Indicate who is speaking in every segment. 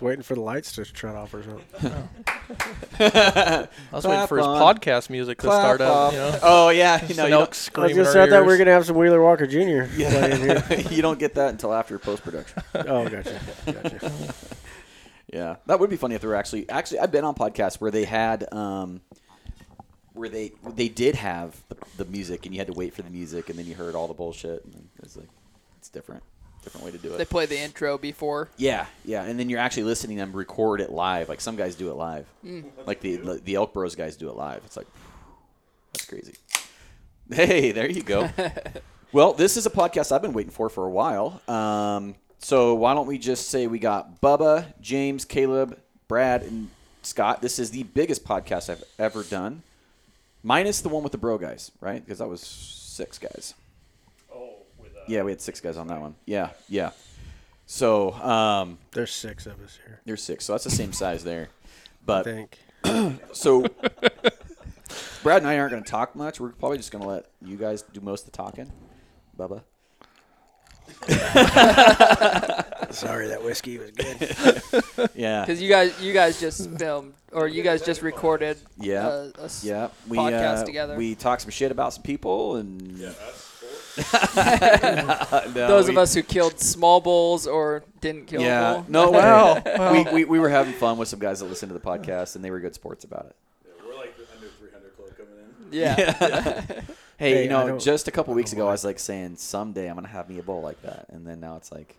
Speaker 1: waiting for the lights to turn off or something.
Speaker 2: I was waiting for his
Speaker 3: Clap on.
Speaker 2: podcast music to
Speaker 3: Clap
Speaker 2: start up.
Speaker 3: on.
Speaker 2: You know,
Speaker 3: Oh yeah, you
Speaker 2: So
Speaker 3: know,
Speaker 2: no
Speaker 3: you don't,
Speaker 1: I was
Speaker 2: screaming.
Speaker 1: just
Speaker 2: our
Speaker 1: I thought we were
Speaker 2: ears.
Speaker 1: gonna have some Wheeler Walker Jr. playing here.
Speaker 3: you don't get that until after post production.
Speaker 1: Oh, gotcha, gotcha.
Speaker 3: Yeah, that would be funny if there were actually actually I've been on podcasts where they had um, where they they did have the, the music and you had to wait for the music and then you heard all the bullshit and it was like it's different different way to do
Speaker 4: They
Speaker 3: it.
Speaker 4: play the intro before.
Speaker 3: Yeah, yeah, and then you're actually listening to them record it live. Like some guys do it live, like the the- the Elk Bros guys do it live. It's like that's crazy. Hey, there you go. well, this is a podcast I've been waiting for for a while. Um, so why don't we just say we got Bubba, James, Caleb, Brad, and Scott. This is the biggest podcast I've ever done, minus the one with the bro guys, right? Because that was six guys. Oh, with, yeah, we had six guys on that one. Yeah, yeah. So um,
Speaker 1: There's six of us here.
Speaker 3: there's six. So that's the same size there.
Speaker 1: I
Speaker 3: But
Speaker 1: think.
Speaker 3: so Brad and I aren't going to talk much. We're probably just going to let you guys do most of the talking. Bubba.
Speaker 1: Sorry, that whiskey was good.
Speaker 3: Yeah.
Speaker 4: Because you guys, you guys just filmed or you guys just recorded.
Speaker 3: Yeah.
Speaker 4: A, a s-
Speaker 3: Yeah. We,
Speaker 4: podcast
Speaker 3: uh,
Speaker 4: together.
Speaker 3: We talk some shit about some people and No,
Speaker 4: Those
Speaker 3: we-
Speaker 4: of us who killed small bulls or didn't kill a
Speaker 3: Yeah.
Speaker 4: bull.
Speaker 3: No, well, we, we, we were having fun with some guys that listened to the podcast and they were good sports about it.
Speaker 5: We're like under 300 club coming in.
Speaker 4: Yeah.
Speaker 3: Hey,
Speaker 1: Hey,
Speaker 3: you
Speaker 1: I
Speaker 3: know,
Speaker 1: don't-
Speaker 3: just a couple weeks ago, I
Speaker 1: mind.
Speaker 3: was like saying, someday I'm going to have me a bowl like that. And then now it's like,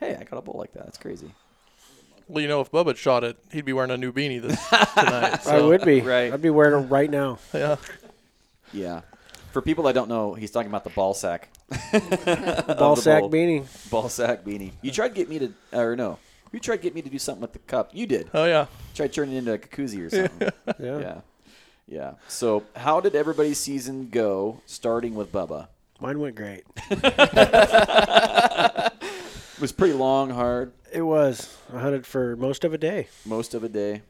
Speaker 3: hey, I got a bowl like that. That's crazy.
Speaker 2: Well, you know, if Bubba shot it, he'd be wearing a new beanie this tonight.
Speaker 1: I
Speaker 2: so-
Speaker 1: would be.
Speaker 3: Right.
Speaker 1: I'd be wearing them right now.
Speaker 2: Yeah.
Speaker 3: Yeah. For people that don't know, he's talking about the ball sack.
Speaker 1: Ball sack
Speaker 3: bowl.
Speaker 1: beanie.
Speaker 3: Ball sack beanie. You tried to get me to, or no, you tried to get me to do something with the cup. You did.
Speaker 2: Oh yeah.
Speaker 3: Tried turning it into a koozie or something.
Speaker 1: Yeah.
Speaker 3: yeah. Yeah. So, how did everybody's season go, starting with Bubba?
Speaker 1: Mine went great.
Speaker 3: It was pretty long, hard,
Speaker 1: It was. I hunted for most of a day.
Speaker 3: most of a day.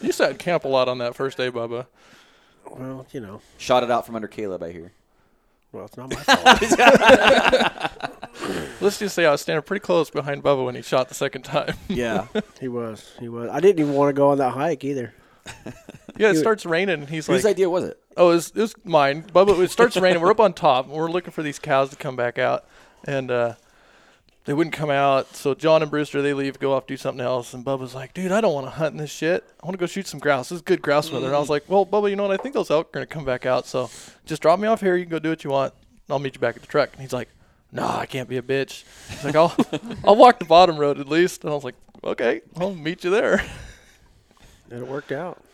Speaker 2: You sat camp a lot on that first day, Bubba.
Speaker 1: Well, you know.
Speaker 3: Shot it out from under Caleb, I hear.
Speaker 1: Well, it's not my fault.
Speaker 2: Let's just say I was standing pretty close behind Bubba when he shot the second time.
Speaker 3: Yeah.
Speaker 1: he was. He was. I didn't even want to go on that hike either.
Speaker 2: yeah, it starts raining, and he's
Speaker 3: Whose
Speaker 2: like,
Speaker 3: idea was it?
Speaker 2: "Oh, it was, it was mine." Bubba, it starts raining. We're up on top, and we're looking for these cows to come back out, and uh, they wouldn't come out. So John and Brewster they leave, go off do something else, and Bubba's like, "Dude, I don't want to hunt in this shit. I want to go shoot some grouse. This is good grouse weather." And I was like, "Well, Bubba, you know what? I think those elk are gonna come back out. So just drop me off here. You can go do what you want. and I'll meet you back at the truck." And he's like. Nah, I can't be a bitch. He's like, I'll, I'll walk the bottom road at least. And I was like, okay, I'll meet you there.
Speaker 1: And it worked out.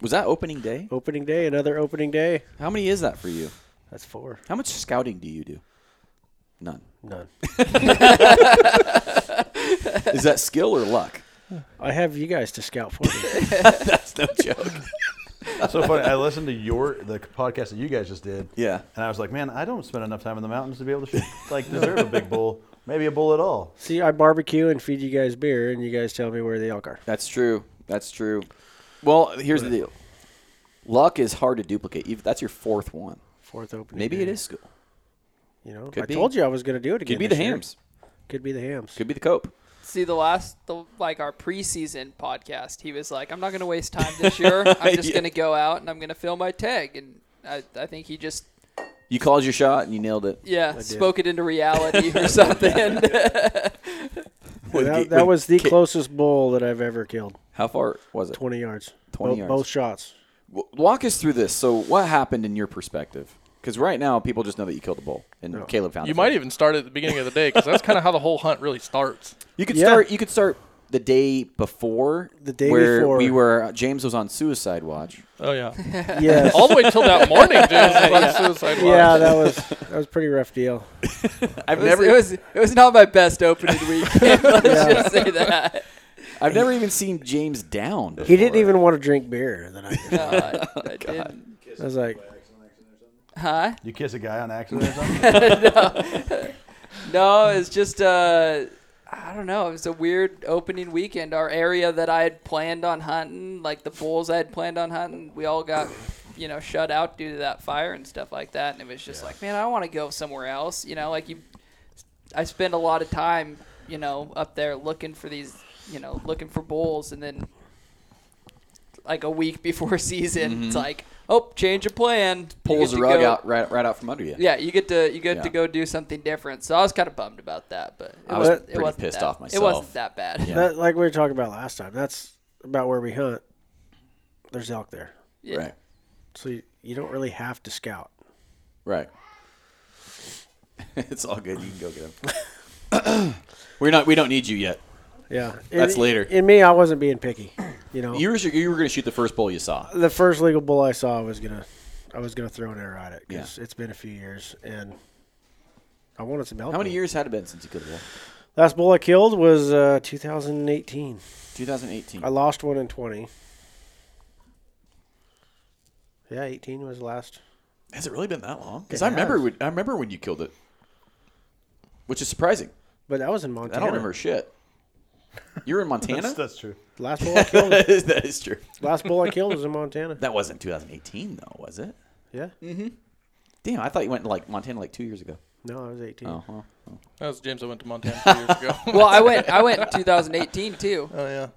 Speaker 3: Was that opening day?
Speaker 1: Opening day, another opening day.
Speaker 3: How many is that for you?
Speaker 1: That's four.
Speaker 3: How much scouting do you do? None.
Speaker 1: None.
Speaker 3: Is that skill or luck?
Speaker 1: I have you guys to scout for me.
Speaker 3: That's no joke.
Speaker 5: so funny. I listened to your the podcast that you guys just did.
Speaker 3: Yeah.
Speaker 5: And I was like, man, I don't spend enough time in the mountains to be able to shoot, like deserve a big bull, maybe a bull at all.
Speaker 1: See, I barbecue and feed you guys beer, and you guys tell me where the elk are.
Speaker 3: That's true. That's true. Well, here's the deal. Luck is hard to duplicate. You've- That's your fourth one.
Speaker 1: Fourth opening.
Speaker 3: Maybe
Speaker 1: day.
Speaker 3: it is school.
Speaker 1: You know,
Speaker 3: Could
Speaker 1: I
Speaker 3: be.
Speaker 1: told you I was going to do it again.
Speaker 3: Could be the
Speaker 1: this year.
Speaker 3: hams.
Speaker 1: Could be the hams.
Speaker 3: Could be the cope.
Speaker 4: See the last, the, like our preseason podcast, he was like, "I'm not going to waste time this year. I'm just
Speaker 3: Yeah.
Speaker 4: going to go out and I'm going to fill my tag." And I, I think he just,
Speaker 3: You called your shot and you nailed it.
Speaker 4: yeah, spoke it into reality or something.
Speaker 3: With
Speaker 1: that
Speaker 3: ge-
Speaker 1: that
Speaker 3: with
Speaker 1: was the
Speaker 3: ki-
Speaker 1: closest bull that I've ever killed.
Speaker 3: How far was it?
Speaker 1: 20 yards.
Speaker 3: 20
Speaker 1: Both-
Speaker 3: yards.
Speaker 1: Both shots.
Speaker 3: W- Walk us through this. So, what happened in your perspective? Because right now, people just know that you killed a bull, and Caleb found
Speaker 2: You
Speaker 3: it.
Speaker 2: might even start at the beginning of the day because that's kind of how the whole hunt really starts.
Speaker 3: You could
Speaker 1: Yeah.
Speaker 3: start. You could start the day before.
Speaker 1: The day
Speaker 3: where
Speaker 1: before.
Speaker 3: we were. uh, James was on suicide watch.
Speaker 2: Oh yeah,
Speaker 1: Yes.
Speaker 2: all the way till that morning, dude. yeah. Suicide
Speaker 1: yeah, that was that was a pretty rough deal.
Speaker 3: I've
Speaker 4: It was,
Speaker 3: never.
Speaker 4: it was it was not my best opening weekend. Let's just say that.
Speaker 3: I've never even seen James down.
Speaker 1: He didn't
Speaker 3: before.
Speaker 1: even want to drink beer. That I,
Speaker 4: No, I,
Speaker 3: Oh,
Speaker 4: I didn't.
Speaker 1: I was like,
Speaker 4: Huh?
Speaker 5: You kiss a guy on accident or something?
Speaker 4: No, it's just uh, I don't know. It was a weird opening weekend. Our area that I had planned on hunting, like the bulls I had planned on hunting, we all got you know shut out due to that fire and stuff like that. And it was just like, man, I want to go somewhere else. You know, like you, I spend a lot of time, you know, up there looking for these you know, looking for bulls, and then like a week before season, it's like, oh, change of plan. You
Speaker 3: Mm-hmm. Pulls
Speaker 4: get
Speaker 3: the
Speaker 4: to
Speaker 3: rug
Speaker 4: go-
Speaker 3: out right, right out from under you.
Speaker 4: Yeah, you get to you get
Speaker 3: Yeah.
Speaker 4: to go do something different. So I was kind of bummed about that, but it
Speaker 3: I was
Speaker 4: wasn't, it
Speaker 3: pretty
Speaker 4: wasn't
Speaker 3: pissed
Speaker 4: that-
Speaker 3: off
Speaker 4: It
Speaker 3: myself.
Speaker 4: wasn't that bad.
Speaker 3: Yeah.
Speaker 1: That, like we were talking about last time, that's about where we hunt. There's elk there,
Speaker 4: Yeah.
Speaker 3: Right.
Speaker 1: so you, you don't really have to scout.
Speaker 3: Right. it's all good. You can go get him. We're not. We don't need you yet.
Speaker 1: Yeah,
Speaker 3: That's
Speaker 1: In-
Speaker 3: later.
Speaker 1: In me, I wasn't being picky. You know,
Speaker 3: You were. You were going to shoot the first bull you saw.
Speaker 1: the first legal bull I saw I was gonna, I was gonna throw an arrow at it because it's been a few years and I wanted some elk.
Speaker 3: How many
Speaker 1: meat.
Speaker 3: years had it been since you killed a bull?
Speaker 1: Last bull I killed was uh, 2018.
Speaker 3: 2018.
Speaker 1: I lost one in 20. Yeah, 18 was the last.
Speaker 3: Has it really been that long? Because
Speaker 1: It
Speaker 3: I remember.
Speaker 1: has.
Speaker 3: When, I remember when you killed it, which is surprising.
Speaker 1: But that was in
Speaker 3: I
Speaker 1: Montana.
Speaker 3: don't remember shit. You were in Montana.
Speaker 5: That's, that's true.
Speaker 1: Last bull I killed.
Speaker 3: that is true.
Speaker 1: last bull I killed was in Montana.
Speaker 3: That wasn't 2018 though, was it?
Speaker 1: Yeah.
Speaker 3: Damn, I thought you went to like Montana like two years ago.
Speaker 1: No, I was 18.
Speaker 3: Oh, well.
Speaker 2: That was James. I went to Montana two years ago.
Speaker 4: Well, I went I went 2018 too.
Speaker 2: oh yeah.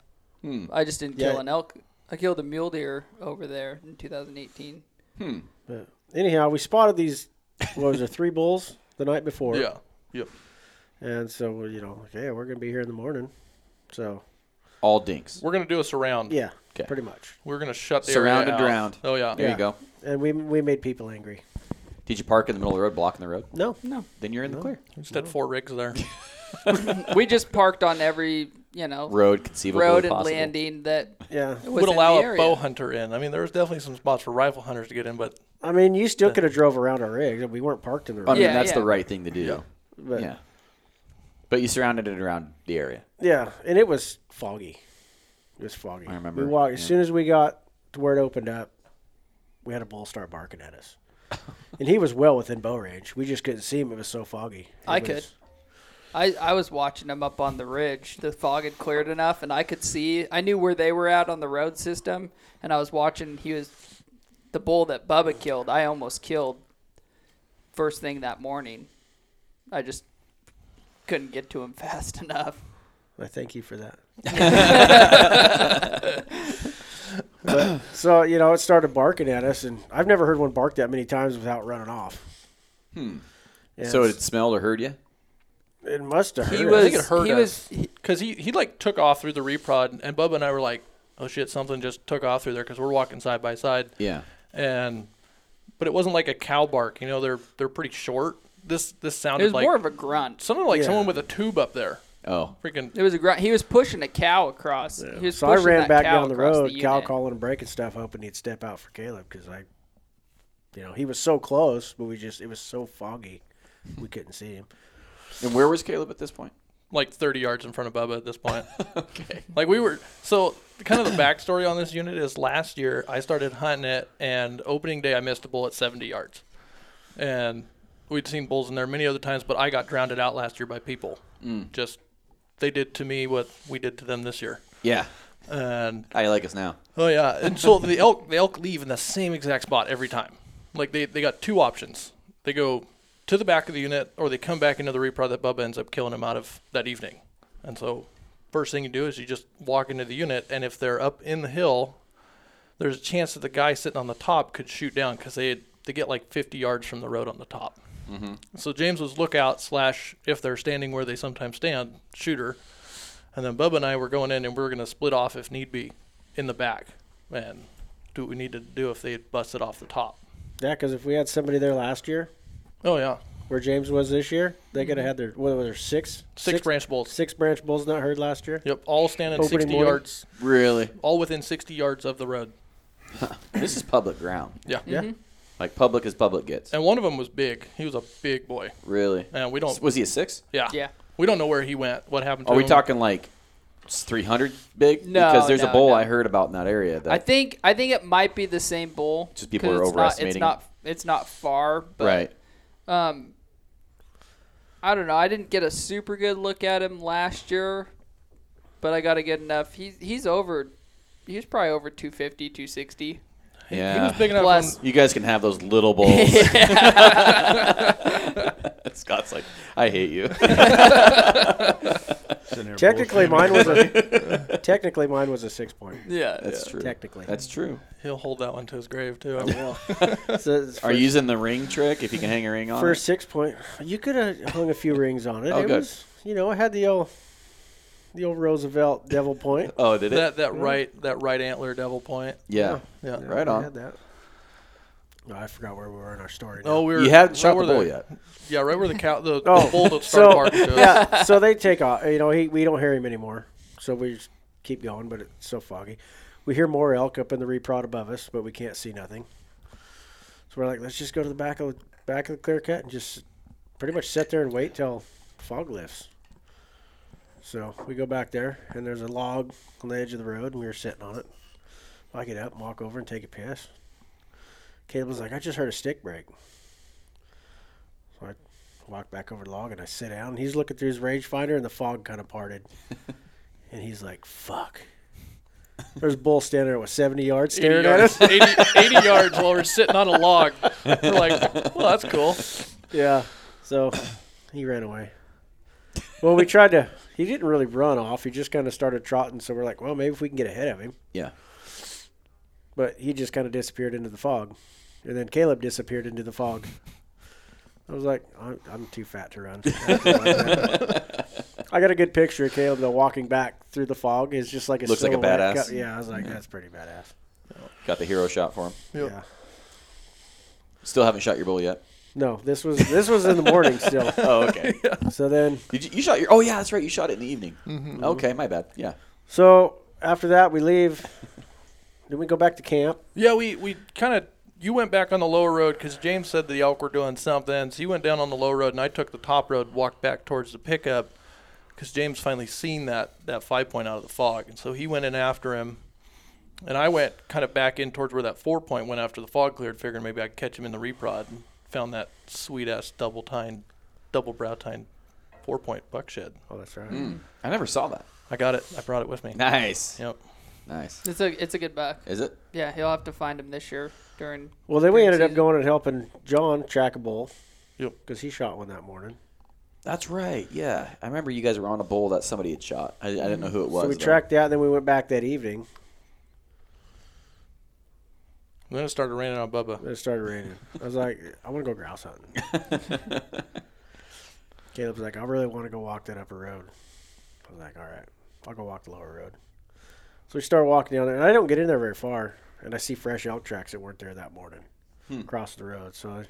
Speaker 3: Hmm.
Speaker 4: I just didn't
Speaker 1: Yeah.
Speaker 4: kill an elk. I killed a mule deer over there in 2018.
Speaker 1: But anyhow, we spotted these. What was there? Three bulls the night before.
Speaker 2: Yeah. Yep.
Speaker 1: And so you know, okay, we're gonna be here in the morning. So
Speaker 3: All dinks.
Speaker 2: We're gonna do a surround.
Speaker 1: yeah,
Speaker 3: 'Kay.
Speaker 1: pretty much.
Speaker 2: We're gonna shut the
Speaker 3: Surround
Speaker 2: area
Speaker 3: and
Speaker 2: out.
Speaker 3: drowned.
Speaker 2: Oh yeah.
Speaker 3: There
Speaker 1: Yeah.
Speaker 3: you go.
Speaker 1: And we we made people angry.
Speaker 3: Did you park in the middle of the road, blocking the road?
Speaker 1: No.
Speaker 4: No,
Speaker 3: Then you're in the clear.
Speaker 2: We just had four rigs there.
Speaker 4: we just parked on every you know road,
Speaker 3: Road conceivably
Speaker 4: and
Speaker 3: possible.
Speaker 4: landing that
Speaker 1: Yeah.
Speaker 4: was
Speaker 2: Would
Speaker 4: in
Speaker 2: allow
Speaker 4: the
Speaker 2: a
Speaker 4: area.
Speaker 2: bow hunter in. I mean, there was definitely some spots for rifle hunters to get in, but
Speaker 1: I mean, you still could have drove around our rigs. We weren't parked in the
Speaker 3: I
Speaker 1: road.
Speaker 3: mean,
Speaker 4: Yeah,
Speaker 3: that's the
Speaker 4: yeah.
Speaker 3: right thing to do. Yeah.
Speaker 1: But, yeah.
Speaker 3: But you surrounded it around the area.
Speaker 1: And it was foggy. It was foggy.
Speaker 3: I remember,
Speaker 1: We walked as
Speaker 3: yeah.
Speaker 1: soon as we got to where it opened up. We had a bull start barking at us, and he was well within bow range. We just couldn't see him. It was so foggy. It
Speaker 4: I
Speaker 1: was-
Speaker 4: could. I, I was watching them up on the ridge. The fog had cleared enough, and I could see. I knew where they were at on the road system, and I was watching. He was the bull that Bubba killed. I almost killed first thing that morning. I just couldn't get to him fast enough.
Speaker 1: I thank you for that. but, so you know, it started barking at us, and I've never heard one bark that many times without running off. Hmm.
Speaker 3: So it smelled or heard you?
Speaker 1: it must have.
Speaker 4: He
Speaker 1: hurt
Speaker 4: was.
Speaker 1: us.
Speaker 2: I think it hurt
Speaker 4: he
Speaker 2: us.
Speaker 4: was. He,
Speaker 2: because he, he like took off through the reprod, and Bubba and I were like, oh shit, something just took off through there because we're walking side by side.
Speaker 3: Yeah.
Speaker 2: And but it wasn't like a cow bark, you know. They're they're pretty short. This this
Speaker 4: it
Speaker 2: sounded
Speaker 4: was
Speaker 2: like
Speaker 4: more of a grunt.
Speaker 2: something like
Speaker 1: Yeah.
Speaker 2: someone with a tube up there.
Speaker 3: Oh.
Speaker 2: Freaking
Speaker 4: It was a grunt. He was pushing a cow across. He was
Speaker 1: So I
Speaker 4: pushing
Speaker 1: ran
Speaker 4: that
Speaker 1: back
Speaker 4: cow
Speaker 1: down the
Speaker 4: across
Speaker 1: road, cow
Speaker 4: unit.
Speaker 1: calling and breaking stuff, hoping he'd step out for Caleb because I, you know, he was so close, but we just it was so foggy, we couldn't see him.
Speaker 3: And where was Caleb at this point?
Speaker 2: like 30 yards in front of Bubba at this point. okay. Like we were so kind of the backstory on this unit is last year I started hunting it and opening day I missed a bull at 70 yards, and we'd seen bulls in there many other times, but I got drowned out last year by people. Just they did to me what we did to them this year,
Speaker 3: Yeah.
Speaker 2: and
Speaker 3: How you like us now?
Speaker 2: Oh yeah, and so the elk the elk leave in the same exact spot every time. Like they, they got two options. They go to the back of the unit, or they come back into the reprod that Bubba ends up killing him out of that evening. And so, first thing you do is you just walk into the unit, and if they're up in the hill, there's a chance that the guy sitting on the top could shoot down because they they get like 50 yards from the road on the top. So James was lookout slash if they're standing where they sometimes stand shooter, and then Bubba and I were going in and we were going to split off if need be in the back and do what we needed to do if they had busted off the top.
Speaker 1: Yeah, because if we had somebody there last year,
Speaker 2: Oh yeah,
Speaker 1: where James was this year, they
Speaker 4: Mm-hmm.
Speaker 1: could have had their what was there six
Speaker 2: six, branch bolts.
Speaker 1: six branch bulls not heard last year.
Speaker 2: Yep, all standing
Speaker 1: Opening
Speaker 2: 60
Speaker 1: morning.
Speaker 2: yards,
Speaker 3: Really?
Speaker 2: all within 60 yards of the road.
Speaker 3: This is public ground.
Speaker 2: Yeah.
Speaker 1: Yeah,
Speaker 3: Like public as public gets.
Speaker 2: And one of them was big. He was a big boy.
Speaker 3: Really?
Speaker 2: And we Uh, don't
Speaker 3: Was he a six?
Speaker 2: yeah.
Speaker 4: Yeah.
Speaker 2: We don't know where he went. What happened to
Speaker 3: Are we
Speaker 2: him.
Speaker 3: talking like 300 big?
Speaker 4: No,
Speaker 3: Because there's a
Speaker 4: no,
Speaker 3: bull
Speaker 4: no.
Speaker 3: I heard about in that area. That,
Speaker 4: I think I think it might be the same bull.
Speaker 3: Just people
Speaker 4: 'cause
Speaker 3: are
Speaker 4: it's
Speaker 3: overestimating.
Speaker 4: Not, it's not it's not far, but
Speaker 3: Right.
Speaker 4: um, I don't know. I didn't get a super good look at him last year, but I got a good enough. He's he's over. He's probably over 250, 260.
Speaker 3: Yeah.
Speaker 2: He was big enough.
Speaker 4: Plus-
Speaker 2: when-
Speaker 3: You guys can have those little bowls. Scott's like, I hate you.
Speaker 5: Sitting here
Speaker 1: Technically,
Speaker 5: bullshitting
Speaker 1: mine was
Speaker 5: everybody.
Speaker 1: a technically mine was a six point.
Speaker 4: Yeah.
Speaker 3: That's true.
Speaker 1: Technically,
Speaker 3: That's true.
Speaker 2: He'll hold that one to his grave too. I will.
Speaker 1: well. So it's
Speaker 3: Are
Speaker 1: for-
Speaker 3: you using the ring trick if you can hang a ring on?
Speaker 1: for a
Speaker 3: it?
Speaker 1: six point? You could have hung a few rings on it.
Speaker 3: Oh,
Speaker 1: it
Speaker 3: good.
Speaker 1: was, you know, I had the old, the old Roosevelt devil point.
Speaker 3: Oh, did it?
Speaker 2: that that right that right antler devil point.
Speaker 3: yeah.
Speaker 2: Yeah.
Speaker 1: Yeah,
Speaker 3: Right
Speaker 1: I
Speaker 3: on.
Speaker 1: had that. No, I forgot where we were in our story. now.
Speaker 2: Oh, we were.
Speaker 3: You haven't
Speaker 2: right
Speaker 3: shot the
Speaker 2: where
Speaker 3: bull yet.
Speaker 2: Yeah, right where the cow the,
Speaker 1: Oh,
Speaker 2: the bull that started
Speaker 1: so
Speaker 2: barking to us.
Speaker 1: yeah, so they take off. You know, he, we don't hear him anymore, so we just keep going. But it's so foggy. We hear more elk up in the reprod above us, but we can't see nothing. So we're like, let's just go to the back of the back of the clear cut and just pretty much sit there and wait till fog lifts. So we go back there, and there's a log on the edge of the road, and we were sitting on it. I get up, and walk over, and take a piss. Caleb's like, I just heard a stick break. So I walk back over to the log and I sit down. He's looking through his rangefinder and the fog kind of parted. and he's like, fuck. There's a bull standing there with 70 yards
Speaker 2: 80
Speaker 1: staring at us.
Speaker 2: yards, 80, 80 yards while we're sitting on a log. We're like, well, that's cool.
Speaker 1: Yeah. So he ran away. Well, we tried to. He didn't really run off. He just kind of started trotting. So we're like, well, maybe if we can get ahead of him.
Speaker 3: Yeah.
Speaker 1: But he just kind of disappeared into the fog. And then Caleb disappeared into the fog. I was like, I'm, I'm too fat to run. I got a good picture of Caleb though walking back through the fog. It's just like a
Speaker 3: Looks like a
Speaker 1: silhouette
Speaker 3: badass.
Speaker 1: cut- Yeah, I was like, that's pretty badass.
Speaker 3: Got the hero shot for him.
Speaker 2: Yep.
Speaker 1: Yeah.
Speaker 3: Still haven't shot your bull yet.
Speaker 1: No, this was this was in the morning still.
Speaker 3: Oh, okay.
Speaker 1: So then
Speaker 3: Did you, you shot your? Oh, yeah, that's right. You shot it in the evening. Okay, my bad. Yeah.
Speaker 1: So after that, we leave. then we go back to camp.
Speaker 2: Yeah, we, we kind of, you went back on the lower road because James said the elk were doing something. So you went down on the lower road, and I took the top road, walked back towards the pickup because James finally seen that, that five point out of the fog. And so he went in after him. And I went kind of back in towards where that four point went after the fog cleared, figuring maybe I'd catch him in the reprod and found that sweet ass double tine, double brow tine four point buck shed.
Speaker 1: Oh, that's right.
Speaker 3: I never saw that.
Speaker 2: I got it. I brought it with me.
Speaker 3: Nice.
Speaker 2: Yep.
Speaker 3: Nice.
Speaker 4: It's a it's a good buck.
Speaker 3: Is it?
Speaker 4: Yeah, he'll have to find him this year during.
Speaker 1: Well, then we
Speaker 4: during
Speaker 1: ended up
Speaker 4: season.
Speaker 1: going and helping John track a bull.
Speaker 2: Yep.
Speaker 1: Because he shot one that morning.
Speaker 3: That's right. Yeah. I remember you guys were on a bull that somebody had shot. I, I didn't know who it was.
Speaker 1: so we
Speaker 3: though.
Speaker 1: tracked out, and then we went back that evening.
Speaker 2: And then it started raining on Bubba.
Speaker 1: And it started raining. I was like, I want to go grouse hunting. Caleb's like, I really want to go walk that upper road. I was like, all right, I'll go walk the lower road. So we start walking down there, and I don't get in there very far, and I see fresh elk tracks that weren't there that morning across the road. So I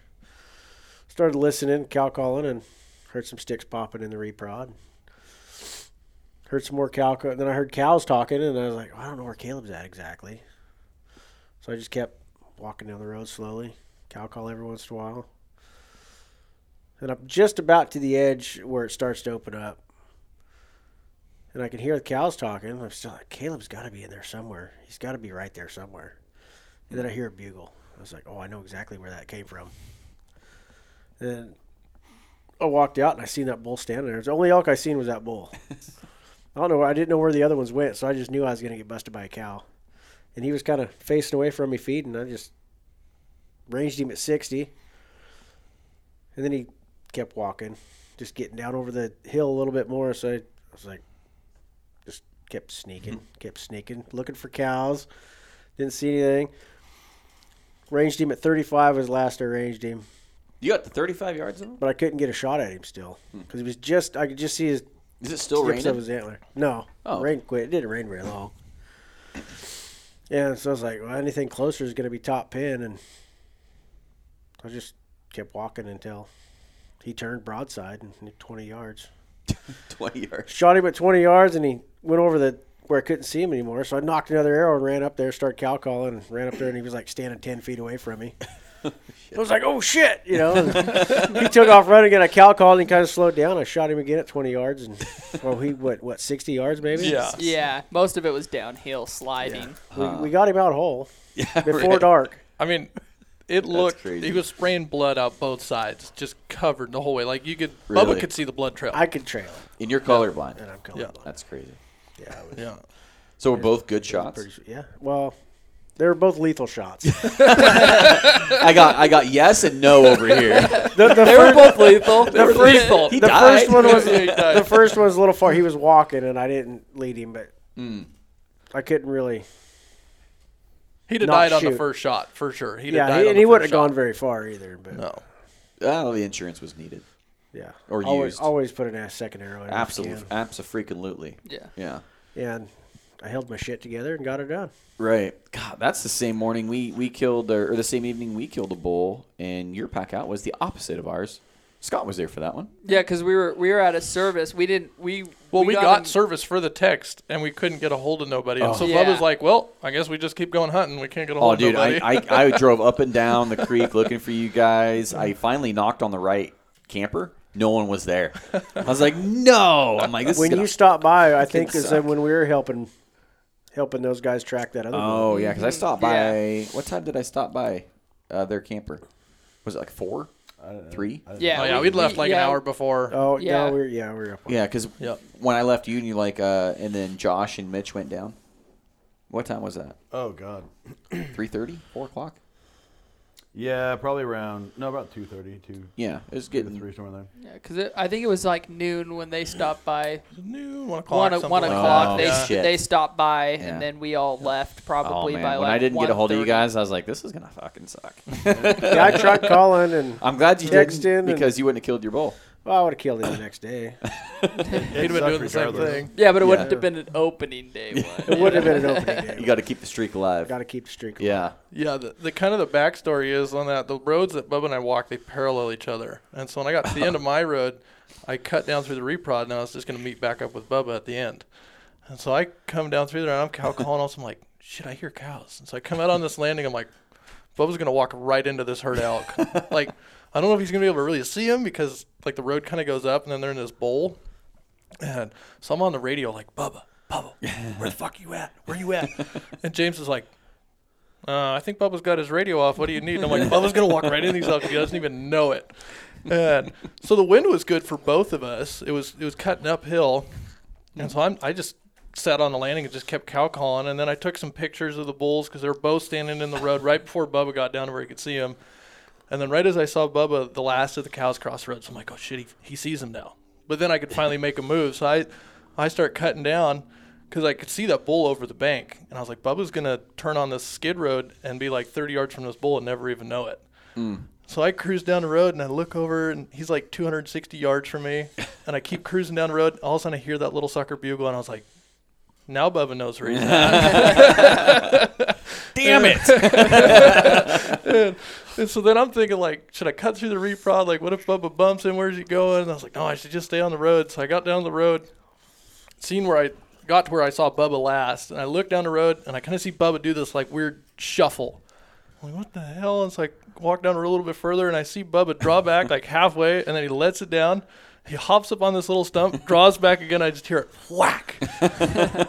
Speaker 1: started listening, cow calling, and heard some sticks popping in the reprod. Heard some more cow, co- then I heard cows talking, and I was like, I don't know where Caleb's at exactly. So I just kept walking down the road slowly, cow call every once in a while. And I'm just about to the edge where it starts to open up. And I can hear the cows talking. I'm still like, Caleb's got to be in there somewhere. He's got to be right there somewhere. And then I hear a bugle. I was like, oh, I know exactly where that came from. And I walked out and I seen that bull standing there. It's The only elk I seen was that bull. I don't know. I didn't know where the other ones went, so I just knew I was going to get busted by a cow. And he was kind of facing away from me feeding. I just ranged him at 60. And then he kept walking, just getting down over the hill a little bit more. So I, I was like, just kept sneaking, kept sneaking, looking for cows. Didn't see anything. Ranged him at 35 was last I ranged him,
Speaker 3: You got the 35 yards on?
Speaker 1: but I couldn't get a shot at him still because he was just, I could just see his
Speaker 3: Is it still
Speaker 1: tips of
Speaker 3: raining?
Speaker 1: his antler. No,
Speaker 3: Oh.
Speaker 1: rain quit. It didn't rain very long. Yeah, so I was like, well, anything closer is going to be top pin, and I just kept walking until he turned broadside and hit twenty yards.
Speaker 3: 20 yards.
Speaker 1: Shot him at twenty yards, and he went over the where I couldn't see him anymore. So I knocked another arrow and ran up there, started cow calling, and ran up there, and he was like standing ten feet away from me. I was like, oh shit, you know. and he took off running, and I cow called, and he kind of slowed down. I shot him again at twenty yards, and well, he what what sixty yards maybe?
Speaker 2: Yeah. Uh-huh.
Speaker 4: Yeah, most of it was downhill sliding.
Speaker 1: We, we got him out whole
Speaker 3: Yeah,
Speaker 1: before
Speaker 3: right.
Speaker 1: dark.
Speaker 2: I mean, it looked.
Speaker 3: crazy.
Speaker 2: He was spraying blood out both sides, just covered the whole way. Like you could,
Speaker 3: Really?
Speaker 2: Bubba could see the blood trail.
Speaker 1: I could trail, it,
Speaker 3: And you're colorblind.
Speaker 1: and I'm going.
Speaker 2: Yeah.
Speaker 1: Yeah,
Speaker 3: That's crazy.
Speaker 1: yeah, it was
Speaker 2: yeah,
Speaker 3: So we're both good shots.
Speaker 1: pretty, yeah. Well, They were both lethal shots.
Speaker 3: I got I got yes and no over here.
Speaker 1: The, the
Speaker 4: They were
Speaker 1: first,
Speaker 4: both lethal. They were
Speaker 3: were
Speaker 4: lethal.
Speaker 3: He
Speaker 1: the
Speaker 3: died.
Speaker 1: first one was
Speaker 2: Yeah, he died.
Speaker 1: the first one was a little far. He was walking, and I didn't lead him, but
Speaker 3: Mm.
Speaker 1: I couldn't really.
Speaker 2: He'd have
Speaker 1: Not
Speaker 2: died on
Speaker 1: shoot.
Speaker 2: the first shot for sure. He'd have
Speaker 1: Yeah,
Speaker 2: died
Speaker 1: he,
Speaker 2: on
Speaker 1: and
Speaker 2: the
Speaker 1: he
Speaker 2: first
Speaker 1: wouldn't have
Speaker 2: shot.
Speaker 1: gone very far either. But
Speaker 2: No.
Speaker 3: Oh, the insurance was needed.
Speaker 1: yeah,
Speaker 3: Or
Speaker 1: always
Speaker 3: used.
Speaker 1: always put an ass second arrow. in if you
Speaker 3: Absolutely,
Speaker 1: can.
Speaker 3: absolutely.
Speaker 4: Yeah.
Speaker 3: Oh, Yeah.
Speaker 1: And I held my shit together and got it done.
Speaker 3: Right. God, that's the same morning we we killed, or, or the same evening we killed a bull, and your pack out was the opposite of ours. Scott was there for that one.
Speaker 4: Yeah, because we were we were out of service. We didn't. We
Speaker 2: Well, we, got,
Speaker 4: him-
Speaker 2: service for the text, and we couldn't get a hold of nobody. And so
Speaker 4: Yeah.
Speaker 2: Bubba's like, "Well, I guess we just keep going hunting. We can't get a hold
Speaker 3: Oh,
Speaker 2: of
Speaker 3: dude, I,
Speaker 2: nobody."
Speaker 3: I I drove up and down the creek looking for you guys. I finally knocked on the right camper. No one was there. I was like, no. I'm like, this
Speaker 1: When
Speaker 3: is gonna-
Speaker 1: you stopped by, I think is
Speaker 3: suck.
Speaker 1: then when we were helping helping those guys track that other. bull.
Speaker 3: Oh yeah, because I stopped
Speaker 4: Mm-hmm. Yeah.
Speaker 3: by. What time did I stop by uh, their camper? Was it like four, three?
Speaker 4: Yeah,
Speaker 2: oh yeah, we'd left like
Speaker 4: yeah,
Speaker 2: an hour before.
Speaker 1: Oh yeah,
Speaker 4: Yeah.
Speaker 1: we were yeah we were up.
Speaker 3: Yeah, because
Speaker 2: Yep.
Speaker 3: when I left you and you like, uh, and then Josh and Mitch went down. What time was that?
Speaker 5: Oh God.
Speaker 3: Three thirty? Four o'clock?
Speaker 5: Yeah, probably around no about 2:30, 2
Speaker 3: Yeah, it was
Speaker 5: to
Speaker 3: getting.
Speaker 5: three somewhere there.
Speaker 4: Yeah, because I think it was like noon when they stopped by.
Speaker 2: noon, one o'clock,
Speaker 4: One, o-
Speaker 2: something
Speaker 4: one
Speaker 2: like that.
Speaker 4: o'clock. they
Speaker 3: yeah. shit.
Speaker 4: they stopped by,
Speaker 3: Yeah.
Speaker 4: and then we all left
Speaker 3: Oh
Speaker 4: probably
Speaker 3: man,
Speaker 4: by
Speaker 3: when
Speaker 4: like.
Speaker 3: I didn't get a hold of you
Speaker 4: 1:30.
Speaker 3: guys, I was like, this is gonna fucking suck.
Speaker 1: Yeah, I tried calling and
Speaker 3: I'm glad you
Speaker 1: Texted
Speaker 3: didn't
Speaker 1: and-
Speaker 3: because you wouldn't have killed your bull.
Speaker 1: well, I would have killed him the next day.
Speaker 2: He'd been
Speaker 5: sucked
Speaker 2: doing the same
Speaker 5: regardless.
Speaker 2: thing.
Speaker 4: Yeah, but it wouldn't have been an opening day one.
Speaker 1: It would have been an opening day.
Speaker 3: You got to keep the streak alive.
Speaker 1: got to keep the streak. alive.
Speaker 3: yeah.
Speaker 2: Yeah, the, the kind of the backstory is on that the roads that Bubba and I walk they parallel each other, and so when I got to the end of my road, I cut down through the reprod, and I was just gonna meet back up with Bubba at the end, and so I come down through there, and I'm cow calling us. I'm like, shit, I hear cows, and so I come out on this landing. I'm like, Bubba's gonna walk right into this herd elk. like, I don't know if he's gonna be able to really see him because like the road kind of goes up, and then they're in this bowl, and so I'm on the radio like, Bubba, Bubba, where the fuck you at? Where you at? and James is like. Uh, I think Bubba's got his radio off. What do you need? And I'm like, Bubba's gonna walk right in these elk. He doesn't even know it. And so the wind was good for both of us. It was it was cutting uphill, and so I'm I just sat on the landing and just kept cow calling. And then I took some pictures of the bulls because they were both standing in the road right before Bubba got down to where he could see him. And then right as I saw Bubba, the last of the cows cross the road, so I'm like, oh shit, he, he sees him now. But then I could finally make a move, so I, I start cutting down because I could see that bull over the bank, and I was like, Bubba's gonna turn on this skid road and be like 30 yards from this bull and never even know it. So I cruise down the road and I look over and he's like 260 yards from me, and I keep cruising down the road. All of a sudden I hear that little sucker bugle, and I was like, now Bubba knows where he's at. Damn it! And so then I'm thinking, like, should I cut through the reprod? Like, what if Bubba bumps him? Where's he going? And I was like, no, I should just stay on the road. So I got down the road, seen where I got to where I saw Bubba last, and I looked down the road and I kind of see Bubba do this like weird shuffle. I'm like, what the hell? And so I walk down a little bit further and I see Bubba draw back like halfway, and then he lets it down. He hops up on this little stump, draws back again. I just hear it whack.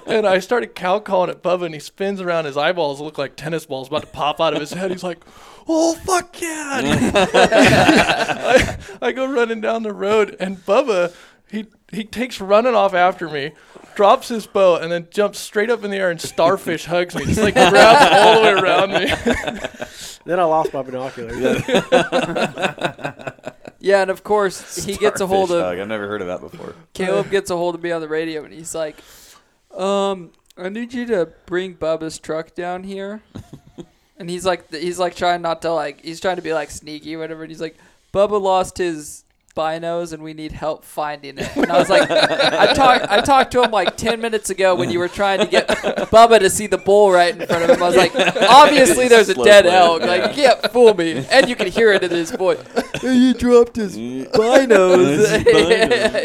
Speaker 2: and I started cow calling at Bubba, and he spins around. His eyeballs look like tennis balls about to pop out of his head. He's like, "Oh fuck yeah!" And I, I go running down the road, and Bubba, he he takes running off after me, drops his bow, and then jumps straight up in the air and starfish hugs me, just like grabs all the way around me.
Speaker 1: Then I lost my binoculars.
Speaker 4: Yeah, and of course he gets a hold
Speaker 3: Starfish
Speaker 4: of
Speaker 3: hug. I've never heard of that before.
Speaker 4: Caleb gets a hold of me on the radio and he's like, um, I need you to bring Bubba's truck down here. and he's like, he's like trying not to like, he's trying to be like sneaky or whatever. And he's like, Bubba lost his binos and we need help finding it. And I was like, I talked, I talked to him like 10 minutes ago when you were trying to get Bubba to see the bull right in frant of him. I was like, obviously there's a
Speaker 3: Slow
Speaker 4: dead
Speaker 3: play.
Speaker 4: elk. Like, you can't fool me. And you can hear it in his voice.
Speaker 3: you dropped his binos.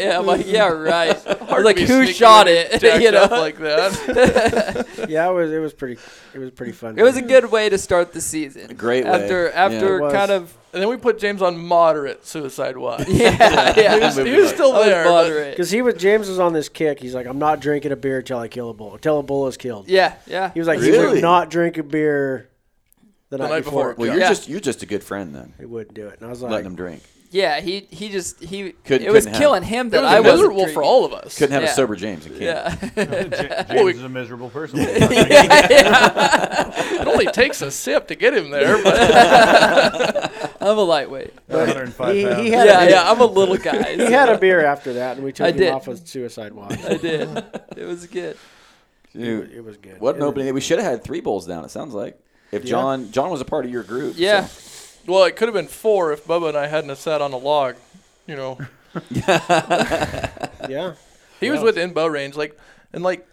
Speaker 4: yeah, I'm like, yeah, right.
Speaker 2: Hard
Speaker 4: like,
Speaker 2: to be
Speaker 4: who
Speaker 2: sneaky
Speaker 4: shot
Speaker 2: when
Speaker 4: it?
Speaker 2: you're jacked
Speaker 4: You know?
Speaker 2: up like that.
Speaker 1: yeah, it was it was pretty it was pretty fun.
Speaker 4: It was a good way to start the season.
Speaker 3: Great way.
Speaker 4: after
Speaker 3: Yeah.
Speaker 4: after
Speaker 1: It was.
Speaker 4: kind of
Speaker 2: And then we put James on moderate suicide watch.
Speaker 4: yeah
Speaker 2: He
Speaker 4: yeah.
Speaker 2: was, he was still
Speaker 4: I was
Speaker 2: there. but-
Speaker 4: moderate.
Speaker 1: because he was James was on this kick. He's like, I'm not drinking a beer till I kill a bull. Till a bull is killed.
Speaker 4: Yeah yeah.
Speaker 1: He was like, he
Speaker 3: Really?
Speaker 1: would not drink a beer the, night,
Speaker 2: night
Speaker 1: before.
Speaker 3: well,
Speaker 2: before.
Speaker 3: you're
Speaker 4: Yeah.
Speaker 3: just you're just a good friend then,
Speaker 1: He wouldn't do it, and I was like,
Speaker 3: letting him drink.
Speaker 4: Yeah, he he just he
Speaker 3: Couldn't-
Speaker 4: it was
Speaker 3: couldn't have.
Speaker 4: killing him
Speaker 2: It
Speaker 4: that
Speaker 2: was
Speaker 4: I wasn't
Speaker 2: miserable for
Speaker 4: drinking.
Speaker 2: all of us.
Speaker 3: Couldn't have a
Speaker 4: Yeah.
Speaker 3: sober James in Canada.
Speaker 4: Yeah.
Speaker 5: J- James is a miserable person.
Speaker 2: It only takes a sip to get him there, but
Speaker 4: I'm a lightweight.
Speaker 5: 105
Speaker 1: He,
Speaker 5: pounds.
Speaker 1: he had
Speaker 4: Yeah,
Speaker 1: a beer,
Speaker 4: yeah, I'm a little guy.
Speaker 1: He had a beer after that, and we took
Speaker 4: I
Speaker 1: him
Speaker 4: did.
Speaker 1: off of suicide watch.
Speaker 4: I did. It was good.
Speaker 3: Dude,
Speaker 1: It was good.
Speaker 3: what
Speaker 1: It
Speaker 3: an opening day. We should have had three bowls down. It sounds like if
Speaker 1: Yeah.
Speaker 3: John John was a part of your group. so-
Speaker 4: Yeah.
Speaker 2: well, it could have been four if Bubba and I hadn't have sat on a log. You know,
Speaker 1: was- Yeah.
Speaker 2: he was within bow range, like, and like,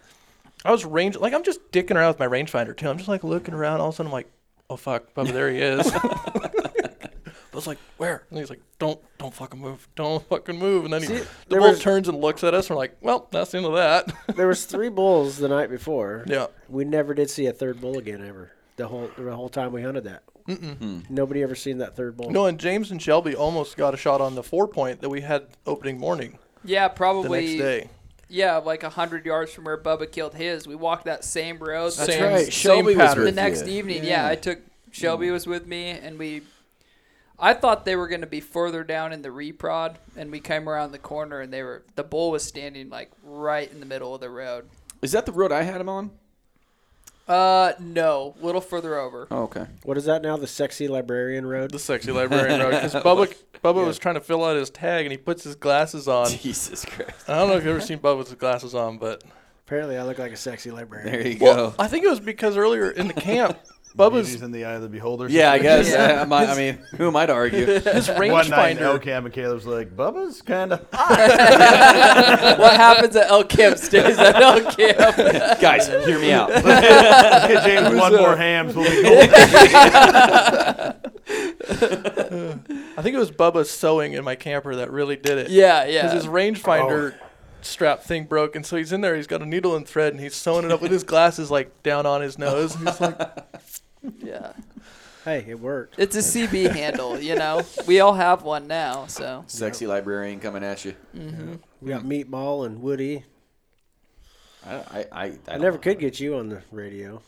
Speaker 2: I was range, like, I'm just dicking around with my rangefinder too. I'm just like looking around. All of a sudden, I'm like, oh fuck, Bubba, there he is. I was like, where? And he's like, don't, don't fucking move, don't fucking move. And then he, the
Speaker 1: there
Speaker 2: bull
Speaker 1: was-
Speaker 2: turns and looks at us. And we're like, well, that's the end of that.
Speaker 1: There was three bulls the night before.
Speaker 2: yeah.
Speaker 1: We never did see a third bull again ever. The whole the whole time we hunted that.
Speaker 3: Hmm.
Speaker 1: Mm-mm. Nobody ever seen that third bull.
Speaker 2: No, and James and Shelby almost got a shot on the four point that we had opening morning
Speaker 4: Yeah,
Speaker 2: the
Speaker 4: probably.
Speaker 2: next day.
Speaker 4: Yeah, like hundred yards from where Bubba killed his. We walked that same road.
Speaker 2: That's
Speaker 4: same-
Speaker 2: right.
Speaker 3: Shelby was
Speaker 2: pattern.
Speaker 4: The
Speaker 3: with
Speaker 4: next
Speaker 3: you.
Speaker 4: evening, yeah. Mm. I took Shelby was with me, and we. I thought they were going to be further down in the reprod, and we came around the corner, and they were the bull was standing like right in the middle of the road.
Speaker 3: Is that the road I had him on?
Speaker 4: Uh, no, a little further over.
Speaker 3: Oh, okay.
Speaker 1: What is that now? The sexy librarian road.
Speaker 2: The sexy librarian road because Bubba, Bubba was trying to fill out his tag and he puts his glasses on.
Speaker 3: Jesus Christ.
Speaker 2: I don't know if you've ever seen Bubba with his glasses on, but
Speaker 1: Apparently, I look like a sexy librarian.
Speaker 3: There you
Speaker 2: well,
Speaker 3: go.
Speaker 2: I think it was because earlier in the camp,
Speaker 5: Beauty's
Speaker 2: Bubba's
Speaker 5: in the eye of the beholder.
Speaker 3: Yeah, I guess.
Speaker 4: Yeah.
Speaker 3: I, might- I mean, who am I to argue?
Speaker 2: his
Speaker 5: One night in
Speaker 2: rangefinder.
Speaker 5: OCAM, and Caleb's like, Bubba's kind of.
Speaker 4: what happens at El Camp stays at El Camp.
Speaker 3: Guys, hear me out.
Speaker 5: Hey, James, one more hams will be cool.
Speaker 2: I think it was Bubba's sewing in my camper that really did it.
Speaker 4: yeah,
Speaker 2: because
Speaker 4: yeah.
Speaker 2: his rangefinder
Speaker 5: Oh.
Speaker 2: strap thing broke, and so he's in there. He's got a needle and thread, and he's sewing it up with his glasses like down on his nose. And he's like,
Speaker 4: yeah.
Speaker 1: Hey, it worked.
Speaker 4: It's a CB handle, you know. We all have one now, so
Speaker 3: Sexy librarian coming at you.
Speaker 1: We got Meatball and Woody.
Speaker 3: I, I, I, I
Speaker 1: I
Speaker 3: don't
Speaker 1: never
Speaker 3: know.
Speaker 1: could get you on the radio.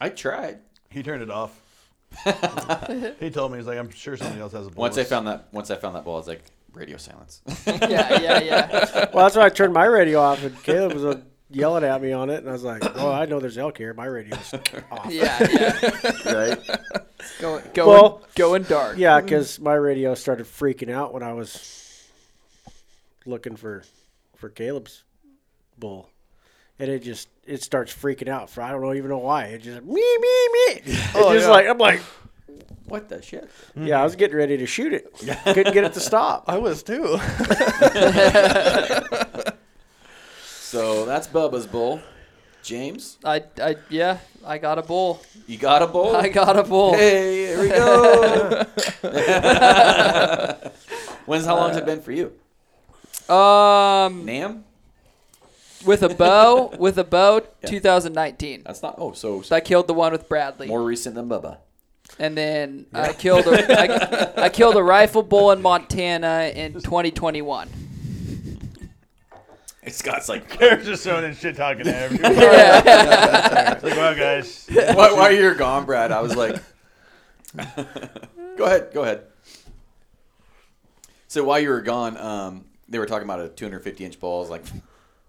Speaker 3: I tried.
Speaker 5: He turned it off. he told me, he's like, I'm sure somebody else has a bowl.
Speaker 3: Once I found that, once I found that ball, I was like, radio silence.
Speaker 4: yeah, yeah, yeah.
Speaker 1: Well, that's why I turned my radio off, and Caleb was uh, yelling at me on it, and I was like, "Oh, I know there's elk here. My radio's off."
Speaker 4: Yeah, yeah.
Speaker 3: right?
Speaker 4: Going, going,
Speaker 1: Well-
Speaker 4: going dark.
Speaker 1: Yeah, because my radio started freaking out when I was looking for for Caleb's bull, and it just it starts freaking out for I don't know even know why. It just me me me. It's just
Speaker 2: yeah.
Speaker 1: like I'm like
Speaker 3: What the shit?
Speaker 1: yeah, I was getting ready to shoot it. Couldn't get it to stop.
Speaker 2: I was too.
Speaker 3: So that's Bubba's bull. James,
Speaker 4: I, I, yeah, I got a bull.
Speaker 3: you got a bull.
Speaker 4: I got a bull.
Speaker 3: Hey, here we go. When's how long's it been for you?
Speaker 4: Um,
Speaker 3: Nam?
Speaker 4: with a bow, with a bow, 2019.
Speaker 3: That's not. Oh, so
Speaker 4: So I killed the one with Bradley,
Speaker 3: more recent than Bubba.
Speaker 4: and then I killed a, I, I killed a rifle bull in Montana in 2021.
Speaker 3: Scott's like,
Speaker 5: There's just so much shit talking to everyone. It's like, wow, guys.
Speaker 3: why, why you're gone, Brad? I was like, go ahead, go ahead. So while you were gone, um, they were talking about a 250 inch ball. I was like,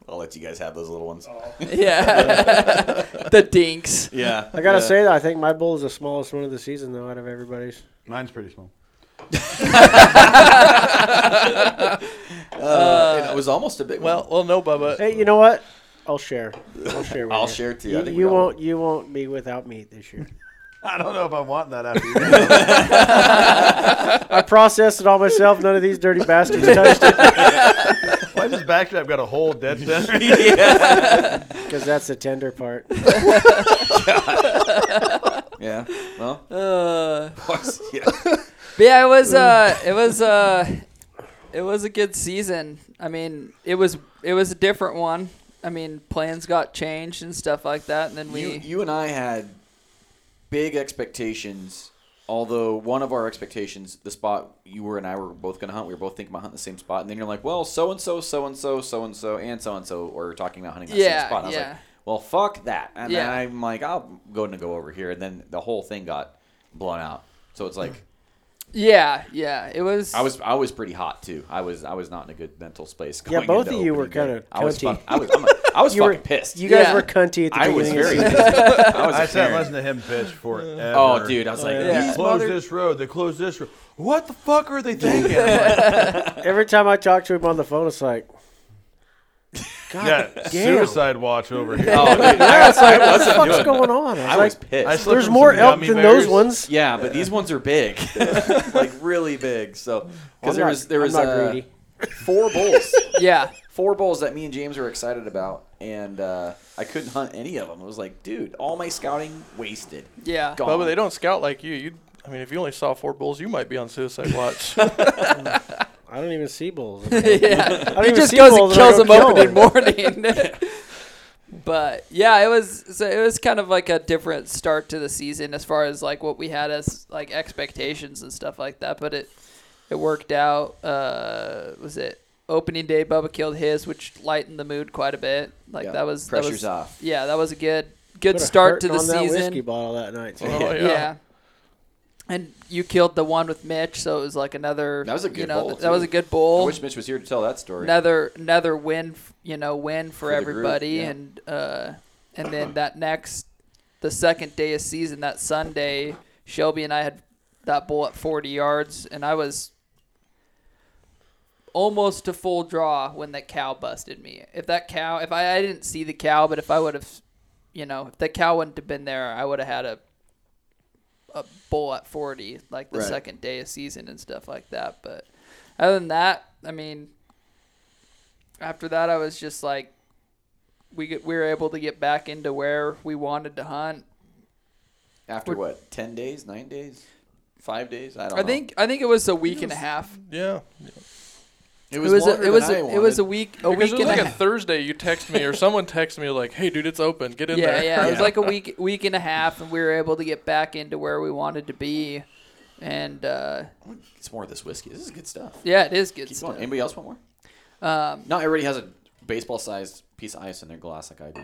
Speaker 3: I'll let you guys have those little ones.
Speaker 4: Yeah, the dinks.
Speaker 3: Yeah,
Speaker 1: I gotta say that I think my bull is the smallest one of the season though out of everybody's.
Speaker 5: Mine's pretty small.
Speaker 3: uh, it was almost a big
Speaker 2: Well, well, no, Bubba.
Speaker 1: Hey, you know what? I'll share. I'll share. With
Speaker 3: I'll
Speaker 1: you.
Speaker 3: share too. I
Speaker 1: You,
Speaker 3: think we
Speaker 1: you
Speaker 3: all-
Speaker 1: won't. You won't be without meat this year.
Speaker 5: I don't know if I'm wanting that after you.
Speaker 1: I processed it all myself. None of these dirty bastards touched it
Speaker 5: Why does backstrap got a whole dead center?
Speaker 1: because that's the tender part.
Speaker 3: Yeah. Well,
Speaker 4: Uh,
Speaker 3: yeah.
Speaker 4: But yeah, it was uh it was uh it was a good season. I mean, it was it was a different one. I mean, plans got changed and stuff like that, and then we
Speaker 3: you, you and I had big expectations. Although one of our expectations, the spot you were and I were both going to hunt, we were both thinking about hunting the same spot, and then you're like, "Well, so and so, so and so, so and so, and so and so," or talking about hunting that
Speaker 4: Yeah,
Speaker 3: same spot. And I was
Speaker 4: yeah.
Speaker 3: like, "Well, fuck that," and then
Speaker 4: Yeah. Hmm.
Speaker 3: I'm like, "I'll go and go over here," and then the whole thing got blown out. So it's like,
Speaker 4: Yeah, yeah. It was.
Speaker 3: I was I was pretty hot too. I was I was not in a good mental space.
Speaker 1: Yeah,
Speaker 3: Going
Speaker 1: both
Speaker 3: into
Speaker 1: of you were
Speaker 3: opening day.
Speaker 1: kinda
Speaker 3: I was
Speaker 1: cunty.
Speaker 3: fuck- I was I'm a, I was
Speaker 1: You were-
Speaker 3: fucking pissed.
Speaker 1: You guys
Speaker 4: Yeah.
Speaker 1: were cunty at the
Speaker 3: I was
Speaker 1: beginning.
Speaker 3: very.
Speaker 1: of the
Speaker 3: pissed.
Speaker 1: season.
Speaker 3: I was.
Speaker 5: I
Speaker 3: a
Speaker 5: sat
Speaker 3: parent.
Speaker 5: listening to him bitch forever.
Speaker 3: Oh, dude, I was like,
Speaker 1: Yeah.
Speaker 5: They
Speaker 3: these
Speaker 5: closed
Speaker 3: mother-
Speaker 5: this road. They closed this road. What the fuck are they thinking? I'm like,
Speaker 1: Every time I talk to him on the phone, it's like, God
Speaker 5: yeah,
Speaker 1: damn,
Speaker 5: suicide watch over here.
Speaker 3: Oh, dude,
Speaker 1: Yeah, it's like, what the fuck's going on? I was
Speaker 3: I
Speaker 1: like,
Speaker 3: was pissed.
Speaker 5: I slipped
Speaker 1: there's
Speaker 5: him
Speaker 1: more
Speaker 5: some
Speaker 1: elk
Speaker 5: gummy
Speaker 1: than
Speaker 5: bears.
Speaker 1: those ones.
Speaker 3: yeah, but these ones are big, like really big. So
Speaker 1: I'm
Speaker 3: because there
Speaker 1: not-
Speaker 3: was there
Speaker 1: I'm
Speaker 3: was
Speaker 1: not
Speaker 3: uh,
Speaker 1: greedy.
Speaker 3: four bulls,
Speaker 4: yeah,
Speaker 3: four bulls that me and James were excited about, and uh, I couldn't hunt any of them. It was like, dude, all my scouting wasted.
Speaker 4: yeah.
Speaker 3: Gone.
Speaker 2: Bubba, they don't scout like you. You, I mean, if you only saw four bulls, you might be on suicide watch.
Speaker 1: I don't even see bulls.
Speaker 4: yeah.
Speaker 1: I don't
Speaker 4: he
Speaker 1: even
Speaker 4: just
Speaker 1: see
Speaker 4: goes and
Speaker 1: balls, I
Speaker 4: kills
Speaker 1: don't
Speaker 4: them
Speaker 1: kill
Speaker 4: open in morning. but yeah, it was so it was kind of like a different start to the season as far as like what we had as like expectations and stuff like that. But it it worked out. Uh, was it opening day? Bubba killed his, which lightened the mood quite a bit. Like
Speaker 3: Yeah,
Speaker 4: that was that
Speaker 3: pressure's
Speaker 4: was-
Speaker 3: off.
Speaker 4: Yeah, that was a good
Speaker 1: Put
Speaker 4: good
Speaker 1: a
Speaker 4: start
Speaker 1: hurt
Speaker 4: to the
Speaker 1: on That whiskey
Speaker 4: season.
Speaker 1: bottle that night. too.
Speaker 2: Oh, yeah.
Speaker 4: yeah. And you killed the one with Mitch, so it was like another.
Speaker 3: That was a
Speaker 4: you
Speaker 3: good
Speaker 4: know,
Speaker 3: bowl,
Speaker 4: That was
Speaker 3: too.
Speaker 4: a good
Speaker 3: I
Speaker 4: bowl
Speaker 3: wish Mitch was here to tell that story.
Speaker 4: another another win f- you know win for,
Speaker 3: the group,
Speaker 4: everybody
Speaker 3: yeah.
Speaker 4: and uh and then that next the second day of season that sunday shelby and i had that bull at 40 yards and i was almost to full draw when that cow busted me if that cow if i, I didn't see the cow but if i would have you know if that cow wouldn't have been there i would have had a a bull at 40 like the
Speaker 3: Right.
Speaker 4: second day of season and stuff like that but other than that i mean after that I was just like we get, we were able to get back into where we wanted to hunt.
Speaker 3: After what? Ten days? Nine days? Five days? I don't.
Speaker 4: I
Speaker 3: know.
Speaker 4: think I think it was a week and a half.
Speaker 2: yeah.
Speaker 3: it
Speaker 4: It was
Speaker 3: longer
Speaker 4: a, it
Speaker 3: than
Speaker 4: was
Speaker 3: I
Speaker 4: a, it was a
Speaker 3: wanted.
Speaker 4: week a
Speaker 2: Because
Speaker 4: week
Speaker 2: it was
Speaker 4: and
Speaker 2: like
Speaker 4: a
Speaker 2: a
Speaker 4: half.
Speaker 2: Thursday, you text me or someone texted me like, "Hey, dude, it's open. Get in
Speaker 4: yeah,
Speaker 2: there."
Speaker 4: yeah. It was like a week week and a half, and we were able to get back into where we wanted to be. And uh,
Speaker 3: It's more of this whiskey. This is good stuff.
Speaker 4: yeah, it is good
Speaker 3: Keep
Speaker 4: stuff.
Speaker 3: going. Anybody else want more? Um, Not everybody has a baseball-sized piece of ice in their glass like I do.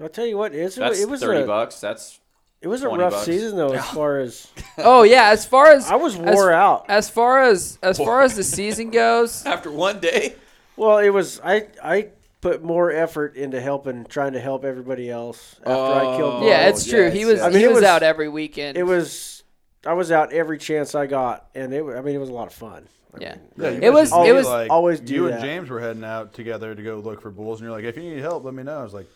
Speaker 1: I'll tell you what, it's,
Speaker 3: That's
Speaker 1: it was
Speaker 3: thirty
Speaker 1: a,
Speaker 3: bucks. That's
Speaker 1: it was a
Speaker 3: 20
Speaker 1: rough
Speaker 3: bucks.
Speaker 1: season though, as far as
Speaker 4: Oh yeah, as far as
Speaker 1: I was
Speaker 4: as-
Speaker 1: wore out.
Speaker 4: As far as as far as the season goes,
Speaker 3: after one day.
Speaker 1: Well, it was I I put more effort into helping trying to help everybody else after I killed.
Speaker 3: Oh,
Speaker 4: yeah,
Speaker 1: Bob.
Speaker 4: it's true.
Speaker 3: yes,
Speaker 4: he was
Speaker 3: yes.
Speaker 1: I mean,
Speaker 4: he
Speaker 1: it
Speaker 4: was,
Speaker 1: was-
Speaker 4: out every weekend.
Speaker 1: it was I was out every chance I got, and it wa- I mean it was a lot of fun. I
Speaker 4: yeah.
Speaker 5: Yeah, you
Speaker 4: It
Speaker 5: guys
Speaker 4: was-
Speaker 5: should
Speaker 4: it
Speaker 5: be
Speaker 4: was-
Speaker 1: Always do
Speaker 5: you
Speaker 1: that.
Speaker 5: and James were heading out together to go look for bulls, and you're like, if you need help, let me know. I was like,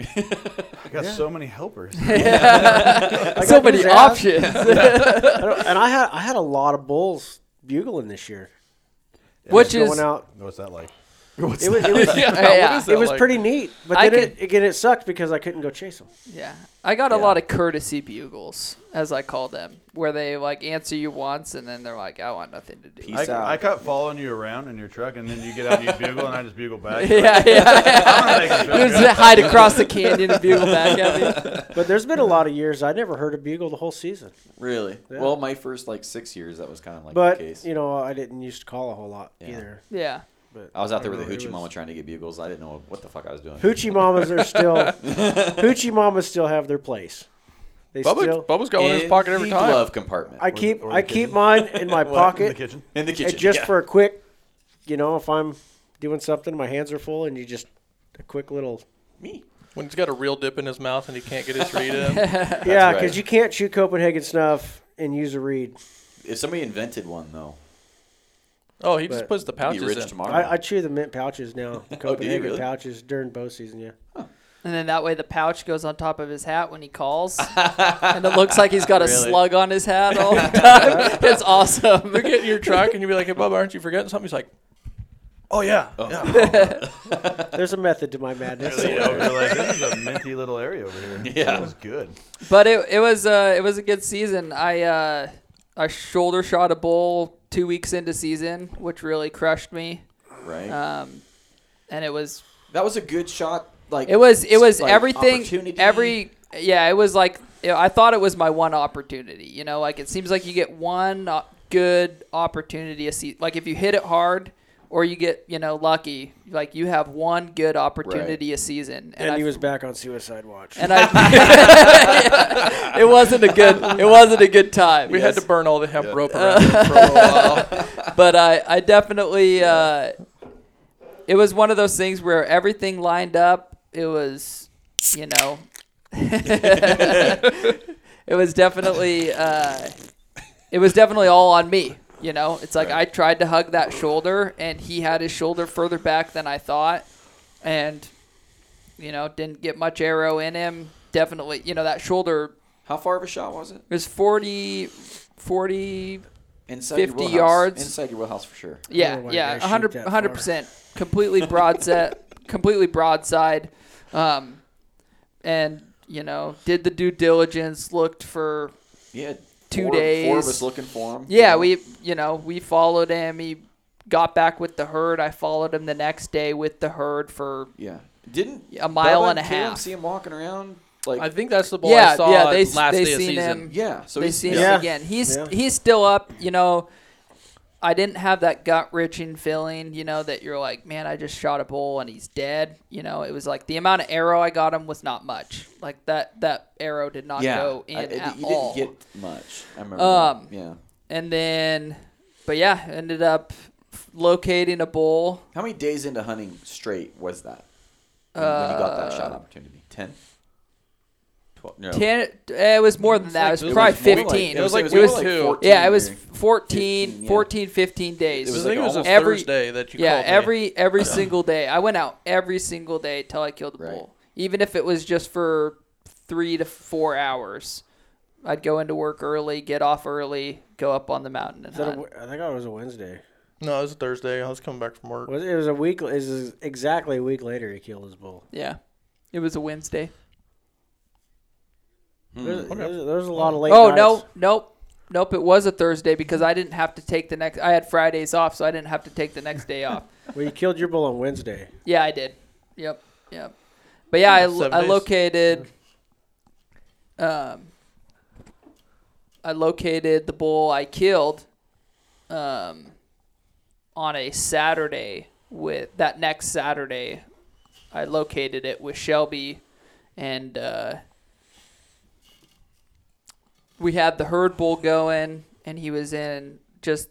Speaker 5: I got so many helpers.
Speaker 1: Like, I
Speaker 4: so
Speaker 1: could
Speaker 4: many
Speaker 1: just ask-
Speaker 4: options.
Speaker 1: I don't- and I had I had a lot of bulls bugling this year.
Speaker 4: Which
Speaker 1: Going
Speaker 4: is
Speaker 1: out,
Speaker 5: What's that like?
Speaker 1: it was it was,
Speaker 4: yeah.
Speaker 1: it was pretty neat, but
Speaker 4: I
Speaker 1: then it, again it sucked because I couldn't go chase them.
Speaker 4: Yeah. I got a
Speaker 3: Yeah.
Speaker 4: lot of courtesy bugles, as I call them, where they like answer you once and then they're like, I want nothing to do.
Speaker 3: Peace
Speaker 4: with
Speaker 5: I,
Speaker 3: out.
Speaker 5: I kept following you around in your truck, and then you get out and you bugle, and I just bugle back.
Speaker 4: you." yeah, yeah.
Speaker 5: I'm like,
Speaker 4: yeah. Just hide across the canyon and bugle back at me.
Speaker 1: But there's been a lot of years I never heard a bugle the whole season.
Speaker 3: Really? Well, my first like six years, that was kind of like the
Speaker 1: But
Speaker 3: case.
Speaker 1: you know I didn't used to call a whole lot either.
Speaker 4: Yeah.
Speaker 1: But
Speaker 3: I was out there with a
Speaker 1: don't know, it
Speaker 3: hoochie
Speaker 1: was-
Speaker 3: mama trying to get bugles. I didn't know what the fuck I was doing.
Speaker 1: Hoochie mamas are still hoochie mamas still have their place. They
Speaker 2: Bubba,
Speaker 1: still.
Speaker 2: Bubba's got one in his
Speaker 3: In
Speaker 2: pocket every
Speaker 3: the
Speaker 2: time.
Speaker 3: glove compartment.
Speaker 1: I keep
Speaker 5: or the
Speaker 1: I keep mine in my
Speaker 5: In the
Speaker 1: pocket
Speaker 5: kitchen.
Speaker 3: in the
Speaker 1: and
Speaker 3: kitchen.
Speaker 1: just
Speaker 3: yeah.
Speaker 1: for a quick, you know, if I'm doing something, my hands are full, and you just a quick little
Speaker 3: me.
Speaker 2: When he's got a real dip in his mouth and he can't get his read in.
Speaker 1: yeah,
Speaker 3: right.
Speaker 1: because you can't chew Copenhagen snuff and use a reed.
Speaker 3: If somebody invented one though,
Speaker 2: Oh, he just
Speaker 1: But-
Speaker 2: puts the
Speaker 3: I'd be
Speaker 2: pouches
Speaker 3: rich
Speaker 2: in.
Speaker 3: tomorrow.
Speaker 1: I, I chew the mint pouches now, the Copenhagen
Speaker 3: really?
Speaker 1: pouches during bow season. Yeah,
Speaker 4: And then that way the pouch goes on top of his hat when he calls. and it looks like he's got a
Speaker 3: Really?
Speaker 4: slug on his hat all the time. it's awesome.
Speaker 2: You get in your truck and you be like, "Hey, Bubba, aren't you forgetting something?" He's like, "Oh yeah, yeah."
Speaker 1: there's a method to my madness.
Speaker 5: You know, we're like, this is a minty little area over here.
Speaker 3: Yeah.
Speaker 5: That was good.
Speaker 4: But it, it was uh it was a good season. I uh I shoulder shot a bull two weeks into season, which really crushed me.
Speaker 3: right?
Speaker 4: Um, and it was
Speaker 3: that was a good shot. Like
Speaker 4: it was it was
Speaker 3: like,
Speaker 4: everything
Speaker 3: opportunity.
Speaker 4: every yeah it was like you know, I thought it was my one opportunity. You know, like it seems like you get one o- good opportunity a season. Like if you hit it hard, Or you get, you know, lucky. Like you have one good opportunity a season.
Speaker 1: And, he
Speaker 4: I-
Speaker 1: was back on suicide watch.
Speaker 4: And I, it wasn't a good, it wasn't a good time.
Speaker 2: We had to burn all the hemp rope around it for a little while.
Speaker 4: but I, I definitely, uh, it was one of those things where everything lined up. It was, you know, it was definitely, uh, it was definitely all on me. You know, it's like I tried to hug that shoulder, and he had his shoulder further back than I thought, and you know, didn't get much arrow in him. Definitely, you know, that shoulder
Speaker 3: How far of a shot was it?
Speaker 4: was 40, 40
Speaker 3: Inside
Speaker 4: 50
Speaker 3: your wheelhouse.
Speaker 4: yards.
Speaker 3: Inside your wheelhouse for sure.
Speaker 1: don't know
Speaker 4: Yeah,
Speaker 1: why
Speaker 4: yeah,
Speaker 1: guys shoot
Speaker 4: 100
Speaker 1: that
Speaker 4: 100% completely broad set, completely broadside. Um and, you know, did the due diligence, looked for
Speaker 3: Yeah.
Speaker 4: Two
Speaker 3: four, Four of
Speaker 4: days.
Speaker 3: us looking for him.
Speaker 4: Yeah, we, you know, we followed him. He got back with the herd. I followed him the next day with the herd for
Speaker 3: Yeah. Didn't
Speaker 4: A mile
Speaker 3: Bubba
Speaker 4: and a
Speaker 3: Kim
Speaker 4: half.
Speaker 3: See him walking around. Like
Speaker 2: I think that's the ball
Speaker 4: Yeah,
Speaker 2: I saw
Speaker 4: yeah, they-
Speaker 2: last
Speaker 4: they
Speaker 2: day of
Speaker 4: seen
Speaker 2: season.
Speaker 4: him.
Speaker 3: Yeah. So
Speaker 4: they
Speaker 3: he's,
Speaker 4: seen
Speaker 3: yeah.
Speaker 1: Yeah.
Speaker 4: us again. He's
Speaker 1: Yeah.
Speaker 4: he's still up, you know. I didn't have that gut wrenching feeling, you know, that you're like, man, I just shot a bull and he's dead. You know, it was like the amount of arrow I got him was not much. Like that that arrow did not
Speaker 3: Yeah.
Speaker 4: go in
Speaker 3: I- it-
Speaker 4: at
Speaker 3: he
Speaker 4: all.
Speaker 3: didn't get much. I remember.
Speaker 4: Um,
Speaker 3: that. yeah.
Speaker 4: and then, but yeah, ended up locating a bull.
Speaker 3: How many days into hunting straight was that? When, when you got that shot opportunity? 10? 12? No.
Speaker 4: uh, Ten, eh, it was more than that. It was,
Speaker 2: like- it
Speaker 4: probably
Speaker 3: more like-
Speaker 4: 15.
Speaker 2: It was like
Speaker 3: more
Speaker 2: week two.
Speaker 3: 14
Speaker 4: yeah, it was
Speaker 3: or-
Speaker 4: 14,
Speaker 3: 15, yeah.
Speaker 4: 14, 15 days.
Speaker 3: It was
Speaker 2: I think
Speaker 3: like
Speaker 2: it was a
Speaker 3: almost
Speaker 4: every-
Speaker 2: Thursday that you
Speaker 4: yeah
Speaker 2: called me.
Speaker 4: every every single day i went out every single day till i killed the
Speaker 3: Right.
Speaker 4: bull even if it was just for three to four hours i'd go into work early get off early go up on the mountain and
Speaker 1: Is that a
Speaker 4: hunt.
Speaker 1: w- I think it was a Wednesday.
Speaker 2: No, it was a Thursday. I was coming back from work.
Speaker 1: Was it was a week? Is exactly a week later he killed his bull.
Speaker 4: yeah it was a wednesday
Speaker 1: There's,
Speaker 3: Mm.
Speaker 1: there's- there's a lot of late.
Speaker 4: oh
Speaker 1: nights.
Speaker 4: no nope nope it was a thursday because i didn't have to take the next i had fridays off so i didn't have to take the next day off
Speaker 1: Well, you killed your bull on Wednesday.
Speaker 4: yeah i did yep yep but yeah i,
Speaker 2: Seven
Speaker 4: I
Speaker 2: days.
Speaker 4: located um I located the bull I killed um, on a Saturday with that next Saturday. I located it with Shelby and uh, we had the herd bull going and he was in just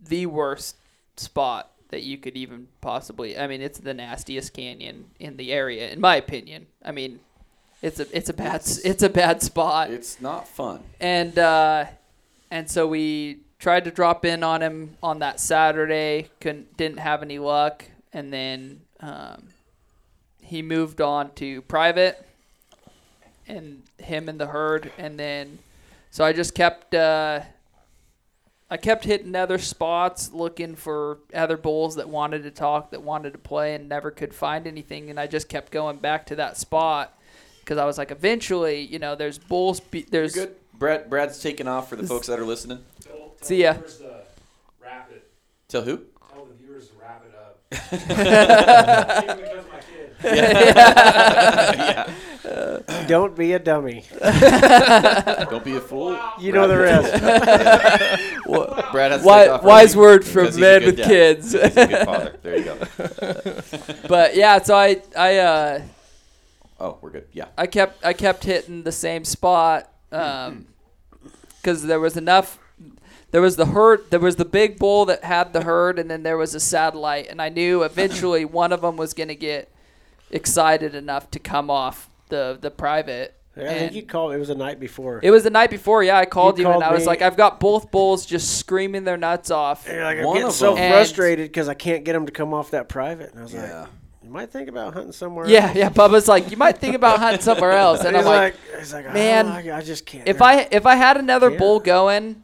Speaker 4: the worst spot that you could even possibly I mean it's the nastiest canyon in the area in my opinion. I mean it's a it's a bad s- it's a bad spot
Speaker 3: It's not fun.
Speaker 4: and uh, and so we tried to drop in on him on that Saturday. Couldn't didn't have any luck, and then um, he moved on to private, and him and the herd, and then so I just kept. Uh, I kept hitting other spots, looking for other bulls that wanted to talk, that wanted to play, and never could find anything. And I just kept going back to that spot because I was like, eventually, you know, there's bulls. Be-
Speaker 3: You're
Speaker 4: there's
Speaker 3: good. Brad, Brad's taking off for the folks that are listening.
Speaker 4: See ya.
Speaker 6: Where's the wrap it?
Speaker 3: Tell who?
Speaker 6: Tell the viewers to wrap it up. Even because my kid.
Speaker 1: Don't be a dummy.
Speaker 3: Don't be a fool.
Speaker 1: You know the rest.
Speaker 3: Brad has to take
Speaker 4: Wise,
Speaker 3: off
Speaker 4: wise
Speaker 3: early
Speaker 4: word from
Speaker 3: because he's a
Speaker 4: men
Speaker 3: good
Speaker 4: with
Speaker 3: dad.
Speaker 4: kids.
Speaker 3: He's a good father. There you go.
Speaker 4: but yeah, so I I uh,
Speaker 3: Oh, we're good. Yeah.
Speaker 4: I kept I kept hitting the same spot because there was enough. There was the herd. There was the big bull that had the herd, and then there was a satellite. And I knew eventually one of them was going to get excited enough to come off the the private.
Speaker 1: I think
Speaker 4: And-
Speaker 1: you called. It was the night before.
Speaker 4: it was the night before. Yeah, I called you,
Speaker 1: called
Speaker 4: and I was
Speaker 1: me.
Speaker 4: like, I've got both bulls just screaming their nuts off.
Speaker 1: You're like, I'm
Speaker 3: One
Speaker 1: getting
Speaker 3: of
Speaker 1: so
Speaker 3: them.
Speaker 1: frustrated because I can't get him to come off that private. And I was
Speaker 3: Yeah.
Speaker 1: like, you might think about hunting somewhere.
Speaker 4: Yeah,
Speaker 1: else."
Speaker 4: yeah. Bubba's like, you might think about hunting somewhere else, and
Speaker 1: And he's
Speaker 4: I'm like,
Speaker 1: like, he's like,
Speaker 4: "Man,
Speaker 1: man, I, I just can't.
Speaker 4: if I if I had another
Speaker 1: Yeah.
Speaker 4: bull going,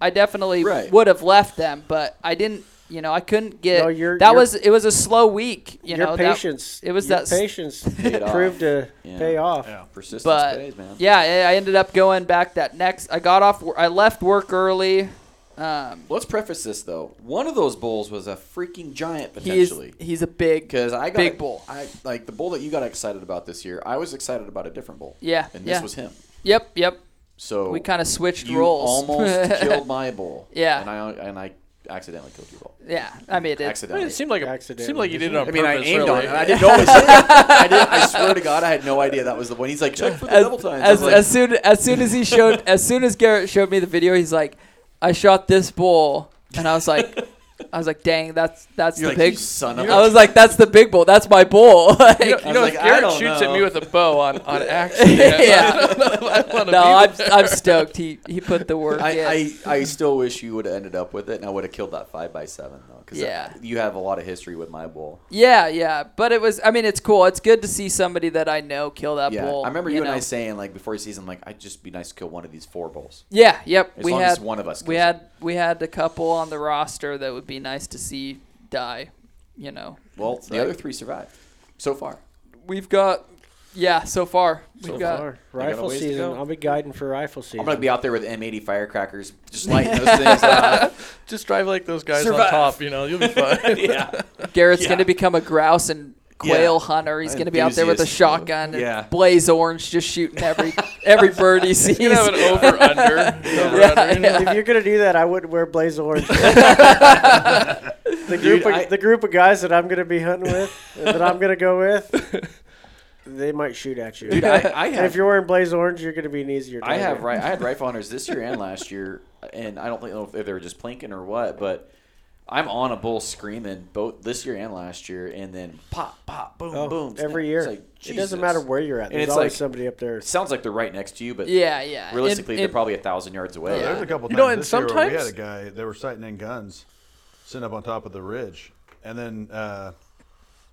Speaker 4: I definitely
Speaker 3: Right.
Speaker 4: would have left them, but I didn't. You know, I couldn't get.
Speaker 1: No, your-
Speaker 4: that
Speaker 1: your-
Speaker 4: was it was a slow week. You
Speaker 1: your
Speaker 4: know, that-
Speaker 1: patience.
Speaker 4: it was
Speaker 1: your
Speaker 4: that s-
Speaker 1: patience
Speaker 3: Paid off.
Speaker 1: proved to
Speaker 3: Yeah.
Speaker 1: pay off.
Speaker 3: Persistence
Speaker 4: but
Speaker 3: pays, man.
Speaker 4: yeah, I I ended up going back that next. I got off. wor- I left work early. Um,
Speaker 3: Let's preface this though. One of those bulls was a freaking giant
Speaker 4: he's
Speaker 3: potentially.
Speaker 4: he's a big
Speaker 3: Because I got
Speaker 4: big bull.
Speaker 3: I like the bull that you got excited about this year. I was excited about a different bull.
Speaker 4: Yeah,
Speaker 3: And this
Speaker 4: yeah.
Speaker 3: was him.
Speaker 4: Yep, yep.
Speaker 3: So
Speaker 4: We kind of switched
Speaker 3: Oh, you
Speaker 4: roles.
Speaker 3: almost killed my bull.
Speaker 4: Yeah.
Speaker 3: And I and I accidentally killed your bull.
Speaker 4: Yeah, I mean, it's
Speaker 2: I mean,
Speaker 3: Accidentally.
Speaker 2: it seemed like a,
Speaker 1: Accidentally.
Speaker 2: seemed like you did it on
Speaker 3: I mean, I
Speaker 2: purpose,
Speaker 3: aimed
Speaker 2: really.
Speaker 3: on it. and I didn't know it was him. I, didn't, I swear to God, I had no idea that was the one. He's like, check for the
Speaker 4: as,
Speaker 3: double time.
Speaker 4: as, as soon as soon as he showed as soon as Garrett showed me the video, he's like, "I shot this bull," and I was like, "I was like, dang, that's that's
Speaker 3: You're
Speaker 4: the
Speaker 3: like,
Speaker 4: big."
Speaker 3: "You son of
Speaker 4: I was like, "That's the big bull. That's my bull." Like,
Speaker 2: You know, you
Speaker 3: was
Speaker 2: know
Speaker 3: like,
Speaker 2: if
Speaker 3: I
Speaker 2: Garrett
Speaker 3: don't
Speaker 2: shoots at
Speaker 3: know.
Speaker 2: me with a bow on, on accident,
Speaker 4: Yeah.
Speaker 2: I don't know if I wanna
Speaker 4: no,
Speaker 2: be
Speaker 4: I'm
Speaker 2: there.
Speaker 4: I'm stoked. He he put the work in.
Speaker 3: I, I, I still wish you would have ended up with it, and I would have killed that five by seven though, because
Speaker 4: Yeah.
Speaker 3: you have a lot of history with my bull.
Speaker 4: yeah, yeah, but it was. I mean, it's cool. It's good to see somebody that I know kill that
Speaker 3: yeah,
Speaker 4: bull.
Speaker 3: I remember you, and
Speaker 4: know.
Speaker 3: I saying like before the season, like I'd just be nice to kill one of these four bulls.
Speaker 4: Yeah, yep.
Speaker 3: As
Speaker 4: we
Speaker 3: long
Speaker 4: had
Speaker 3: as one of us
Speaker 4: We
Speaker 3: kills
Speaker 4: had we had a couple on the roster that would be nice to see die. You know,
Speaker 3: Well,
Speaker 4: It's
Speaker 3: the
Speaker 4: like-
Speaker 3: other three survived so far.
Speaker 4: we've got yeah so far we've
Speaker 1: So
Speaker 4: got
Speaker 1: far,
Speaker 3: got a
Speaker 1: rifle
Speaker 3: ways to
Speaker 1: season.
Speaker 3: go.
Speaker 1: I'll be guiding for rifle season.
Speaker 3: I'm gonna be out there with M80 firecrackers, just lighting those things up.
Speaker 2: Just drive like those guys on
Speaker 3: Survive.
Speaker 2: top, you know, you'll be fine.
Speaker 3: yeah,
Speaker 4: Garrett's
Speaker 3: Yeah.
Speaker 4: going to become a grouse and quail hunter. He's going to be out there with a
Speaker 3: Enthusiast.
Speaker 4: shotgun
Speaker 3: Yeah.
Speaker 4: and blaze orange, just shooting every every bird he sees.
Speaker 2: You can have an over under.
Speaker 4: Yeah, yeah.
Speaker 1: if you're gonna do that, I wouldn't wear blaze orange. the group,
Speaker 3: Dude,
Speaker 1: of,
Speaker 3: I-
Speaker 1: the group of guys that I'm gonna be hunting with, that I'm gonna go with, they might shoot at you.
Speaker 3: dude, I, I
Speaker 1: And if
Speaker 3: have
Speaker 1: you're wearing blaze orange, you're gonna be an easier.
Speaker 3: I
Speaker 1: target.
Speaker 3: have right. I had rifle hunters this year and last year, and I don't think know if they were just plinking or what, but I'm on a bull screaming both this year and last year, and then pop, pop, boom,
Speaker 1: Oh,
Speaker 3: boom
Speaker 1: every
Speaker 3: It's
Speaker 1: year.
Speaker 3: like,
Speaker 1: it doesn't
Speaker 3: Jesus.
Speaker 1: matter where you're at.
Speaker 3: And
Speaker 1: There's
Speaker 3: it's
Speaker 1: always
Speaker 3: like-
Speaker 1: somebody up there.
Speaker 3: It sounds like they're right next to you, but
Speaker 4: yeah, yeah.
Speaker 3: realistically,
Speaker 4: In-
Speaker 3: they're
Speaker 4: in-
Speaker 3: probably a thousand yards away.
Speaker 5: There's a couple
Speaker 2: You
Speaker 5: times
Speaker 2: know, and
Speaker 5: this year where we had
Speaker 2: sometimes-
Speaker 5: a guy they were sighting in guns, sitting up on top of the ridge, and then uh,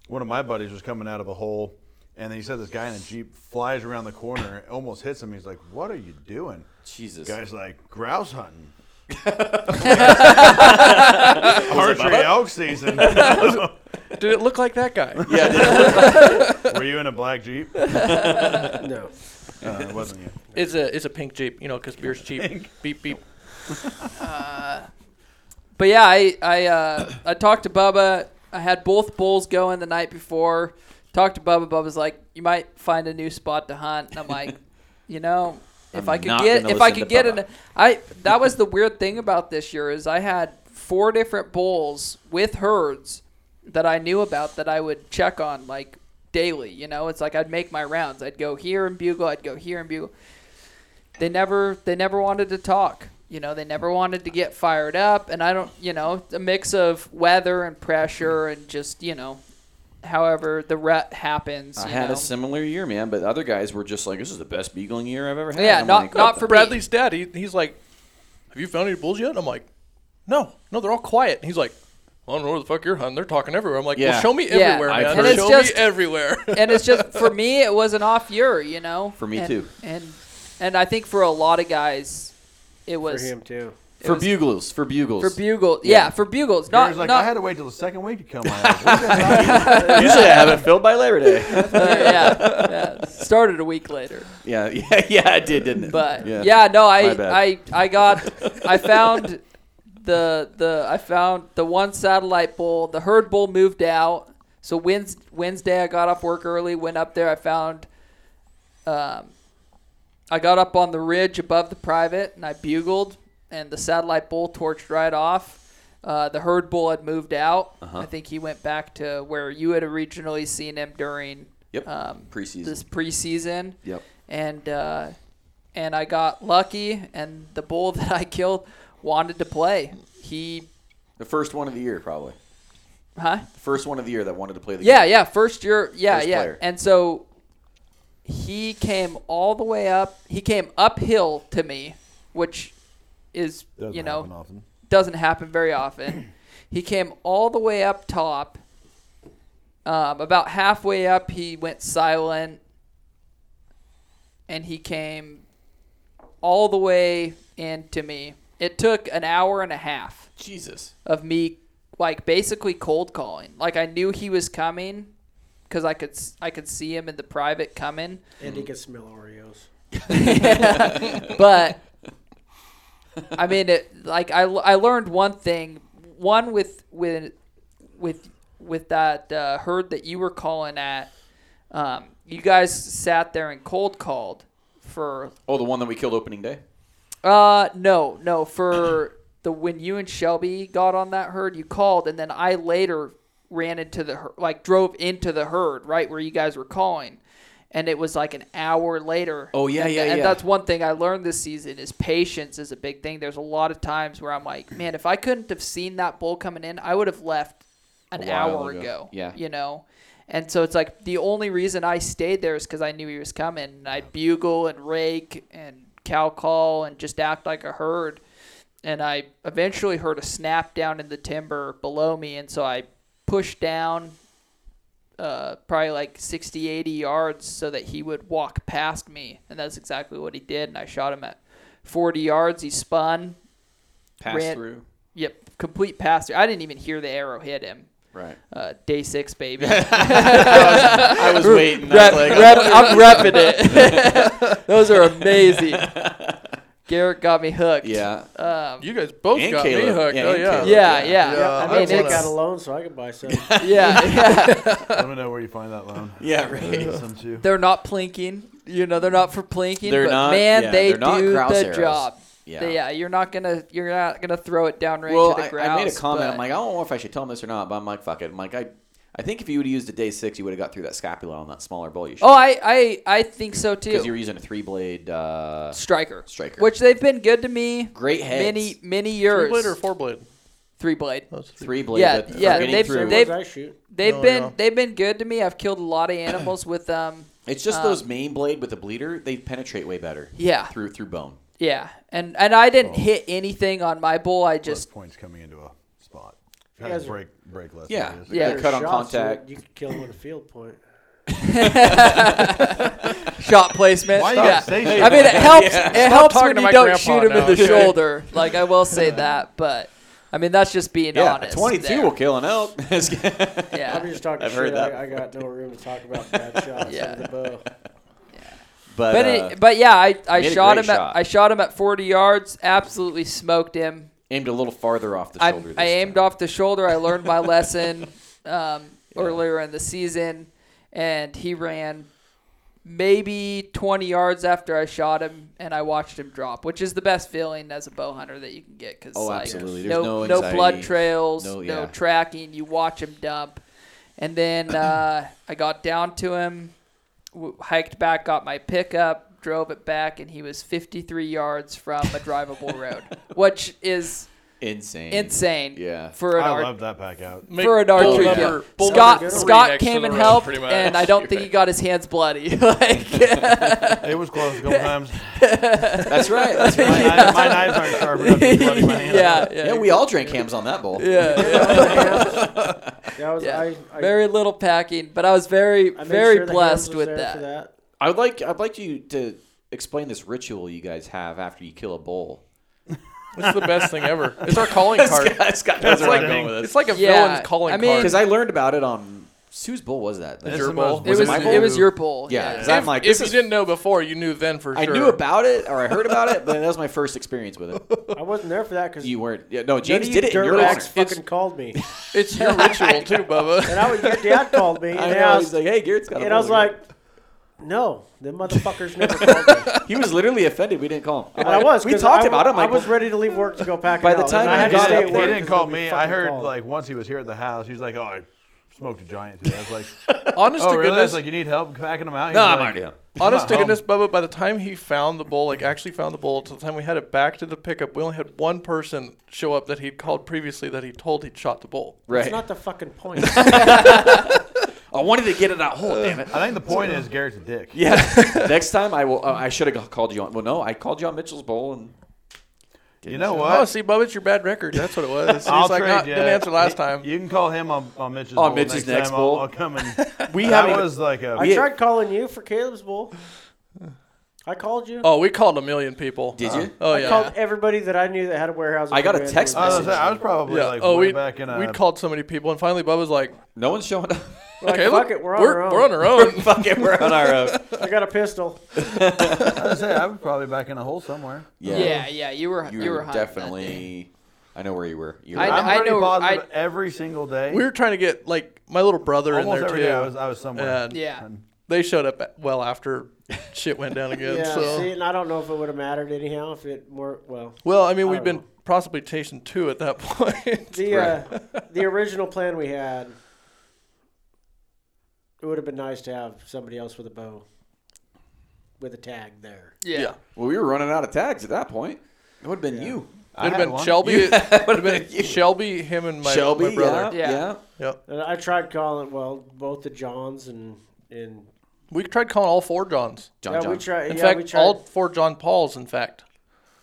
Speaker 5: one of my buddies was coming out of a hole, and then he said this guy in a jeep flies around the corner, almost hits him. He's like, "What are you doing?"
Speaker 3: Jesus,
Speaker 5: Guy's like, "Grouse hunting." Archery elk season. Were
Speaker 2: Did it look like that guy?
Speaker 5: you in a black jeep?
Speaker 1: No,
Speaker 5: No, it wasn't you.
Speaker 2: It's a it's a pink Jeep, you know, 'cause beer's cheap. Beep beep.
Speaker 4: But yeah, I I uh, I talked to Bubba. I had both bulls going the night before. Talked to Bubba. Bubba's like, you might find a new spot to hunt. And I'm like, you know, if
Speaker 3: I'm
Speaker 4: i could
Speaker 3: not
Speaker 4: get
Speaker 3: gonna
Speaker 4: if I
Speaker 3: listen
Speaker 4: could
Speaker 3: to
Speaker 4: get
Speaker 3: Bubba.
Speaker 4: an I that was the weird thing about this year is I had four different bulls with herds that I knew about that I would check on like daily. You know, it's like I'd make my rounds. I'd go here and bugle. I'd go here and bugle they never they never wanted to talk you know they never wanted to get fired up and i don't you know a mix of weather and pressure and just you know however the rut happens
Speaker 3: I
Speaker 4: you
Speaker 3: had
Speaker 4: know.
Speaker 3: a similar year, man, but the other guys were just like, "This is the best beagling year I've ever had."
Speaker 4: Yeah,
Speaker 3: I'm
Speaker 4: not-
Speaker 3: like, oh,
Speaker 4: not
Speaker 3: "What
Speaker 4: for
Speaker 3: the-"
Speaker 2: Bradley's dad, he, he's like, Have you found any bulls yet? And I'm like, No, no, they're all quiet. And he's like, I don't know where the fuck you're hunting. They're talking everywhere. I'm like, Well,
Speaker 3: Yeah.
Speaker 2: show me
Speaker 4: Yeah.
Speaker 2: everywhere,
Speaker 3: I've
Speaker 2: man.
Speaker 3: heard-
Speaker 2: Show
Speaker 4: And it's
Speaker 2: me
Speaker 4: just-
Speaker 2: everywhere.
Speaker 4: and it's just for me it was an off year you know
Speaker 3: For me
Speaker 4: And-
Speaker 3: too.
Speaker 4: and and i think for a lot of guys it
Speaker 1: for
Speaker 4: was
Speaker 1: him too.
Speaker 3: for
Speaker 4: was-
Speaker 3: bugles, for bugles.
Speaker 4: for bugles yeah, for bugles
Speaker 5: Not,
Speaker 4: not,
Speaker 5: was like,
Speaker 4: not
Speaker 5: I had to wait till the second week to kill my elk.
Speaker 3: Usually, I have it filled by Labor Day.
Speaker 4: yeah, yeah started a week later
Speaker 3: yeah, yeah, yeah, I did, didn't it?
Speaker 4: But yeah, no,
Speaker 3: My
Speaker 4: I,
Speaker 3: bad.
Speaker 4: I I got I found the the I found the one satellite bull. The herd bull moved out. So Wednes- Wednesday, I got off work early, went up there. I found, um, I got up on the ridge above the private, and I bugled, and the satellite bull torched right off. Uh, the herd bull had moved out.
Speaker 3: Uh-huh.
Speaker 4: I think he went back to where you had originally seen him during
Speaker 3: Yep.
Speaker 4: um,
Speaker 3: Preseason.
Speaker 4: This preseason
Speaker 3: Yep.
Speaker 4: and uh, and I got lucky, and the bull that I killed wanted to play. He,
Speaker 3: The first one of the year, probably.
Speaker 4: huh?
Speaker 3: The first one of the year that wanted to play the
Speaker 4: Yeah,
Speaker 3: game.
Speaker 4: yeah. First year, yeah,
Speaker 3: First
Speaker 4: yeah.
Speaker 3: player.
Speaker 4: And so he came all the way up. He came uphill to me, which is you know doesn't happen very often. he came all the way up top. Um, about halfway up, he went silent, and he came all the way into me. It took an hour and a half
Speaker 3: Jesus.
Speaker 4: of me like basically cold calling. Like I knew he was coming because I could s- I could see him in the private coming,
Speaker 1: And he can smell Oreos.
Speaker 4: but I mean it. Like I, l- I learned one thing. One with with with with that uh, herd that you were calling at. Um, you guys sat there and cold called for
Speaker 3: Oh, the one that we killed opening day.
Speaker 4: Uh, no, no. For the the when you and Shelby got on that herd, you called, and then I later ran into the herd, like drove into the herd right where you guys were calling, and it was like an hour later.
Speaker 3: Oh, yeah,
Speaker 4: and,
Speaker 3: yeah,
Speaker 4: and
Speaker 3: yeah.
Speaker 4: that's one thing I learned this season is patience is a big thing. There's a lot of times where I'm like, man, if I couldn't have seen that bull coming in, I would have left an
Speaker 3: A while
Speaker 4: hour
Speaker 3: ago.
Speaker 4: ago.
Speaker 3: Yeah.
Speaker 4: you know. And so it's like the only reason I stayed there is because I knew he was coming. And I'd bugle and rake and cow call and just act like a herd. And I eventually heard a snap down in the timber below me. And so I pushed down uh, probably like 60, 80 yards so that he would walk past me. And that's exactly what he did. And I shot him at 40 yards. He spun.
Speaker 3: Pass
Speaker 4: Ran-
Speaker 3: through.
Speaker 4: Yep, complete pass. through. I didn't even hear the arrow hit him.
Speaker 3: Right.
Speaker 4: Uh, day six, baby.
Speaker 3: I was waiting. I
Speaker 4: Rep-
Speaker 3: was like, "Oh,
Speaker 4: rep- I'm repping it. Those are amazing. Garrett got me hooked.
Speaker 3: yeah.
Speaker 4: Um,
Speaker 2: You guys both
Speaker 3: And
Speaker 2: got me
Speaker 3: Caleb.
Speaker 2: hooked.
Speaker 3: Yeah,
Speaker 2: oh
Speaker 3: and
Speaker 2: yeah.
Speaker 3: Caleb.
Speaker 4: yeah, yeah.
Speaker 3: Yeah.
Speaker 2: Yeah,
Speaker 4: I
Speaker 2: I
Speaker 4: mean,
Speaker 2: don't
Speaker 1: take
Speaker 2: wanna-
Speaker 1: out
Speaker 4: it's,
Speaker 1: a loan so I could buy some.
Speaker 4: yeah, yeah.
Speaker 5: Let me know where you find that loan.
Speaker 3: Yeah.
Speaker 5: I need
Speaker 3: Right.
Speaker 5: some too.
Speaker 4: They're not plinking. You know, they're not for plinking.
Speaker 3: They're
Speaker 4: but
Speaker 3: not-
Speaker 4: Man,
Speaker 3: yeah,
Speaker 4: they
Speaker 3: they're not
Speaker 4: do
Speaker 3: grouse
Speaker 4: the
Speaker 3: arrows.
Speaker 4: job.
Speaker 3: Yeah.
Speaker 4: They- yeah, you're not gonna, you're not gonna throw it down range
Speaker 3: Well,
Speaker 4: to the
Speaker 3: I,
Speaker 4: grouse.
Speaker 3: I made a comment.
Speaker 4: but-
Speaker 3: I'm like, I don't know if I should tell him this or not, but I'm like, fuck it. I'm like, I, I think if you would have used a day six, you would have got through that scapula on that smaller bull. You should.
Speaker 4: oh, I, I, I think so too.
Speaker 3: Because you were using a three blade. Uh,
Speaker 4: striker,
Speaker 3: Striker.
Speaker 4: which they've been good to me.
Speaker 3: Great heads.
Speaker 4: Many, many
Speaker 2: Three
Speaker 4: years.
Speaker 2: blade or four blade?
Speaker 4: Three blade.
Speaker 2: That was
Speaker 3: three blade.
Speaker 4: Yeah,
Speaker 3: that-
Speaker 4: yeah,
Speaker 3: for getting
Speaker 4: they've-
Speaker 3: through.
Speaker 4: they've-
Speaker 1: Same ones I shoot.
Speaker 4: They've
Speaker 2: No,
Speaker 4: been
Speaker 2: no.
Speaker 4: they've been good to me. I've killed a lot of animals with them.
Speaker 3: It's just those main blade with the bleeder. They penetrate way better.
Speaker 4: uh, Yeah.
Speaker 3: Through through bone.
Speaker 4: Yeah, and and I didn't hit anything on my bull. I
Speaker 5: Plus
Speaker 4: just
Speaker 5: points coming into a spot.
Speaker 1: You
Speaker 5: Kind of
Speaker 1: guys are-
Speaker 5: break break less.
Speaker 3: Yeah.
Speaker 5: than it is.
Speaker 4: Yeah.
Speaker 3: They cut on
Speaker 1: Shots, you-
Speaker 3: contact.
Speaker 1: You could kill him with a field point.
Speaker 4: shot placement.
Speaker 5: Why you
Speaker 4: yeah.
Speaker 5: gotta say shit?
Speaker 4: I mean, it helps. It helps
Speaker 2: talking
Speaker 4: when
Speaker 2: to
Speaker 4: you
Speaker 2: my
Speaker 4: don't
Speaker 2: grandpa
Speaker 4: shoot him
Speaker 2: now,
Speaker 4: in the
Speaker 2: okay?
Speaker 4: shoulder. Like I will say that, but I mean that's just being
Speaker 3: Yeah.
Speaker 4: honest.
Speaker 3: a 22
Speaker 4: there.
Speaker 3: will kill an elk.
Speaker 1: I'm
Speaker 4: Yeah.
Speaker 1: just talking
Speaker 3: I've
Speaker 1: shit.
Speaker 3: heard that
Speaker 1: I, I got no room to talk about bad shots yeah.
Speaker 4: Yeah.
Speaker 1: the bow.
Speaker 3: but
Speaker 4: But,
Speaker 3: uh,
Speaker 4: it, but yeah, I, I
Speaker 3: made a
Speaker 4: shot him
Speaker 3: great
Speaker 4: at
Speaker 3: shot.
Speaker 4: I shot him at 40 yards. Absolutely smoked him.
Speaker 3: aimed a little farther off the
Speaker 4: I,
Speaker 3: shoulder.
Speaker 4: I
Speaker 3: this
Speaker 4: aimed
Speaker 3: time.
Speaker 4: off the shoulder. I learned my lesson um, earlier in the season, and he ran maybe 20 yards after I shot him, and I watched him drop, which is the best feeling as a bow hunter that you can get because
Speaker 3: Oh,
Speaker 4: like,
Speaker 3: absolutely. There's
Speaker 4: no,
Speaker 3: no
Speaker 4: no
Speaker 3: anxiety.
Speaker 4: blood trails, no,
Speaker 3: No- yeah.
Speaker 4: tracking. You watch him dump, and then uh, I got down to him, w- hiked back, got my pickup, drove it back, and he was 53 yards from a drivable road, which is
Speaker 3: Insane.
Speaker 4: insane.
Speaker 3: Yeah.
Speaker 4: For an
Speaker 5: I
Speaker 4: ar-
Speaker 5: love that pack out.
Speaker 2: Make
Speaker 4: for an archery
Speaker 2: bull
Speaker 4: kill.
Speaker 2: number- bull number
Speaker 4: Scott
Speaker 2: three
Speaker 4: Scott
Speaker 2: next to
Speaker 4: came
Speaker 2: the
Speaker 4: and
Speaker 2: road,
Speaker 4: helped,
Speaker 2: pretty much.
Speaker 4: and I don't
Speaker 2: You're
Speaker 4: think he
Speaker 2: right.
Speaker 4: got his hands bloody. like,
Speaker 5: It was close a couple times.
Speaker 3: That's right. That's right.
Speaker 5: My, knives- my knives aren't sharp enough to bloody my hand.
Speaker 4: yeah, yeah,
Speaker 3: Yeah, we all drank hams on that bowl.
Speaker 4: yeah, yeah.
Speaker 1: That was
Speaker 4: yeah.
Speaker 1: I, I,
Speaker 4: very little packing, but I was very,
Speaker 1: I made
Speaker 4: very
Speaker 1: sure the
Speaker 4: blessed
Speaker 1: hands was
Speaker 4: with
Speaker 1: there for
Speaker 4: that.
Speaker 1: that.
Speaker 3: I would like I'd like you to explain this ritual you guys have after you kill a bull.
Speaker 2: It's the best thing ever. It's our calling card.
Speaker 3: Scott knows
Speaker 2: It's
Speaker 3: where I'm
Speaker 2: like,
Speaker 3: going with
Speaker 2: it's
Speaker 3: this.
Speaker 2: like a
Speaker 4: Yeah,
Speaker 2: villain's calling
Speaker 4: I mean-
Speaker 2: card.
Speaker 3: Because I learned about it on whose bull was that?
Speaker 5: It's
Speaker 3: Your
Speaker 5: the
Speaker 3: bull?
Speaker 5: most-
Speaker 4: It was,
Speaker 3: my
Speaker 4: it
Speaker 3: bull?
Speaker 4: was your bull.
Speaker 3: Yeah,
Speaker 4: yeah.
Speaker 3: 'cause I'm like,
Speaker 2: if
Speaker 3: this
Speaker 2: you
Speaker 3: is-
Speaker 2: didn't know before, you knew then for
Speaker 3: I
Speaker 2: sure.
Speaker 3: knew about it or I heard about it, but that was my first experience with it.
Speaker 1: I wasn't there for that because
Speaker 3: You weren't. Yeah, no,
Speaker 1: None of
Speaker 3: James
Speaker 1: you
Speaker 3: did it in your honor.
Speaker 1: dirtbags fucking called me,
Speaker 2: It's your ritual too, Bubba.
Speaker 1: and I was your dad called me, and
Speaker 3: I
Speaker 1: I,
Speaker 3: know. He's
Speaker 1: was,
Speaker 3: like, hey, Garrett's got a
Speaker 1: and I
Speaker 3: bull
Speaker 1: was
Speaker 3: here."
Speaker 1: like, no, the motherfuckers never called me.
Speaker 3: he was literally offended we didn't call him. I'm
Speaker 1: And I
Speaker 3: like,
Speaker 1: was.
Speaker 3: We
Speaker 1: 'cause
Speaker 3: talked
Speaker 1: I,
Speaker 3: about it. I'm
Speaker 1: I
Speaker 3: like,
Speaker 1: was ready to leave work to go pack.
Speaker 3: By
Speaker 1: it
Speaker 3: the
Speaker 1: out,
Speaker 3: time
Speaker 1: and
Speaker 3: you
Speaker 1: I had to
Speaker 3: got
Speaker 1: stay
Speaker 3: up
Speaker 1: at
Speaker 5: They
Speaker 3: there-
Speaker 1: work
Speaker 5: didn't
Speaker 1: 'cause
Speaker 5: call
Speaker 1: nobody
Speaker 5: me. I
Speaker 1: fucking
Speaker 5: heard
Speaker 1: called.
Speaker 5: like once he was here at the house, he was like, "Oh, I smoked a giant today." I was like,
Speaker 2: Honest
Speaker 5: "Oh,
Speaker 2: to
Speaker 5: really?" I was
Speaker 2: goodness,
Speaker 5: like, "You need help packing them out?" He
Speaker 3: no,
Speaker 5: was
Speaker 3: I'm
Speaker 5: like,
Speaker 3: already home.
Speaker 2: honest to
Speaker 5: home.
Speaker 2: goodness, Bubba. By the time he found the bull, like actually found the bull, to the time we had it back to the pickup, we only had one person show up that he'd called previously that he told he'd shot the bull.
Speaker 1: It's
Speaker 3: Right.
Speaker 1: not the fucking point.
Speaker 3: I wanted to get it out. Hold damn it.
Speaker 5: I think the point is Garrett's a dick.
Speaker 3: Yeah. Next time I will. Uh, I should have called you on. Well, no, I called you on Mitchell's bowl and.
Speaker 5: You know
Speaker 2: Oh,
Speaker 5: what?
Speaker 2: see, Bubba, it's your bad record. That's what it was. He's
Speaker 5: I'll
Speaker 2: like,
Speaker 5: trade
Speaker 2: "Not-
Speaker 5: you.
Speaker 2: didn't answer last
Speaker 5: You-
Speaker 2: time.
Speaker 5: You can call him on, on Mitch's
Speaker 3: On
Speaker 5: bowl
Speaker 3: Mitch's next
Speaker 5: time.
Speaker 3: bowl.
Speaker 5: I'll, I'll come and
Speaker 3: We
Speaker 5: that
Speaker 3: haven't even-
Speaker 5: was like a.
Speaker 1: I tried calling you for Caleb's bowl. I called you.
Speaker 2: Oh, we called a million people.
Speaker 3: Did you?
Speaker 2: Oh
Speaker 1: I
Speaker 2: yeah.
Speaker 1: called everybody that I knew that had a warehouse.
Speaker 3: I got a
Speaker 1: equipment.
Speaker 3: text
Speaker 5: I was,
Speaker 3: message.
Speaker 5: gonna say, I was probably
Speaker 2: yeah.
Speaker 5: like
Speaker 2: oh,
Speaker 5: way
Speaker 2: we
Speaker 5: back in a.
Speaker 2: we'd called so many people, and finally, Bubba's like,
Speaker 3: No one's showing up.
Speaker 1: Like,
Speaker 2: "Okay,
Speaker 1: fuck
Speaker 2: look,
Speaker 1: it, we're on our own.
Speaker 2: We're on our own."
Speaker 3: Fuck it, we're on our own.
Speaker 1: I got a pistol.
Speaker 5: I was gonna say, I was probably back in a hole somewhere.
Speaker 4: yeah. yeah, You were,
Speaker 3: You,
Speaker 4: you
Speaker 3: were
Speaker 4: hunting that day.
Speaker 3: definitely. I know where you were. You were
Speaker 4: I
Speaker 3: out.
Speaker 4: know-
Speaker 5: I'm pretty
Speaker 4: know-
Speaker 5: positive
Speaker 4: I-
Speaker 5: every single day.
Speaker 2: we were trying to get like my little brother
Speaker 5: almost
Speaker 2: in there
Speaker 5: every
Speaker 2: too.
Speaker 5: day I was I was somewhere.
Speaker 2: and
Speaker 4: Yeah.
Speaker 2: they showed up at- well after shit went down again.
Speaker 1: Yeah,
Speaker 2: so
Speaker 1: see, and I don't know if it would have mattered anyhow if it more well.
Speaker 2: well, I mean,
Speaker 1: I
Speaker 2: we've
Speaker 1: don't
Speaker 2: been
Speaker 1: know.
Speaker 2: possibly two at that point.
Speaker 1: The uh, the original plan we had, it would have been nice to have somebody else with a bow, with a tag there.
Speaker 4: Yeah.
Speaker 2: Yeah.
Speaker 3: Well, we were running out of tags at that point. It would have been you.
Speaker 5: I
Speaker 2: It'd
Speaker 5: had
Speaker 2: have been
Speaker 5: one.
Speaker 2: Shelby.
Speaker 3: You-
Speaker 2: It would have
Speaker 3: been you.
Speaker 2: been Shelby, him, and my,
Speaker 3: Shelby,
Speaker 2: my brother.
Speaker 3: Yeah,
Speaker 4: Yeah.
Speaker 3: yeah.
Speaker 2: Yep.
Speaker 1: And I tried calling well both the Johns and and
Speaker 2: We tried calling all four Johns.
Speaker 3: John,
Speaker 1: yeah
Speaker 3: John.
Speaker 1: we tried
Speaker 2: In
Speaker 1: yeah we
Speaker 2: fact,
Speaker 1: tried Eh,
Speaker 2: all four John Pauls. In fact,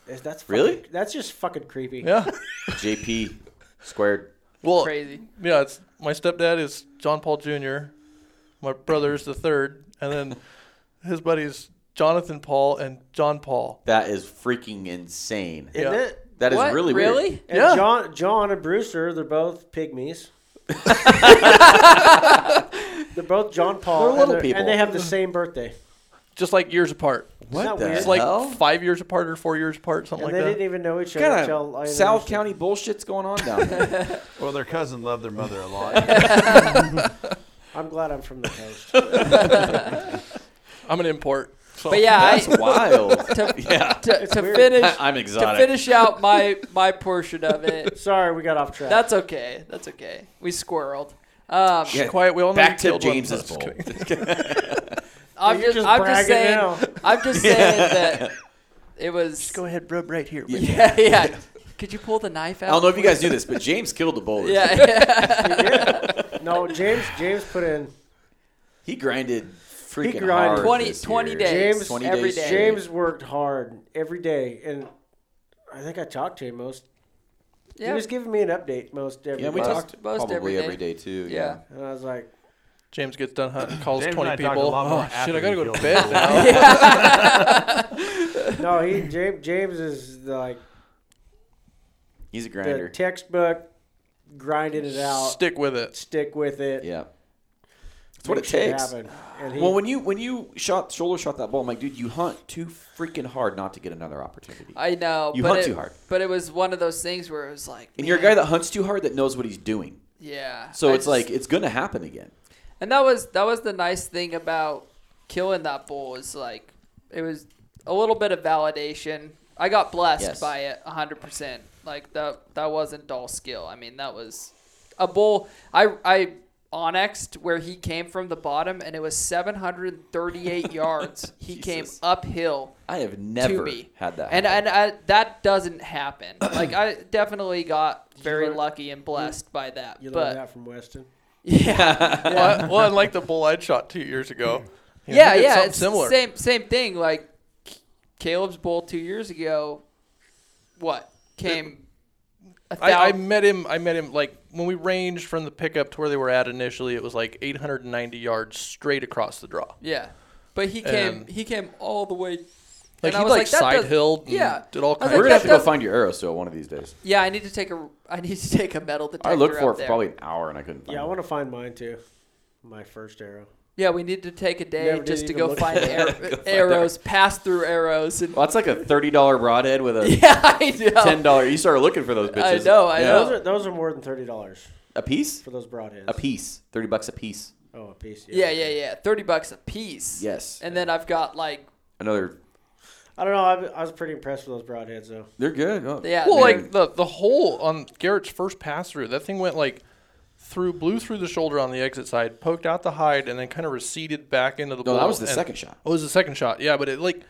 Speaker 1: that's fucking,
Speaker 3: Really?
Speaker 1: that's just fucking creepy
Speaker 2: yeah.
Speaker 3: JP squared.
Speaker 2: Well,
Speaker 4: Crazy.
Speaker 2: yeah. It's my stepdad is John Paul Jr. My brother is the third, and then his buddies Jonathan Paul and John Paul.
Speaker 3: That is freaking insane.
Speaker 1: isn't
Speaker 2: Yeah.
Speaker 1: it?
Speaker 3: That is
Speaker 4: What?
Speaker 3: really weird.
Speaker 4: really?
Speaker 1: And
Speaker 2: Yeah.
Speaker 1: John John and Brewster they're both pygmies. they're both John Paul.
Speaker 3: They're
Speaker 1: and
Speaker 3: little people.
Speaker 1: and they have the same birthday.
Speaker 2: Just like years apart.
Speaker 1: Isn't
Speaker 3: What
Speaker 1: that
Speaker 3: the
Speaker 1: weird?
Speaker 2: It's like
Speaker 3: hell?
Speaker 2: five years apart or four years apart,
Speaker 1: And
Speaker 2: something
Speaker 1: they
Speaker 2: like
Speaker 1: didn't
Speaker 2: that.
Speaker 1: even know each other
Speaker 3: What kind
Speaker 1: until I
Speaker 3: of South
Speaker 1: introduced
Speaker 3: County bullshit's going on down there?
Speaker 5: Well, their cousin loved their mother a lot.
Speaker 1: them. I'm glad I'm from the coast.
Speaker 2: I'm an import. So.
Speaker 4: But yeah,
Speaker 3: That's
Speaker 4: I,
Speaker 3: wild.
Speaker 4: to,
Speaker 3: yeah,
Speaker 4: to, to
Speaker 1: weird.
Speaker 4: finish
Speaker 3: I, am
Speaker 4: to
Speaker 3: exotic.
Speaker 4: finish out my my portion of it.
Speaker 1: Sorry, we got off track.
Speaker 4: That's okay. That's okay. We squirreled. Um,
Speaker 3: Yeah,
Speaker 2: quiet. We all know you
Speaker 3: Back to
Speaker 2: killed one.
Speaker 3: James's
Speaker 2: Just
Speaker 3: bowl.
Speaker 2: kidding.
Speaker 4: I'm
Speaker 1: You're
Speaker 4: just,
Speaker 1: just
Speaker 4: I'm
Speaker 1: bragging
Speaker 4: just saying
Speaker 1: now.
Speaker 4: I'm just saying that it was
Speaker 2: Go ahead, rub right here. baby.
Speaker 4: yeah yeah. Could you pull the knife out?
Speaker 3: I don't know if you guys knew this, but James killed the bowlers.
Speaker 4: Yeah, yeah.
Speaker 1: no, James James put in
Speaker 3: He grinded freaking
Speaker 1: grinded
Speaker 3: hard
Speaker 4: 20
Speaker 3: this
Speaker 4: 20
Speaker 3: year.
Speaker 4: days,
Speaker 1: James
Speaker 3: 20
Speaker 4: every
Speaker 3: days
Speaker 4: day.
Speaker 3: straight.
Speaker 1: James worked hard every day and I think I talked to him most
Speaker 4: yeah.
Speaker 1: he was giving me an update most every
Speaker 3: Yeah, we
Speaker 1: day.
Speaker 3: talked
Speaker 4: most
Speaker 3: probably
Speaker 4: every day.
Speaker 3: every day too.
Speaker 4: Yeah.
Speaker 1: and I was like
Speaker 2: James gets done hunting, calls
Speaker 5: James and
Speaker 2: 20
Speaker 5: I talked a
Speaker 2: people.
Speaker 5: lot more
Speaker 2: Oh, shit,
Speaker 5: after
Speaker 2: I gotta
Speaker 5: he
Speaker 2: go to
Speaker 5: killed
Speaker 2: bed
Speaker 5: the
Speaker 2: now.
Speaker 1: No, he James James is like
Speaker 3: He's a
Speaker 1: the
Speaker 3: grinder.
Speaker 1: textbook grinding it out, stick,
Speaker 2: Stick with it.
Speaker 1: with it.
Speaker 3: yeah. That's what it
Speaker 1: make shit
Speaker 3: takes.
Speaker 1: happen. And he,
Speaker 3: Well, when you when you shot shoulder shot that ball, I'm like, dude, you hunt too freaking hard not to get another opportunity.
Speaker 4: I know.
Speaker 3: You
Speaker 4: but
Speaker 3: hunt
Speaker 4: it,
Speaker 3: too hard.
Speaker 4: But it was one of those things where it was like,
Speaker 3: and you're a
Speaker 4: man,
Speaker 3: guy that hunts too hard that knows what he's doing.
Speaker 4: yeah.
Speaker 3: So
Speaker 4: I
Speaker 3: it's
Speaker 4: just-
Speaker 3: like it's gonna happen again.
Speaker 4: And that was that was the nice thing about killing that bull is like it was a little bit of validation. I got blessed
Speaker 3: Yes.
Speaker 4: by it 100%. Like that that wasn't dull skill. I mean, that was a bull I I onyxed where he came from the bottom and it was 738 yards. He came
Speaker 3: Jesus.
Speaker 4: uphill
Speaker 3: I have never
Speaker 4: to me.
Speaker 3: had that.
Speaker 4: And
Speaker 3: happen.
Speaker 4: and I, that doesn't happen. like I definitely got very
Speaker 1: learn-
Speaker 4: lucky and blessed by that.
Speaker 1: you
Speaker 4: but
Speaker 1: learned that from Weston.
Speaker 4: yeah.
Speaker 2: Well, I- well, I like the bull I shot two years ago. You know,
Speaker 4: yeah,
Speaker 2: he did
Speaker 4: yeah,
Speaker 2: something
Speaker 4: it's
Speaker 2: similar.
Speaker 4: same same thing. Like C- Caleb's bowl two years ago, what came? a thou-
Speaker 2: I, I met him. I met him like when we ranged from the pickup to where they were at initially. It was like 890 yards straight across the draw.
Speaker 4: yeah, but he came
Speaker 2: Um,
Speaker 4: he came all the way.
Speaker 2: Like
Speaker 4: and I
Speaker 2: he
Speaker 4: was
Speaker 2: like,
Speaker 4: that
Speaker 2: side
Speaker 4: does-
Speaker 2: hilled. and
Speaker 4: Yeah,
Speaker 2: did all
Speaker 4: I was
Speaker 2: kinds.
Speaker 4: like,
Speaker 3: We're
Speaker 2: of
Speaker 3: gonna have to
Speaker 4: that
Speaker 3: go
Speaker 4: does-
Speaker 3: find your arrow still one of these days.
Speaker 4: yeah. I need to take a I need to take a metal detector.
Speaker 3: I looked for
Speaker 4: up
Speaker 3: it for
Speaker 4: there.
Speaker 3: probably an hour and I couldn't. Find
Speaker 1: Yeah, I
Speaker 3: it.
Speaker 1: want to find mine too. My first arrow.
Speaker 4: Yeah, we need to take a day
Speaker 1: Never did
Speaker 4: just to
Speaker 1: even
Speaker 4: go
Speaker 1: look
Speaker 4: find
Speaker 1: for
Speaker 4: ar- arrows, pass through arrows, and
Speaker 3: Well, that's like a thirty dollar broadhead with a
Speaker 4: yeah, I know.
Speaker 3: ten dollar. You start looking for those
Speaker 4: I
Speaker 3: bitches.
Speaker 4: know, I know.
Speaker 1: Those are those are more than thirty dollars
Speaker 3: A piece,
Speaker 1: for those broadheads.
Speaker 3: a piece, thirty bucks a piece.
Speaker 1: Oh, a piece.
Speaker 4: yeah, yeah, yeah. Thirty bucks a piece.
Speaker 3: Yes,
Speaker 4: And then I've got like
Speaker 3: another.
Speaker 1: I don't know. I, I was pretty impressed with those broadheads though.
Speaker 3: They're good. Oh. huh?
Speaker 4: yeah.
Speaker 2: Well,
Speaker 4: they're-
Speaker 2: like the the hole on Garrett's first pass through, that thing went like through, blew through the shoulder on the exit side, poked out the hide, and then kind of receded back into the.
Speaker 3: No, that
Speaker 2: bowl,
Speaker 3: was the
Speaker 2: and-
Speaker 3: second shot.
Speaker 2: Oh, it was the second shot. Yeah, but it like,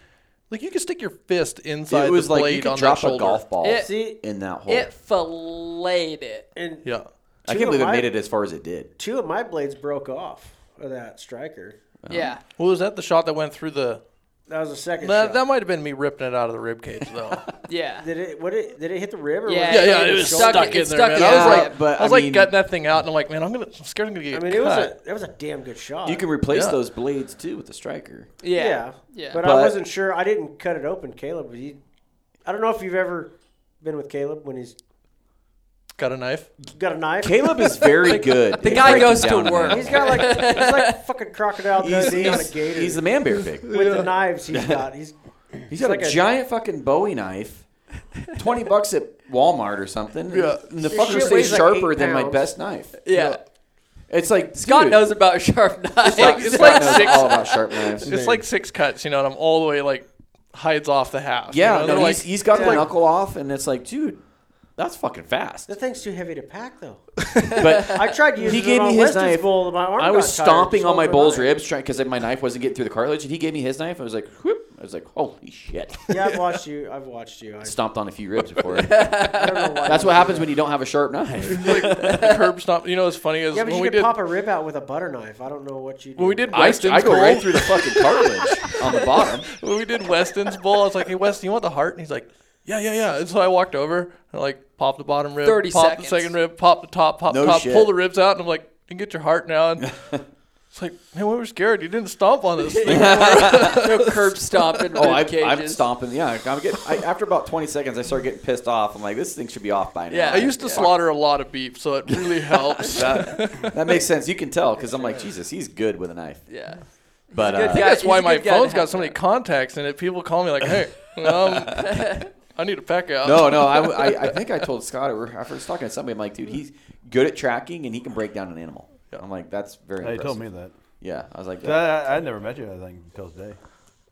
Speaker 2: like you could stick your fist inside
Speaker 3: It was
Speaker 2: the
Speaker 3: like
Speaker 2: blade
Speaker 3: you could
Speaker 2: on
Speaker 3: drop
Speaker 2: that
Speaker 3: a
Speaker 2: shoulder.
Speaker 3: golf ball
Speaker 4: It-
Speaker 1: See,
Speaker 3: in that hole.
Speaker 4: it filleted it.
Speaker 1: and
Speaker 2: Yeah,
Speaker 3: I
Speaker 1: two
Speaker 3: can't
Speaker 1: of
Speaker 3: believe it
Speaker 1: my-
Speaker 3: made it as far as it did.
Speaker 1: two of my blades broke off of that striker.
Speaker 4: Yeah.
Speaker 2: well, was that the shot that went through the?
Speaker 1: That was the second
Speaker 2: That,
Speaker 1: shot.
Speaker 2: that might have been me ripping it out of the rib cage though.
Speaker 4: Yeah.
Speaker 1: did it? What it? Did it hit the rib? Or
Speaker 4: Yeah,
Speaker 1: was
Speaker 2: yeah,
Speaker 1: it
Speaker 2: yeah,
Speaker 1: in
Speaker 2: it
Speaker 1: the
Speaker 2: was
Speaker 1: shoulder?
Speaker 2: stuck,
Speaker 4: stuck
Speaker 2: in
Speaker 4: it's
Speaker 2: there,
Speaker 4: stuck
Speaker 2: man.
Speaker 4: in
Speaker 2: I was
Speaker 4: there.
Speaker 2: like,
Speaker 3: Yeah, but,
Speaker 2: I was
Speaker 3: I
Speaker 2: like
Speaker 3: mean-
Speaker 2: gutting that thing out, and I'm like, man, I'm gonna, I'm scared I'm gonna
Speaker 1: I
Speaker 2: get
Speaker 1: mean,
Speaker 2: cut.
Speaker 1: it was a that was a damn good shot.
Speaker 3: You can replace
Speaker 2: Yeah.
Speaker 3: those blades too with the striker.
Speaker 4: Yeah.
Speaker 1: Yeah.
Speaker 4: Yeah.
Speaker 1: But,
Speaker 3: But-
Speaker 1: I wasn't sure. I didn't cut it open, Caleb. He, I don't know if you've ever been with Caleb when he's
Speaker 2: Got a knife.
Speaker 1: got a knife.
Speaker 3: Caleb is very good.
Speaker 4: The guy goes to work.
Speaker 1: He's got like he's like fucking crocodile
Speaker 3: He's,
Speaker 1: Dundee on a
Speaker 3: he's,
Speaker 1: gator
Speaker 3: he's the man bear pig.
Speaker 1: with the knives he's got. He's
Speaker 3: He's got
Speaker 1: like
Speaker 3: a
Speaker 1: a-
Speaker 3: giant fucking Bowie knife, twenty bucks at Walmart or something.
Speaker 2: Yeah.
Speaker 3: and the
Speaker 1: This
Speaker 3: fucker
Speaker 1: shit
Speaker 3: stays
Speaker 1: weighs like
Speaker 3: sharper
Speaker 1: eight
Speaker 3: than my
Speaker 1: pounds.
Speaker 3: best knife.
Speaker 4: Yeah.
Speaker 3: It's like
Speaker 4: God
Speaker 3: dude,
Speaker 4: knows about sharp knives.
Speaker 3: Like,
Speaker 2: It's
Speaker 3: Scott
Speaker 2: like
Speaker 3: knows
Speaker 2: six-
Speaker 3: all about sharp knives.
Speaker 2: It's like six cuts, you know, and I'm all the way like hides off the half.
Speaker 3: Yeah,
Speaker 2: you know?
Speaker 3: no,
Speaker 2: They're
Speaker 3: he's,
Speaker 2: like,
Speaker 3: he's got the
Speaker 1: Yeah.
Speaker 3: knuckle off, and it's like, dude, That's fucking fast.
Speaker 1: That thing's too heavy to pack, though.
Speaker 3: But
Speaker 1: I tried using
Speaker 3: he
Speaker 1: it
Speaker 3: gave
Speaker 1: on
Speaker 3: me his
Speaker 1: Weston's
Speaker 3: knife.
Speaker 1: bowl, my arm
Speaker 3: I was
Speaker 1: got tired,
Speaker 3: stomping
Speaker 1: so
Speaker 3: on my
Speaker 1: did
Speaker 3: bull's
Speaker 1: I.
Speaker 3: ribs trying because my knife wasn't getting through the cartilage, and he gave me his knife. I was like, whoop. I was like, holy shit.
Speaker 1: Yeah, I've watched you. I've watched you. I,
Speaker 3: Stomped on a few ribs before.
Speaker 1: I don't know why.
Speaker 3: That's what happens when you don't have a sharp knife.
Speaker 2: like curb stomp. You know what's funny is
Speaker 1: Yeah, but
Speaker 2: when
Speaker 1: you
Speaker 2: we
Speaker 1: could
Speaker 2: did
Speaker 1: pop a rib out with a butter knife. I don't know what you. do
Speaker 2: when we
Speaker 1: with
Speaker 2: did
Speaker 3: I,
Speaker 2: Weston's
Speaker 3: I go
Speaker 2: bowl,
Speaker 3: right through the fucking cartilage on the bottom.
Speaker 2: when we did Weston's bowl, I was like, "Hey Weston, you want the heart?" And he's like, "Yeah, yeah, yeah." And so I walked over and I, like popped the bottom rib,
Speaker 4: 30
Speaker 2: popped
Speaker 4: seconds.
Speaker 2: the second rib, popped the top, popped
Speaker 3: No
Speaker 2: the top,
Speaker 3: shit.
Speaker 2: pull the ribs out, and I'm like, "You "Can get your heart now." And it's like, man, we were scared. You didn't stomp on this. thing."
Speaker 4: no curb stomp and
Speaker 3: Oh,
Speaker 4: rib
Speaker 3: I, I'm
Speaker 4: cages.
Speaker 3: stomping. Yeah, I'm getting. I, after about 20 seconds, I start getting pissed off. I'm like, this thing should be off by now.
Speaker 4: Yeah.
Speaker 2: I used to slaughter a lot of beef, so it really helps.
Speaker 3: That, that makes sense. You can tell because I'm like, Jesus, he's good with a knife.
Speaker 4: Yeah.
Speaker 3: But
Speaker 4: good
Speaker 3: uh,
Speaker 2: I think
Speaker 4: guy.
Speaker 2: that's
Speaker 4: he's
Speaker 2: why
Speaker 4: a
Speaker 2: my
Speaker 4: good guy to
Speaker 2: phone's got
Speaker 4: have
Speaker 2: so many
Speaker 4: that.
Speaker 2: contacts in it. People call me like, "Hey, um, I need a pack out."
Speaker 3: no, no, I, I, I think I told Scott. I were- I was talking to somebody. I'm like, dude, he's good at tracking and he can break down an animal. I'm like, that's very.
Speaker 5: Hey, you
Speaker 3: impressive.
Speaker 5: told me that.
Speaker 3: Yeah, I was like,
Speaker 5: That- I, I never met you, I think, until today.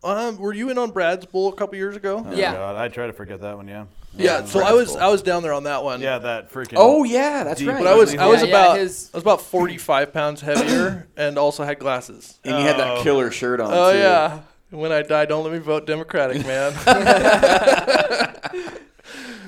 Speaker 2: Um, were you in on Brad's bowl a couple years ago?
Speaker 4: Yeah.
Speaker 5: Oh, God, I try to forget that one. Yeah.
Speaker 2: Yeah, so I was I was down there on that one.
Speaker 5: Yeah, that freaking.
Speaker 3: oh yeah, that's
Speaker 5: Deep.
Speaker 3: right.
Speaker 2: But I was I was
Speaker 4: Yeah, yeah,
Speaker 2: about
Speaker 4: his-
Speaker 2: I was about forty five pounds heavier and also had glasses.
Speaker 3: and he had that killer shirt on.
Speaker 2: Oh
Speaker 3: too.
Speaker 2: yeah. When I die, don't let me vote Democratic, man.
Speaker 5: that's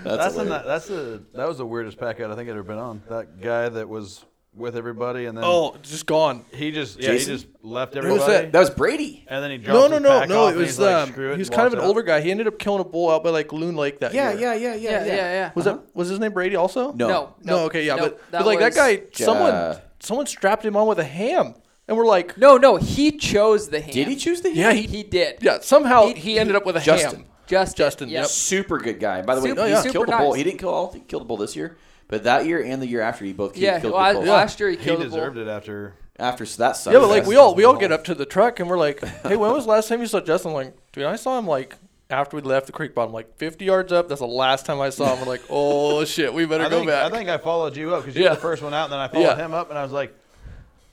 Speaker 3: that's
Speaker 5: the-
Speaker 3: hilarious.
Speaker 5: that's the that was the weirdest pack out I think I'd ever been on. That guy that was with everybody and then
Speaker 2: oh, just gone.
Speaker 5: he just yeah
Speaker 3: Jason?
Speaker 5: he just left
Speaker 2: was
Speaker 5: everybody.
Speaker 2: that?
Speaker 3: That was Brady.
Speaker 5: And then he dropped
Speaker 2: No, no,
Speaker 5: his
Speaker 2: no,
Speaker 5: pack
Speaker 2: no.
Speaker 5: off
Speaker 2: It
Speaker 5: and he's
Speaker 2: was
Speaker 5: like,
Speaker 2: um,
Speaker 5: screw it,
Speaker 2: he was
Speaker 5: and
Speaker 2: kind of an
Speaker 5: walked
Speaker 2: older
Speaker 5: out.
Speaker 2: guy. He ended up killing a bull out by like Loon Lake that
Speaker 3: Yeah,
Speaker 2: year.
Speaker 3: yeah, yeah, yeah,
Speaker 4: Yeah, yeah, yeah.
Speaker 2: Was
Speaker 5: Uh-huh.
Speaker 2: that was his name Brady also?
Speaker 3: No.
Speaker 4: No.
Speaker 2: No, okay, yeah,
Speaker 4: no,
Speaker 2: but, but like that
Speaker 4: was-
Speaker 2: guy,
Speaker 3: Yeah.
Speaker 2: someone someone strapped him on with a ham, and we're like,
Speaker 4: No, no, he chose the hand.
Speaker 3: Did he choose the?
Speaker 2: Yeah,
Speaker 4: He, he did.
Speaker 2: yeah. Somehow
Speaker 4: He-
Speaker 2: he,
Speaker 4: he-
Speaker 2: ended up with a
Speaker 3: Justin.
Speaker 2: ham.
Speaker 4: Justin.
Speaker 2: Justin,
Speaker 4: yeah.
Speaker 2: yep.
Speaker 3: super good guy. By the
Speaker 4: Super-
Speaker 3: way,
Speaker 4: yeah.
Speaker 3: he
Speaker 4: super
Speaker 3: killed the bull.
Speaker 4: nice.
Speaker 3: He didn't kill all. He killed the bull this year, but that year and the year after, he both killed,
Speaker 4: Yeah,
Speaker 3: killed
Speaker 4: well,
Speaker 3: good bulls.
Speaker 4: last year he
Speaker 5: He
Speaker 4: killed a bull.
Speaker 5: deserved it after.
Speaker 3: After so that sucks.
Speaker 2: Yeah, but like we all we all get up to the truck and we're like, hey, when was the last time you saw Justin? I'm like, dude, I saw him like after we left the creek bottom, like 50 yards up. That's the last time I saw him. We're like, oh shit, we better
Speaker 5: I
Speaker 2: go
Speaker 5: think, I
Speaker 2: back.
Speaker 5: think I followed you up because you
Speaker 2: Yeah.
Speaker 5: were the first one out, and then I followed
Speaker 2: Yeah.
Speaker 5: him up, and I was like,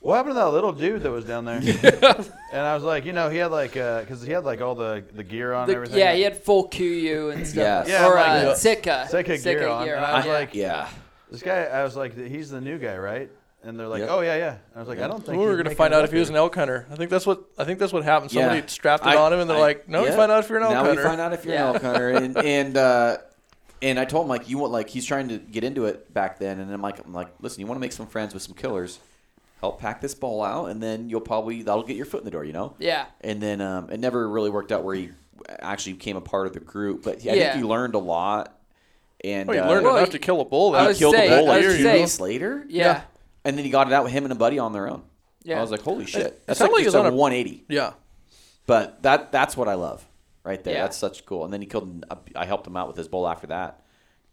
Speaker 5: "What happened to that little dude that was down there?" and I was like, "You know, he had like because he had like all the, the gear on
Speaker 4: The-
Speaker 5: and everything."
Speaker 4: yeah, he had full QU and stuff.
Speaker 3: Yeah.
Speaker 5: Yeah,
Speaker 4: or
Speaker 5: I'm
Speaker 4: uh,
Speaker 5: like,
Speaker 2: yeah.
Speaker 4: Sitka.
Speaker 5: Seika gear on, and I was
Speaker 4: yeah.
Speaker 5: like,
Speaker 3: Yeah.
Speaker 5: "This guy," I was like, "He's the new guy, right?" And they're like,
Speaker 3: Yep.
Speaker 5: "Oh yeah, yeah." I was like, "I don't
Speaker 2: we
Speaker 5: think
Speaker 2: were
Speaker 5: he's
Speaker 2: gonna
Speaker 5: making
Speaker 2: find
Speaker 5: it
Speaker 2: out
Speaker 5: up
Speaker 2: if he was
Speaker 5: here."
Speaker 2: an elk hunter. I think that's what I think that's what happened. Somebody
Speaker 3: Yeah.
Speaker 2: strapped it
Speaker 3: I-
Speaker 2: on him, and they're
Speaker 3: I-
Speaker 2: like, "No,
Speaker 3: yeah.
Speaker 2: you find out if you're an elk
Speaker 3: now
Speaker 2: hunter."
Speaker 3: you find out if you're
Speaker 4: Yeah.
Speaker 3: an elk hunter, and and uh, and I told him like you want like he's trying to get into it back then, and I'm like I'm like listen, you want to make some friends with some killers, help pack this ball out, and then you'll probably that'll get your foot in the door, you know.
Speaker 4: Yeah.
Speaker 3: And then um, it never really worked out where he actually became a part of the group, but he, I
Speaker 4: Yeah.
Speaker 3: think he learned a lot. And
Speaker 2: Oh, you
Speaker 3: uh,
Speaker 2: learned
Speaker 4: Well,
Speaker 2: enough to
Speaker 4: he-
Speaker 2: kill a bull.
Speaker 4: I
Speaker 2: That
Speaker 4: was
Speaker 2: killed
Speaker 3: killed
Speaker 4: saying,
Speaker 3: the
Speaker 4: I
Speaker 3: bull like
Speaker 4: was
Speaker 3: two
Speaker 4: saying-
Speaker 3: months later.
Speaker 4: yeah.
Speaker 3: And then he got it out with him and a buddy on their own.
Speaker 4: Yeah.
Speaker 3: I was like, holy shit, that's
Speaker 2: sounded
Speaker 3: like,
Speaker 2: like he
Speaker 3: just
Speaker 2: was on
Speaker 3: a
Speaker 2: a-
Speaker 3: 180.
Speaker 2: yeah.
Speaker 3: But that that's what I love right there.
Speaker 4: Yeah.
Speaker 3: That's such cool. And then he killed. uh, I helped him out with his bowl after that.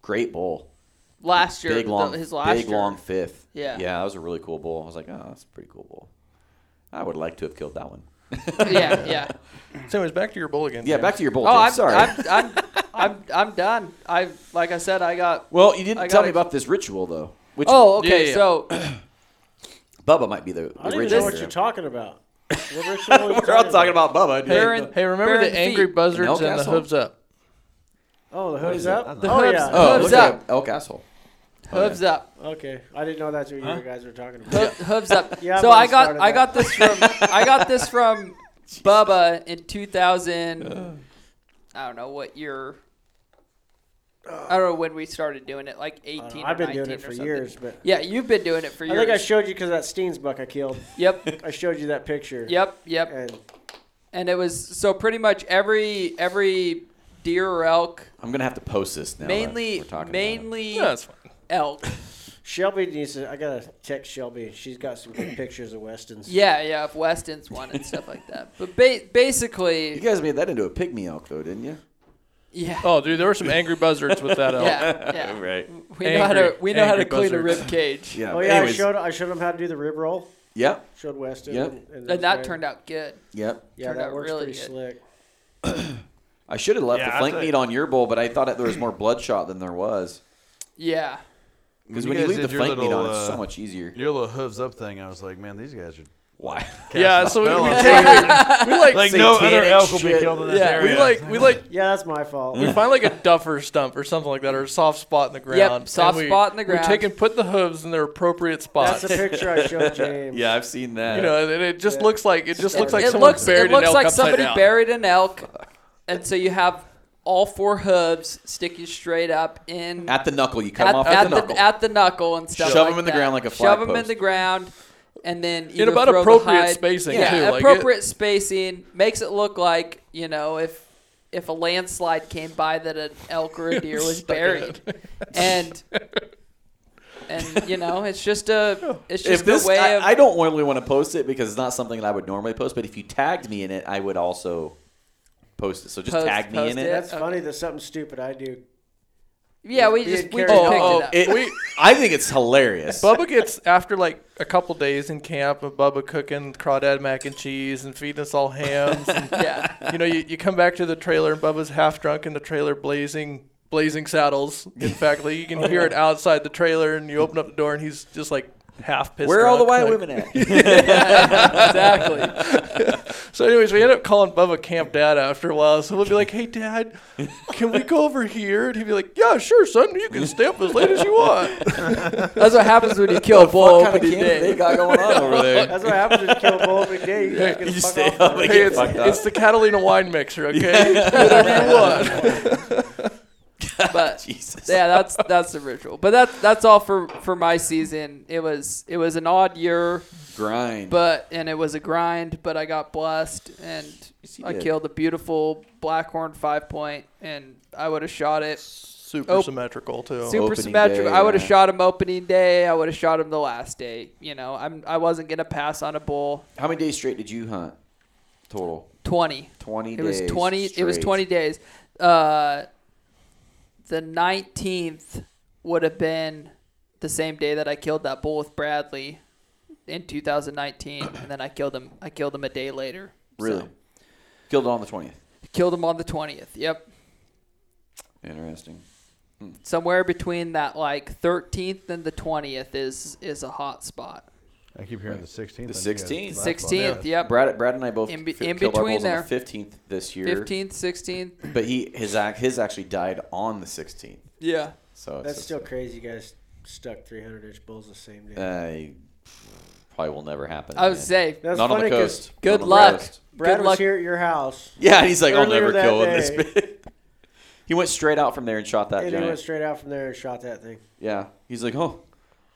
Speaker 3: Great bowl.
Speaker 4: Last year,
Speaker 3: Big
Speaker 4: the-
Speaker 3: long,
Speaker 4: his last
Speaker 3: big
Speaker 4: year.
Speaker 3: long fifth.
Speaker 4: Yeah.
Speaker 3: yeah, that was a really cool bowl. I was like, oh, that's a pretty cool bowl. I would like to have killed that one.
Speaker 4: yeah, yeah.
Speaker 2: So anyways, back to your bull again.
Speaker 3: Yeah,
Speaker 2: James.
Speaker 3: back to your bowl.
Speaker 4: Oh,
Speaker 3: Jake.
Speaker 4: I'm
Speaker 3: sorry.
Speaker 4: I'm, I'm, I'm, I'm done. I like I said, I got.
Speaker 3: well, you
Speaker 4: I
Speaker 3: didn't tell
Speaker 4: gotta-
Speaker 3: me about this ritual though. Which
Speaker 4: Oh, okay.
Speaker 2: Yeah, yeah.
Speaker 4: So
Speaker 3: Bubba might be the, the
Speaker 1: I don't even
Speaker 3: original.
Speaker 1: know what
Speaker 3: here.
Speaker 1: you're talking about. What ritual are you
Speaker 3: We're all talking about Bubba. dude.
Speaker 2: Hey,
Speaker 4: Baron-
Speaker 2: hey, remember
Speaker 4: Baron
Speaker 2: the angry
Speaker 4: feet.
Speaker 2: buzzards
Speaker 3: Elk
Speaker 2: and the
Speaker 3: asshole.
Speaker 2: hooves up.
Speaker 1: Oh, the hood's
Speaker 5: it?
Speaker 1: up.
Speaker 5: The
Speaker 1: oh
Speaker 4: hood's-
Speaker 1: yeah.
Speaker 3: oh,
Speaker 4: Hooves
Speaker 3: look at
Speaker 4: up.
Speaker 3: that elk asshole.
Speaker 4: hooves up,
Speaker 1: Okay, I didn't know that's what you guys were talking
Speaker 4: Hoo-
Speaker 1: about.
Speaker 4: hooves up.
Speaker 1: Yeah, I
Speaker 4: so
Speaker 1: would've
Speaker 4: I got
Speaker 1: started that.
Speaker 4: I got this from I got this from Bubba in 2000. I don't know what year. I don't know when we started doing it, like 18.
Speaker 1: Uh,
Speaker 4: or
Speaker 1: I've been doing
Speaker 4: 19
Speaker 1: it
Speaker 4: or
Speaker 1: for
Speaker 4: something.
Speaker 1: years, but
Speaker 4: Yeah, you've been doing it for
Speaker 1: I
Speaker 4: years.
Speaker 1: think I showed you because that Steens buck I killed.
Speaker 4: yep,
Speaker 1: I showed you that picture.
Speaker 4: yep, yep.
Speaker 1: And
Speaker 4: and it was so pretty much every every deer or elk
Speaker 3: I'm gonna have to post this now. that
Speaker 4: mainly
Speaker 3: we're talking about it.
Speaker 4: mainly
Speaker 2: Yeah, that's fine.
Speaker 4: elk
Speaker 1: Shelby needs to. I gotta text Shelby. She's got some good pictures of Weston's.
Speaker 4: yeah yeah if weston's one and stuff like that but ba- basically
Speaker 3: You guys made that into a pygmy elk though, didn't you?
Speaker 4: yeah
Speaker 2: Oh, dude, there were some angry buzzards with that elk.
Speaker 4: yeah, yeah.
Speaker 3: Right.
Speaker 4: we know how to
Speaker 2: Angry-
Speaker 4: we know how to
Speaker 2: angry
Speaker 4: clean a
Speaker 2: buzzards.
Speaker 4: rib cage
Speaker 3: Yeah.
Speaker 1: Oh
Speaker 3: Uh, but
Speaker 1: yeah,
Speaker 3: anyways,
Speaker 1: I showed I showed him how to do the rib roll.
Speaker 3: Yep.
Speaker 1: Showed Weston.
Speaker 3: Yep.
Speaker 4: and that turned out good
Speaker 3: Yep.
Speaker 1: Yeah,
Speaker 4: turned
Speaker 1: that
Speaker 4: out
Speaker 1: works
Speaker 4: really
Speaker 1: pretty
Speaker 4: good.
Speaker 1: slick.
Speaker 3: I should have left
Speaker 5: Yeah,
Speaker 3: the
Speaker 5: I
Speaker 3: flank
Speaker 5: thought-
Speaker 3: meat on your bowl, but I thought that there was more bloodshot than there was.
Speaker 4: yeah
Speaker 3: Because
Speaker 5: You
Speaker 3: when you
Speaker 5: guys
Speaker 3: leave the
Speaker 5: did your
Speaker 3: flank meat
Speaker 5: little,
Speaker 3: on, it's so
Speaker 5: uh,
Speaker 3: much easier.
Speaker 5: Your little hooves up thing. I was like, man, these guys are
Speaker 3: Why?
Speaker 2: yeah, so we, we,
Speaker 5: spell
Speaker 2: take- we like,
Speaker 5: Like no other
Speaker 3: Satanic
Speaker 5: elk will be
Speaker 3: shit.
Speaker 5: killed in this
Speaker 2: yeah,
Speaker 5: area.
Speaker 2: we like we like
Speaker 1: Yeah, that's my fault.
Speaker 3: Mm.
Speaker 2: we find like a duffer stump or something like that, or a soft spot in the ground. and
Speaker 4: soft
Speaker 2: we-
Speaker 4: spot in the ground.
Speaker 2: We take and put the hooves in their appropriate spots.
Speaker 1: That's a picture I showed James.
Speaker 3: Yeah, I've seen that.
Speaker 2: you know, and it just looks like it just looks like
Speaker 4: it
Speaker 2: someone
Speaker 4: looks
Speaker 2: buried
Speaker 4: it looks
Speaker 2: an elk
Speaker 4: like
Speaker 2: upside
Speaker 4: somebody
Speaker 2: down.
Speaker 4: buried an elk, and so you have all four hooves sticking straight up in
Speaker 3: at the knuckle, you come
Speaker 4: at,
Speaker 3: off
Speaker 4: at
Speaker 3: at the knuckle.
Speaker 4: at the knuckle and stuff.
Speaker 3: Shove 'em
Speaker 4: like
Speaker 3: in the
Speaker 4: that.
Speaker 3: ground like a
Speaker 4: Shove them in
Speaker 3: flagpost.
Speaker 4: the ground, and then either
Speaker 2: in about
Speaker 4: throw the
Speaker 2: appropriate
Speaker 4: hide-
Speaker 2: spacing
Speaker 4: Yeah,
Speaker 2: too. Like
Speaker 4: appropriate
Speaker 2: it,
Speaker 4: spacing makes it look like you know if if a landslide came by that an elk or a deer was
Speaker 2: Stuck in
Speaker 4: buried, and and you know it's just a it's just
Speaker 3: if this,
Speaker 4: a way
Speaker 3: I,
Speaker 4: of
Speaker 3: I don't normally want to post it because it's not something that I would normally post. But if you tagged me in it, I would also post it. So just
Speaker 4: Post-
Speaker 3: tag me
Speaker 4: post
Speaker 3: in
Speaker 4: it.
Speaker 3: it.
Speaker 1: That's
Speaker 4: Okay.
Speaker 1: funny. There's something stupid I do.
Speaker 4: yeah we
Speaker 1: being
Speaker 4: just we
Speaker 1: carried
Speaker 4: just
Speaker 2: out.
Speaker 4: picked
Speaker 2: Oh,
Speaker 4: it up.
Speaker 3: It- I think it's hilarious.
Speaker 2: Bubba gets after like a couple days in camp of Bubba cooking crawdad mac and cheese and feeding us all hams. And,
Speaker 4: yeah.
Speaker 2: you know, you, you come back to the trailer and Bubba's half drunk in the trailer, blazing blazing saddles. In fact, like, you can hear it outside the trailer, and you open up the door and he's just like half pissed.
Speaker 3: Where are all the
Speaker 2: drunk,
Speaker 3: white
Speaker 2: like-
Speaker 3: women at?
Speaker 4: exactly.
Speaker 2: So, anyways, we end up calling Bubba Camp Dad after a while. So we'll be like, "Hey, Dad, can we go over here?" And he'd be like, "Yeah, sure, son. You can stay up as late as you want."
Speaker 4: That's what happens when you kill a bull
Speaker 3: What kind of
Speaker 4: opening
Speaker 3: camp they
Speaker 4: day.
Speaker 3: got going on over there?
Speaker 1: That's what happens when you kill a bull every day. You just get
Speaker 3: You
Speaker 1: the fuck
Speaker 3: stay
Speaker 1: off.
Speaker 3: up and
Speaker 2: Hey,
Speaker 3: get
Speaker 2: it's,
Speaker 3: fucked
Speaker 2: it's
Speaker 3: up.
Speaker 2: the Catalina wine mixer, okay? Whatever you want.
Speaker 4: But
Speaker 3: Jesus.
Speaker 4: yeah, that's that's the ritual. But that's that's all for for my season. It was it was an odd year,
Speaker 3: Grind.
Speaker 4: but and it was a grind. But I got blessed, and
Speaker 3: Yes, you
Speaker 4: I
Speaker 3: did.
Speaker 4: killed a beautiful blackhorn five point, and I would have shot it
Speaker 2: Super
Speaker 4: Oh.
Speaker 2: symmetrical too.
Speaker 4: super
Speaker 3: Opening
Speaker 4: symmetrical.
Speaker 3: day,
Speaker 4: I would have
Speaker 3: yeah.
Speaker 4: shot him opening day. I would have shot him the last day. You know, I'm I wasn't gonna pass on a bull.
Speaker 3: How many days straight did you hunt? Total.
Speaker 4: Twenty.
Speaker 3: 20
Speaker 4: It was
Speaker 3: days
Speaker 4: 20 it was
Speaker 3: straight.
Speaker 4: 20 days. Uh the 19th would have been the same day that I killed that bull with Bradley in 2019 and then I killed him I killed him a day later.
Speaker 3: Really?
Speaker 4: So,
Speaker 3: Killed it on the 20th.
Speaker 4: killed him on the 20th. Yep.
Speaker 3: Interesting.
Speaker 4: Somewhere between that like 13th and the 20th is is a hot spot.
Speaker 5: I keep hearing the 16th. on you guys.
Speaker 3: 16th.
Speaker 5: That's
Speaker 4: 16th,
Speaker 5: Yeah.
Speaker 4: yep.
Speaker 3: Brad, Brad and I both
Speaker 4: In be-
Speaker 3: fi-
Speaker 4: in
Speaker 3: killed our
Speaker 4: between
Speaker 3: bulls on
Speaker 4: there.
Speaker 3: the 15th this year.
Speaker 4: 15th, 16th.
Speaker 3: But he his act his actually died on the 16th.
Speaker 4: Yeah.
Speaker 3: So it's
Speaker 1: That's
Speaker 3: just-
Speaker 1: still crazy. You guys stuck 300 inch bulls the same day.
Speaker 3: Uh, you- probably will never happen.
Speaker 4: I would
Speaker 3: again.
Speaker 4: say
Speaker 1: That's
Speaker 3: Not on the
Speaker 1: funny 'cause
Speaker 3: coast.
Speaker 4: Oh, good
Speaker 3: Not on the
Speaker 4: luck.
Speaker 3: coast.
Speaker 1: Brad
Speaker 4: good
Speaker 1: was
Speaker 4: luck.
Speaker 1: here at your house,
Speaker 3: Yeah, and he's like, I'll
Speaker 1: Earlier
Speaker 3: never
Speaker 1: that
Speaker 3: kill him
Speaker 1: day.
Speaker 3: this big. he went straight out from there and shot that
Speaker 1: and he
Speaker 3: giant.
Speaker 1: went straight out from there and shot that thing.
Speaker 3: Yeah. He's like, oh,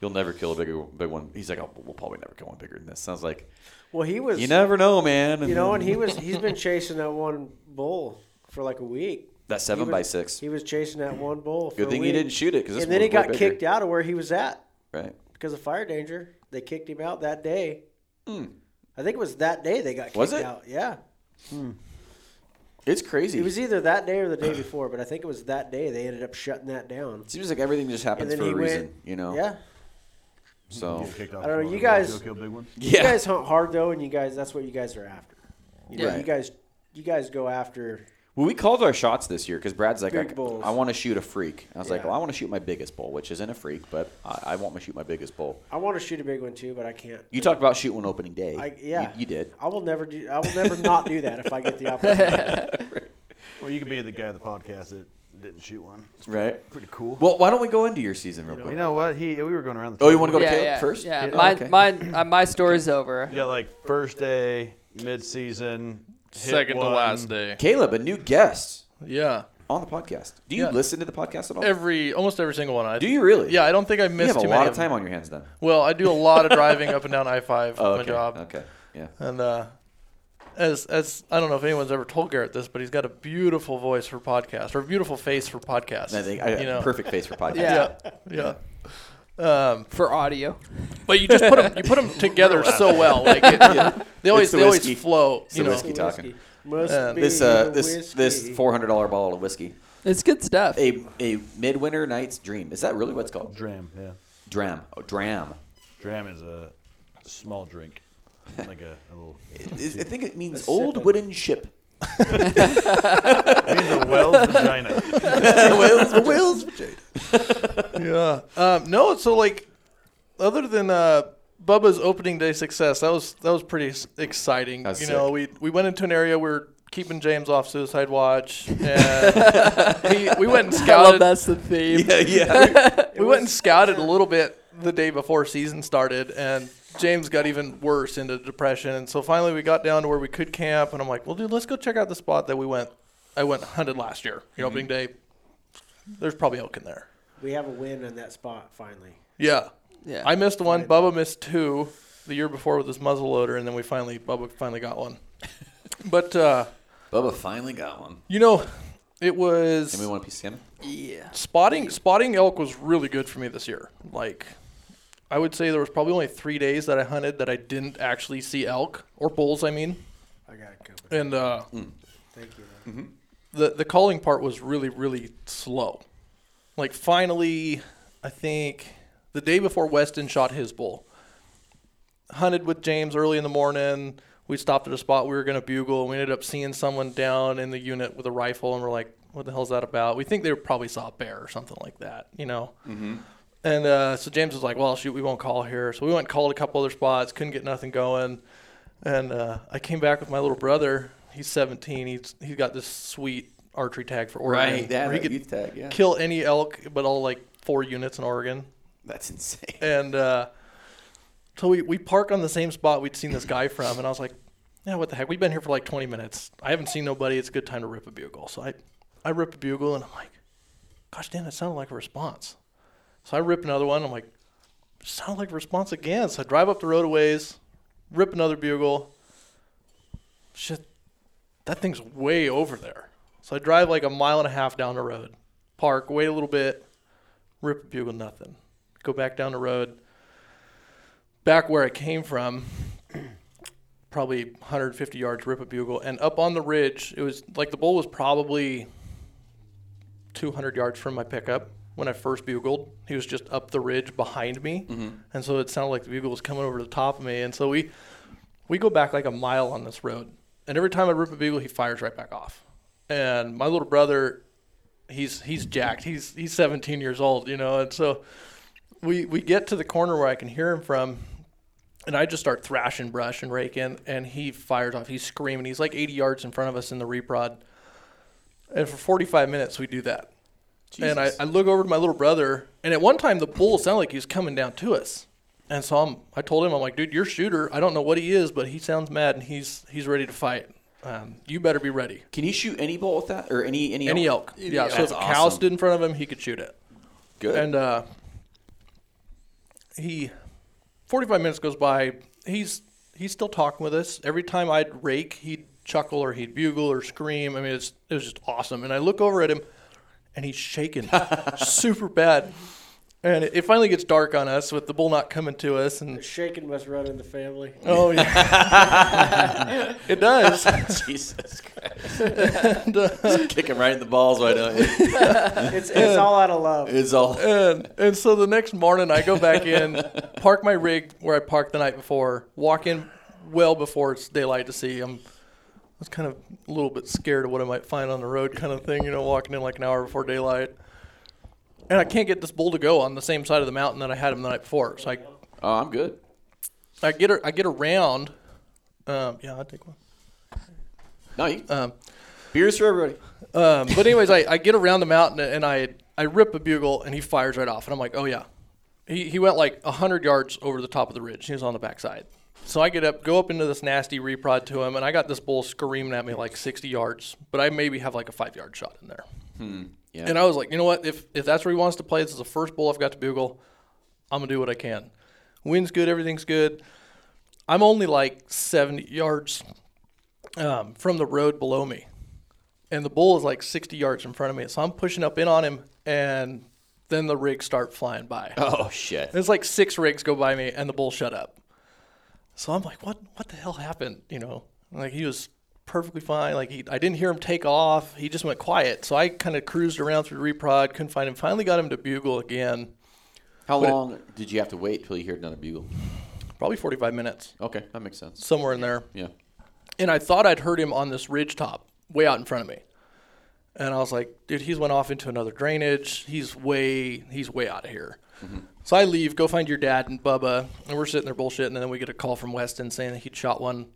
Speaker 3: you'll never kill a bigger big one. He's like, oh, we'll probably never kill one bigger than this. Sounds like
Speaker 1: Well, he was,
Speaker 3: you never know, man.
Speaker 1: you know, and he
Speaker 3: then-
Speaker 1: was, he's been chasing that one bull for like a week.
Speaker 3: that
Speaker 1: He
Speaker 3: seven
Speaker 1: was-
Speaker 3: by six.
Speaker 1: He was chasing that one bull. For
Speaker 3: Good
Speaker 1: a
Speaker 3: thing he
Speaker 1: week.
Speaker 3: didn't shoot it because
Speaker 1: And then he got kicked out of where he was at
Speaker 3: Right.
Speaker 1: because of fire danger. They kicked him out that day. I think it was that day they got kicked
Speaker 3: Hmm. Was it?
Speaker 1: out. Yeah.
Speaker 3: It's crazy.
Speaker 1: It was either that day or the day before, but I think it was that day they ended up shutting that down.
Speaker 3: seems like everything just
Speaker 1: And
Speaker 3: happens
Speaker 1: then
Speaker 3: for
Speaker 1: he
Speaker 3: a
Speaker 1: went.
Speaker 3: reason, you know.
Speaker 1: Yeah.
Speaker 3: So
Speaker 5: Get kicked off
Speaker 1: I don't know,
Speaker 5: the
Speaker 1: you
Speaker 5: boat,
Speaker 1: guys-
Speaker 5: You'll kill big ones.
Speaker 1: You
Speaker 3: yeah,
Speaker 1: guys hunt hard though, and you guys—that's what you guys are after. You know,
Speaker 3: Right.
Speaker 1: You guys, you guys go after.
Speaker 3: well, we called our shots this year because Brad's like,
Speaker 1: Big
Speaker 3: I,
Speaker 1: bulls.
Speaker 3: I want to shoot a freak. I was like,
Speaker 1: Yeah.
Speaker 3: well, I want to shoot my biggest bull, which isn't a freak, but I, I want to shoot my biggest bull.
Speaker 1: I want to shoot a big one too, but I can't.
Speaker 3: You talked about shooting one opening day.
Speaker 1: I,
Speaker 3: You-
Speaker 1: yeah,
Speaker 3: you, did.
Speaker 1: I will never do. I will never not do that if I get the opportunity.
Speaker 5: Well, you could be the guy of the podcast that didn't shoot one. It's
Speaker 3: Right.
Speaker 5: pretty cool.
Speaker 3: Well, why don't we go into your season real
Speaker 5: you
Speaker 3: quick?
Speaker 5: know what? He we were going around the.
Speaker 3: Oh, you wanna
Speaker 5: table.
Speaker 3: go to
Speaker 4: yeah,
Speaker 3: Caleb
Speaker 4: yeah,
Speaker 3: first?
Speaker 4: Yeah.
Speaker 3: Yeah.
Speaker 4: My
Speaker 3: Okay.
Speaker 4: my uh, my story's over.
Speaker 5: Yeah, like first day, mid season,
Speaker 2: Second to last day.
Speaker 3: Caleb, a new guest
Speaker 2: Yeah.
Speaker 3: on the podcast. Do you
Speaker 2: Yeah.
Speaker 3: listen to the podcast at all?
Speaker 2: Every almost every single one. I
Speaker 3: do you really?
Speaker 2: Yeah, I don't think I
Speaker 3: You
Speaker 2: missed
Speaker 3: have a
Speaker 2: too many
Speaker 3: lot of
Speaker 2: of them.
Speaker 3: time on your hands then.
Speaker 2: Well, I do a lot of driving up and down I five
Speaker 3: Oh,
Speaker 2: for my
Speaker 3: okay.
Speaker 2: job,
Speaker 3: Okay. Yeah.
Speaker 2: and uh, as as I don't know if anyone's ever told Garrett this, but he's got a beautiful voice for podcasts or a beautiful face for podcasts.
Speaker 3: I think I,
Speaker 2: you know.
Speaker 3: perfect face for podcast.
Speaker 2: Yeah, yeah. Um,
Speaker 4: for audio.
Speaker 2: but you just put them you put 'em together so well. Like it, they always
Speaker 3: the
Speaker 2: they always
Speaker 3: whiskey.
Speaker 2: flow.
Speaker 3: It's
Speaker 2: you
Speaker 3: the
Speaker 2: know,
Speaker 3: whiskey. Keep talking.
Speaker 1: Must
Speaker 2: Uh,
Speaker 1: be
Speaker 3: This uh
Speaker 1: the
Speaker 3: this this
Speaker 1: whiskey.
Speaker 3: four hundred dollar bottle of whiskey.
Speaker 4: It's good stuff.
Speaker 3: A a midwinter night's dream. Is that really what it's called?
Speaker 5: Dram, yeah.
Speaker 3: Dram. Oh, dram.
Speaker 5: Dram is a small drink, like a, a little.
Speaker 3: I I think it means
Speaker 1: Let's sip
Speaker 3: old
Speaker 1: it.
Speaker 3: wooden ship.
Speaker 5: It means a well's vagina.
Speaker 3: Wales, Wales.
Speaker 2: Yeah. Um, no, so like, other than uh, Bubba's opening day success. That was that was pretty s- exciting.
Speaker 3: That was
Speaker 2: you know,
Speaker 3: sick.
Speaker 2: we we went into an area where we're keeping James off suicide watch. And he, we went and
Speaker 4: I love
Speaker 2: scouted.
Speaker 4: that's the theme.
Speaker 3: Yeah, yeah.
Speaker 2: we went and scouted a little bit the day before season started, and James got even worse into depression. And so finally, we got down to where we could camp, and I'm like, "Well, dude, let's go check out the spot that we went. I went hunted last year.
Speaker 4: Mm-hmm.
Speaker 2: You know, opening day. There's probably elk in there.
Speaker 1: We have a win in that spot finally.
Speaker 2: Yeah,
Speaker 4: Yeah.
Speaker 2: I missed one. Bubba missed two the year before with his muzzle loader, and then we finally Bubba finally got one. but uh,
Speaker 3: Bubba finally got one.
Speaker 2: you know, it was
Speaker 3: Anybody want a piece of salmon?
Speaker 4: yeah.
Speaker 2: spotting spotting elk was really good for me this year. Like I would say there was probably only three days that I hunted that I didn't actually see elk or bulls. I mean,
Speaker 1: I got it covered.
Speaker 2: and uh,
Speaker 1: Thank you.
Speaker 2: the the calling part was really really slow. Like finally, I think the day before Weston shot his bull, hunted with James early in the morning. We stopped at a spot we were gonna bugle, and we ended up seeing someone down in the unit with a rifle, and we're like, "What the hell's that about?" We think they probably saw a bear or something like that, you know. Mm-hmm. And uh, so James was like, "Well, shoot, we won't call here." So we went and called a couple other spots, couldn't get nothing going. And uh, I came back with my little brother. He's 17. He's he's got this sweet archery tag for Oregon.
Speaker 3: Yeah,
Speaker 2: where he
Speaker 3: that
Speaker 2: could
Speaker 3: youth tag. Yeah.
Speaker 2: kill any elk, but all like four units in Oregon.
Speaker 3: That's insane.
Speaker 2: And uh, so we we park on the same spot we'd seen this guy from, and I was like, "Yeah, what the heck? We've been here for like 20 minutes. I haven't seen nobody. It's a good time to rip a bugle." So I I rip a bugle, and I'm like, "Gosh damn, that sounded like a response." So I rip another one. I'm like, "Sounded like a response again." So I drive up the road a ways, rip another bugle. Shit, that thing's way over there. So I drive like a mile and a half down the road, park, wait a little bit, rip a bugle, nothing. Go back down the road, back where I came from, probably 150 yards, rip a bugle, and up on the ridge, it was like the bull was probably 200 yards from my pickup when I first bugled. He was just up the ridge behind me, and so it sounded like the bugle was coming over the top of me. And so we we go back like a mile on this road, and every time I rip a bugle, he fires right back off. And my little brother, he's he's jacked. He's he's 17 years old, you know, and so we we get to the corner where I can hear him from, and I just start thrashing brush and raking, and he fires off. He's screaming. He's like 80 yards in front of us in the reprod, and for 45 minutes we do that. And I, I look over to my little brother, and at one time the bull sounded like he was coming down to us. And so I'm, I told him, I'm like, dude, you're a shooter. I don't know what he is, but he sounds mad and he's he's ready to fight. Um, you better be ready.
Speaker 3: Can you shoot any bull with that or any any
Speaker 2: Any elk. yeah. So
Speaker 3: That's
Speaker 2: if a cow
Speaker 3: awesome.
Speaker 2: stood in front of him, he could shoot it.
Speaker 3: Good.
Speaker 2: And uh, he, 45 minutes goes by. He's he's still talking with us. Every time I'd rake, he'd chuckle or he'd bugle or scream. I mean, it's, it was just awesome. And I look over at him, and he's shaking super bad. And it, it finally gets dark on us with the bull not coming to us. And
Speaker 1: Shaking must run in the family.
Speaker 2: oh yeah, it does.
Speaker 3: Jesus Christ.
Speaker 2: uh, And, uh,
Speaker 3: Kick him right in the balls right now.
Speaker 1: It's it's all out of love.
Speaker 3: It's all.
Speaker 2: and, and so the next morning, I go back in, park my rig where I parked the night before, walk in well before it's daylight to see. I'm, I was kind of a little bit scared of what I might find on the road, kind of thing, you know, walking in like an hour before daylight. And I can't get this bull to go on the same side of the mountain that I had him the night before. So I,
Speaker 3: Oh, I'm good.
Speaker 2: I get a, I get around. Um, yeah, I'll take one.
Speaker 3: No, you,
Speaker 2: Um,
Speaker 3: beers for everybody.
Speaker 2: Um, but anyways, I, I get around the mountain and I I rip a bugle and he fires right off and I'm like, oh yeah, he he went like hundred yards over the top of the ridge. He was on the backside. So I get up, go up into this nasty reprod to him, and I got this bull screaming at me like 60 yards, but I maybe have like a five yard shot in there.
Speaker 3: Yeah.
Speaker 2: And I was like, you know what? If if that's where he wants to play, this is the first bull I've got to bugle. I'm gonna do what I can. Wind's good, everything's good. I'm only like 70 yards um, from the road below me, and the bull is like 60 yards in front of me. So I'm pushing up in on him, and then the rigs start flying by.
Speaker 3: oh shit.
Speaker 2: It's like six rigs go by me, and the bull shut up. So I'm like, what? What the hell happened? You know, like he was perfectly fine. Like he, I didn't hear him take off. He just went quiet. So I kind of cruised around through reprod, couldn't find him. Finally got him to bugle again.
Speaker 3: How
Speaker 2: But it-
Speaker 3: long did you have to wait till you heard another bugle?
Speaker 2: Probably 45 minutes,
Speaker 3: Okay, that makes sense.
Speaker 2: somewhere in there.
Speaker 3: Yeah.
Speaker 2: and I thought I'd heard him on this ridge top way out in front of me. And I was like, dude, he's went off into another drainage. He's way he's way out of here. So I leave, go find your dad and Bubba, and we're sitting there bullshitting. And then we get a call from Weston saying that he'd shot one,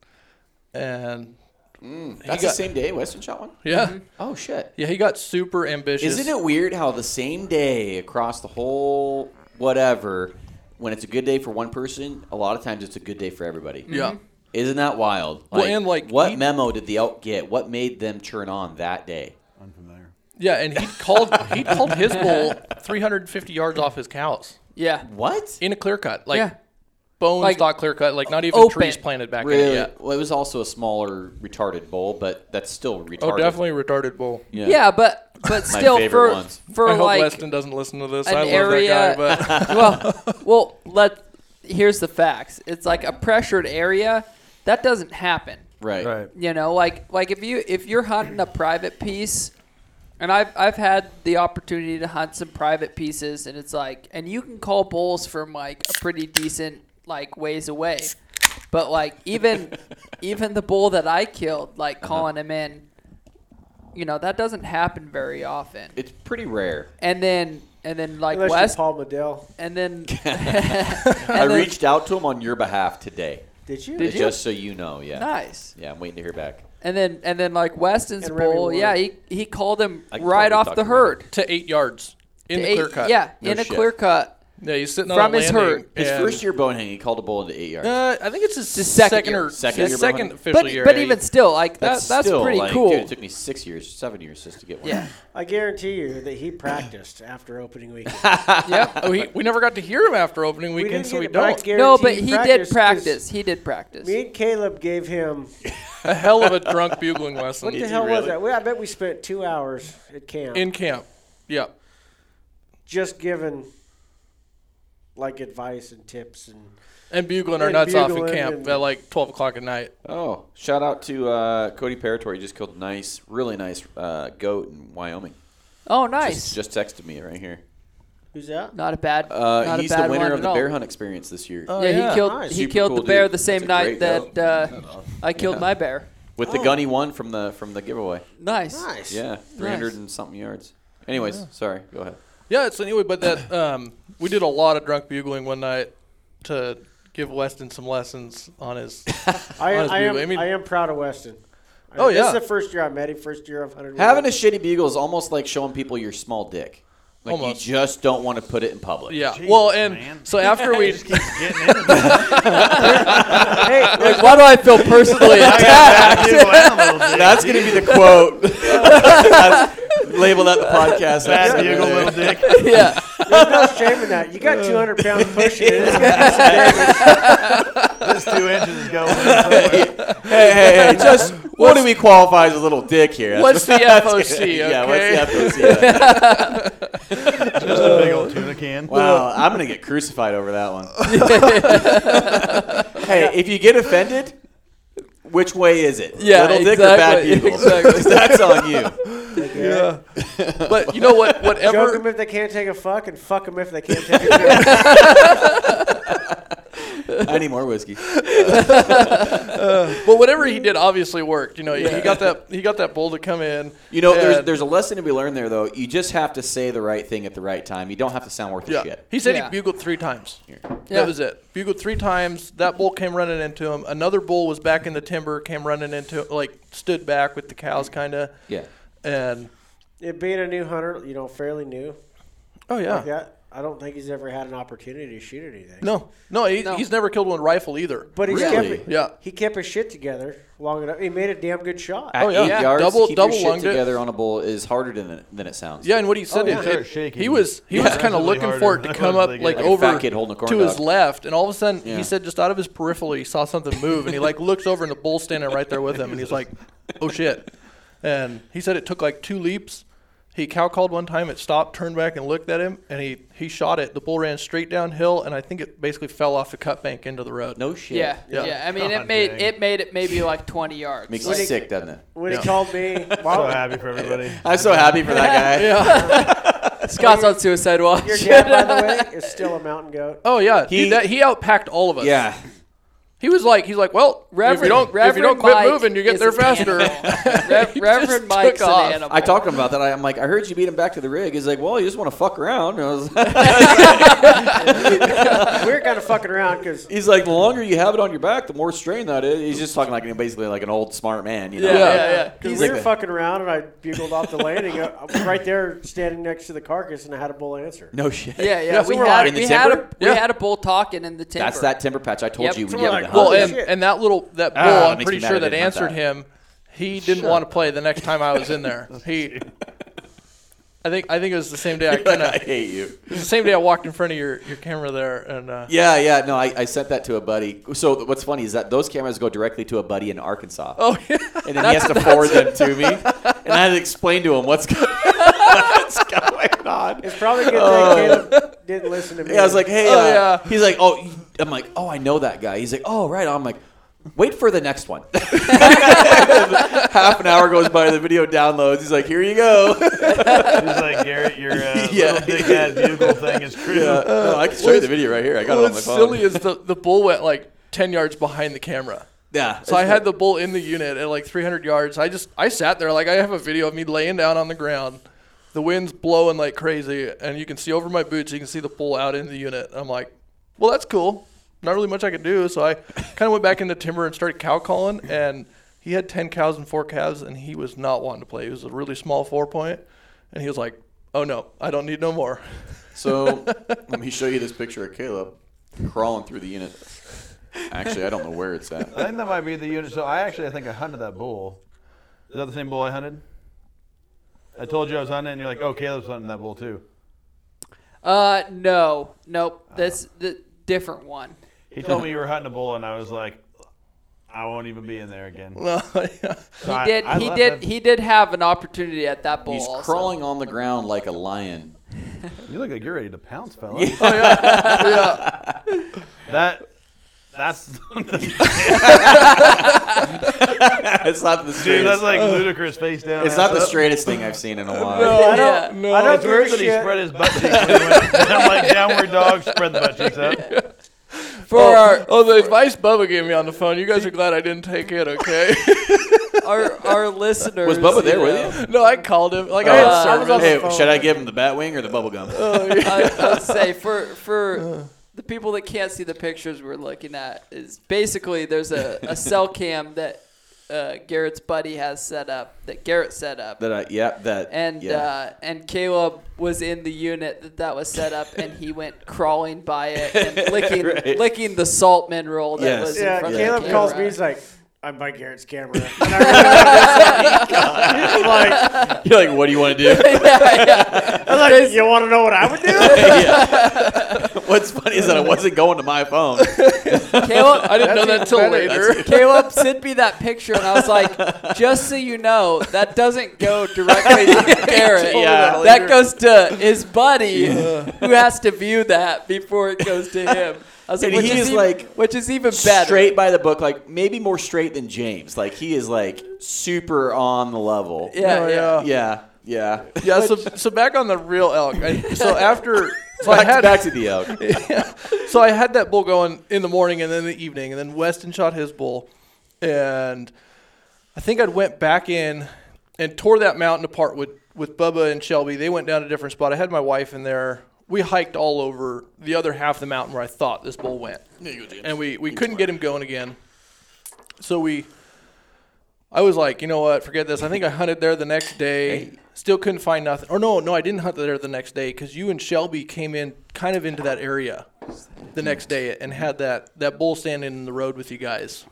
Speaker 2: and
Speaker 3: That's the
Speaker 2: got-
Speaker 3: same day Weston shot one.
Speaker 2: yeah,
Speaker 4: Mm-hmm.
Speaker 3: Oh shit!
Speaker 2: yeah, he got super ambitious.
Speaker 3: Isn't it weird how the same day across the whole whatever, when it's a good day for one person, a lot of times it's a good day for everybody.
Speaker 2: Yeah.
Speaker 4: Mm-hmm.
Speaker 3: Isn't that wild?
Speaker 2: Well, and, like,
Speaker 3: what
Speaker 2: he-
Speaker 3: memo did the elk get? What made them turn on that day?
Speaker 5: Unfamiliar.
Speaker 2: Yeah, and he called he called his bull 350 yards off his cows
Speaker 4: Yeah.
Speaker 3: What?
Speaker 2: in a clear cut, like
Speaker 4: Yeah.
Speaker 2: bone
Speaker 4: Like,
Speaker 2: stock clear cut, like not even
Speaker 4: open.
Speaker 2: trees planted back in it
Speaker 3: Really?
Speaker 2: yet.
Speaker 3: Well, it was also a smaller retarded bull, but that's still retarded.
Speaker 2: Oh, definitely retarded bull.
Speaker 3: Yeah.
Speaker 4: Yeah, but but still
Speaker 3: favorite
Speaker 4: for
Speaker 3: ones.
Speaker 4: for
Speaker 2: I hope
Speaker 4: like
Speaker 2: Weston doesn't listen to this.
Speaker 4: an
Speaker 2: I love
Speaker 4: area.
Speaker 2: that guy, but
Speaker 4: well, well, let here's the facts. It's like a pressured area. That doesn't happen.
Speaker 3: Right.
Speaker 5: Right.
Speaker 4: You know, like like if you if you're hunting a private piece, and I've I've had the opportunity to hunt some private pieces, and it's like, and you can call bulls from like a pretty decent like ways away, but like even even the bull that I killed, like calling him in, you know, that doesn't happen very often.
Speaker 3: It's pretty rare.
Speaker 4: And then and then like
Speaker 1: Unless
Speaker 4: West,
Speaker 1: you're Paul Medell.
Speaker 4: and then
Speaker 3: I
Speaker 4: then-
Speaker 3: reached out to him on your behalf today.
Speaker 1: Did you?
Speaker 4: Did you?
Speaker 3: Just so you know, yeah.
Speaker 4: nice.
Speaker 3: Yeah, I'm waiting to hear back.
Speaker 4: And then and then like Weston's
Speaker 1: And Remy
Speaker 4: bull,
Speaker 1: Ward.
Speaker 4: yeah, he he called him
Speaker 3: I can
Speaker 4: right
Speaker 3: totally
Speaker 4: off
Speaker 3: talk
Speaker 4: the
Speaker 3: to
Speaker 4: herd.
Speaker 2: to eight yards in
Speaker 4: To
Speaker 2: the
Speaker 4: eight-
Speaker 2: clear cut.
Speaker 4: Yeah,
Speaker 3: No
Speaker 4: in a
Speaker 3: shit.
Speaker 4: clear cut.
Speaker 2: yeah, he's sitting on
Speaker 4: From
Speaker 2: a
Speaker 4: his
Speaker 2: landing,
Speaker 4: hurt.
Speaker 3: His
Speaker 2: and-
Speaker 3: first year bowhand, he called a bull into eight yards.
Speaker 2: Uh, I think it's his
Speaker 4: His
Speaker 2: second,
Speaker 4: second
Speaker 2: or
Speaker 4: year.
Speaker 3: Second year
Speaker 2: his
Speaker 3: behind
Speaker 2: second
Speaker 3: him.
Speaker 2: official
Speaker 4: But
Speaker 2: year.
Speaker 4: but
Speaker 2: yeah,
Speaker 4: even
Speaker 2: he-
Speaker 4: still, like that, that's
Speaker 3: still,
Speaker 4: pretty
Speaker 3: like,
Speaker 4: cool.
Speaker 3: Dude, it took me six years, seven years just to get one.
Speaker 4: yeah.
Speaker 1: I guarantee you that he practiced after opening weekend.
Speaker 4: yep.
Speaker 2: oh, he, we never got to hear him after opening weekend, so we
Speaker 1: it, but I
Speaker 2: don't.
Speaker 1: guarantee
Speaker 4: No, but
Speaker 1: you
Speaker 4: he
Speaker 1: practiced
Speaker 4: did
Speaker 1: 'cause
Speaker 4: practice. He did practice.
Speaker 1: Me and Caleb gave him.
Speaker 2: A hell of a drunk bugling lesson
Speaker 1: What the
Speaker 3: Did you
Speaker 1: hell was
Speaker 3: really?
Speaker 1: that? We, I bet we spent two hours at camp
Speaker 2: in camp. Yeah,
Speaker 1: just giving like advice and tips and
Speaker 2: and bugling our
Speaker 1: And
Speaker 2: nuts off in
Speaker 1: bugling
Speaker 2: camp
Speaker 1: and-
Speaker 2: at like twelve o'clock at night.
Speaker 3: Oh, shout out to uh, Cody Parator. He just killed a nice, really nice uh, goat in Wyoming.
Speaker 4: oh, nice.
Speaker 3: Just, just texted me right here.
Speaker 1: who's that?
Speaker 4: not a bad.
Speaker 3: Uh,
Speaker 4: not
Speaker 3: he's
Speaker 4: a bad
Speaker 3: the winner
Speaker 4: one
Speaker 3: of
Speaker 4: at
Speaker 3: the
Speaker 4: all.
Speaker 3: bear hunt experience this year
Speaker 2: Oh,
Speaker 4: Yeah,
Speaker 2: yeah.
Speaker 4: he killed.
Speaker 1: Nice.
Speaker 4: He
Speaker 3: Super
Speaker 4: killed
Speaker 3: cool
Speaker 4: the bear
Speaker 3: dude.
Speaker 4: the
Speaker 3: That's
Speaker 4: same
Speaker 3: a
Speaker 4: night
Speaker 3: great
Speaker 4: that uh, I killed my bear.
Speaker 3: with the gun he won from the from the giveaway.
Speaker 4: Nice.
Speaker 1: Nice.
Speaker 3: Yeah, three hundred and something yards. Anyways, sorry. Go ahead.
Speaker 2: Yeah, so anyway, but that um, we did a lot of drunk bugling one night to give Weston some lessons on his.
Speaker 1: I,
Speaker 2: Honest
Speaker 1: I, am,
Speaker 2: bugle. I
Speaker 1: I,
Speaker 2: mean-
Speaker 1: am proud of Weston. I-
Speaker 2: Oh,
Speaker 1: This is
Speaker 2: yeah.
Speaker 1: the first year I met him, first year I've hunted with
Speaker 3: Having a
Speaker 1: him.
Speaker 3: shitty bugle is almost like showing people your small dick. Like
Speaker 2: Almost.
Speaker 3: you just don't want to put it in public.
Speaker 2: Yeah,
Speaker 5: Jesus,
Speaker 2: well, and
Speaker 5: man.
Speaker 2: so after we,
Speaker 5: Just keeps getting into these
Speaker 4: Like, why do I feel personally attacked?
Speaker 5: goddamn animals, dude.
Speaker 3: That's gonna be the quote. That's- label that the podcast.
Speaker 5: Bad
Speaker 3: episode.
Speaker 5: bugle, little dick.
Speaker 4: yeah.
Speaker 1: There's no shame in that. You got 200 pounds pushing it. It's gotta be
Speaker 5: This two inches is going. in.
Speaker 3: hey, hey, hey, just what do we qualify as a little dick here? That's
Speaker 2: what's the
Speaker 3: that's
Speaker 2: FOC?
Speaker 3: good. Yeah,
Speaker 2: okay?
Speaker 3: what's the FOC? Yeah.
Speaker 5: Just a big old tuna can.
Speaker 3: Wow, I'm gonna get crucified over that one. hey, if you get offended, which way is it?
Speaker 4: Yeah,
Speaker 3: little dick or bad
Speaker 4: exactly,
Speaker 3: people?
Speaker 4: exactly.
Speaker 3: that's on you.
Speaker 1: good.
Speaker 2: But you know what?
Speaker 1: Choke
Speaker 2: Whatever.
Speaker 1: them if they can't take a fuck and fuck them if they can't take a joke.
Speaker 3: I need more whiskey.
Speaker 2: But whatever he did obviously worked. You know, he got that he got that bull to come in.
Speaker 3: You know, there's
Speaker 2: and-
Speaker 3: there's a lesson to be learned there though. You just have to say the right thing at the right time. You don't have to sound worth
Speaker 2: yeah.
Speaker 3: shit.
Speaker 2: He said
Speaker 4: Yeah.
Speaker 2: he bugled three times.
Speaker 4: Yeah.
Speaker 2: That was it. Bugled three times. That bull came running into him. Another bull was back in the timber, came running into like stood back with the cows, kind of.
Speaker 3: Yeah.
Speaker 2: And
Speaker 1: It being a new hunter, you know, fairly new,
Speaker 2: oh yeah,
Speaker 1: yeah, I don't think he's ever had an opportunity to shoot anything.
Speaker 2: no, no, he,
Speaker 4: No.
Speaker 2: he's never killed one rifle either.
Speaker 1: But he's
Speaker 3: Really?
Speaker 1: kept it,
Speaker 2: Yeah.
Speaker 1: he kept his shit together long enough. He made a damn good shot.
Speaker 3: At
Speaker 2: Oh, yeah.
Speaker 3: eight
Speaker 2: Yeah.
Speaker 3: yards,
Speaker 2: Double-
Speaker 3: keep
Speaker 2: double
Speaker 3: your shit
Speaker 2: lunged it.
Speaker 3: together on a bull is harder than than it sounds.
Speaker 2: Yeah, and what he
Speaker 3: Oh,
Speaker 2: said,
Speaker 1: yeah.
Speaker 2: it-
Speaker 5: Started
Speaker 2: it-
Speaker 5: shaking.
Speaker 2: he was he
Speaker 5: Yeah.
Speaker 2: was kind of
Speaker 5: Really
Speaker 2: looking
Speaker 5: hard
Speaker 2: for it
Speaker 5: on-
Speaker 2: to
Speaker 5: on
Speaker 2: come
Speaker 5: the
Speaker 2: up
Speaker 5: leg,
Speaker 2: like
Speaker 5: yeah.
Speaker 3: Like a fat
Speaker 2: over
Speaker 3: kid holding a corn
Speaker 2: to his
Speaker 3: dog.
Speaker 2: left, and all of a sudden
Speaker 3: Yeah.
Speaker 2: he said just out of his periphery he saw something move, and he like looks over and the bull's standing right there with him, and he's like, "Oh shit!" And he said it took like two leaps. He cow called one time, it stopped, turned back and looked at him, and he he shot it. The bull ran straight downhill, and I think it basically fell off the cut bank into the road.
Speaker 3: No shit.
Speaker 4: Yeah.
Speaker 2: Yeah.
Speaker 4: yeah, I mean,
Speaker 5: God
Speaker 4: it made
Speaker 5: dang.
Speaker 4: it made it maybe like 20 yards.
Speaker 3: Makes
Speaker 4: Like,
Speaker 3: you sick, doesn't it?
Speaker 1: When
Speaker 2: Yeah.
Speaker 1: he called me,
Speaker 5: So
Speaker 1: Mom,
Speaker 5: happy for everybody.
Speaker 3: I'm so happy for that guy.
Speaker 4: Scott's on suicide watch.
Speaker 1: your dad, by the way, is still a mountain goat.
Speaker 2: Oh yeah,
Speaker 3: He-
Speaker 2: he that, he outpacked all of us.
Speaker 3: Yeah.
Speaker 2: He was like, he's like, well, if you
Speaker 4: Reverend-
Speaker 2: don't, if you
Speaker 4: Reverend
Speaker 2: don't quit
Speaker 4: Mike
Speaker 2: moving, you get
Speaker 4: is
Speaker 2: there
Speaker 4: an
Speaker 2: faster.
Speaker 4: animal. Rev-
Speaker 2: He just
Speaker 4: Reverend
Speaker 2: took
Speaker 4: Mike's an
Speaker 2: off.
Speaker 4: animal.
Speaker 3: I talked to him about that. I, am like, I heard you beat him back to the rig. He's like, well, you just want to fuck around. And I was,
Speaker 1: We're kind of fucking around because
Speaker 3: he's like, the longer you have it on your back, the more strain that is. He's just talking like basically like an old smart man, you know?
Speaker 2: Yeah, yeah, yeah.
Speaker 1: we
Speaker 3: He's
Speaker 1: were
Speaker 3: like-
Speaker 1: fucking around and I bugled off the landing. I was right there standing next to the carcass and I had a bull answer.
Speaker 3: No shit.
Speaker 4: Yeah, yeah.
Speaker 2: Yeah,
Speaker 4: we
Speaker 2: somewhere
Speaker 4: had,
Speaker 3: in the
Speaker 4: we, had a,
Speaker 3: timber?
Speaker 4: we
Speaker 2: Yeah.
Speaker 4: had a bull talking in the timber.
Speaker 3: That's that timber patch I told
Speaker 4: Yep.
Speaker 3: you when
Speaker 1: Someone
Speaker 3: you have
Speaker 1: like,
Speaker 3: the hunt.
Speaker 2: Well,
Speaker 1: Holy
Speaker 2: and,
Speaker 1: shit.
Speaker 2: and that little that bull,
Speaker 3: Ah, that
Speaker 2: I'm
Speaker 3: makes
Speaker 2: pretty
Speaker 3: me mad
Speaker 2: sure
Speaker 3: I
Speaker 2: that
Speaker 3: didn't want
Speaker 2: answered
Speaker 3: that.
Speaker 2: him. He didn't want to play the next time I was in there. He, I think, I think it was the same day. I kind of,
Speaker 3: I
Speaker 2: it
Speaker 3: hate you.
Speaker 2: was the same day I walked in front of your, your camera there, and uh,
Speaker 3: Yeah, yeah. No, I, I sent that to a buddy. So th- what's funny is that those cameras go directly to a buddy in Arkansas.
Speaker 2: oh yeah,
Speaker 3: and then he has to forward them to me. And I had to explain to him what's, go- what's going on.
Speaker 1: It's probably a good thing Caleb didn't listen to me.
Speaker 3: Uh, Yeah, I was like, hey,
Speaker 2: Oh,
Speaker 3: uh,
Speaker 2: yeah.
Speaker 3: he's like, oh, you- I'm like, oh, I know that guy. He's like, oh, right. I'm like, wait for the next one. Half an hour goes by, the video downloads. He's like, here you go.
Speaker 5: He's like Garrett, your uh,
Speaker 3: Yeah.
Speaker 5: little dickhead bugle thing is true.
Speaker 3: Uh, No, I can show you the video right here. I got it on my
Speaker 2: what's
Speaker 3: phone.
Speaker 2: silly is the the bull went like ten yards behind the camera.
Speaker 3: Yeah.
Speaker 2: So I had the bull in the unit at like 300 yards. I just I sat there like I have a video of me laying down on the ground. The wind's blowing like crazy, and you can see over my boots. You can see the bull out in the unit. I'm like, well, that's cool. Not really much I could do. So I kind of went back into timber and started cow calling. And he had 10 cows and four calves, and he was not wanting to play. He was a really small four point, and he was like, oh no, I don't need no more.
Speaker 3: So let me show you this picture of Caleb crawling through the unit. Actually, I don't know where it's at.
Speaker 5: I think that might be the unit. So I actually, I think I hunted that bull. Is that the same bull I hunted? I told you I was hunting, and you're like, "Oh, Caleb's hunting that bull too."
Speaker 4: Uh, no,
Speaker 2: Oh.
Speaker 4: nope. That's the different one.
Speaker 5: He told me you were hunting a bull, and I was like, "I won't even be in there again."
Speaker 4: He did. he did. He did have an opportunity at that bowl.
Speaker 3: He's
Speaker 4: also.
Speaker 3: crawling on the ground like a lion.
Speaker 5: You look like you're ready to pounce, fella. Oh, That. That's
Speaker 3: it's not the
Speaker 5: dude. That's
Speaker 3: straightest.
Speaker 5: like ludicrous face down.
Speaker 3: It's not the
Speaker 5: ass up.
Speaker 3: straightest thing I've seen in a while.
Speaker 1: I don't,
Speaker 4: Yeah.
Speaker 1: no, I don't
Speaker 5: It's weird
Speaker 1: do
Speaker 5: that he
Speaker 1: shit.
Speaker 5: spread his butt cheeks. when he went- I'm like downward dog, spread the butt cheeks up.
Speaker 4: for
Speaker 2: oh,
Speaker 4: our,
Speaker 2: oh, the advice Bubba gave me on the phone. You guys are glad I didn't take it, okay?
Speaker 4: our our listeners.
Speaker 3: Was Bubba there
Speaker 4: you
Speaker 3: with
Speaker 4: know,
Speaker 3: you?
Speaker 2: no, I called him. Like
Speaker 1: Uh,
Speaker 2: I had
Speaker 1: I was
Speaker 2: service.
Speaker 1: on the
Speaker 3: Oh, Hey,
Speaker 1: phone.
Speaker 3: should I give him the bat wing or the bubble gum?
Speaker 4: Uh, I, I would say for
Speaker 3: Uh.
Speaker 4: for the people that can't see the pictures we're looking at is basically there's a, a cell cam that uh, Garrett's buddy has set up that Garrett set up.
Speaker 3: that I, yeah, that
Speaker 4: and
Speaker 3: yeah.
Speaker 4: uh, and Caleb was in the unit that that was set up, and he went crawling by it and licking
Speaker 3: Right.
Speaker 4: licking the salt mineral that
Speaker 3: Yes.
Speaker 4: was in
Speaker 1: Yeah,
Speaker 4: front of
Speaker 1: Caleb
Speaker 4: the
Speaker 1: calls me.
Speaker 4: camera.
Speaker 1: He's like, I'm by Garrett's camera. And I "Oh am like,
Speaker 3: you're like, what do you want to do?
Speaker 1: I'm like, you want to know what I would do?
Speaker 3: What's funny is that I wasn't going to my phone.
Speaker 4: Caleb, I
Speaker 2: didn't know that till later.
Speaker 4: Caleb sent me that picture, and I was like, just so you know, that doesn't go directly to Garrett.
Speaker 3: Yeah.
Speaker 4: That goes to his buddy, who has to view that before it goes to him. I was like,
Speaker 3: And he
Speaker 4: which is
Speaker 3: is
Speaker 4: even,
Speaker 3: like
Speaker 4: which is even better.
Speaker 3: Straight by the book, like maybe more straight than James. Like he is like super on the level.
Speaker 4: Yeah,
Speaker 2: Oh,
Speaker 4: yeah.
Speaker 2: yeah.
Speaker 3: yeah, yeah.
Speaker 2: Yeah, so, so back on the real elk. I, so after so I
Speaker 3: Back,
Speaker 2: had
Speaker 3: back to the elk.
Speaker 2: so I had that bull going in the morning and then the evening, and then Weston shot his bull, and I think I went back in and tore that mountain apart with with Bubba and Shelby. They went down a different spot. I had my wife in there. We hiked all over the other half of the mountain where I thought this bull went, and we we couldn't get him going again. So we. I was like, you know what? Forget this. I think I hunted there the next day. Still couldn't find nothing. Or no, no, I didn't hunt there the next day because you and Shelby came in kind of into that area the next day and had that that bull standing in the road with you guys.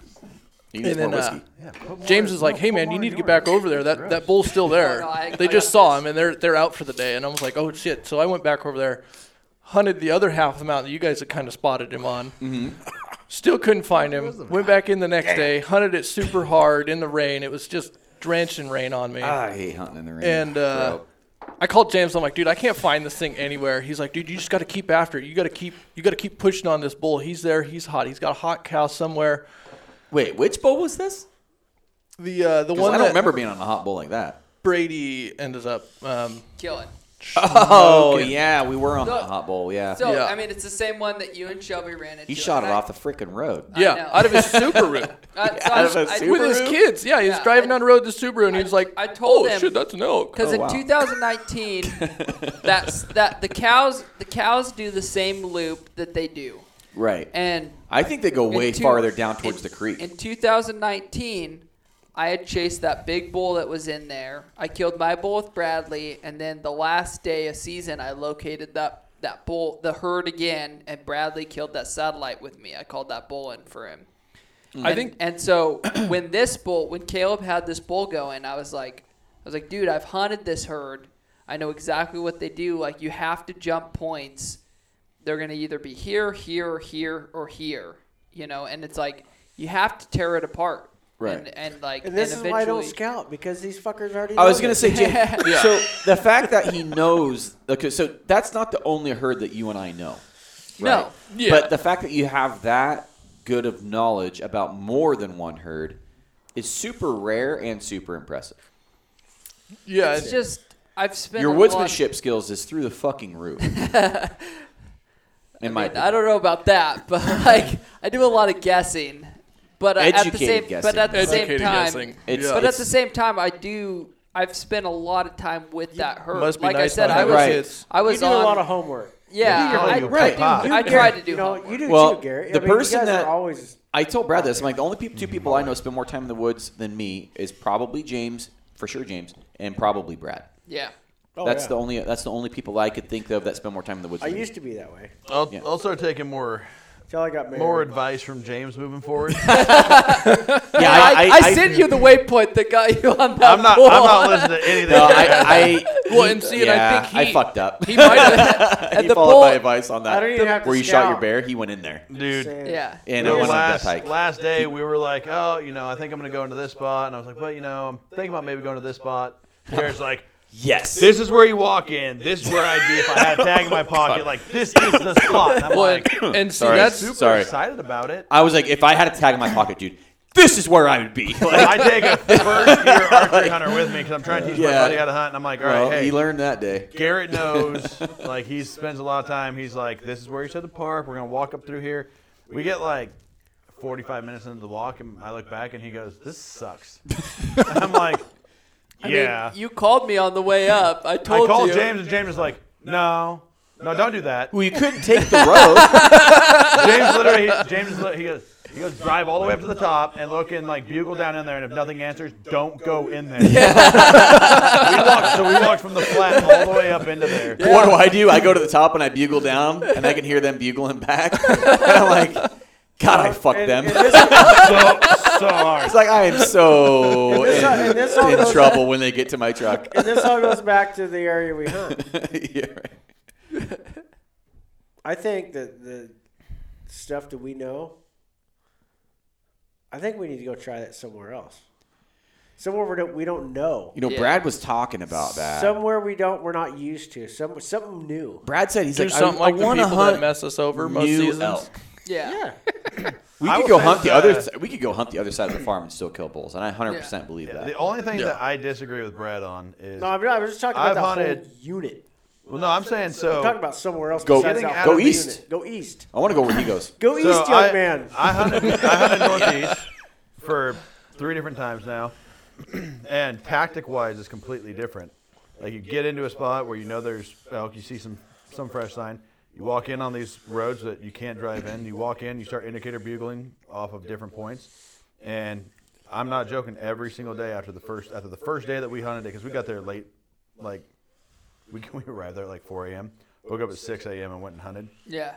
Speaker 3: He needs more
Speaker 2: And then, uh,
Speaker 3: whiskey.
Speaker 2: James is like, "Hey man, you need to get back over there. That that bull's still there.
Speaker 4: No, no, I-
Speaker 2: they
Speaker 4: I
Speaker 2: just
Speaker 4: got
Speaker 2: saw him and they're they're out for the day." And I was like, "Oh shit!" So I went back over there, hunted the other half of the mountain. You guys had kind of spotted him on. Still couldn't find him. Went back in the next day, hunted it super hard in the rain. It was just drenching rain on me.
Speaker 3: I hate hunting in the rain.
Speaker 2: uh, And uh, I called James. I'm like, dude, I can't find this thing anywhere. He's like, dude, you just got to keep after it. You got to keep, you got to keep pushing on this bull. He's there. He's hot. He's got a hot cow somewhere.
Speaker 3: wait, which bull was this?
Speaker 2: The uh, the
Speaker 3: 'Cause
Speaker 2: one
Speaker 3: I don't
Speaker 2: that
Speaker 3: remember being on a hot bull like that.
Speaker 2: Brady ended up. Um,
Speaker 4: Kill it.
Speaker 3: Oh
Speaker 2: smoking.
Speaker 3: yeah, we were on the
Speaker 4: So-
Speaker 3: hot bowl. Yeah,
Speaker 4: So
Speaker 2: Yeah.
Speaker 4: I mean, it's the same one that you and Shelby ran into.
Speaker 3: he shot it
Speaker 4: and I-
Speaker 3: off the freaking road.
Speaker 4: I know.
Speaker 2: Yeah, out of his Subaru.
Speaker 4: Uh, so
Speaker 3: Out of a
Speaker 4: I- I-
Speaker 2: With his kids. Yeah, he was
Speaker 4: Yeah,
Speaker 2: driving
Speaker 4: I-
Speaker 2: down the road with the Subaru and he
Speaker 4: I-
Speaker 2: was like,
Speaker 4: I told
Speaker 2: oh,
Speaker 4: him-
Speaker 2: shit, that's an elk.
Speaker 4: Because
Speaker 3: Oh,
Speaker 4: in
Speaker 3: wow.
Speaker 4: 2019, that's that the cows the cows do the same loop that they do,
Speaker 3: Right.
Speaker 4: and
Speaker 3: I think they go
Speaker 4: in
Speaker 3: way
Speaker 4: two-
Speaker 3: farther down
Speaker 4: in-
Speaker 3: towards the creek.
Speaker 4: In 2019, I had chased that big bull that was in there. I killed my bull with Bradley, and then the last day of season, I located that that bull, the herd again, and Bradley killed that satellite with me. I called that bull in for him.
Speaker 2: I
Speaker 4: And-
Speaker 2: think-
Speaker 4: and so when this bull, when Caleb had this bull going, I was like, I was like, dude, I've hunted this herd. I know exactly what they do. Like you have to jump points. They're gonna either be here, here, or here, or here. You know, and it's like you have to tear it apart.
Speaker 3: Right.
Speaker 4: And, and like
Speaker 1: And this is
Speaker 4: eventually,
Speaker 1: why I don't scout because these fuckers already.
Speaker 3: I was
Speaker 1: know
Speaker 3: gonna
Speaker 1: this.
Speaker 3: say, Jim, so the fact that he knows, okay, so that's not the only herd that you and I know.
Speaker 4: No.
Speaker 2: Yeah.
Speaker 3: But the fact that you have that good of knowledge about more than one herd is super rare and super impressive.
Speaker 2: yeah,
Speaker 4: It's just I've spent
Speaker 3: Your
Speaker 4: a lot-
Speaker 3: woodsmanship skills is through the fucking roof. In my
Speaker 4: I, mean, I
Speaker 3: opinion.
Speaker 4: don't know about that, but like I do a lot of guessing. But uh, at the
Speaker 3: Educated
Speaker 4: same, but
Speaker 3: guessing.
Speaker 4: at the same
Speaker 2: educated
Speaker 4: time,
Speaker 2: guessing.
Speaker 3: It's-
Speaker 2: yeah.
Speaker 4: But at the same time, I do. I've spent a lot of time with that herd.
Speaker 2: must be
Speaker 4: like I
Speaker 2: nice
Speaker 4: said,
Speaker 2: not
Speaker 4: I
Speaker 2: having
Speaker 4: was,
Speaker 2: kids.
Speaker 4: I
Speaker 1: you
Speaker 4: was
Speaker 1: do
Speaker 4: on.
Speaker 1: a lot of homework.
Speaker 4: yeah,
Speaker 5: You do
Speaker 4: I,
Speaker 5: your
Speaker 4: I,
Speaker 5: pop.
Speaker 4: do, I tried to do
Speaker 1: you know,
Speaker 4: homework.
Speaker 1: You do
Speaker 3: Well,
Speaker 1: too, Garrett.
Speaker 3: the
Speaker 1: I mean, you
Speaker 3: person
Speaker 1: guys
Speaker 3: that-
Speaker 1: are always
Speaker 3: I told Brad this. I'm like, the only people, two people I know spend more time in the woods than me is probably James, for sure James, and probably Brad.
Speaker 4: yeah,
Speaker 3: that's
Speaker 1: oh, yeah.
Speaker 3: the only. That's the only people I could think of that spend more time in the woods.
Speaker 1: I
Speaker 3: than me.
Speaker 1: used to be that way
Speaker 5: I'll,
Speaker 3: Yeah.
Speaker 5: I'll start taking more
Speaker 1: until I got married.
Speaker 5: more advice from James moving forward.
Speaker 3: Yeah,
Speaker 4: I, I, sent you the waypoint that got you on that.
Speaker 5: I'm not.
Speaker 4: bull.
Speaker 5: I'm not listening to anything.
Speaker 3: No, I, I
Speaker 2: Well, and see, and I
Speaker 3: yeah,
Speaker 2: think he-
Speaker 3: I fucked up.
Speaker 2: he might have.
Speaker 3: And
Speaker 4: the
Speaker 3: followed
Speaker 4: bull-
Speaker 3: my advice on that.
Speaker 1: I don't even have to
Speaker 3: where you shot your
Speaker 1: scout.
Speaker 3: bear, he went in there.
Speaker 5: dude.
Speaker 4: Yeah,
Speaker 3: And
Speaker 5: the
Speaker 3: I went on
Speaker 5: last,
Speaker 3: that hike.
Speaker 5: last day, we were like, oh, you know, I think I'm going to go into this spot. And I was like, well, you know, I'm thinking about maybe going to this spot. Jared's like,
Speaker 3: yes.
Speaker 5: this is where you walk in. This is where I'd be if I had a tag in my pocket. Like, this is the spot. And I'm like,
Speaker 2: and see,
Speaker 3: Sorry.
Speaker 2: that's
Speaker 5: super
Speaker 3: Sorry.
Speaker 5: excited about it.
Speaker 3: I was like, if I had a tag in my pocket, dude, this is where I would be. Like,
Speaker 5: I take a first year archery hunter with me because I'm trying to teach
Speaker 3: Yeah.
Speaker 5: my buddy how to hunt. And I'm like, all right,
Speaker 3: well,
Speaker 5: hey,
Speaker 3: he learned that day.
Speaker 5: Garrett knows. like he spends a lot of time. He's like, this is where you set the park. We're gonna walk up through here. We get like 45 minutes into the walk, and I look back, and he goes, "This sucks." And I'm like,
Speaker 4: I mean,
Speaker 5: "Yeah."
Speaker 4: you called me on the way up. I
Speaker 5: I
Speaker 4: told
Speaker 5: called
Speaker 4: you.
Speaker 5: James, and James is like, "No, no, don't do that."
Speaker 3: Well, you couldn't take the road.
Speaker 5: James literally, he, James lit- he goes, he goes, drive all the way up to the top and look and like bugle down in there, and if nothing answers, don't go in there. we walked, so we walked from the flat all the way up into there.
Speaker 3: What do I do? I go to the top and I bugle down, and I can hear them bugling back. and I'm like, God, I fucked
Speaker 1: And-
Speaker 3: them.
Speaker 1: and this-
Speaker 5: So, so hard.
Speaker 3: it's like I am so
Speaker 1: And this-
Speaker 3: in,
Speaker 1: and this all
Speaker 3: in
Speaker 1: goes-
Speaker 3: trouble when they get to my truck.
Speaker 1: and this all goes back to the area we hunt.
Speaker 3: Yeah, right.
Speaker 1: I think that the stuff that we know, I think we need to go try that somewhere else. Somewhere we don't, we don't know.
Speaker 3: You know,
Speaker 4: Yeah.
Speaker 3: Brad was talking about that.
Speaker 1: Somewhere we don't. We're not used to. Some something new.
Speaker 3: Brad said he's
Speaker 2: do
Speaker 3: like, I,
Speaker 2: something like
Speaker 3: I
Speaker 2: the
Speaker 3: want to
Speaker 2: people that
Speaker 3: hunt
Speaker 2: mess us over most
Speaker 3: new
Speaker 2: seasons.
Speaker 3: elk.
Speaker 4: Yeah.
Speaker 1: Yeah.
Speaker 3: We
Speaker 5: I
Speaker 3: could
Speaker 5: will
Speaker 3: go
Speaker 5: say
Speaker 3: hunt the
Speaker 5: that-
Speaker 3: other. s- We could go hunt the other side of the farm and still kill bulls, and I 100 percent believe that.
Speaker 5: The only thing that I disagree with Brad on is
Speaker 1: No, I'm, not, I'm just talking about
Speaker 5: I've
Speaker 1: the
Speaker 5: hunted-
Speaker 1: whole unit.
Speaker 5: well, no, I'm saying so.
Speaker 1: I'm talking about somewhere else.
Speaker 3: Go-
Speaker 1: besides
Speaker 5: Getting
Speaker 1: out
Speaker 5: out
Speaker 1: front
Speaker 5: of
Speaker 1: of
Speaker 3: the
Speaker 1: the
Speaker 3: east.
Speaker 1: unit. Go east.
Speaker 3: I want to go where he goes.
Speaker 1: Go
Speaker 5: so
Speaker 1: east, young
Speaker 5: I,
Speaker 1: man.
Speaker 5: I hunted, I hunted northeast for three different times now, and tactic wise is completely different. Like you get into a spot where you know there's elk, you see some some fresh sign. You walk in on these roads that you can't drive in. You walk in, you start indicator bugling off of different points, and I'm not joking. Every single day after the first after the first day that we hunted it, because we got there late, like we we arrived there at like 4 a.m. Woke up at 6 a.m. and went and hunted.
Speaker 4: Yeah.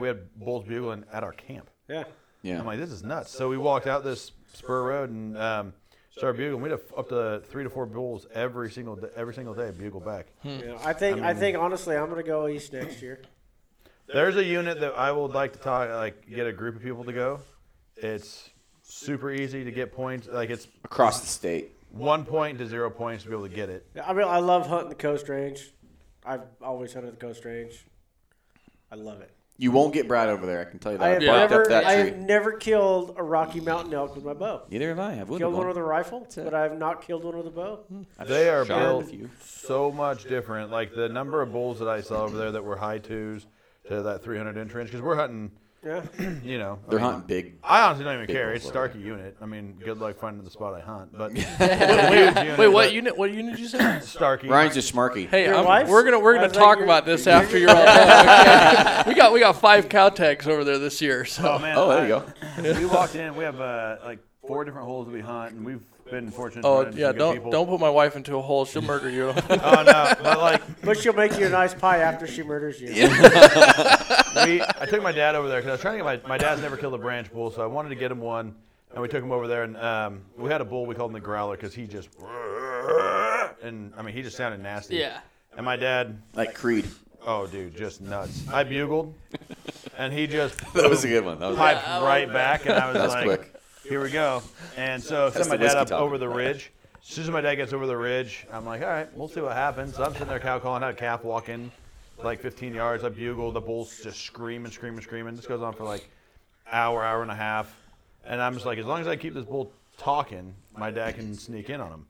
Speaker 5: We had bulls bugling at our camp.
Speaker 1: yeah.
Speaker 3: Yeah,
Speaker 5: I'm like, this is nuts. So we walked out this spur road and um, started bugling. We'd have up to three to four bulls every single day, every single day bugle back.
Speaker 3: Hmm.
Speaker 1: Yeah, I think. I, think honestly, I'm gonna go east next year.
Speaker 5: There's a unit that I would like to talk, like get a group of people to go. It's super easy to get points. Like it's
Speaker 3: across the state.
Speaker 5: one point to zero points to be able to get it.
Speaker 1: I mean, I love hunting the coast range. I've always hunted the coast range. I love it.
Speaker 3: You won't get Brad over there. I can tell you that.
Speaker 1: I have
Speaker 3: barked up
Speaker 1: never,
Speaker 3: that
Speaker 1: I
Speaker 3: tree.
Speaker 1: have never killed a Rocky Mountain elk with my bow.
Speaker 3: Neither have I. I've wounded
Speaker 1: Killed one
Speaker 3: one.
Speaker 1: with a rifle, but I have not killed one with a bow.
Speaker 4: Hmm.
Speaker 5: They are
Speaker 3: shot
Speaker 5: built
Speaker 3: a few.
Speaker 5: so much different. Like the number of bulls that I saw over there that were high twos to that 300 inch range, because we're hunting,
Speaker 1: Yeah,
Speaker 5: you know. I
Speaker 3: They're
Speaker 5: mean,
Speaker 3: hunting big.
Speaker 5: I honestly don't even
Speaker 3: big
Speaker 5: care.
Speaker 3: bulls
Speaker 5: It's
Speaker 3: over
Speaker 5: Starkey unit. I mean, good luck finding the spot I hunt. But
Speaker 2: Wait, what unit? What unit did you say?
Speaker 5: Starkey.
Speaker 3: Ryan's just smarky.
Speaker 2: Hey,
Speaker 1: Your
Speaker 2: I'm-
Speaker 1: wife's?
Speaker 2: we're gonna we're
Speaker 1: I
Speaker 2: gonna
Speaker 1: thought
Speaker 2: talk
Speaker 1: your-
Speaker 2: about this after you're all done. okay? We got we got five cow tags over there this year. So
Speaker 5: Oh, man,
Speaker 3: Oh, there
Speaker 5: I-
Speaker 3: you go.
Speaker 5: we walked in. We have uh, like four different holes that we hunt, and we've been fortunate. to run
Speaker 2: oh
Speaker 5: into
Speaker 2: yeah,
Speaker 5: some good
Speaker 2: don't
Speaker 5: people.
Speaker 2: don't put my wife into a hole. She'll murder you.
Speaker 5: Oh no, but like
Speaker 1: but she'll make you a nice pie after she murders you.
Speaker 5: we, I took my dad over there because I was trying to get my my dad's never killed a branch bull, so I wanted to get him one, and we took him over there, and um, we had a bull we called him the growler because he just, and I mean he just sounded nasty.
Speaker 4: Yeah.
Speaker 5: And my dad,
Speaker 3: Like Creed.
Speaker 5: oh dude, just nuts. I bugled, and he just
Speaker 3: That was a good one. That was
Speaker 5: piped right back, and I was
Speaker 3: That was
Speaker 5: like,
Speaker 3: quick.
Speaker 5: "Here we go." And so sent
Speaker 3: the
Speaker 5: my dad
Speaker 3: whiskey
Speaker 5: up
Speaker 3: talking.
Speaker 5: over the ridge. As soon as my dad gets over the ridge, I'm like, "All right, we'll see what happens." So I'm sitting there cow calling, had a calf walking, like 15 yards. I bugle, the bull's just screaming, screaming, screaming. This goes on for like hour, hour and a half, and I'm just like, as long as I keep this bull talking, my dad can sneak in on him.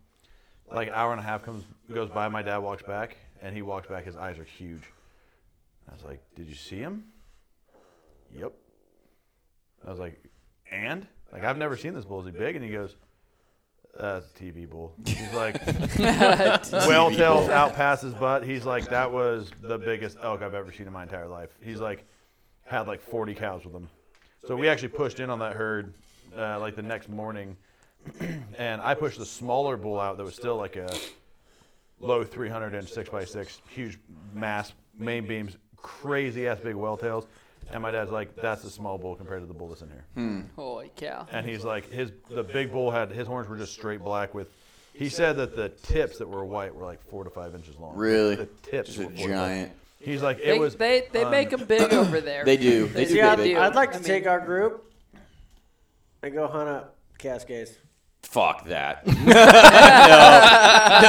Speaker 5: Like an hour and a half comes goes by, my dad walks back, and he walks back. His eyes are huge. I was like, "Did you see him?" Yep. I was like, and? Like, I've never seen this bull. Is he big? And he goes, that's a TV bull. He's like, well tails out past his butt. He's like, that was the biggest elk I've ever seen in my entire life. He's like, had like 40 cows with him. So we actually pushed in on that herd uh, like the next morning. and I pushed the smaller bull out that was still like a low 300 inch 6x6, huge mass, main beams, crazy ass big well tails. And my dad's like, that's a small bull compared to the bull that's in here
Speaker 4: Holy cow.
Speaker 5: and he's like his the big bull had his horns were just straight black with he said that the tips that were white were like four to five inches long
Speaker 3: Really?
Speaker 5: the tips
Speaker 3: Just a
Speaker 5: were four to five.
Speaker 3: giant.
Speaker 5: he's like it
Speaker 4: They,
Speaker 5: was
Speaker 4: they, they make them big over there.
Speaker 3: They do. They do.
Speaker 4: Yeah,
Speaker 1: Yeah,
Speaker 3: get
Speaker 1: I'd,
Speaker 3: big.
Speaker 4: dude.
Speaker 1: I'd like to
Speaker 4: I mean-
Speaker 1: take our group and go hunt up Cascades.
Speaker 3: Fuck that. no.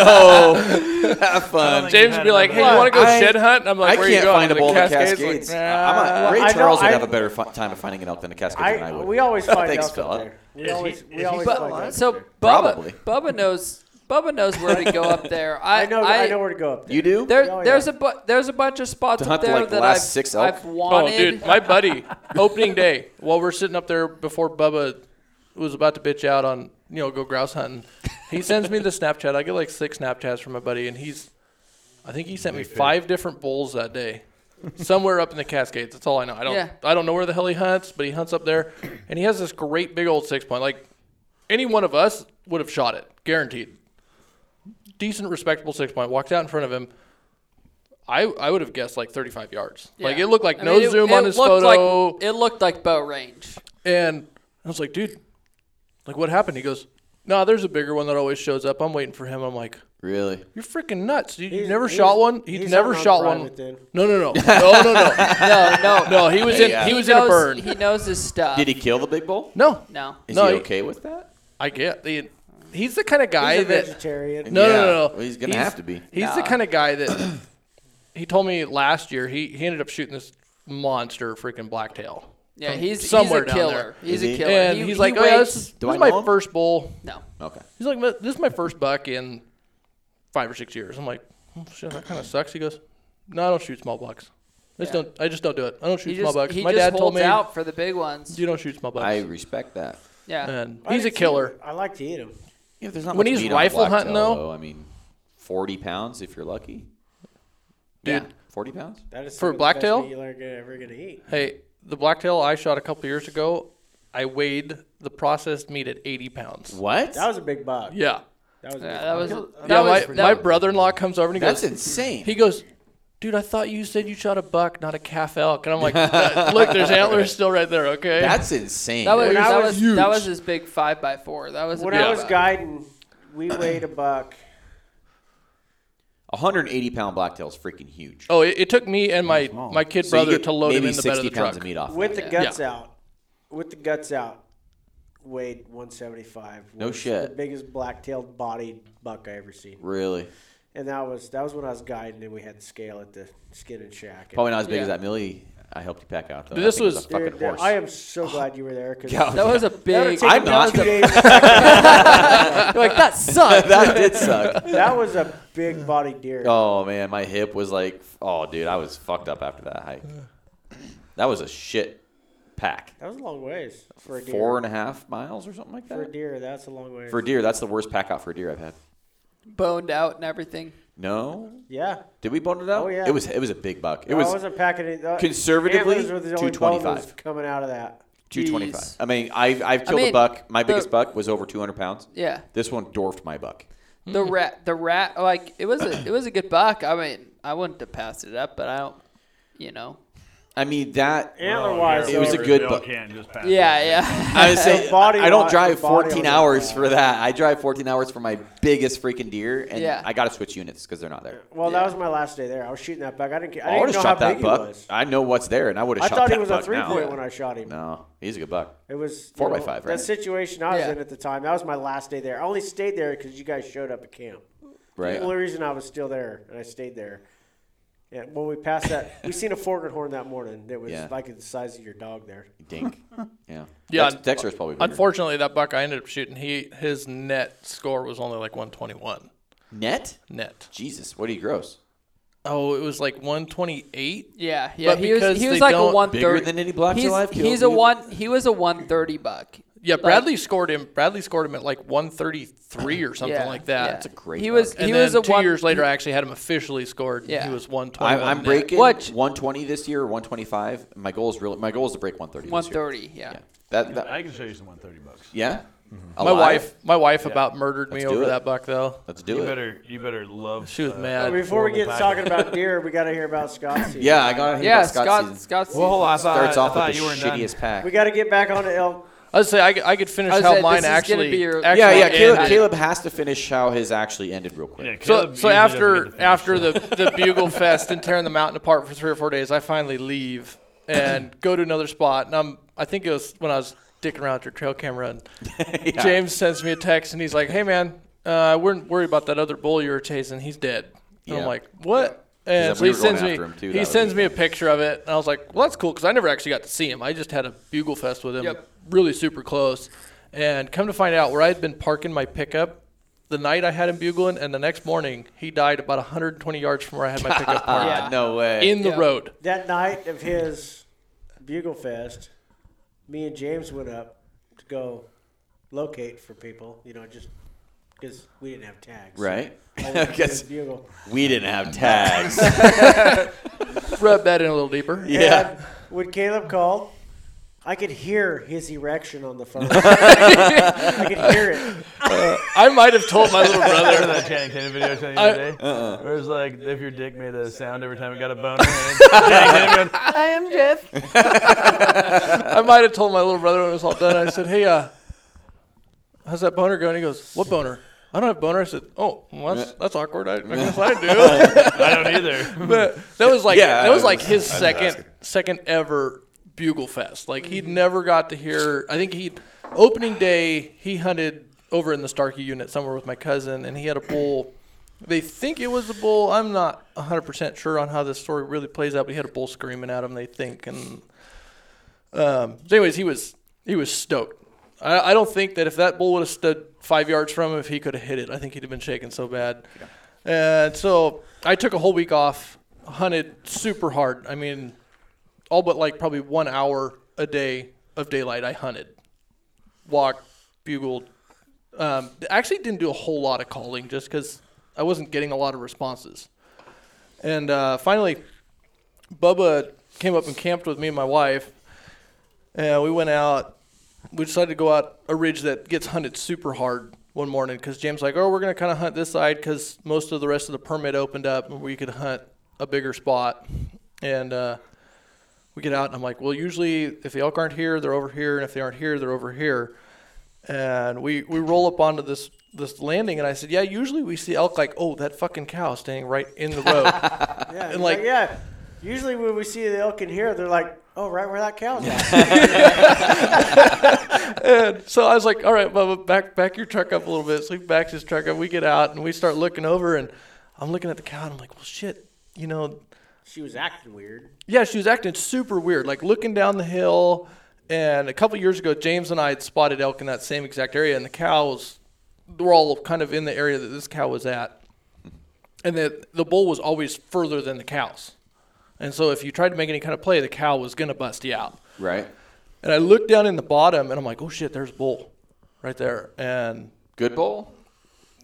Speaker 3: No. Have fun.
Speaker 2: James would be like, "Hey, you want to go
Speaker 3: I-
Speaker 2: shed hunt?" And I'm
Speaker 3: I
Speaker 2: like, "Where you
Speaker 3: can't
Speaker 2: going?"
Speaker 3: find a
Speaker 2: The
Speaker 3: bull in
Speaker 2: Cascades? Like,
Speaker 3: Cascades.
Speaker 2: nah.
Speaker 3: I'm a, Ray
Speaker 1: I know-
Speaker 3: Charles would
Speaker 1: I-
Speaker 3: have a better fi- time of finding an elk than a Cascades than I
Speaker 1: I,
Speaker 3: would.
Speaker 1: we always find
Speaker 3: Thanks,
Speaker 1: out
Speaker 3: fella.
Speaker 1: something. We always, we always
Speaker 4: But-
Speaker 1: find out.
Speaker 4: so Bubba,
Speaker 3: Probably.
Speaker 4: Bubba knows Bubba knows where to go up there. I,
Speaker 1: I know, I, know where to go up there.
Speaker 3: you do?
Speaker 4: There,
Speaker 1: Oh, yeah.
Speaker 4: there's a bu- there's a bunch of spots
Speaker 3: To
Speaker 4: up
Speaker 3: hunt the,
Speaker 4: there
Speaker 3: like,
Speaker 4: that
Speaker 3: last
Speaker 4: I've,
Speaker 3: six elk?
Speaker 4: I've
Speaker 2: Oh,
Speaker 4: wanted.
Speaker 2: dude, my buddy, opening day, while we're sitting up there before Bubba was about to bitch out on, you know, go grouse hunting, he sends me the Snapchat. I get like six Snapchats from my buddy, and he's, I think he sent me five different bulls that day, somewhere up in the Cascades. That's all I know. I don't,
Speaker 4: Yeah.
Speaker 2: I don't know where the hell he hunts, but he hunts up there, and he has this great big old six point. Like any one of us would have shot it, guaranteed. Decent, respectable six point. Walks out in front of him. I, I would have guessed like 35 yards. Like
Speaker 4: Yeah.
Speaker 2: it looked like
Speaker 4: I
Speaker 2: no
Speaker 4: mean, it-
Speaker 2: zoom
Speaker 4: it
Speaker 2: on his
Speaker 4: looked
Speaker 2: photo.
Speaker 4: Like, it looked like bow range.
Speaker 2: And I was like, dude, like what happened? He goes, no, there's a bigger one that always shows up. I'm waiting for him. I'm like,
Speaker 3: really?
Speaker 2: you're freaking nuts. You you
Speaker 1: He's-
Speaker 2: never
Speaker 1: he's-
Speaker 2: shot one. He's
Speaker 1: he's
Speaker 2: never
Speaker 1: hunting on
Speaker 2: shot one.
Speaker 1: private then.
Speaker 2: No, no, no, no, no, no,
Speaker 4: No, no,
Speaker 2: no. He was in.
Speaker 3: Yeah.
Speaker 2: He was in
Speaker 4: knows,
Speaker 2: a burn.
Speaker 4: He knows his stuff.
Speaker 3: Did he kill the big bull?
Speaker 2: no,
Speaker 4: No.
Speaker 3: Is
Speaker 2: No,
Speaker 3: he
Speaker 2: he-
Speaker 3: okay with that?
Speaker 2: I get. The, he's the kind of guy
Speaker 1: He's a
Speaker 2: that.
Speaker 1: vegetarian.
Speaker 2: No,
Speaker 3: Yeah.
Speaker 2: no, no, no.
Speaker 3: Well, he's gonna have to be.
Speaker 2: He's the kind of guy that. he told me last year he he ended up shooting this monster freaking blacktail.
Speaker 4: Yeah,
Speaker 2: from
Speaker 4: he's
Speaker 2: somewhere
Speaker 4: he's a
Speaker 2: down
Speaker 4: killer.
Speaker 2: there.
Speaker 4: He's
Speaker 3: Is he?
Speaker 4: a killer.
Speaker 2: And
Speaker 4: He-
Speaker 2: he's
Speaker 4: he
Speaker 2: like, oh, yeah,
Speaker 4: waits-
Speaker 2: this is,
Speaker 3: Do
Speaker 2: this
Speaker 3: I
Speaker 2: is my
Speaker 3: know him?"
Speaker 2: first bull.
Speaker 4: no.
Speaker 3: Okay.
Speaker 2: He's like, "This is my first buck in five or six years." I'm like, "Hmm, "Shit, that kind of sucks." He goes, "No, I don't shoot small bucks. I just
Speaker 4: Yeah.
Speaker 2: don't. I just don't do it. I don't shoot
Speaker 4: He
Speaker 2: small
Speaker 4: just,
Speaker 2: bucks."
Speaker 4: he
Speaker 2: My
Speaker 4: just
Speaker 2: dad
Speaker 4: holds
Speaker 2: told me,
Speaker 4: out for the big ones.
Speaker 2: "You don't shoot small bucks."
Speaker 3: I respect that.
Speaker 4: Yeah.
Speaker 2: and
Speaker 1: I
Speaker 2: he's a
Speaker 1: like to
Speaker 2: killer.
Speaker 1: eat- I like to eat them.
Speaker 3: Yeah, there's not
Speaker 2: When
Speaker 3: much
Speaker 2: he's
Speaker 3: meat on a
Speaker 2: rifle hunting,
Speaker 3: blacktail,
Speaker 2: though-
Speaker 3: I mean, 40 pounds if you're lucky.
Speaker 2: Dude,
Speaker 4: Yeah.
Speaker 3: 40 pounds?
Speaker 1: That is
Speaker 2: For
Speaker 1: some of the best
Speaker 2: blacktail?
Speaker 1: meat You're like, uh, ever gonna eat?
Speaker 2: hey, the blacktail I shot a couple years ago, I weighed the processed meat at 80 pounds.
Speaker 3: What?
Speaker 1: That was a big buck.
Speaker 2: Yeah,
Speaker 1: That was. A big
Speaker 4: Yeah,
Speaker 1: buck.
Speaker 4: that was that
Speaker 2: yeah.
Speaker 4: was
Speaker 2: my
Speaker 4: that
Speaker 2: my
Speaker 4: was-
Speaker 2: brother-in-law comes over and he
Speaker 3: That's
Speaker 2: goes,
Speaker 3: insane.
Speaker 2: He goes, dude, I thought you said you shot a buck, not a calf elk. And I'm like, look, there's antlers still right there. Okay.
Speaker 3: That's insane.
Speaker 4: that was
Speaker 1: When I
Speaker 4: that
Speaker 1: was
Speaker 4: was that was his big five by four. That was a
Speaker 1: when
Speaker 4: big
Speaker 1: I was
Speaker 4: buck.
Speaker 1: guiding, we weighed a buck.
Speaker 3: 180 pound blacktail is freaking huge.
Speaker 2: oh, it, it took me and my my kid
Speaker 3: So you
Speaker 2: brother
Speaker 3: get
Speaker 2: to load him
Speaker 3: maybe
Speaker 2: in the bed of the
Speaker 3: pounds
Speaker 2: truck.
Speaker 3: of meat off. of
Speaker 1: With
Speaker 3: it.
Speaker 1: the guts out, with the guts out, weighed 175.
Speaker 3: No
Speaker 1: Was
Speaker 3: shit.
Speaker 1: The biggest black-tailed bodied buck I ever seen,
Speaker 3: Really?
Speaker 1: and that was that was when I was guiding, and we had the scale at the skin and shack. And
Speaker 3: Probably not as big as
Speaker 4: Yeah.
Speaker 3: that Millie I helped you pack out. Though.
Speaker 2: Dude, this
Speaker 3: I think it
Speaker 2: was-
Speaker 3: a fucking
Speaker 1: Dude,
Speaker 3: horse.
Speaker 1: I am so glad you were there because
Speaker 3: Yeah.
Speaker 4: That was a big.
Speaker 3: I'm not.
Speaker 1: Two days.
Speaker 4: You're like that sucked.
Speaker 3: that did suck.
Speaker 1: that was a big body deer.
Speaker 3: Oh man, my hip was like, oh dude, I was fucked up after that hike. That was a shit pack.
Speaker 1: That was a long ways for a deer.
Speaker 3: Four and a half miles or something like
Speaker 1: for a
Speaker 3: that.
Speaker 1: deer, that's a long way.
Speaker 3: For deer, that's the worst pack out for deer I've had.
Speaker 4: Boned out and everything.
Speaker 3: No,
Speaker 1: yeah.
Speaker 3: did we bone it out?
Speaker 1: Oh, yeah.
Speaker 3: It was it was a big buck. It
Speaker 1: No, I
Speaker 3: was
Speaker 1: wasn't packing it. uh,
Speaker 3: conservatively,
Speaker 1: antlers were the only bone that was
Speaker 3: 225.
Speaker 1: coming out of that.
Speaker 3: two twenty five.
Speaker 4: Jeez.
Speaker 3: I mean, I've I've killed
Speaker 4: mean,
Speaker 3: a buck. My
Speaker 4: the-
Speaker 3: biggest buck was over two hundred pounds.
Speaker 4: Yeah.
Speaker 3: This one dwarfed my buck.
Speaker 4: The rat, the rat, like it was a, it was a good buck. I mean, I wouldn't have passed it up, but I don't, you know.
Speaker 3: I mean that.
Speaker 1: Antler wise,
Speaker 3: It was a good buck.
Speaker 5: Can't just pass
Speaker 4: Yeah, yeah.
Speaker 3: I would say
Speaker 1: The body
Speaker 3: I don't
Speaker 1: wa-
Speaker 3: drive
Speaker 1: the body
Speaker 3: 14
Speaker 1: was
Speaker 3: hours
Speaker 1: a-
Speaker 3: for that. I drive 14 hours for my biggest freaking deer, and
Speaker 4: Yeah.
Speaker 3: I got to switch units because they're not there.
Speaker 1: Well,
Speaker 4: Yeah.
Speaker 1: that was my last day there. I was shooting that buck. I didn't. ca-
Speaker 3: I,
Speaker 1: I
Speaker 3: would
Speaker 1: didn't
Speaker 3: have
Speaker 1: know how
Speaker 3: shot
Speaker 1: big
Speaker 3: that
Speaker 1: he
Speaker 3: buck.
Speaker 1: was.
Speaker 3: I know what's there, and I would have
Speaker 1: I
Speaker 3: shot
Speaker 1: thought
Speaker 3: that
Speaker 1: he was a
Speaker 3: buck
Speaker 1: three
Speaker 3: now.
Speaker 1: point when I shot him.
Speaker 3: No, he's a good buck.
Speaker 1: It was
Speaker 3: Four
Speaker 1: you
Speaker 3: by
Speaker 1: know,
Speaker 3: five, right?
Speaker 1: That situation I was
Speaker 4: Yeah.
Speaker 1: in at the time. That was my last day there. I only stayed there because you guys showed up at camp.
Speaker 3: Right.
Speaker 1: The only reason I was still there and I stayed there. Yeah, when we passed that, we seen a forked horn that morning that was
Speaker 3: Yeah.
Speaker 1: like the size of your dog there.
Speaker 3: Dink. Yeah.
Speaker 2: Yeah,
Speaker 3: Dex- Dexter's probably bigger.
Speaker 2: Unfortunately, that buck I ended up shooting, he his net score was only like 121
Speaker 3: Net?
Speaker 2: net.
Speaker 3: Jesus, what do you gross?
Speaker 2: Oh, it was like 128.
Speaker 4: Yeah, yeah.
Speaker 2: But
Speaker 4: he was
Speaker 2: because
Speaker 4: he was
Speaker 2: they
Speaker 4: like a
Speaker 2: don't-
Speaker 4: one
Speaker 3: Bigger
Speaker 4: thirty.
Speaker 3: than any blacks
Speaker 4: he's,
Speaker 3: alive killed,
Speaker 4: He's a
Speaker 3: dude.
Speaker 4: one. He was a one thirty buck.
Speaker 2: Yeah, Bradley scored him. Bradley scored him at like 133 or something
Speaker 4: Yeah,
Speaker 2: like that.
Speaker 4: yeah.
Speaker 2: It's a-
Speaker 3: great
Speaker 4: He was
Speaker 2: And
Speaker 4: he
Speaker 2: then
Speaker 4: was a
Speaker 2: two
Speaker 4: one,
Speaker 2: years later, I actually had him officially scored. and
Speaker 4: Yeah.
Speaker 2: he was 121.
Speaker 3: I'm, I'm
Speaker 2: net.
Speaker 3: breaking
Speaker 4: What?
Speaker 3: 120 this year, 125. My goal is really my goal is to break 130.
Speaker 4: one
Speaker 3: this year.
Speaker 4: thirty. Yeah.
Speaker 3: Yeah. That, that
Speaker 5: I can show you some 130 bucks.
Speaker 3: yeah.
Speaker 2: My
Speaker 3: Alive?
Speaker 2: wife, my wife about murdered
Speaker 3: Let's
Speaker 2: me
Speaker 3: do
Speaker 2: over
Speaker 3: it.
Speaker 2: that buck though.
Speaker 3: Let's
Speaker 5: You
Speaker 3: do it.
Speaker 5: better, you better love.
Speaker 2: She was
Speaker 5: uh,
Speaker 2: mad.
Speaker 1: Before we get
Speaker 5: Horrible
Speaker 1: talking about deer, we got to hear about Scott's. season.
Speaker 3: Yeah, I got
Speaker 4: Yeah,
Speaker 3: Scott.
Speaker 4: Scott
Speaker 3: season.
Speaker 4: Scott's
Speaker 5: Well, I thought,
Speaker 3: starts
Speaker 5: I
Speaker 3: off
Speaker 5: thought
Speaker 3: with the
Speaker 5: you were
Speaker 3: shittiest pack.
Speaker 1: we got to get back on to elk.
Speaker 2: I would say I, could- I could finish
Speaker 4: I
Speaker 2: how
Speaker 4: said,
Speaker 2: mine
Speaker 4: this is gonna
Speaker 2: actually.
Speaker 4: be your-
Speaker 2: actually
Speaker 3: Yeah, yeah.
Speaker 4: Actually,
Speaker 3: Caleb,
Speaker 4: ended.
Speaker 3: Caleb has to finish how his actually ended real quick.
Speaker 5: Yeah,
Speaker 2: So,
Speaker 5: Caleb
Speaker 2: so
Speaker 5: usually doesn't
Speaker 2: after
Speaker 5: get to finish.
Speaker 2: after the, the bugle fest and tearing the mountain apart for three or four days, I finally leave and go to another spot. And I'm I think it was when I was dicking around with your trail camera, and
Speaker 3: Yeah.
Speaker 2: James sends me a text and he's like, "Hey man, uh, we're worried about that other bull you were chasing. He's dead." And
Speaker 3: Yeah.
Speaker 2: I'm like, "What?"
Speaker 3: Yeah,
Speaker 2: And so
Speaker 3: we
Speaker 2: he
Speaker 3: were going
Speaker 2: sends
Speaker 3: after him, too.
Speaker 2: me
Speaker 3: That
Speaker 2: he
Speaker 3: was
Speaker 2: sends me a picture of it, and I was like, "Well, that's cool," because I never actually got to see him. I just had a bugle fest with him,
Speaker 4: Yep.
Speaker 2: really super close. And come to find out, where I had been parking my pickup the night I had him bugling, and the next morning he died about 120 yards from where I had my pickup parked
Speaker 3: Ah,
Speaker 4: Yeah.
Speaker 3: No way.
Speaker 2: in the
Speaker 4: Yeah.
Speaker 2: road.
Speaker 1: That night of his bugle fest, me and James went up to go locate for people. You know, just because we didn't have tags.
Speaker 3: right?
Speaker 1: I went up to his
Speaker 3: Because
Speaker 1: bugle.
Speaker 3: we didn't have tags.
Speaker 2: Rub that in a little deeper.
Speaker 3: yeah.
Speaker 1: And when Caleb called, I could hear his erection on the phone. I could hear it.
Speaker 2: I might have told my little brother.
Speaker 5: Remember that Channing Tatum video I sent you the other day? Where it was like, if your dick made a sound every time it got a bone. in it, Channing Tatum goes,
Speaker 4: I am Jeff.
Speaker 2: I might have told my little brother when it was all done. I said, "Hey, uh, how's that boner going?" He goes, "What boner?" I don't have boner. I said, "Oh, well, that's that's awkward. I, I guess I do."
Speaker 5: I don't either.
Speaker 2: but that was like
Speaker 3: Yeah,
Speaker 2: that was
Speaker 3: I
Speaker 2: like
Speaker 3: was-
Speaker 2: his second second ever bugle fest. Like he'd never got to hear. I think he opening day he hunted over in the Starkey unit somewhere with my cousin, and he had a bull. They think it was a bull. I'm not 100% sure on how this story really plays out, but he had a bull screaming at him. They think, and um, so anyways, he was he was stoked. I, I don't think that if that bull would have stood five yards from him, if he could have hit it, I think he'd have been shaken so bad. And so I took a whole week off, hunted super hard. I mean, all but like probably one hour a day of daylight, I hunted, walked, bugled. Um, actually, didn't do a whole lot of calling just because I wasn't getting a lot of responses. And uh, finally, Bubba came up and camped with me and my wife, and we went out. We decided to go out a ridge that gets hunted super hard one morning because James like, oh, we're gonna kind of hunt this side because most of the rest of the permit opened up and we could hunt a bigger spot. And uh, we get out and I'm like, well, usually if the elk aren't here, they're over here, and if they aren't here, they're over here. And we we roll up onto this this landing, and I said, yeah, usually we see elk like, oh, that fucking cow standing right in the road.
Speaker 1: Yeah,
Speaker 2: And
Speaker 1: like,
Speaker 2: like-
Speaker 1: yeah. Usually when we see the elk in here, they're like, "Oh, right where that cow's at."
Speaker 2: so I was like, all right, Bubba, back back your truck up a little bit. So he backs his truck up. We get out and we start looking over, and I'm looking at the cow, and I'm like, well, shit, you know,
Speaker 1: She was acting weird.
Speaker 2: Yeah, she was acting super weird, like looking down the hill. And a couple years ago, James and I had spotted elk in that same exact area, and the cows were all kind of in the area that this cow was at. And the, the bull was always further than the cows. And so if you tried to make any kind of play, the cow was going to bust you out.
Speaker 3: Right.
Speaker 2: And I looked down in the bottom, and I'm like, oh shit, there's a bull right there. And
Speaker 3: Good bowl.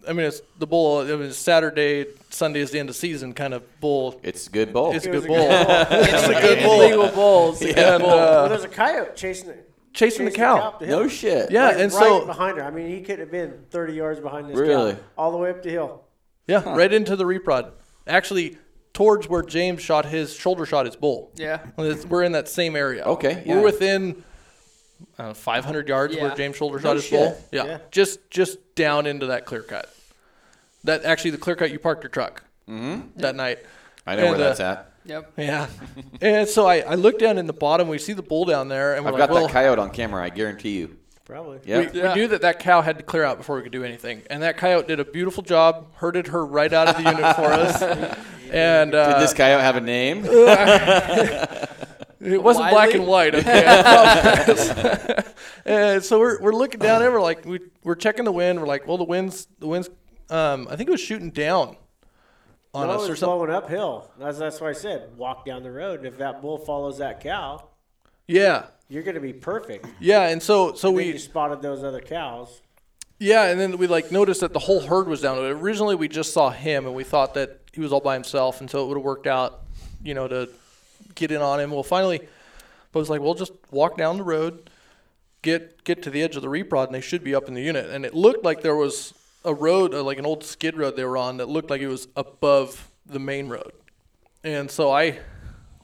Speaker 2: I mean, it's the bull, it was Saturday, Sunday is the end of season kind of bull.
Speaker 3: It's good bowl.
Speaker 2: It's a good bull. it's a good bull.
Speaker 4: Legal bulls.
Speaker 2: And, uh,
Speaker 1: well, there's a coyote chasing the
Speaker 2: chasing the cow.
Speaker 1: up the hill.
Speaker 3: no shit.
Speaker 2: Yeah,
Speaker 1: Like,
Speaker 2: and
Speaker 1: right
Speaker 2: so
Speaker 1: behind her. I mean, he could have been 30 yards behind this
Speaker 3: Really?
Speaker 1: cow, all the way up the hill.
Speaker 2: yeah, right into the reprod. Actually, towards where James shot his shoulder shot his bull.
Speaker 4: Yeah.
Speaker 2: Well, it's- we're in that same area.
Speaker 3: Okay,
Speaker 2: we're
Speaker 3: yeah.
Speaker 2: within I don't know, 500 yards
Speaker 4: Yeah.
Speaker 2: where James shoulder
Speaker 3: No
Speaker 2: shot his
Speaker 3: shit.
Speaker 2: bull. Yeah.
Speaker 1: Yeah.
Speaker 2: just just down into that clear cut. That actually the clear cut you parked your truck
Speaker 3: Mm-hmm.
Speaker 2: that night.
Speaker 3: I know where
Speaker 2: And, uh,
Speaker 3: that's at.
Speaker 4: Yep.
Speaker 2: Yeah, and so I, I look down in the bottom. We see the bull down there, and we're
Speaker 3: I've
Speaker 2: like,
Speaker 3: got
Speaker 2: "Well,
Speaker 3: that coyote on camera. I guarantee you.
Speaker 1: Probably.
Speaker 3: Yeah.
Speaker 2: We,
Speaker 4: Yeah.
Speaker 2: we knew that that cow had to clear out before we could do anything, and that coyote did a beautiful job. Herded her right out of the unit for us, and uh,
Speaker 3: Did this coyote have a name?
Speaker 2: it wasn't black
Speaker 4: Wiley?
Speaker 2: and white. Okay, I promise. and so we're, we're looking down, and we're like, we, we're checking the wind. We're like, well, the wind's the wind's. Um, I think it was shooting down on
Speaker 1: No,
Speaker 2: us or
Speaker 1: it's
Speaker 2: something.
Speaker 1: blowing uphill. That's, that's why I said walk down the road. And if that bull follows that cow,
Speaker 2: Yeah,
Speaker 1: you're going to be perfect.
Speaker 2: yeah, and so so
Speaker 1: We
Speaker 2: we
Speaker 1: you spotted those other cows.
Speaker 2: Yeah, and then we like noticed that the whole herd was down. Originally, we just saw him, and we thought that he was all by himself, and so it would have worked out, you know, to get in on him. Well, finally, I was like, "Well, just walk down the road, get get to the edge of the reprod, and they should be up in the unit." And it looked like there was a road, uh, like an old skid road they were on, that looked like it was above the main road. And so I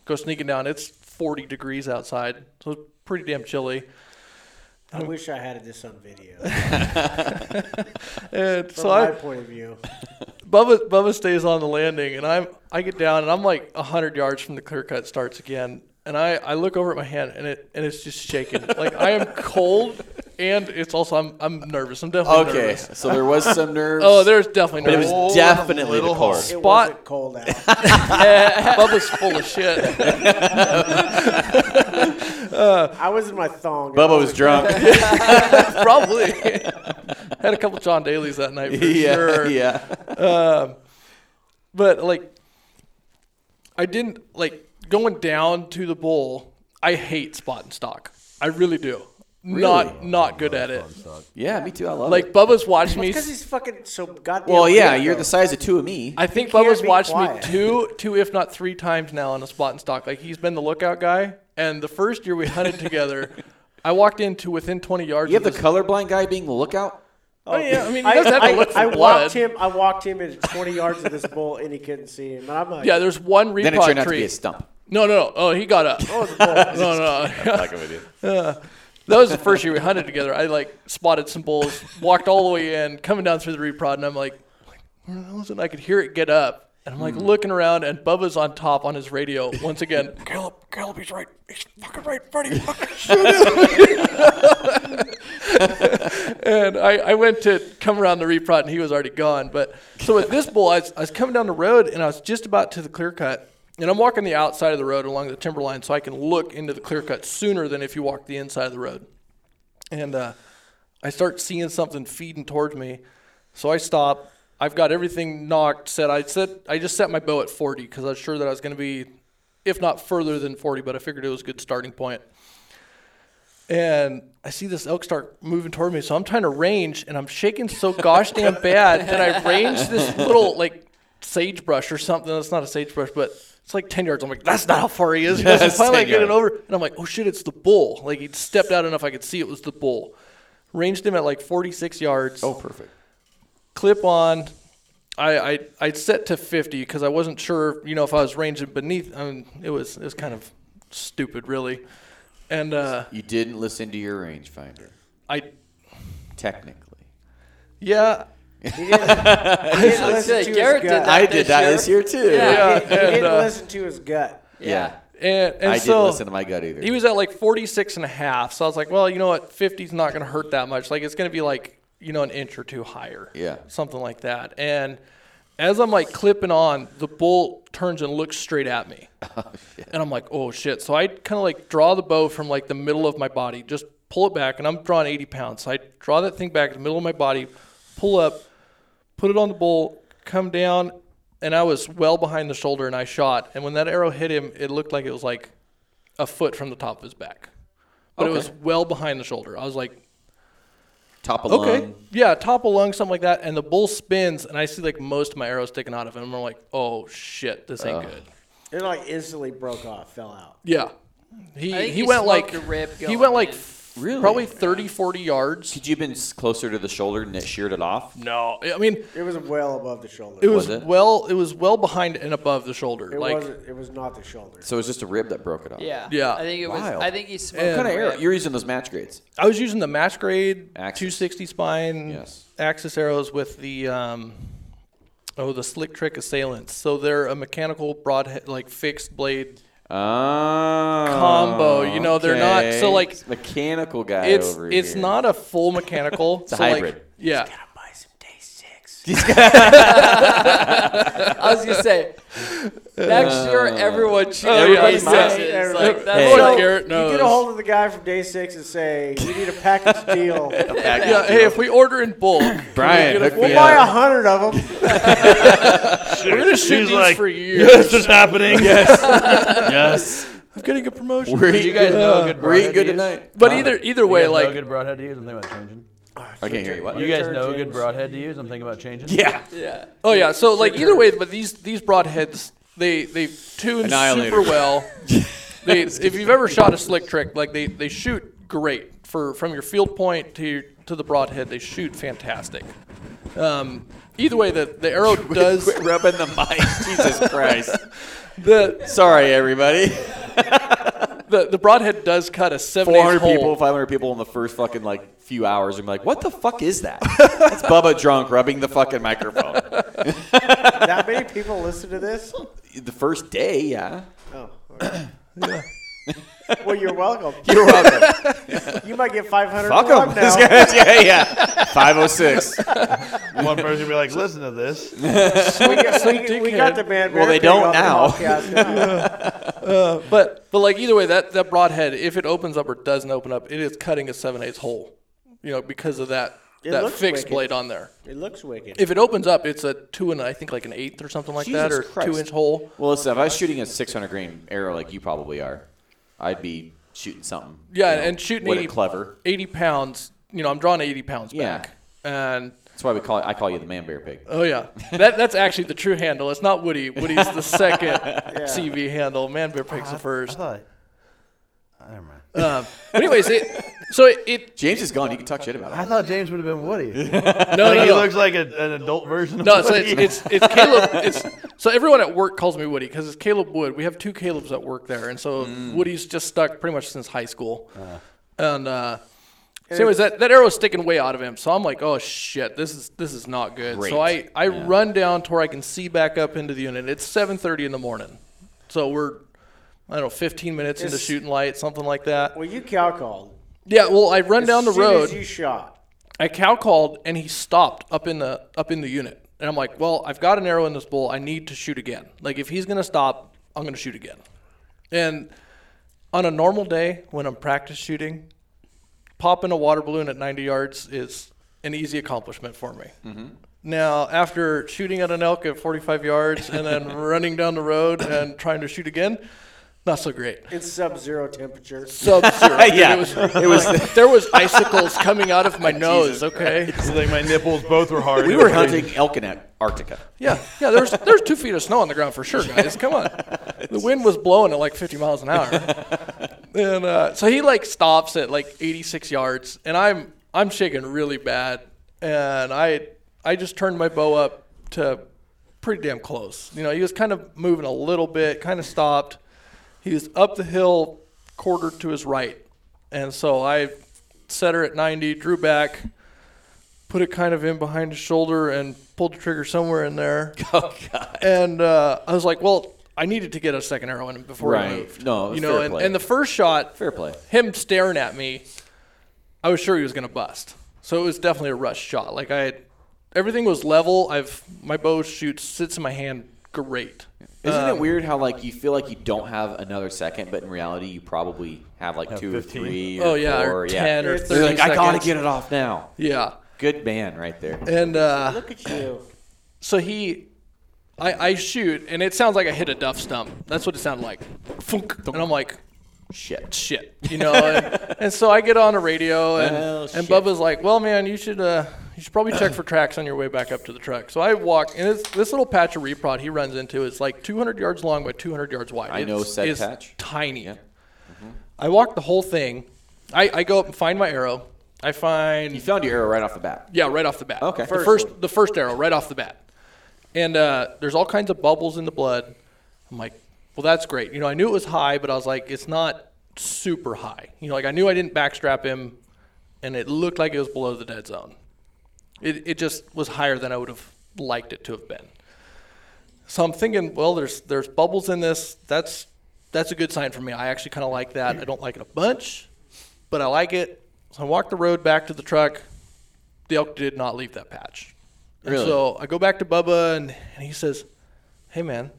Speaker 2: go sneaking down. It's 40 degrees outside, so it's pretty damn chilly.
Speaker 1: I wish I had this on video.
Speaker 2: And
Speaker 1: From
Speaker 2: so
Speaker 1: my
Speaker 2: I,
Speaker 1: point of view,
Speaker 2: Bubba Bubba stays on the landing, and I'm I get down, and I'm like hundred yards from the clear cut starts again, and I, I look over at my hand, and it and it's just shaking. like I am cold, and it's also I'm I'm nervous. I'm definitely
Speaker 3: okay.
Speaker 2: nervous.
Speaker 3: So there was some nerves.
Speaker 2: Oh, there's definitely
Speaker 3: But it
Speaker 2: nerves.
Speaker 3: was definitely the
Speaker 5: little
Speaker 3: cold.
Speaker 1: it
Speaker 2: Spot-
Speaker 1: wasn't cold out.
Speaker 2: Bubba's full of shit.
Speaker 1: I was in my thong.
Speaker 3: Bubba was drunk.
Speaker 2: Probably had a couple John Daly's that night for
Speaker 3: yeah.
Speaker 2: sure.
Speaker 3: Yeah.
Speaker 2: But like, I didn't like going down to the bowl. I hate spot and stock. I really do. Not not good at it.
Speaker 3: Yeah. Me too. I love
Speaker 2: Like
Speaker 3: it.
Speaker 2: Bubba's watched me.
Speaker 1: Because he's fucking so goddamn.
Speaker 3: Well, yeah.
Speaker 1: big,
Speaker 3: You're
Speaker 1: though.
Speaker 3: the size of two of me.
Speaker 2: I think
Speaker 1: can't
Speaker 2: Bubba's
Speaker 1: be
Speaker 2: watched
Speaker 1: quiet.
Speaker 2: me two, two if not three times now on a spot and stock. Like he's been the lookout guy, and the first year we hunted together, I walked into within 20 yards.
Speaker 3: you have
Speaker 2: of
Speaker 3: the
Speaker 2: this-
Speaker 3: colorblind guy being the lookout.
Speaker 2: Oh, yeah, I mean, he
Speaker 1: I,
Speaker 2: doesn't have to
Speaker 1: I-
Speaker 2: look for
Speaker 1: I
Speaker 2: blood.
Speaker 1: walked him. I walked him into 20 yards of this bull, and he couldn't see him. And I'm like,
Speaker 2: Yeah, there's one
Speaker 3: Then it turned
Speaker 2: repot
Speaker 3: out to be
Speaker 2: tree.
Speaker 3: a stump.
Speaker 2: No, no, no. Oh, he got up.
Speaker 1: oh, it's a bull.
Speaker 2: No, no. Uh,
Speaker 3: Like I'm with you.
Speaker 2: That was the first year we hunted together. I like spotted some bulls, walked all the way in, coming down through the reprod, and I'm like, like where the hell is it? And I could hear it get up, and I'm like
Speaker 3: Hmm.
Speaker 2: looking around, and Bubba's on top on his radio once again. Caleb, Caleb, he's right, he's fucking right, in front of you. Fucking shoot him. and I, I went to come around the reprod, and he was already gone. But so with this bull, I was, I was coming down the road, and I was just about to the clear cut. And I'm walking the outside of the road along the timber line so I can look into the clear cut sooner than if you walk the inside of the road and uh, I start seeing something feeding towards me. So I stop. I've got everything knocked. Set. I set. I just set my bow at 40 because I was sure that I was going to be, if not further than 40, but I figured it was a good starting point. And I see this elk start moving toward me, so I'm trying to range, and I'm shaking so gosh damn bad that I range this little like sagebrush or something. It's not a sagebrush, but it's like 10 yards. I'm like, that's not how far he is.
Speaker 3: That's
Speaker 2: And finally, I
Speaker 3: 10
Speaker 2: get it
Speaker 3: yards.
Speaker 2: over over, and I'm like, oh shit, it's the bull. Like he'd stepped out enough I could see it was the bull. Ranged him at like 46 yards. Oh,
Speaker 3: perfect.
Speaker 2: Clip on. I I I set to 50 because I wasn't sure, you know, if I was ranging beneath. I mean, it was it was kind of stupid, really. And uh,
Speaker 3: You didn't listen to your rangefinder,
Speaker 2: I
Speaker 3: technically.
Speaker 2: yeah
Speaker 1: He didn't, he didn't listen
Speaker 4: said,
Speaker 1: to
Speaker 4: Garrett
Speaker 1: his
Speaker 4: did
Speaker 1: gut.
Speaker 4: that.
Speaker 3: I did
Speaker 4: this
Speaker 3: that
Speaker 4: year.
Speaker 3: this year too.
Speaker 1: He,
Speaker 2: Yeah.
Speaker 1: he didn't
Speaker 2: and, uh,
Speaker 1: listen to his gut.
Speaker 4: Yeah.
Speaker 2: and, and
Speaker 3: I
Speaker 2: so
Speaker 3: didn't listen to my gut either.
Speaker 2: He was at like 46 and a half. So I was like, well, you know what? 50's not going to hurt that much. Like, it's going to be like, you know, an inch or two higher.
Speaker 3: Yeah.
Speaker 2: Something like that. And as I'm like clipping on, the bull turns and looks straight at me.
Speaker 3: Oh,
Speaker 2: And I'm like, oh shit. So I kind of like draw the bow from like the middle of my body, just pull it back, and I'm drawing 80 pounds. So I draw that thing back to the middle of my body, pull up, put it on the bull, come down, and I was well behind the shoulder and I shot. And when that arrow hit him, it looked like it was like a foot from the top of his back. But it was well behind the shoulder. I was like,
Speaker 3: Top of
Speaker 2: Okay.
Speaker 3: lung.
Speaker 2: Yeah, top of lung, something like that. And the bull spins, and I see like most of my arrows sticking out of him. And I'm like, oh shit, this ain't good.
Speaker 1: It like instantly broke off, fell out.
Speaker 2: Yeah. He,
Speaker 4: I
Speaker 2: he,
Speaker 4: think he
Speaker 2: went like
Speaker 4: smoked a rib
Speaker 2: he
Speaker 4: going
Speaker 2: went like
Speaker 4: in.
Speaker 2: f-
Speaker 3: Really?
Speaker 2: probably 30, 40 yards.
Speaker 3: Could you have been s- closer to the shoulder and it sheared it off?
Speaker 2: No, I mean
Speaker 1: It was well above the shoulder.
Speaker 2: it was,
Speaker 3: Was it?
Speaker 2: well it was well behind and above the shoulder.
Speaker 1: It
Speaker 2: like
Speaker 1: wasn't. It was not the shoulder.
Speaker 3: So it was just a rib that broke it off.
Speaker 4: Yeah.
Speaker 2: Yeah.
Speaker 4: I think it was.
Speaker 3: Wild.
Speaker 4: I think he smoked.
Speaker 2: And-
Speaker 3: What kind of
Speaker 4: a
Speaker 3: arrow?
Speaker 4: rib.
Speaker 3: You're using those match grades.
Speaker 2: I was using the match grade
Speaker 3: Axis.
Speaker 2: 260 spine
Speaker 3: Yes.
Speaker 2: axis arrows with the um, oh the slick trick assailants. So they're a mechanical broadhead like fixed blade.
Speaker 3: Oh, combo.
Speaker 2: Combo, you know, they're not- so, like,
Speaker 3: mechanical guy
Speaker 2: It's
Speaker 3: over
Speaker 2: it's
Speaker 3: here.
Speaker 2: not a full mechanical. it's
Speaker 3: a hybrid.
Speaker 2: yeah.
Speaker 4: I was gonna say. Next year,
Speaker 2: Oh,
Speaker 4: everyone cheers.
Speaker 3: everybody
Speaker 1: might.
Speaker 4: It's
Speaker 1: Everybody-
Speaker 4: like, that's
Speaker 3: Hey.
Speaker 4: so-
Speaker 2: Look, Garrett
Speaker 1: you
Speaker 2: knows.
Speaker 1: get a hold of the guy from day six and say, "We need a package deal.
Speaker 2: yeah, hey, if we order in bulk,
Speaker 3: Brian, hook
Speaker 1: We'll
Speaker 3: me
Speaker 1: buy
Speaker 3: up.
Speaker 1: a hundred of them."
Speaker 2: we're gonna shoot
Speaker 7: He's
Speaker 2: these
Speaker 7: like,
Speaker 2: for years.
Speaker 7: Yes, it's happening. Yes. yes.
Speaker 2: I'm getting a promotion.
Speaker 3: We're
Speaker 5: You
Speaker 3: eating
Speaker 5: guys
Speaker 3: good,
Speaker 5: know good
Speaker 3: we're eating
Speaker 5: broadhead
Speaker 3: good
Speaker 5: is?
Speaker 3: tonight.
Speaker 2: But either either
Speaker 5: You guys
Speaker 2: way,
Speaker 5: know
Speaker 2: like
Speaker 5: good broadhead to use. I'm thinking about changing.
Speaker 3: I can't hear you. What?
Speaker 5: You guys
Speaker 1: turn,
Speaker 5: know good
Speaker 1: James.
Speaker 5: broadhead to use. I'm thinking about changing.
Speaker 3: yeah.
Speaker 4: Yeah.
Speaker 2: oh yeah, so like either way, but these these broadheads they they tune super
Speaker 3: Annihilator.
Speaker 2: well. They, if you've ever shot a slick trick, like they, they shoot great for from your field point to your, to the broadhead, they shoot fantastic. Um, either way, the the arrow does
Speaker 3: Quit rubbing the mic. Jesus Christ.
Speaker 2: the,
Speaker 3: Sorry, everybody.
Speaker 2: the the broadhead does cut a seven
Speaker 3: 400
Speaker 2: eighths hole.
Speaker 3: people, 500 people in the first fucking like few hours, and be like, "What the fuck is that?" That's Bubba drunk rubbing the fucking microphone.
Speaker 1: that many people listen to this.
Speaker 3: the first day, yeah.
Speaker 1: Oh. okay. well, you're welcome.
Speaker 3: You're welcome.
Speaker 1: You might get 500
Speaker 3: Fuck
Speaker 1: from
Speaker 3: 'em.
Speaker 1: now.
Speaker 3: yeah, yeah. 506.
Speaker 5: One person will be like, "Listen to this."
Speaker 1: we, got, we, we got the man.
Speaker 3: Well, they
Speaker 1: Bearcrate
Speaker 3: don't
Speaker 1: on the
Speaker 3: now.
Speaker 1: podcast now.
Speaker 2: But but like either way, that that broadhead, if it opens up or doesn't open up, it is cutting a seven eighths hole, you know, because of that
Speaker 1: It
Speaker 2: that
Speaker 1: looks
Speaker 2: fixed
Speaker 1: wicked.
Speaker 2: blade on there.
Speaker 1: it looks wicked.
Speaker 2: If it opens up, it's a two and I think like an eighth or something like that,
Speaker 3: Jesus
Speaker 2: or
Speaker 3: Christ.
Speaker 2: two inch hole.
Speaker 3: Well, listen, if I was shooting a 600 grain arrow like you probably are, I'd be shooting something.
Speaker 2: Yeah,
Speaker 3: you know,
Speaker 2: and shooting
Speaker 3: what
Speaker 2: 80
Speaker 3: clever.
Speaker 2: Eighty pounds, you know, I'm drawing eighty pounds
Speaker 3: Yeah.
Speaker 2: back, and
Speaker 3: That's why we call it, I call you the man bear pig.
Speaker 2: oh yeah, that that's actually the true handle. It's not Woody. Woody's the second CV handle. Man Bear picks
Speaker 3: Uh,
Speaker 2: the first.
Speaker 5: thought. I, never mind.
Speaker 2: Um, but anyways, it so it, it
Speaker 3: James is gone. You can talk shit about
Speaker 5: I
Speaker 3: him.
Speaker 5: thought James would have been Woody.
Speaker 2: no no
Speaker 5: he
Speaker 2: no.
Speaker 5: looks like a, an adult version.
Speaker 2: No,
Speaker 5: of
Speaker 2: so
Speaker 5: Woody.
Speaker 2: it's, it's it's Caleb. It's so everyone at work calls me Woody because it's Caleb Wood. We have two Calebs at work there, and so
Speaker 1: Mm.
Speaker 2: Woody's just stuck pretty much since high school. and uh, so anyways, that, that arrow's sticking way out of him. So I'm like, oh shit, this is this is not good.
Speaker 3: Great.
Speaker 2: So I I run down to where I can see back up into the unit. It's 7:30 in the morning, so we're I don't know 15 minutes into
Speaker 1: It's-
Speaker 2: shooting light, something like that.
Speaker 1: Well, you cow called.
Speaker 2: Yeah, well I run
Speaker 1: As
Speaker 2: down the
Speaker 1: soon
Speaker 2: road.
Speaker 1: As you shot.
Speaker 2: I cow called and he stopped up in the up in the unit. And I'm like, well, I've got an arrow in this bull. I need to shoot again. Like if he's gonna stop, I'm gonna shoot again. And on a normal day when I'm practice shooting, popping a water balloon at 90 yards is an easy accomplishment for me. Now, after shooting at an elk at 45 yards and then running down the road and trying to shoot again, not so great.
Speaker 1: It's sub-zero temperature.
Speaker 2: Sub zero.
Speaker 3: Yeah.
Speaker 2: it was. It was there was icicles coming out of my nose. Okay.
Speaker 5: It's like my nipples both were hard.
Speaker 3: We were hunting elk in Ar- Arctica.
Speaker 2: Yeah, yeah. There's there's two feet of snow on the ground for sure, guys. Come on, the wind was blowing at like 50 miles an hour, and uh, so he like stops at like 86 yards, and I'm I'm shaking really bad, and I I just turned my bow up to pretty damn close. You know, he was kind of moving a little bit, kind of stopped. He was up the hill, quarter to his right, and so I set her at 90, drew back. Put it kind of in behind his shoulder and pulled the trigger somewhere in there
Speaker 3: Oh, God.
Speaker 2: and uh, I was like, well, I needed to get a second arrow in him before I
Speaker 3: Right.
Speaker 2: moved.
Speaker 3: No,
Speaker 2: you
Speaker 3: fair
Speaker 2: know, and,
Speaker 3: play.
Speaker 2: and the first shot,
Speaker 3: Fair play.
Speaker 2: him staring at me, I was sure he was gonna bust. So it was definitely a rush shot. Like I had everything was level. I've my bow shoots sits in my hand great.
Speaker 3: Isn't
Speaker 1: Um,
Speaker 3: it weird how like you feel like you don't have another second, but in reality you probably have like two or
Speaker 5: 15.
Speaker 3: three. Or
Speaker 2: Oh yeah,
Speaker 3: four,
Speaker 2: or ten or
Speaker 1: It's-
Speaker 2: thirty.
Speaker 3: They're like, I gotta
Speaker 2: seconds."
Speaker 3: get it off now.
Speaker 2: Yeah,
Speaker 3: Good man, right there.
Speaker 2: and uh,
Speaker 1: Look at you.
Speaker 2: so he I, I shoot and it sounds like i hit a duff stump that's what it sounded like Funk. and i'm like
Speaker 3: Shit.
Speaker 2: shit you know and, and so i get on a radio and,
Speaker 3: Well,
Speaker 2: and
Speaker 3: shit.
Speaker 2: bubba's like well man you should uh, you should probably check for tracks on your way back up to the truck so i walk and it's, this little patch of reprod he runs into is like 200 yards long by 200 yards wide
Speaker 3: I know
Speaker 2: It's-
Speaker 3: said
Speaker 2: it's
Speaker 3: patch.
Speaker 2: tiny
Speaker 3: Yeah. Mm-hmm.
Speaker 2: i walk the whole thing I, I go up and find my arrow i find
Speaker 3: You found your arrow right off the bat.
Speaker 2: yeah, right off the bat.
Speaker 3: Okay.
Speaker 2: The first, the first arrow, right off the bat. And uh, there's all kinds of bubbles in the blood. I'm like, well, that's great. You know, I knew it was high, but I was like, it's not super high. You know, like I knew I didn't backstrap him, and it looked like it was below the dead zone. It, it just was higher than I would have liked it to have been. So I'm thinking, well, there's there's bubbles in this. That's that's a good sign for me. I actually kind of like that. I don't like it a bunch, but I like it. So I walk the road back to the truck. The elk did not leave that patch. And
Speaker 3: Really?
Speaker 2: so I go back to Bubba and, and he says, "Hey man,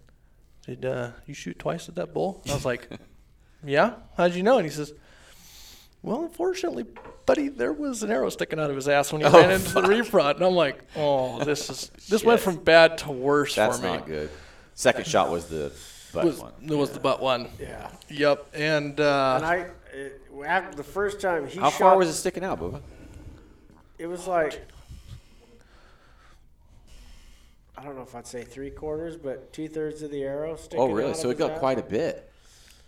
Speaker 2: did uh, you shoot twice at that bull?" And I was like, "Yeah. How'd you know?" And he says, "Well, unfortunately, buddy, there was an arrow sticking out of his ass
Speaker 3: Oh,
Speaker 2: when he ran into the reprod." And I'm like, "Oh, this is this went from bad to worse
Speaker 3: That's
Speaker 2: for me."
Speaker 3: not good. Second shot was the butt
Speaker 2: was,
Speaker 3: one.
Speaker 2: It was the butt one.
Speaker 1: Yeah.
Speaker 2: Yep. And, uh,
Speaker 1: And I, it, after the first time he
Speaker 3: How
Speaker 1: shot,
Speaker 3: far was it sticking out, Bubba?
Speaker 1: It was like I don't know if I'd say three quarters, but two thirds of the arrow sticking.
Speaker 3: Oh, really?
Speaker 1: out
Speaker 3: So
Speaker 1: of
Speaker 3: it got
Speaker 1: his
Speaker 3: quite a
Speaker 1: ass.
Speaker 3: bit.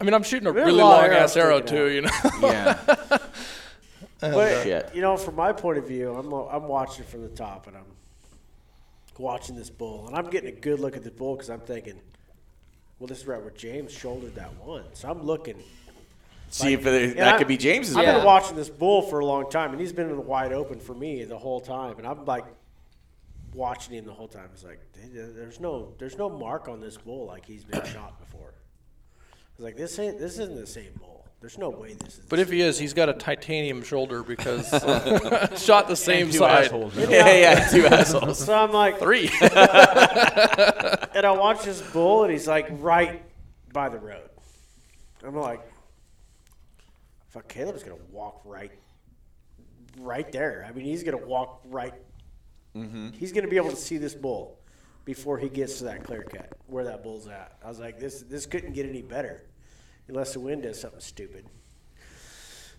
Speaker 2: I mean, I'm shooting a
Speaker 1: There's a
Speaker 2: really
Speaker 1: lot of
Speaker 2: long ass
Speaker 1: arrows
Speaker 2: arrow
Speaker 1: sticking
Speaker 2: too. You know.
Speaker 3: Yeah.
Speaker 1: But
Speaker 3: Shit.
Speaker 1: you know, from my point of view, I'm I'm watching from the top, and I'm watching this bull, and I'm getting a good look at the bull because I'm thinking, well, this is right where James shouldered that one, so I'm looking.
Speaker 3: See if it,
Speaker 1: And
Speaker 3: that
Speaker 1: I-
Speaker 3: could be James's.
Speaker 1: I've
Speaker 3: one.
Speaker 4: Yeah.
Speaker 1: been watching this bull for a long time, and he's been in the wide open for me the whole time, and I'm like watching him the whole time. It's like "Dude, there- there's no there's no mark on this bull like he's been shot before. It's like this ain't this isn't the same bull. There's no way this is.
Speaker 2: But if he is, he's got a titanium shoulder because shot the same
Speaker 5: Two
Speaker 2: side.
Speaker 5: assholes.
Speaker 3: Yeah, yeah, two assholes.
Speaker 1: so I'm like,
Speaker 2: Three.
Speaker 1: and I watch this bull, and he's like right by the road. I'm like, fuck, Caleb's gonna walk right, right there. I mean, he's gonna walk right. He's gonna be able to see this bull before he gets to that clear cut where that bull's at. I was like, this this couldn't get any better, unless the wind does something stupid.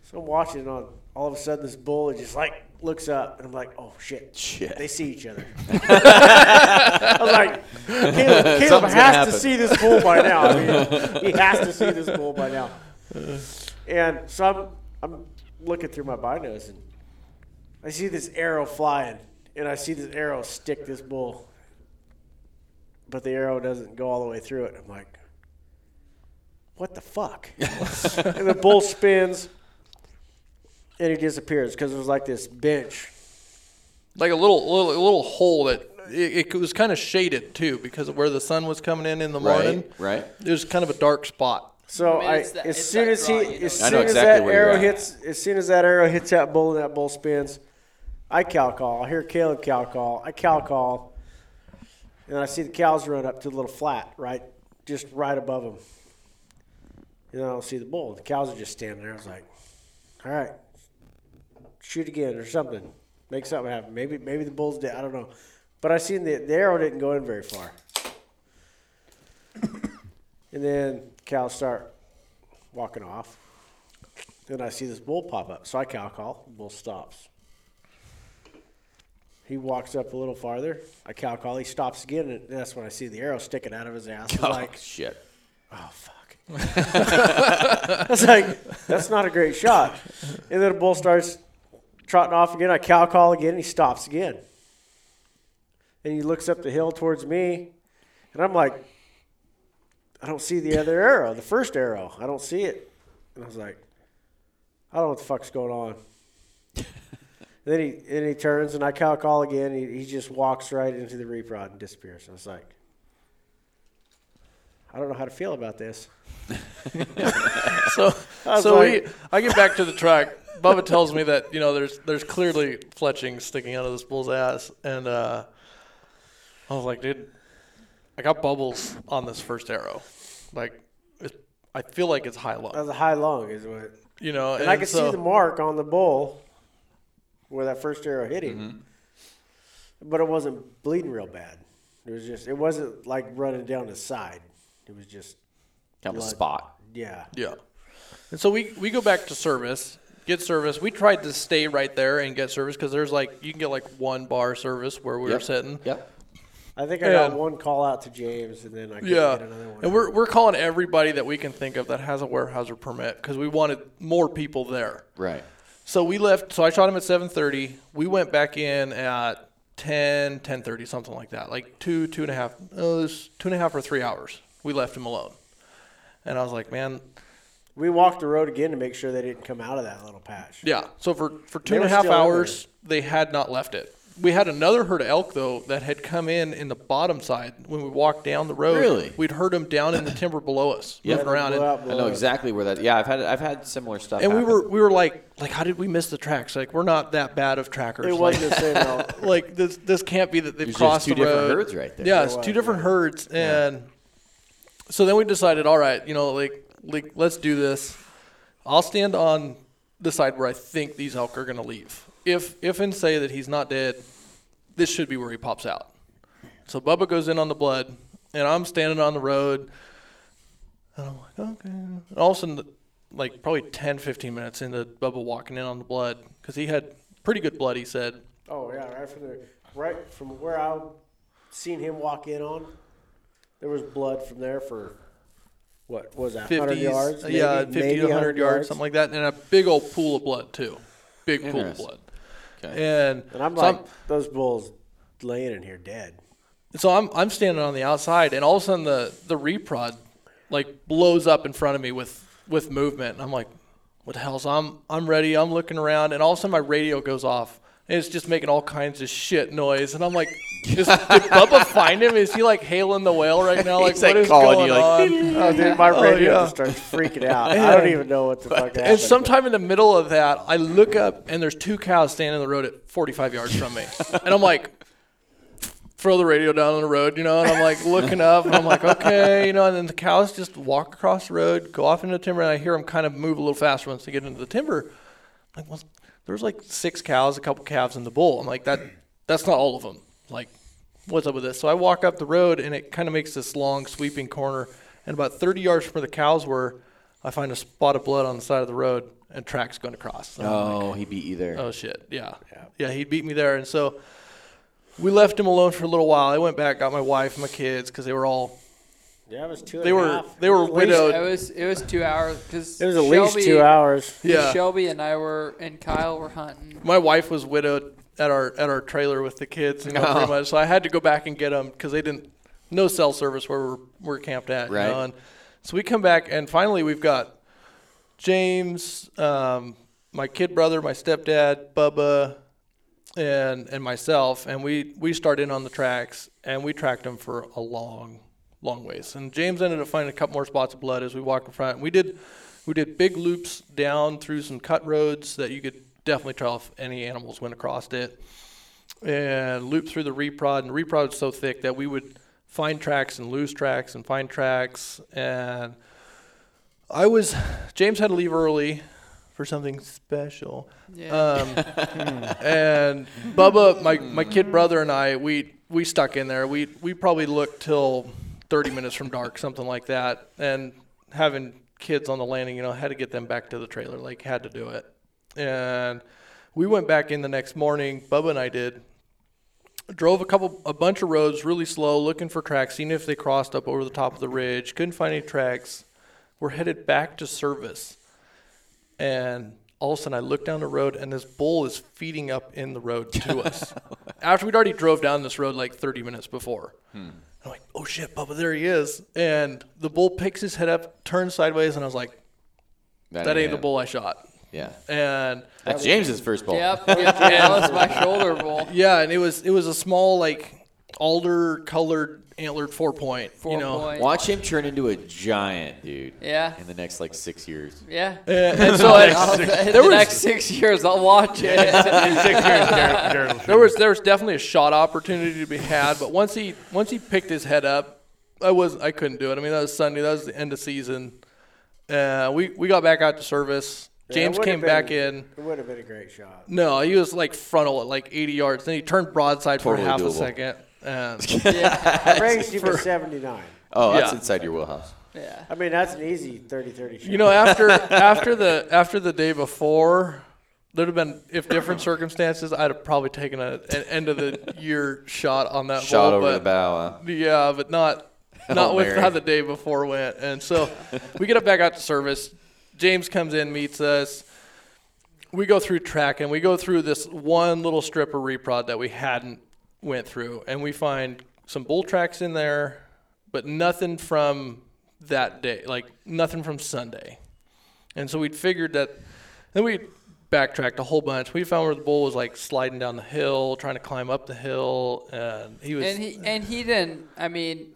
Speaker 1: So I'm watching, and all, all of a sudden this bull just like looks up, and I'm like, oh shit,
Speaker 3: Shit.
Speaker 1: they see each other. I was like, Caleb, Caleb
Speaker 3: Something's gonna
Speaker 1: has
Speaker 3: happen.
Speaker 1: to see this bull by now. I mean, he has to see this bull by now. And so I'm, I'm looking through my binos and I see this arrow flying and I see this arrow stick this bull. But the arrow doesn't go all the way through it. I'm like, what the fuck? and the bull spins and he disappears because it was like this bench.
Speaker 2: like a little, little, a little hole that it, it was kind of shaded too because of where the sun was coming in in the morning.
Speaker 3: Right, right.
Speaker 2: It was kind of a dark spot.
Speaker 1: So
Speaker 4: mean,
Speaker 1: I,
Speaker 4: it's that-
Speaker 1: as
Speaker 4: it's
Speaker 1: soon
Speaker 4: that
Speaker 1: as he,
Speaker 4: draw, you know.
Speaker 1: as
Speaker 3: I
Speaker 1: soon
Speaker 3: know
Speaker 1: as
Speaker 3: exactly
Speaker 1: that
Speaker 3: where you're
Speaker 1: arrow
Speaker 3: at.
Speaker 1: hits, as soon as that arrow hits that bull and that bull spins, I cow call. I hear Caleb cow call. I cow call, and I see the cows run up to the little flat right, just right above them. And I don't see the bull. The cows are just standing there. I was like, all right, shoot again or something, make something happen. Maybe maybe the bull's dead. I don't know, but I seen the, the arrow didn't go in very far. And then cows start walking off. Then I see this bull pop up. So I cow call. Bull stops. He walks up a little farther. I cow call. He stops again. And that's when I see the arrow sticking out of his ass. I'm
Speaker 3: Oh,
Speaker 1: like,
Speaker 3: shit.
Speaker 1: oh, fuck. That's like, that's not a great shot. And then the bull starts trotting off again. I cow call again. He stops again. And he looks up the hill towards me. And I'm like, I don't see the other arrow, the first arrow. I don't see it. And I was like, I don't know what the fuck's going on. then he and he turns and I cow call again. He, he just walks right into the reprod and disappears. I was like, I don't know how to feel about this.
Speaker 2: So,
Speaker 1: was
Speaker 2: so
Speaker 1: like-
Speaker 2: we, I get back to the truck. Bubba tells me that you know there's there's clearly fletching sticking out of this bull's ass, and uh, I was like, dude, I got bubbles on this first arrow. Like, it, I feel like it's high
Speaker 1: That
Speaker 2: low.
Speaker 1: was a high long, is what. Uh, And,
Speaker 2: You know, and,
Speaker 1: I could
Speaker 2: so,
Speaker 1: see the mark on the bull where that first arrow hit him,
Speaker 2: Mm-hmm.
Speaker 1: but it wasn't bleeding real bad. It was just, it wasn't like running down his side. It was just,
Speaker 3: Kind of a
Speaker 1: Blood.
Speaker 3: spot.
Speaker 1: yeah.
Speaker 2: Yeah. And so we, we go back to service, get service. We tried to stay right there and get service because there's like, you can get like one bar service where we were
Speaker 3: Yep.
Speaker 2: sitting.
Speaker 3: Yep.
Speaker 1: I think I
Speaker 2: Yeah.
Speaker 1: got one call out to James, and then I couldn't
Speaker 2: Yeah.
Speaker 1: get another one.
Speaker 2: And we're, we're calling everybody that we can think of that has a warehouser permit because we wanted more people there.
Speaker 3: Right.
Speaker 2: So we left. So I shot him at 7:30. We went back in at 10, 10:30, something like that. Like two, two and a half. Oh, it was two and a half or three hours. We left him alone, and I was like, man,
Speaker 1: we walked the road again to make sure they didn't come out of that little patch.
Speaker 2: yeah. So for for two
Speaker 1: They
Speaker 2: and a
Speaker 1: were
Speaker 2: half
Speaker 1: still in
Speaker 2: hours, they had not left it. We had another herd of elk though that had come in in the bottom side when we walked down the road.
Speaker 3: Really?
Speaker 2: we'd heard them down in the timber below us,
Speaker 3: Yeah.
Speaker 2: moving around.
Speaker 1: Blew
Speaker 2: and-
Speaker 1: out,
Speaker 3: I
Speaker 1: blew
Speaker 3: know
Speaker 1: out.
Speaker 3: exactly where that. Yeah, I've had I've had similar stuff.
Speaker 2: and we
Speaker 3: happen.
Speaker 2: were we were like like how did we miss the tracks? Like we're not that bad of trackers.
Speaker 1: It
Speaker 2: Like-
Speaker 1: wasn't the same. though.
Speaker 2: like this this can't be that they've
Speaker 3: There's
Speaker 2: crossed
Speaker 3: just two
Speaker 2: the road.
Speaker 3: different herds right there.
Speaker 2: Yeah, it's two different herds, and so then we decided, all right, you know, like like let's do this. I'll stand on the side where I think these elk are gonna leave. If if and say that he's not dead, this should be where he pops out. So Bubba goes in on the blood, and I'm standing on the road. And I'm like, okay. And all of a sudden, like probably 10, 15 minutes into Bubba walking in on the blood, because he had pretty good blood, he said.
Speaker 1: Oh yeah, right from the right from where I seen him walk in on, there was blood from there for what was that?
Speaker 2: 50
Speaker 1: Hundred yards? maybe-
Speaker 2: yeah, 50
Speaker 1: maybe
Speaker 2: to 100 yards, something like that, and a big old pool of blood too, big pool of
Speaker 3: Interesting.
Speaker 2: blood.
Speaker 3: Okay.
Speaker 2: And,
Speaker 1: And I'm
Speaker 2: so
Speaker 1: like, those bulls laying in here dead.
Speaker 2: so I'm I'm standing on the outside, and all of a sudden the the reprod like blows up in front of me with with movement, and I'm like, what the hell's I'm I'm ready, I'm looking around, and all of a sudden my radio goes off. And it's just making all kinds of shit noise, and I'm like, just, did Bubba find him? Is he like hailing the whale right now? Like,
Speaker 3: He's,
Speaker 2: what is
Speaker 3: like, calling
Speaker 2: going
Speaker 3: you, like,
Speaker 2: on?
Speaker 1: Oh, dude, my
Speaker 2: Oh,
Speaker 1: radio
Speaker 2: yeah.
Speaker 1: just starts freaking out. I don't even know what the fuck happened.
Speaker 2: And sometime in the middle of that, I look up and there's two cows standing in the road at 45 yards from me, and I'm like, throw the radio down on the road, you know, and I'm like looking up, and I'm like, okay, you know, and then the cows just walk across the road, go off into the timber, and I hear them kind of move a little faster once they get into the timber. Like, well, there's like six cows, a couple calves, and the bull. I'm like, that, that's not all of them. Like, what's up with this? So I walk up the road, and it kind of makes this long sweeping corner, and about 30 yards from where the cows were, I find a spot of blood on the side of the road, and tracks going across. And I'm like,
Speaker 3: Oh, he beat you there.
Speaker 2: Oh shit! Yeah. yeah, He beat me there, and so we left him alone for a little while. I went back, got my wife, and my kids, because they were all
Speaker 1: yeah, it was two. and
Speaker 2: they
Speaker 1: a
Speaker 2: were
Speaker 1: half.
Speaker 2: they were
Speaker 1: At least-
Speaker 2: widowed.
Speaker 4: It was it was two hours because
Speaker 1: It was at least two hours.
Speaker 2: Yeah.
Speaker 4: Shelby and I were and Kyle were hunting.
Speaker 2: My wife was widowed at our at our trailer with the kids, you know, pretty much. So I had to go back and get them because they didn't no cell service where we're, we're camped at. you
Speaker 3: Right.
Speaker 2: know, and so we come back, and finally we've got James, um, my kid brother, my stepdad, Bubba, and and myself, and we we start in on the tracks, and we tracked them for a long, long ways. And James ended up finding a couple more spots of blood as we walked in front. And we did we did big loops down through some cut roads that you could definitely tell if any animals went across it and loop through the reprod. And the reprod was so thick that we would find tracks and lose tracks and find tracks. And I was, James had to leave early for something special.
Speaker 4: Yeah.
Speaker 2: Um, and Bubba, my, my kid brother, and I, we, we stuck in there. We, we probably looked till 30 minutes from dark, something like that. And having kids on the landing, you know, had to get them back to the trailer, like, had to do it. And we went back in the next morning, Bubba and I did, drove a couple a bunch of roads really slow looking for tracks seeing if they crossed up over the top of the ridge couldn't find any tracks we're headed back to service and all of a sudden i look down the road and this bull is feeding up in the road to us after we'd already drove down this road like 30 minutes before
Speaker 4: Hmm.
Speaker 2: i'm like oh shit bubba there he is and the bull picks his head up turns sideways and i was like that ain't the
Speaker 3: him.
Speaker 2: bull i shot
Speaker 3: Yeah.
Speaker 2: and
Speaker 3: That's James's first
Speaker 2: Oh.
Speaker 3: ball.
Speaker 4: Yep, yeah, that was my shoulder roll.
Speaker 2: Yeah, and it was it was a small like alder colored antlered four point.
Speaker 4: Four
Speaker 2: you know,
Speaker 4: point.
Speaker 3: Watch him turn into a giant, dude.
Speaker 4: Yeah.
Speaker 3: In the next like six years.
Speaker 4: Yeah.
Speaker 2: Yeah, and so
Speaker 4: So
Speaker 2: I-
Speaker 4: in the next six years, I'll watch it.
Speaker 2: there was there was definitely a shot opportunity to be had, but once he once he picked his head up, I was I couldn't do it. I mean that was Sunday, that was the end of season. Uh, we we got back out to service. James
Speaker 1: would've
Speaker 2: came back
Speaker 1: been-
Speaker 2: in.
Speaker 1: It would have been a great shot.
Speaker 2: No, he was like frontal at like 80 yards. Then he turned broadside
Speaker 3: Totally
Speaker 2: for half
Speaker 3: doable.
Speaker 2: a second. Um, And
Speaker 1: Raised you to 79.
Speaker 3: Oh, that's
Speaker 2: Yeah.
Speaker 3: inside your wheelhouse.
Speaker 4: yeah.
Speaker 1: I mean, that's an easy 30-30 shot.
Speaker 2: you know, after after the after the day before, there'd have been if different circumstances, I'd have probably taken a, an end of the year shot on that
Speaker 3: Shot
Speaker 2: hole,
Speaker 3: over
Speaker 2: Uh, but,
Speaker 3: the bow. uh, Huh?
Speaker 2: Yeah, but not not with
Speaker 3: Mary.
Speaker 2: how the day before went. And so we get up back out to service. James comes in, meets us. We go through track and we go through this one little strip of reprod that we hadn't went through, and we find some bull tracks in there, but nothing from that day, like nothing from Sunday. And so we'd figured that. Then we backtracked a whole bunch. We found where the bull was like sliding down the hill, trying to climb up the hill, and he was
Speaker 4: And he and he didn't. I mean,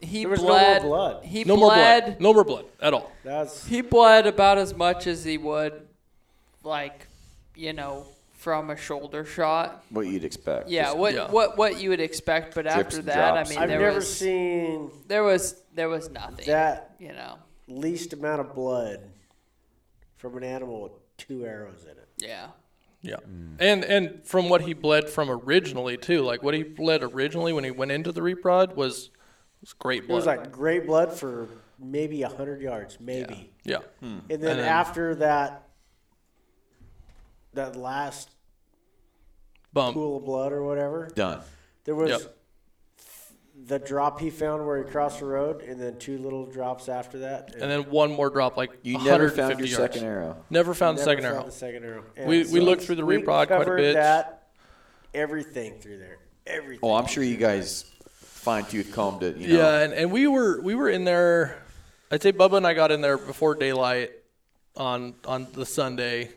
Speaker 4: he
Speaker 1: There was no more
Speaker 4: bled.
Speaker 1: blood.
Speaker 4: He
Speaker 2: No more
Speaker 4: bled.
Speaker 2: blood. No more blood at all.
Speaker 1: That's
Speaker 4: He bled about as much as he would, like, you know, from a shoulder shot.
Speaker 3: What you'd expect.
Speaker 4: Yeah.
Speaker 3: Just-
Speaker 4: What
Speaker 2: yeah.
Speaker 4: what what you would expect, but after
Speaker 3: and
Speaker 4: that,
Speaker 3: drops.
Speaker 4: I mean,
Speaker 1: I've
Speaker 4: there
Speaker 1: never
Speaker 4: was
Speaker 1: seen
Speaker 4: there was there was nothing.
Speaker 1: that
Speaker 4: you know.
Speaker 1: least amount of blood from an animal with two arrows in it.
Speaker 4: Yeah.
Speaker 2: Yeah. And and from what he bled from originally too, like what he bled originally when he went into the reprod was was great
Speaker 1: It
Speaker 2: blood.
Speaker 1: was like great blood for maybe 100 yards, maybe.
Speaker 2: yeah.
Speaker 3: hmm.
Speaker 1: And then
Speaker 2: And then-
Speaker 1: after that, that last
Speaker 2: Bump.
Speaker 1: pool of blood or whatever,
Speaker 3: Done.
Speaker 1: there was
Speaker 2: Yep.
Speaker 1: the drop he found where he crossed the road, and then two little drops after that.
Speaker 2: And then one more drop like
Speaker 3: You never
Speaker 2: 150
Speaker 3: found your
Speaker 2: yards.
Speaker 3: second arrow.
Speaker 2: Never found the
Speaker 1: Never
Speaker 2: second
Speaker 1: found
Speaker 2: arrow.
Speaker 1: The second arrow.
Speaker 2: we
Speaker 1: And
Speaker 2: we
Speaker 1: so
Speaker 2: looked through the
Speaker 1: we
Speaker 2: reprod quite a
Speaker 1: covered
Speaker 2: bit.
Speaker 1: That everything through there, everything.
Speaker 3: Oh, I'm sure you guys fine tooth combed it. You know.
Speaker 2: Yeah, and, and we were we were in there. I'd say Bubba and I got in there before daylight on on the Sunday,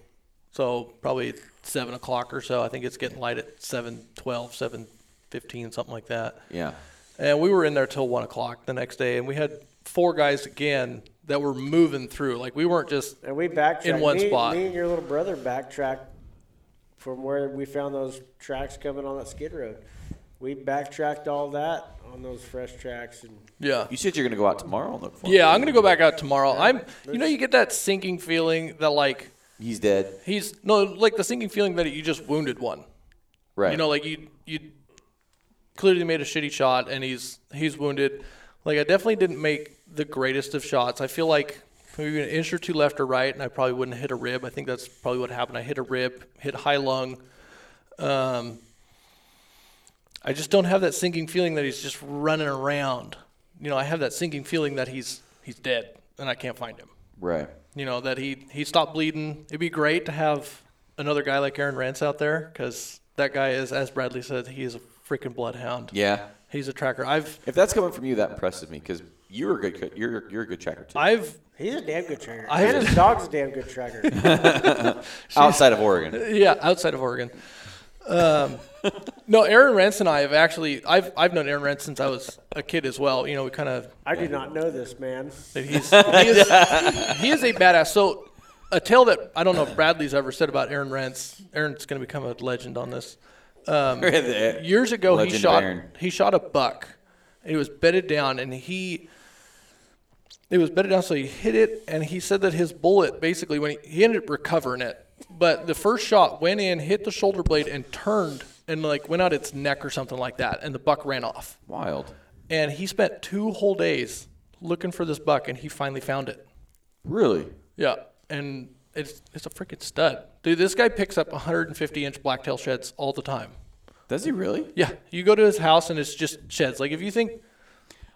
Speaker 2: so probably seven o'clock or so. I think it's getting light at 7.12, 7.15, something like that.
Speaker 3: Yeah.
Speaker 2: And we were in there till one o'clock the next day, and we had four guys again that were moving through. Like we weren't just
Speaker 1: And we backtracked
Speaker 2: In one
Speaker 1: me,
Speaker 2: spot.
Speaker 1: Me and your little brother backtracked from where we found those tracks coming on that skid road. We backtracked all that on those fresh tracks, and
Speaker 2: yeah.
Speaker 3: You said you're gonna go out tomorrow and look for him.
Speaker 2: Yeah, I'm gonna go back out tomorrow. I'm you know you get that sinking feeling that like
Speaker 3: He's dead.
Speaker 2: he's no like the sinking feeling that you just wounded one.
Speaker 3: Right.
Speaker 2: You know, like you you clearly made a shitty shot, and he's he's wounded. Like I definitely didn't make the greatest of shots. I feel like maybe an inch or two left or right, and I probably wouldn't hit a rib. I think that's probably what happened. I hit a rib, hit high lung. Um, I just don't have that sinking feeling that he's just running around. You know, I have that sinking feeling that he's he's dead, and I can't find him
Speaker 3: right.
Speaker 2: you know that he he stopped bleeding. It'd be great to have another guy like Aaron Rance out there because that guy is, as Bradley said, he is a freaking bloodhound.
Speaker 3: Yeah.
Speaker 2: he's a tracker. I've
Speaker 3: If that's coming from you, that impresses me because you're a good co- you're you're a good tracker too.
Speaker 2: I've
Speaker 1: he's a damn good tracker.
Speaker 2: I-
Speaker 1: and his dog's a damn good tracker.
Speaker 3: Outside of Oregon.
Speaker 2: yeah outside of Oregon. Um, no, Aaron Rance and I have actually I've I've known Aaron Rance since I was a kid as well. You know, we kind of
Speaker 1: I do not know this man.
Speaker 2: That He's, he, is, he is a badass. So, a tale that I don't know if Bradley's ever said about Aaron Rance. Aaron's going to become a legend on this. Um, years ago,
Speaker 3: Legend
Speaker 2: he
Speaker 3: of
Speaker 2: shot
Speaker 3: Aaron.
Speaker 2: he shot a buck. It was bedded down, and he it was bedded down, so he hit it. And he said that his bullet basically when he, he ended up recovering it, but the first shot went in, hit the shoulder blade, and turned and like went out its neck or something like that, and the buck ran off
Speaker 3: Wild.
Speaker 2: and he spent two whole days looking for this buck, and he finally found it.
Speaker 3: Really.
Speaker 2: Yeah, and it's it's a freaking stud, dude. This guy picks up 150 inch blacktail sheds all the time.
Speaker 3: Does he really?
Speaker 2: Yeah, you go to his house and it's just sheds. Like if you think,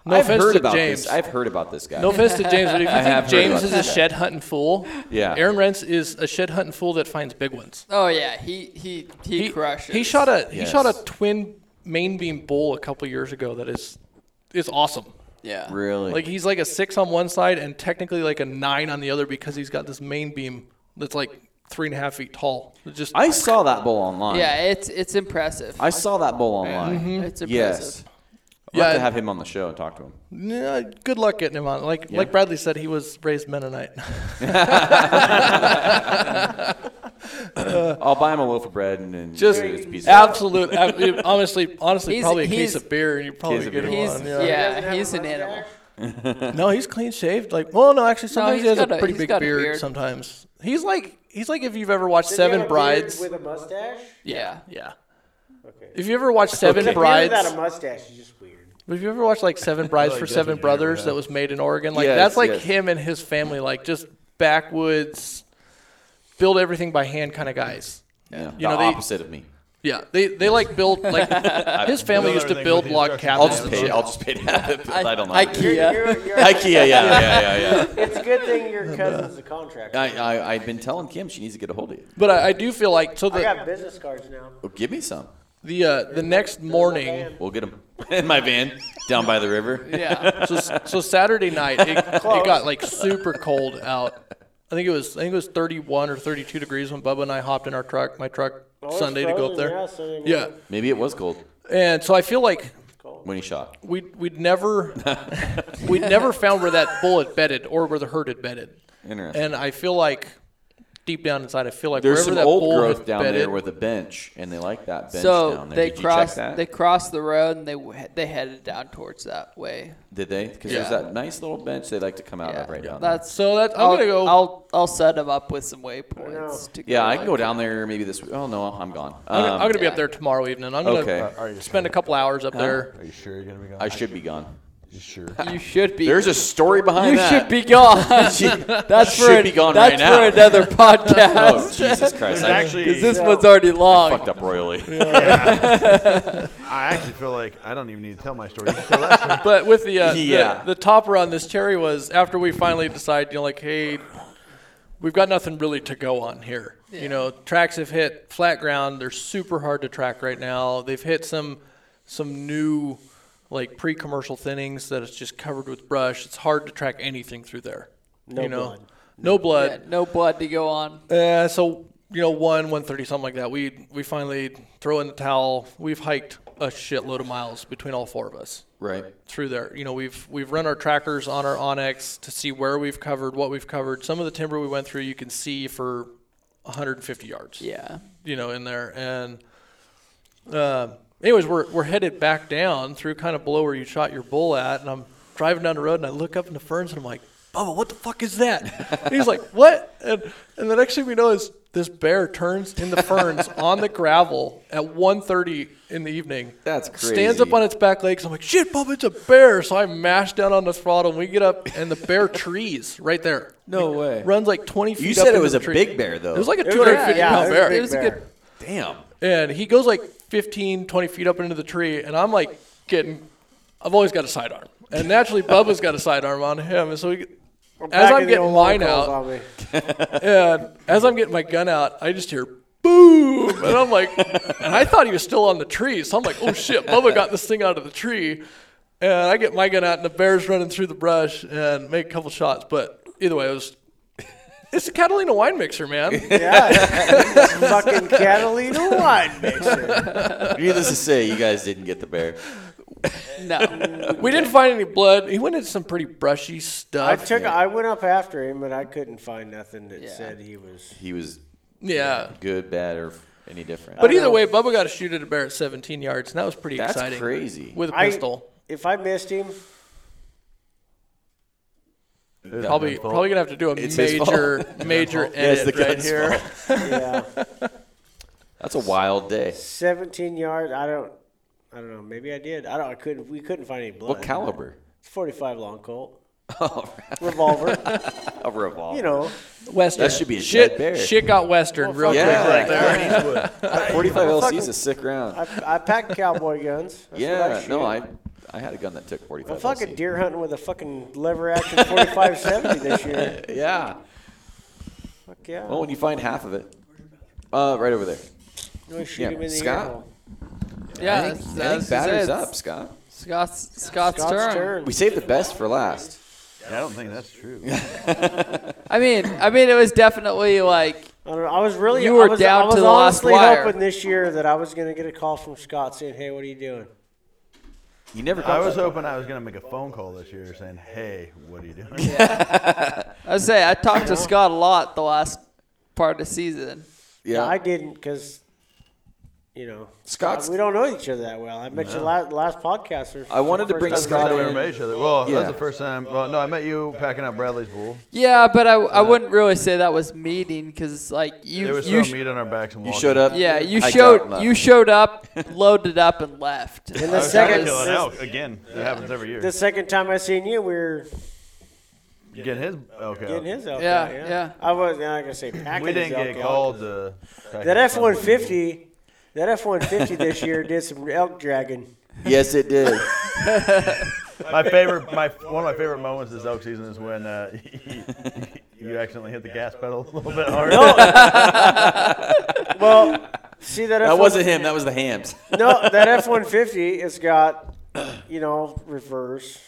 Speaker 2: no
Speaker 3: I've
Speaker 2: offense
Speaker 3: heard
Speaker 2: to
Speaker 3: about
Speaker 2: James,
Speaker 3: this. I've heard about this guy.
Speaker 2: no offense to James, but if you
Speaker 3: have
Speaker 2: think
Speaker 3: heard
Speaker 2: James
Speaker 3: about
Speaker 2: is a shed hunting fool,
Speaker 3: Yeah.
Speaker 2: Aaron Rents is a shed hunting fool that finds big ones.
Speaker 4: Oh yeah. He he he, crushes.
Speaker 2: He shot a he shot
Speaker 3: Yes.
Speaker 2: a twin main beam bull a couple years ago that is is awesome.
Speaker 4: Yeah.
Speaker 3: Really.
Speaker 2: Like he's like a six on one side and technically like a nine on the other because he's got this main beam that's like three and a half feet tall. It's just
Speaker 3: I saw that bull online.
Speaker 4: Yeah. It's it's impressive.
Speaker 3: I saw that bull online.
Speaker 4: It's Mm-hmm. impressive.
Speaker 3: Yes. I'll have
Speaker 2: Yeah,
Speaker 3: to have him on the show and talk to him.
Speaker 2: Yeah, good luck getting him on. Like like Bradley said, he was raised Mennonite.
Speaker 3: I'll buy him a loaf of bread and, and
Speaker 2: Just
Speaker 3: his piece of-
Speaker 2: absolute, ab- honestly, honestly,
Speaker 4: He's-
Speaker 2: probably a
Speaker 4: he's-
Speaker 2: case of beer, and you probably
Speaker 3: Case of
Speaker 2: get him
Speaker 3: beer.
Speaker 4: He's
Speaker 2: on.
Speaker 4: yeah,
Speaker 2: Yeah.
Speaker 4: he's an animal.
Speaker 2: No, he's clean shaved. Like, well, no, actually, sometimes he
Speaker 4: he's
Speaker 2: has a
Speaker 4: got a-
Speaker 2: pretty
Speaker 4: he's
Speaker 2: big
Speaker 4: got a
Speaker 2: beard,
Speaker 4: beard.
Speaker 2: Sometimes he's like he's like if you've ever watched Seven Brides.
Speaker 1: with a mustache.
Speaker 4: Yeah.
Speaker 2: yeah.
Speaker 1: Okay.
Speaker 2: If you ever watched Seven Brides,
Speaker 1: without a mustache is just weird.
Speaker 2: But Have you ever watched like Seven Brides for
Speaker 5: doesn't
Speaker 2: Seven
Speaker 5: hear
Speaker 2: Brothers
Speaker 5: that.
Speaker 2: that was made in Oregon? Like
Speaker 3: Yes,
Speaker 2: that's like
Speaker 3: yes.
Speaker 2: him and his family, like just backwoods, build everything by hand kind of guys.
Speaker 3: Yeah,
Speaker 2: You know,
Speaker 3: the
Speaker 2: they-
Speaker 3: opposite of me.
Speaker 2: Yeah, they they like build like his family used to
Speaker 5: everything
Speaker 2: build
Speaker 5: with
Speaker 2: log
Speaker 5: instructions.
Speaker 2: cabins.
Speaker 3: I'll just
Speaker 2: and
Speaker 3: pay.
Speaker 2: shit.
Speaker 3: I'll just pay to have it. but I, don't know.
Speaker 4: IKEA.
Speaker 3: IKEA. Yeah, yeah, yeah, yeah.
Speaker 1: it's a good thing your cousin's a contractor.
Speaker 3: I, I, I've been telling Kim she needs to get a hold of you.
Speaker 2: But I, I do feel like so
Speaker 1: I
Speaker 2: the
Speaker 1: got business cards now.
Speaker 3: Oh, give me some.
Speaker 2: the uh, the next morning,
Speaker 3: We'll get them in my van down by the river.
Speaker 4: Yeah.
Speaker 2: so so Saturday night it, it got like super cold out. I think it was I think it was 31 or 32 degrees when Bubba and I hopped in our truck, my truck
Speaker 1: Oh, it's
Speaker 2: Sunday to go
Speaker 1: frozen,
Speaker 2: up there.
Speaker 1: Yeah, Sunday
Speaker 2: Yeah,
Speaker 1: morning.
Speaker 3: Maybe it was cold
Speaker 2: and so I feel like
Speaker 3: when he shot.
Speaker 2: we'd we'd never we'd never found where that bullet bedded or where the herd had bedded.
Speaker 3: Interesting.
Speaker 2: And I feel like deep down inside, I feel like
Speaker 3: There's
Speaker 2: wherever
Speaker 3: some
Speaker 2: that
Speaker 3: old
Speaker 2: bull
Speaker 3: growth
Speaker 2: had
Speaker 3: down
Speaker 2: bedded,
Speaker 3: there with a bench, and they like that bench
Speaker 4: So
Speaker 3: down there.
Speaker 4: they
Speaker 3: Did
Speaker 4: crossed
Speaker 3: you check that?
Speaker 4: they crossed the road and they w- they headed down towards that way.
Speaker 3: Did they? Because there's
Speaker 4: Yeah.
Speaker 3: that nice little bench they like to come out
Speaker 4: Yeah.
Speaker 3: of right down there.
Speaker 4: That's
Speaker 2: so that I'm
Speaker 4: I'll,
Speaker 2: gonna go.
Speaker 4: I'll I'll set them up with some waypoints. To
Speaker 3: Yeah, I
Speaker 4: like-
Speaker 3: can go down there maybe this week. Oh, no, I'm gone.
Speaker 2: I'm gonna,
Speaker 3: Um,
Speaker 2: I'm gonna be up
Speaker 4: yeah.
Speaker 2: there tomorrow evening. I'm gonna
Speaker 3: Okay.
Speaker 5: Are you
Speaker 2: spend a couple hours up there.
Speaker 5: Are you sure you're gonna be gone?
Speaker 3: I should be gone.
Speaker 5: You sure?
Speaker 4: You should be.
Speaker 3: There's a story behind
Speaker 4: you
Speaker 3: that.
Speaker 4: should be gone. that's
Speaker 3: should
Speaker 4: for an-
Speaker 3: be gone
Speaker 4: that's
Speaker 3: right now.
Speaker 4: for another podcast.
Speaker 3: Oh, Jesus Christ. I
Speaker 5: actually,
Speaker 4: This one's already long.
Speaker 3: fucked up royally.
Speaker 5: I actually feel like I don't even need to tell my story. You can tell that story.
Speaker 2: But with the, uh,
Speaker 3: Yeah.
Speaker 2: the the topper on this cherry was after we finally decided, you know, like, hey, we've got nothing really to go on here. You know, tracks have hit flat ground. They're super hard to track right now. They've hit some some new like pre-commercial thinnings that it's just covered with brush. It's hard to track anything through there.
Speaker 1: No
Speaker 2: you know,
Speaker 1: blood.
Speaker 2: no blood.
Speaker 4: Yeah, no blood to go on.
Speaker 2: Uh, so you know, one one thirty something like that. We we finally throw in the towel. We've hiked a shitload of miles between all four of us
Speaker 3: Right.
Speaker 2: through there. You know, we've we've run our trackers on our Onyx to see where we've covered, what we've covered. Some of the timber we went through, you can see for 150 yards.
Speaker 4: Yeah.
Speaker 2: You know, in there and. Uh, anyways, we're we're headed back down through kind of below where you shot your bull at, and I'm driving down the road and I look up in the ferns and I'm like, Bubba, what the fuck is that? And he's like, What? And and the next thing we know is this bear turns in the ferns on the gravel at 1.30 in the evening.
Speaker 3: That's
Speaker 2: Stands up
Speaker 3: crazy.
Speaker 2: on its back legs. I'm like, shit, Bubba, it's a bear. So I mash down on the throttle and we get up and the bear trees right there.
Speaker 3: No way.
Speaker 2: Runs like 20 feet
Speaker 3: You
Speaker 2: up
Speaker 3: said it
Speaker 2: into
Speaker 3: was
Speaker 2: the
Speaker 3: a
Speaker 2: tree.
Speaker 3: big bear, though.
Speaker 2: It was like a
Speaker 1: was a-
Speaker 2: 250
Speaker 1: yeah,
Speaker 2: pound
Speaker 1: it was a
Speaker 2: bear.
Speaker 1: big
Speaker 4: It was a
Speaker 1: bear.
Speaker 4: good.
Speaker 3: damn.
Speaker 2: And he goes like 15, 20 feet up into the tree, and I'm like getting, I've always got a sidearm. And naturally, Bubba's got a sidearm on him. And so he, as
Speaker 1: Back
Speaker 2: I'm
Speaker 1: in the
Speaker 2: getting
Speaker 1: old
Speaker 2: mine
Speaker 1: locals
Speaker 2: out,
Speaker 1: on me.
Speaker 2: and as I'm getting my gun out, I just hear boom, and I'm like, and I thought he was still on the tree, so I'm like, oh shit, Bubba got this thing out of the tree, and I get my gun out, and the bear's running through the brush, and make a couple shots, but either way, it was. It's a Catalina wine mixer, man.
Speaker 1: fucking Catalina wine mixer.
Speaker 3: Needless to say, you guys didn't get the bear.
Speaker 4: No.
Speaker 2: We didn't find any blood. He went into some pretty brushy stuff.
Speaker 1: I took. I went up after him, but I couldn't find nothing that
Speaker 4: Yeah.
Speaker 1: said he was.
Speaker 3: He was
Speaker 2: yeah.
Speaker 3: good, bad, or any different.
Speaker 2: But
Speaker 1: I
Speaker 2: either
Speaker 1: know.
Speaker 2: way, Bubba got to shoot at a bear at 17 yards, and that was pretty
Speaker 3: That's
Speaker 2: exciting.
Speaker 3: crazy.
Speaker 2: With a
Speaker 1: I-
Speaker 2: pistol.
Speaker 1: If I missed him,
Speaker 2: probably probably gonna have to do a
Speaker 3: It's his fault.
Speaker 2: major major
Speaker 3: Yeah, it's
Speaker 2: edit
Speaker 3: the
Speaker 2: right
Speaker 3: gun's
Speaker 2: here.
Speaker 3: fault.
Speaker 1: yeah,
Speaker 3: That's a wild day.
Speaker 1: 17 yards. I don't. I don't know. Maybe I did. I don't. I couldn't. We couldn't find any blood.
Speaker 3: What caliber?
Speaker 1: It's 45 long Colt. Revolver.
Speaker 3: A revolver.
Speaker 1: You know.
Speaker 2: Western.
Speaker 3: That should be a
Speaker 2: shit.
Speaker 3: dead bear.
Speaker 2: Shit got western real
Speaker 3: yeah,
Speaker 2: quick right
Speaker 3: like
Speaker 2: there.
Speaker 3: 45 LC is a sick round.
Speaker 1: I, I pack cowboy guns. That's what I
Speaker 3: yeah,
Speaker 1: shoot.
Speaker 3: no, I I had a gun that took 45
Speaker 1: I'm fucking
Speaker 3: LC.
Speaker 1: deer hunting with a fucking lever action 4570 this year.
Speaker 3: Yeah.
Speaker 1: Fuck yeah.
Speaker 3: Well, when you find half of it, uh, right over there.
Speaker 1: You wanna shoot
Speaker 3: yeah,
Speaker 1: him in the
Speaker 3: Scott.
Speaker 1: ear hole.
Speaker 4: Yeah.
Speaker 3: I
Speaker 4: that's-
Speaker 3: think, I
Speaker 4: that's-
Speaker 3: think batter's
Speaker 4: it's-
Speaker 3: up, Scott.
Speaker 4: Scott's Scott's,
Speaker 1: Scott's
Speaker 4: turn.
Speaker 1: turn.
Speaker 3: We saved the best for last.
Speaker 5: I don't think that's true.
Speaker 4: I mean, I mean, it was definitely like
Speaker 1: I, don't know, I was really
Speaker 4: You were
Speaker 1: I was,
Speaker 4: down
Speaker 1: I was
Speaker 4: to the last
Speaker 1: honestly
Speaker 4: wire.
Speaker 1: hoping this year that I was going to get a call from Scott saying, "Hey, what are you doing?"
Speaker 3: You never.
Speaker 5: I
Speaker 3: caught
Speaker 5: was
Speaker 3: that.
Speaker 5: hoping I was going to make a phone call this year saying, hey, what are you doing?
Speaker 4: I was say I talked to Scott a lot the last part of the season.
Speaker 3: Yeah,
Speaker 1: I didn't because, you know,
Speaker 3: Scott's-
Speaker 1: we don't know each other that well. I met you last, last podcast. or-
Speaker 3: I wanted to
Speaker 1: first
Speaker 3: bring
Speaker 1: time.
Speaker 5: That's the first
Speaker 3: Scott
Speaker 5: time we
Speaker 3: in.
Speaker 5: ever met each other. Well,
Speaker 3: Yeah.
Speaker 5: that's the first time. Well, no, I met you packing up Bradley's bull.
Speaker 4: Yeah, but I, I wouldn't really say that was meeting because like
Speaker 5: There
Speaker 4: you
Speaker 5: was
Speaker 4: you
Speaker 5: some
Speaker 4: sh-
Speaker 5: meat on our backs and
Speaker 3: You
Speaker 5: walked
Speaker 3: showed
Speaker 5: in.
Speaker 3: up.
Speaker 4: yeah you
Speaker 3: hiked out
Speaker 4: showed
Speaker 3: and
Speaker 4: you
Speaker 3: left.
Speaker 4: showed up, loaded up and left.
Speaker 1: And the
Speaker 5: I was trying to
Speaker 1: second,
Speaker 5: kill it
Speaker 1: the,
Speaker 5: out again. It happens every year.
Speaker 1: the second time I seen you, we were
Speaker 5: Getting his okay.
Speaker 1: getting his out.
Speaker 4: Yeah,
Speaker 1: there,
Speaker 4: yeah.
Speaker 1: I was not gonna say packing.
Speaker 5: We didn't
Speaker 1: his
Speaker 5: get
Speaker 1: elk out.
Speaker 5: called. Uh,
Speaker 1: That F one fifty, that F one fifty this year did some elk dragging.
Speaker 3: Yes, it did.
Speaker 5: My favorite, my one of my favorite moments this elk season is when uh, you accidentally hit the gas pedal a little bit hard.
Speaker 1: Well, see that.
Speaker 3: that
Speaker 1: F1
Speaker 3: wasn't him. That was the hams.
Speaker 1: No, that F one fifty has got, you know, reverse,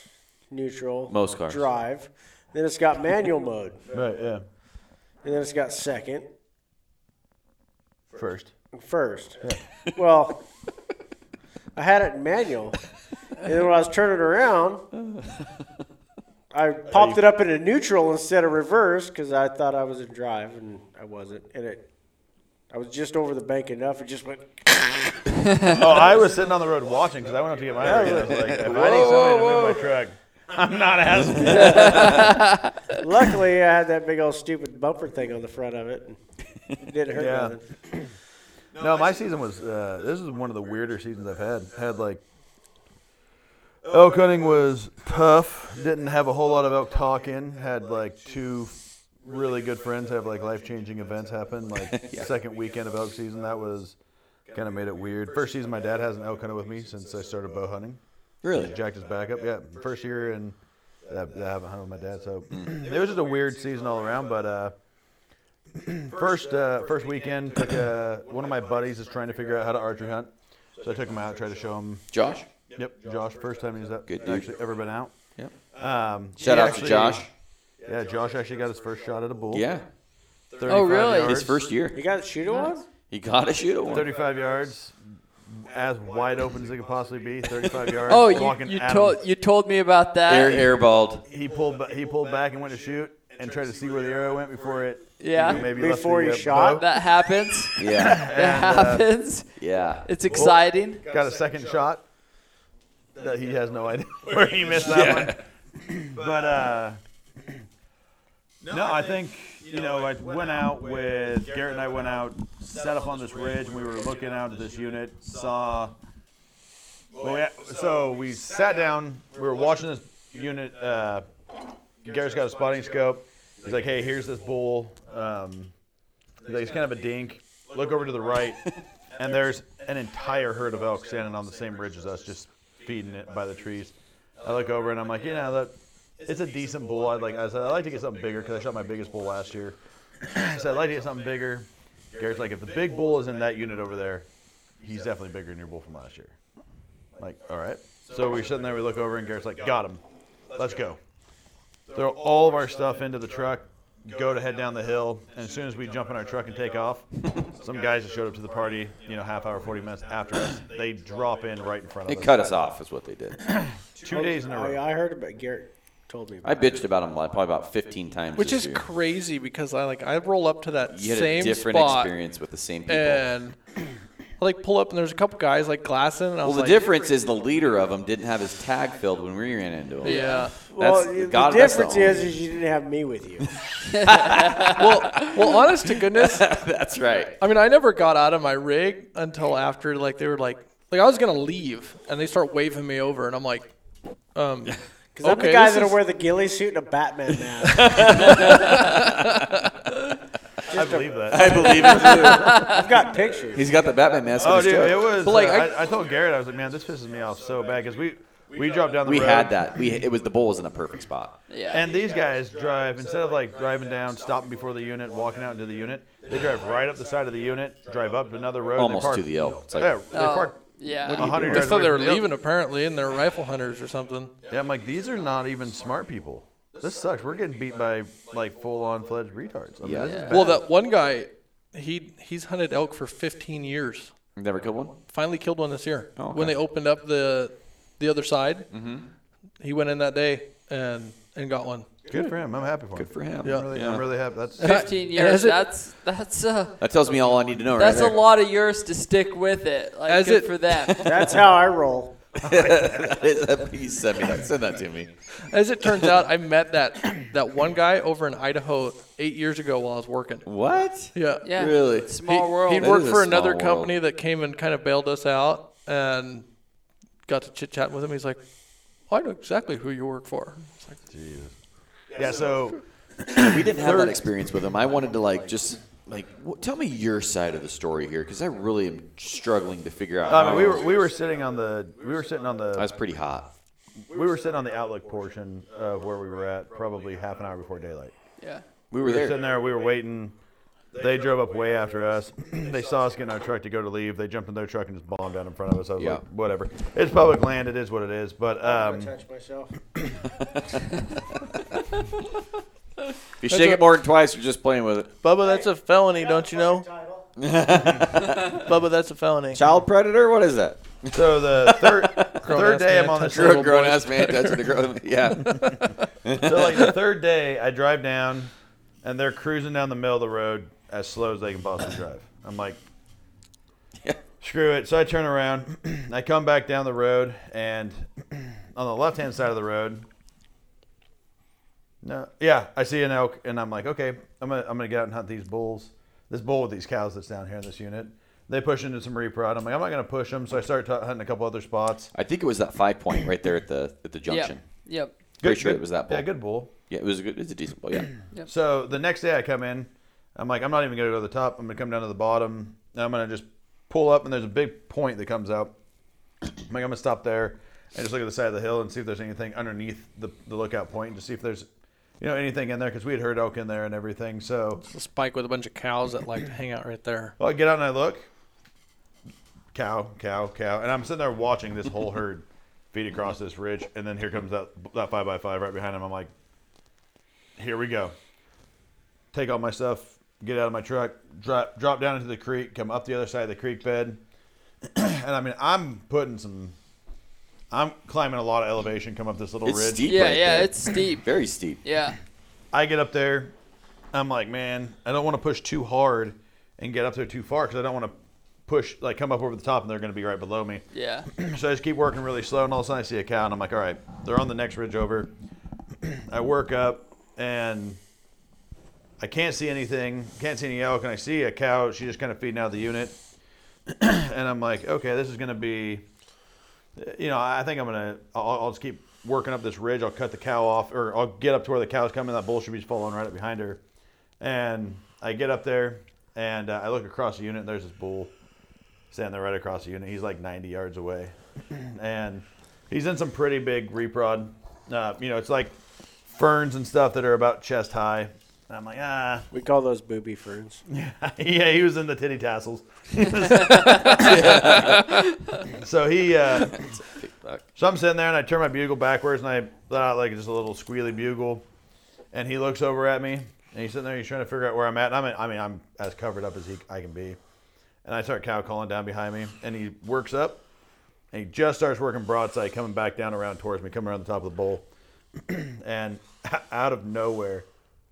Speaker 1: neutral,
Speaker 3: Most cars.
Speaker 1: drive. Then it's got manual mode,
Speaker 5: Right. Yeah.
Speaker 1: and then it's got second,
Speaker 5: First.
Speaker 1: and first. Well, I had it in manual, and then when I was turning around, I popped it up into neutral instead of reverse because I thought I was in drive, and I wasn't. And it, I was just over the bank enough. It just went.
Speaker 5: Oh, I was sitting on the road watching because I went up to get my. Yeah, I was like, if I need somebody to move my truck, I'm not asking.
Speaker 1: Luckily, I had that big old stupid bumper thing on the front of it. And it didn't hurt
Speaker 5: Yeah.
Speaker 1: nothing.
Speaker 5: No, my season was. Uh, this is one of the weirder seasons I've had. Had like elk hunting was tough. Didn't have a whole lot of elk talking. Had like two really good friends have like life changing events happen. Like second weekend of elk season, that was kind of made it weird. First season, my dad hasn't elk hunted with me since I started bow hunting.
Speaker 3: Really?
Speaker 5: Jacked his back up. Yeah, first year and I, I haven't hunted with my dad, so it was just a weird season all around. But uh, first uh, first weekend, took, uh, one of my buddies is trying to figure out how to archery hunt, so I took him out, tried to show him.
Speaker 3: Josh.
Speaker 5: Yep, Josh, first time he's up,
Speaker 3: Good dude.
Speaker 5: actually ever been out.
Speaker 3: Yep.
Speaker 5: Um,
Speaker 3: Shout
Speaker 5: he
Speaker 3: out
Speaker 5: actually-
Speaker 3: to Josh.
Speaker 5: Yeah, Josh actually got his first shot at a bull.
Speaker 3: Yeah.
Speaker 5: 35
Speaker 4: Oh, really?
Speaker 5: yards.
Speaker 3: His first year.
Speaker 1: You got to shoot at one?
Speaker 3: He got a shoot at one.
Speaker 5: 35 yards, as wide open as it could possibly be. 35 yards.
Speaker 4: Oh, you,
Speaker 5: walking
Speaker 4: you
Speaker 5: at him.
Speaker 4: told you told me about that.
Speaker 3: Air airballed.
Speaker 5: he pulled ba- he pulled back and went to shoot and tried to see where the arrow went before it
Speaker 4: Yeah.
Speaker 5: maybe
Speaker 1: Before
Speaker 5: left
Speaker 1: he
Speaker 5: the,
Speaker 1: shot.
Speaker 5: bow.
Speaker 4: That happens.
Speaker 3: Yeah.
Speaker 4: That
Speaker 5: uh,
Speaker 4: happens.
Speaker 3: Yeah.
Speaker 4: It's exciting.
Speaker 5: got a second shot that he has no idea where he missed that one but uh no I think you know I went out with Garrett and I went out set up on this ridge and we were looking out at this unit saw well, yeah, so we sat down we were watching this unit uh Garrett's got a spotting scope. He's like, hey, here's this bull. Um, he's like, it's kind of a dink. Look over to the right, and there's an entire herd of elk standing on the same ridge as us, just feeding it by the trees. I look over and I'm like, you know, that it's a decent bull. I'd like, I said, I'd like to get something bigger because I shot my biggest bull last year. I said, I'd like to get something bigger. Garrett's like, if the big bull is in that unit over there, he's definitely bigger than your bull from last year. Like, all right. So we're sitting there, we look over, and Garrett's like, got him. Let's go throw all of our stuff into the truck, go to head down the hill, and as soon as we jump in our truck and take off, some guys that showed up to the party, you know, half hour, 40 minutes after us, they drop in right in front
Speaker 3: They
Speaker 5: of us.
Speaker 3: cut us off, is what they did.
Speaker 5: Two days in a
Speaker 1: Oh, yeah,
Speaker 5: row.
Speaker 1: I heard about Garrett told me. About
Speaker 3: I bitched about him like probably about 15 times.
Speaker 2: Which
Speaker 3: this
Speaker 2: is
Speaker 3: year.
Speaker 2: crazy because I like I roll up to that
Speaker 3: You had
Speaker 2: same
Speaker 3: a different
Speaker 2: spot
Speaker 3: experience with the same people.
Speaker 2: and I like pull up and there's a couple guys like glassing and I
Speaker 3: well,
Speaker 2: was
Speaker 3: the
Speaker 2: like,
Speaker 3: difference is the leader of them didn't have his tag filled when we ran into him.
Speaker 2: Yeah.
Speaker 1: well,
Speaker 3: That's,
Speaker 1: the,
Speaker 3: God, that's
Speaker 1: difference
Speaker 3: the
Speaker 1: is,
Speaker 3: only-
Speaker 1: is you didn't have me with you.
Speaker 2: Well, well, honest to goodness,
Speaker 3: that's right.
Speaker 2: I mean, I never got out of my rig until after like they were like like I was gonna leave and they start waving me over and I'm like, um,
Speaker 1: Because I'm the
Speaker 2: Okay,
Speaker 1: guy
Speaker 2: this
Speaker 1: that'll
Speaker 2: is-
Speaker 1: wear the ghillie suit and a Batman mask.
Speaker 5: I believe that.
Speaker 3: I believe it. Too.
Speaker 1: I've got pictures.
Speaker 3: He's got the Batman mask. on
Speaker 5: Oh,
Speaker 3: his
Speaker 5: dude,
Speaker 3: truck.
Speaker 5: it was.
Speaker 2: But, like,
Speaker 5: uh,
Speaker 2: I-
Speaker 5: I, I told Garrett, I was like, man, this pisses me off so bad because we, we dropped down the
Speaker 3: We
Speaker 5: road.
Speaker 3: had that. We it was the bull was in a perfect spot.
Speaker 4: Yeah.
Speaker 5: And these guys drive instead of like driving down, stopping before the unit, walking out into the unit. They drive right up the side of the unit, drive up another road. they
Speaker 3: Almost
Speaker 5: park-
Speaker 3: to the elk. It's like-
Speaker 5: yeah, they
Speaker 4: Oh,
Speaker 5: park
Speaker 4: yeah.
Speaker 5: 100
Speaker 2: I
Speaker 5: yards
Speaker 2: thought
Speaker 5: away
Speaker 2: they were
Speaker 5: from the elk.
Speaker 2: leaving apparently and they're rifle hunters or something.
Speaker 5: Yeah, I'm like, these are not even smart people. This sucks. We're getting beat by like full on fledged retards. I mean,
Speaker 3: Yeah.
Speaker 5: this is
Speaker 2: Well,
Speaker 5: bad.
Speaker 2: that one guy, he he's hunted elk for 15 years.
Speaker 3: Never killed one.
Speaker 2: Finally killed one this year
Speaker 3: Oh, okay.
Speaker 2: when they opened up the the other side. Mm-hmm. He went in that day and and got one.
Speaker 5: Good for him. I'm happy for him.
Speaker 3: Good for him.
Speaker 5: I'm really,
Speaker 3: Yeah.
Speaker 5: I'm really happy. That's
Speaker 4: Fifteen
Speaker 2: As
Speaker 4: years.
Speaker 2: it-
Speaker 4: that's that's a
Speaker 3: That tells me all I need to know.
Speaker 4: that's
Speaker 3: right
Speaker 4: a
Speaker 3: there.
Speaker 4: lot of yours to stick with it. Like
Speaker 2: As
Speaker 4: good
Speaker 2: it-
Speaker 4: for them.
Speaker 1: That's how I roll.
Speaker 3: that is a piece. Send me that. Send that to me.
Speaker 2: As it turns out, I met that that one guy over in Idaho eight years ago while I was working.
Speaker 3: What?
Speaker 2: Yeah,
Speaker 4: Yeah.
Speaker 3: Really?
Speaker 4: Small
Speaker 2: he,
Speaker 4: world.
Speaker 2: He
Speaker 3: That
Speaker 2: worked
Speaker 3: is a
Speaker 2: for
Speaker 3: small
Speaker 2: another
Speaker 3: world.
Speaker 2: company that came and kind of bailed us out and got to chit chat with him. He's like, I know exactly who you work for. It's like,
Speaker 5: yeah. So
Speaker 3: We didn't have that experience with him. I wanted to like just like w- tell me your side of the story here because I really am struggling to figure out.
Speaker 5: I
Speaker 3: how-
Speaker 5: mean, we were we were sitting on the we were sitting on the
Speaker 3: Oh. I was pretty hot.
Speaker 5: we were sitting on the outlook portion of where we were at, probably half an hour before daylight.
Speaker 4: yeah.
Speaker 3: We were
Speaker 5: We were sitting
Speaker 3: there.
Speaker 5: there. We were waiting. They drove up way after us. they saw us getting our truck to go to leave. They jumped in their truck and just bombed down in front of us. I was
Speaker 3: Yeah.
Speaker 5: like, whatever. It's public land. It is what it is. But um,
Speaker 1: Touch myself.
Speaker 3: If you shake it more than twice, you're just playing with it.
Speaker 2: Bubba, that's a felony, don't you know? Bubba, that's a felony.
Speaker 3: Child predator? What is that?
Speaker 5: so the third third
Speaker 2: Grown-ass
Speaker 5: day I'm
Speaker 2: man
Speaker 5: on this
Speaker 2: touched
Speaker 5: little
Speaker 2: Little
Speaker 3: grown
Speaker 2: boys.
Speaker 3: ass man touching a grown. Yeah.
Speaker 5: so like the third day, I drive down, and they're cruising down the middle of the road as slow as they can possibly drive. I'm like,
Speaker 3: Yeah.
Speaker 5: screw it. So I turn around, I come back down the road, and on the left hand side of the road, no, yeah, I see an elk, and I'm like, okay, I'm gonna I'm gonna get out and hunt these bulls. This bull with these cows that's down here in this unit. They push into some reprod. I'm like, I'm not gonna push them, so I start t- hunting a couple other spots.
Speaker 3: I think it was that five point right there at the at the junction.
Speaker 4: Yep.
Speaker 3: Pretty sure it was that bull.
Speaker 5: Yeah, good bull.
Speaker 3: Yeah, it was a good. It's a decent bull. Yeah.
Speaker 5: So the next day I come in, I'm like, I'm not even gonna go to the top. I'm gonna come down to the bottom. And I'm gonna just pull up, and there's a big point that comes out. I'm like, I'm gonna stop there and just look at the side of the hill and see if there's anything underneath the, the lookout point, and just see if there's, you know, anything in there because we had heard elk in there and everything. So
Speaker 2: It's a spike with a bunch of cows that like to hang out right there.
Speaker 5: well, I get out and I look. Cow, cow, cow, and I'm sitting there watching this whole herd feed across this ridge, and then here comes that that five by five right behind him. I'm like, here we go. Take all my stuff, get out of my truck, drop drop down into the creek, come up the other side of the creek bed, and I mean I'm putting some, I'm climbing a lot of elevation, come up this little
Speaker 3: It's
Speaker 5: ridge.
Speaker 3: steep.
Speaker 4: Yeah,
Speaker 3: right
Speaker 4: yeah,
Speaker 3: there.
Speaker 4: it's steep.
Speaker 3: very steep.
Speaker 4: Yeah.
Speaker 5: I get up there. I'm like, man, I don't want to push too hard and get up there too far because I don't want to push, like, come up over the top and they're going to be right below me.
Speaker 4: Yeah.
Speaker 5: So I just keep working really slow, and all of a sudden I see a cow, and I'm like, all right, they're on the next ridge over. I work up, and I can't see anything, can't see any elk, and I see a cow. She's just kind of feeding out of the unit, and I'm like, okay, this is going to be, you know, I think I'm going to, I'll, I'll just keep working up this ridge. I'll cut the cow off, or I'll get up to where the cow's coming. That bull should be following right up behind her, and I get up there, and uh, I look across the unit. And there's this bull standing there right across the unit. He's like 90 yards away, and he's in some pretty big reprod. Uh, you know, it's like ferns and stuff that are about chest high. And I'm like, ah,
Speaker 1: We call those booby ferns.
Speaker 5: yeah, he was in the titty tassels. so he, uh, so I'm sitting there and I turn my bugle backwards and I let out like just a little squealy bugle, and he looks over at me and he's sitting there. He's trying to figure out where I'm at. And I'm, in, I mean, I'm as covered up as he I can be, and I start cow calling down behind me, and he works up, and he just starts working broadside, coming back down around towards me, coming around the top of the bowl, and out of nowhere.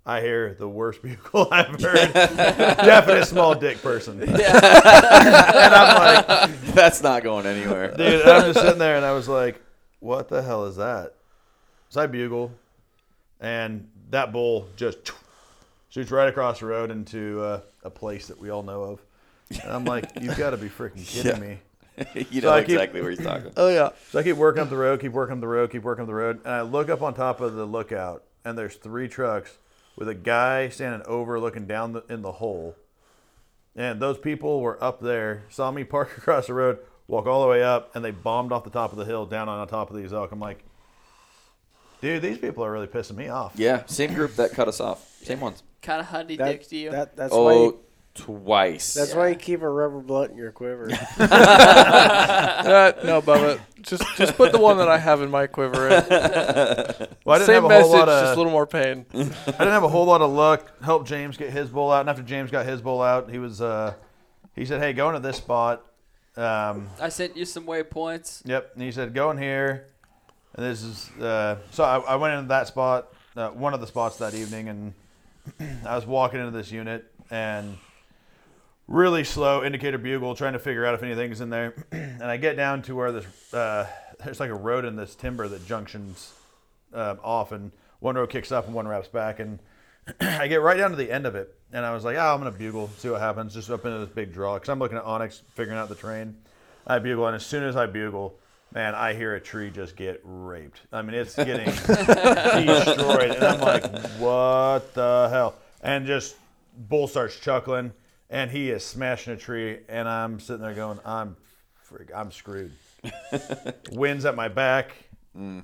Speaker 5: I hear the worst bugle I've heard. Definite small dick person. and I'm like,
Speaker 3: That's not going anywhere.
Speaker 5: Dude, I'm just sitting there and I was like, what the hell is that? So I bugle, and that bull just shoots right across the road into uh, a place that we all know of. And I'm like, you've got to be freaking kidding
Speaker 3: Yeah.
Speaker 5: me.
Speaker 3: you
Speaker 5: So
Speaker 3: know
Speaker 5: I keep-
Speaker 3: exactly where he's talking.
Speaker 2: Oh yeah.
Speaker 5: So I keep working up the road, keep working up the road, keep working up the road, and I look up on top of the lookout, and there's three trucks with a guy standing over looking down the, in the hole. And those people were up there, saw me park across the road, walk all the way up, and they bombed off the top of the hill down on top of these elk. I'm like, dude, these people are really pissing me off.
Speaker 3: Yeah, same group that cut us off. Same ones.
Speaker 4: Kind of hundy
Speaker 1: That,
Speaker 4: dick to you.
Speaker 1: that- that's why.
Speaker 3: Oh,
Speaker 1: You,
Speaker 3: twice.
Speaker 1: that's why you keep a rubber blunt in your
Speaker 3: Oh,
Speaker 1: quiver.
Speaker 2: Uh, no, Bubba, just just put the one that I have in my quiver. In.
Speaker 5: Well, I didn't
Speaker 2: Same
Speaker 5: have a
Speaker 2: message,
Speaker 5: whole lot
Speaker 2: just a
Speaker 5: of,
Speaker 2: little more pain.
Speaker 5: I didn't have a whole lot of luck. Helped James get his bull out, and after James got his bull out, he was uh, he said, "Hey, go into this spot." Um,
Speaker 4: I sent you some waypoints.
Speaker 5: Yep. And he said, go in here. And this is, uh, so I, I went into that spot, uh, one of the spots that evening, and I was walking into this unit and really slow indicator bugle trying to figure out if anything's in there. and I get down to where this, uh, there's like a road in this timber that junctions um, off, and one road kicks up and one wraps back. And I get right down to the end of it, and I was like, oh, I'm going to bugle, see what happens, just up into this big draw. Because I'm looking at Onyx, figuring out the terrain. I bugle, and as soon as I bugle, man, I hear a tree just get raped. I mean, it's getting destroyed. And I'm like, what the hell? And just Bull starts chuckling, and he is smashing a tree, and I'm sitting there going, I'm, frig- I'm screwed. Winds at my back.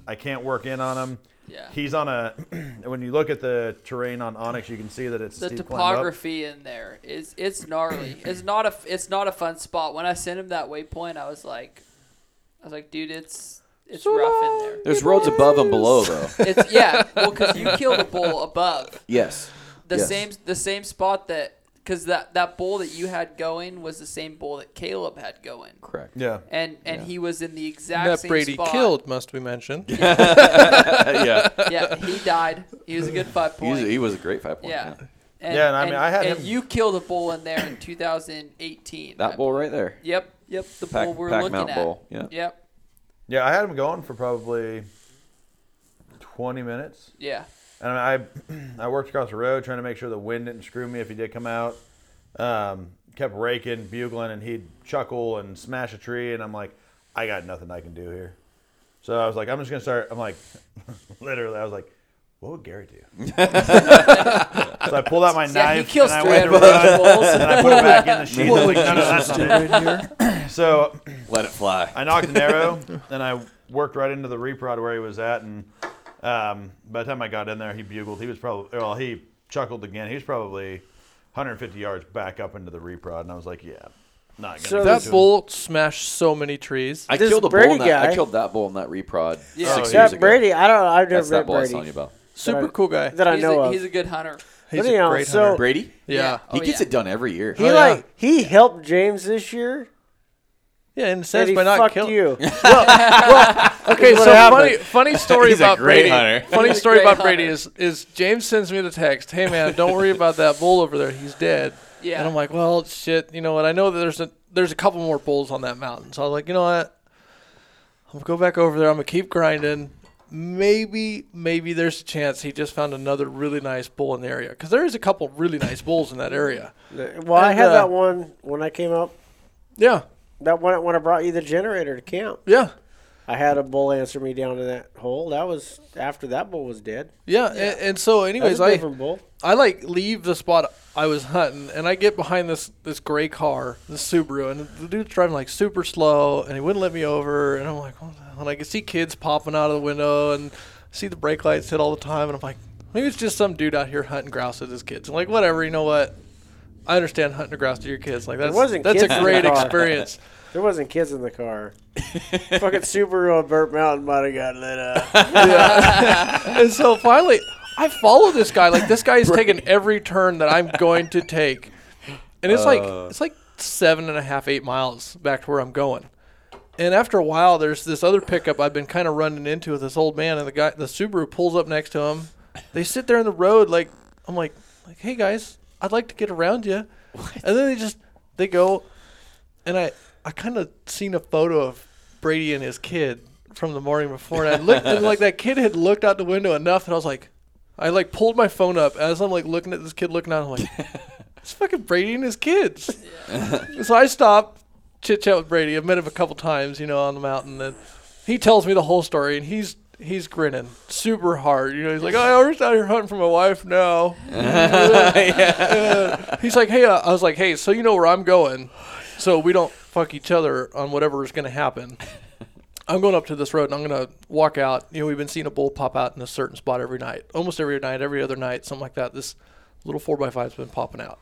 Speaker 5: I can't work in on him.
Speaker 4: Mm. Yeah.
Speaker 5: He's on a. when you look at the terrain on Onyx, you can see that it's
Speaker 4: The
Speaker 5: steep climb up.
Speaker 4: topography in there is it's gnarly. it's not a it's not a fun spot. When I sent him that waypoint, I was like, I was like, dude, it's it's rough in there.
Speaker 3: There's roads above and below, though.
Speaker 4: It's yeah, well, because you killed a bull above
Speaker 3: Yes.
Speaker 4: the
Speaker 3: Yes.
Speaker 4: same the same spot that because that that bull that you had going was the same bull that Caleb had going,
Speaker 3: Correct.
Speaker 5: Yeah.
Speaker 4: and and he was in the exact
Speaker 2: That
Speaker 4: same
Speaker 2: Brady
Speaker 4: spot.
Speaker 2: killed, must be mentioned.
Speaker 3: yeah.
Speaker 4: Yeah, he died. He was a good five
Speaker 3: He
Speaker 4: point.
Speaker 3: was, he was a great five point.
Speaker 4: yeah.
Speaker 3: Yeah.
Speaker 5: Yeah, and I mean, I had
Speaker 4: and
Speaker 5: him-
Speaker 4: you killed a bull in there in 2018. I-
Speaker 3: That bull right there.
Speaker 4: Yep, yep. The
Speaker 3: Pac-
Speaker 4: bull we're
Speaker 3: Pac
Speaker 4: looking
Speaker 3: Mount
Speaker 4: at.
Speaker 3: bull, yeah.
Speaker 4: Yep.
Speaker 5: Yeah, I had him going for probably 20 minutes.
Speaker 4: Yeah.
Speaker 5: And I, I worked across the road trying to make sure the wind didn't screw me if he did come out. Um, kept raking, bugling, and he'd chuckle and smash a tree. And I'm like, I got nothing I can do here. So I was like, I'm just going to start. I'm like, literally, I was like, what would Gary do? so I pulled out my
Speaker 4: Yeah, he
Speaker 5: knife
Speaker 4: kills
Speaker 5: and I
Speaker 4: three
Speaker 5: went to
Speaker 4: of
Speaker 5: run.
Speaker 4: bulls.
Speaker 5: And I put it back in the sheath. I was like, "No, no, that's not it." So
Speaker 3: Let it fly.
Speaker 5: I knocked an arrow, and I worked right into the reprod where he was at. And um, by the time I got in there, he bugled. He was probably well. He chuckled again. He was probably 150 yards back up into the reprod, and I was like, "Yeah, not gonna."
Speaker 1: So
Speaker 5: do
Speaker 2: That
Speaker 5: it."
Speaker 2: bull smashed so many trees.
Speaker 3: I
Speaker 1: This
Speaker 3: killed a bull.
Speaker 1: Brady
Speaker 3: In that,
Speaker 1: guy-
Speaker 3: I killed that bull in that reprod
Speaker 4: Yeah.
Speaker 3: six years
Speaker 5: Oh,
Speaker 1: That
Speaker 3: ago.
Speaker 1: Brady, I don't know. I've never
Speaker 3: That's that
Speaker 1: met
Speaker 3: bull I was
Speaker 1: Brady.
Speaker 3: telling you about.
Speaker 2: Super cool guy.
Speaker 1: That I
Speaker 4: he's,
Speaker 1: know
Speaker 4: a,
Speaker 1: of.
Speaker 4: he's a good hunter.
Speaker 2: He's
Speaker 1: Let me
Speaker 2: a
Speaker 1: know,
Speaker 2: great
Speaker 1: so-
Speaker 2: hunter.
Speaker 3: Brady.
Speaker 2: Yeah.
Speaker 4: Oh,
Speaker 3: He gets
Speaker 4: yeah.
Speaker 3: it done every year.
Speaker 1: He
Speaker 2: Oh, yeah.
Speaker 1: like he helped James this year.
Speaker 2: Yeah, in a
Speaker 1: And
Speaker 2: sense,
Speaker 1: he
Speaker 2: by not
Speaker 1: fucked
Speaker 2: killing.
Speaker 1: you.
Speaker 2: Okay,
Speaker 1: What
Speaker 2: so funny,
Speaker 1: happened?
Speaker 2: funny story
Speaker 3: He's a
Speaker 2: about
Speaker 3: great
Speaker 2: Brady.
Speaker 3: hunter.
Speaker 2: Funny
Speaker 4: He's a
Speaker 2: story
Speaker 4: great
Speaker 2: about
Speaker 4: hunter.
Speaker 2: Brady is is James sends me the text. Hey man, don't worry about that bull over there. He's dead.
Speaker 4: Yeah.
Speaker 2: And I'm like, well, shit. You know what? I know that there's a there's a couple more bulls on that mountain. So I was like, you know what? I'm gonna go back over there. I'm gonna keep grinding. Maybe maybe there's a chance he just found another really nice bull in the area because there is a couple really nice bulls in that area.
Speaker 1: Well, I
Speaker 2: And,
Speaker 1: had
Speaker 2: uh,
Speaker 1: that one when I came up.
Speaker 2: Yeah.
Speaker 1: That one when I brought you the generator to camp.
Speaker 2: Yeah.
Speaker 1: I had a bull answer me down in that hole. That was after that bull was dead.
Speaker 2: Yeah, And, and so,
Speaker 1: That
Speaker 2: anyways,
Speaker 1: was a
Speaker 2: I
Speaker 1: different bull.
Speaker 2: I like leave the spot I was hunting, and I get behind this this gray car, this Subaru, and the dude's driving like super slow, and he wouldn't let me over, and I'm like, what the hell? and I can see kids popping out of the window, and see the brake lights hit all the time, and I'm like, maybe it's just some dude out here hunting grouse with his kids. I'm like, whatever, you know what? I understand hunting a grouse to your kids. Like that's
Speaker 1: wasn't
Speaker 2: that's
Speaker 1: kids in
Speaker 2: a
Speaker 1: the
Speaker 2: great
Speaker 1: car.
Speaker 2: experience.
Speaker 1: There wasn't kids in the car. Fucking Subaru on Burnt Mountain might have got lit up.
Speaker 2: and so finally, I follow this guy. Like this guy is taking every turn that I'm going to take, and it's like it's like seven and a half, eight miles back to where I'm going. And after a while, there's this other pickup I've been kind of running into with this old man, and the guy, the Subaru pulls up next to him. They sit there in the road, like I'm like, like, hey guys, I'd like to get around you, and then they just they go, and I I kind of seen a photo of Brady and his kid from the morning before, and I looked and like that kid had looked out the window enough, and I was like, I like pulled my phone up as I'm like looking at this kid looking out, I'm like, it's fucking Brady and his kids. so I stopped, chit chat with Brady. I've met him a couple times, you know, on the mountain. Then he tells me the whole story, and he's he's grinning super hard. You know, he's like, oh, I was out here hunting for my wife now. He's like, hey, uh, I was like, hey, so you know where I'm going, so we don't fuck each other on whatever is going to happen. I'm going up to this road and I'm going to walk out. You know, we've been seeing a bull pop out in a certain spot every night, almost every night, every other night, something like that. This little four by five's been popping out,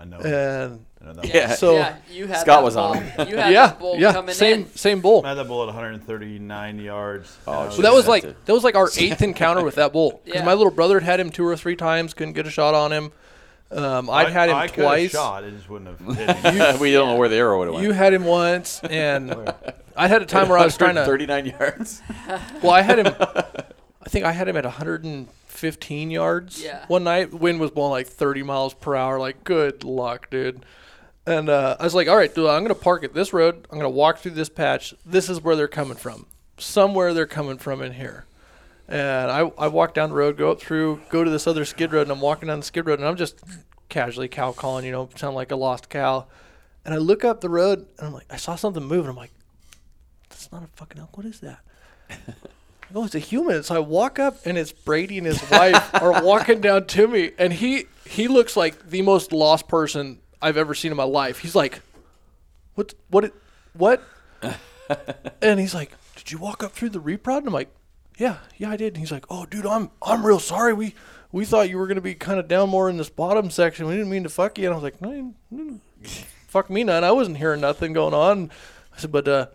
Speaker 5: I know.
Speaker 2: and
Speaker 5: I know that
Speaker 4: Yeah.
Speaker 5: one.
Speaker 2: So-
Speaker 4: yeah, you had
Speaker 3: Scott
Speaker 4: that
Speaker 3: was on
Speaker 4: bull. You had
Speaker 2: yeah,
Speaker 4: that bull
Speaker 2: yeah,
Speaker 4: coming
Speaker 2: same
Speaker 4: in.
Speaker 2: same bull.
Speaker 5: I had that bull at 139 yards. Uh, and I
Speaker 2: Oh, So that was
Speaker 3: That's
Speaker 2: like
Speaker 3: it.
Speaker 2: that was like our eighth encounter with that bull. 'Cause
Speaker 4: Yeah.
Speaker 2: my little brother had had him two or three times, couldn't get a shot on him, Um, I'd had him
Speaker 5: I could have
Speaker 2: twice.
Speaker 5: Shot, it just wouldn't have. Hit me.
Speaker 3: we don't know where the arrow would have went.
Speaker 2: You had him once, and I had a time where I was trying to.
Speaker 3: 39 yards.
Speaker 2: Well, I had him. I think I had him at 115 yards.
Speaker 4: Yeah.
Speaker 2: One night, wind was blowing like 30 miles per hour. Like, good luck, dude. And uh, I was like, all right, dude, I'm gonna park at this road. I'm gonna walk through this patch. This is where they're coming from. Somewhere they're coming from in here. And I, I walk down the road, go up through, go to this other skid road, and I'm walking down the skid road, and I'm just casually cow calling, you know, sound like a lost cow. And I look up the road, and I'm like, I saw something move, and I'm like, that's not a fucking elk. What is that? Oh, it's a human. So I walk up, and it's Brady and his wife are walking down to me, and he he looks like the most lost person I've ever seen in my life. He's like, "What? What? it- What?" and he's like, "Did you walk up through the reprod?" And I'm like, "Yeah, yeah, I did." And he's like, "Oh, dude, I'm I'm real sorry. We we thought you were gonna be kind of down more in this bottom section. We didn't mean to fuck you." And I was like, "No, you- no, fuck me, none. I wasn't hearing nothing going on." I said, "But uh,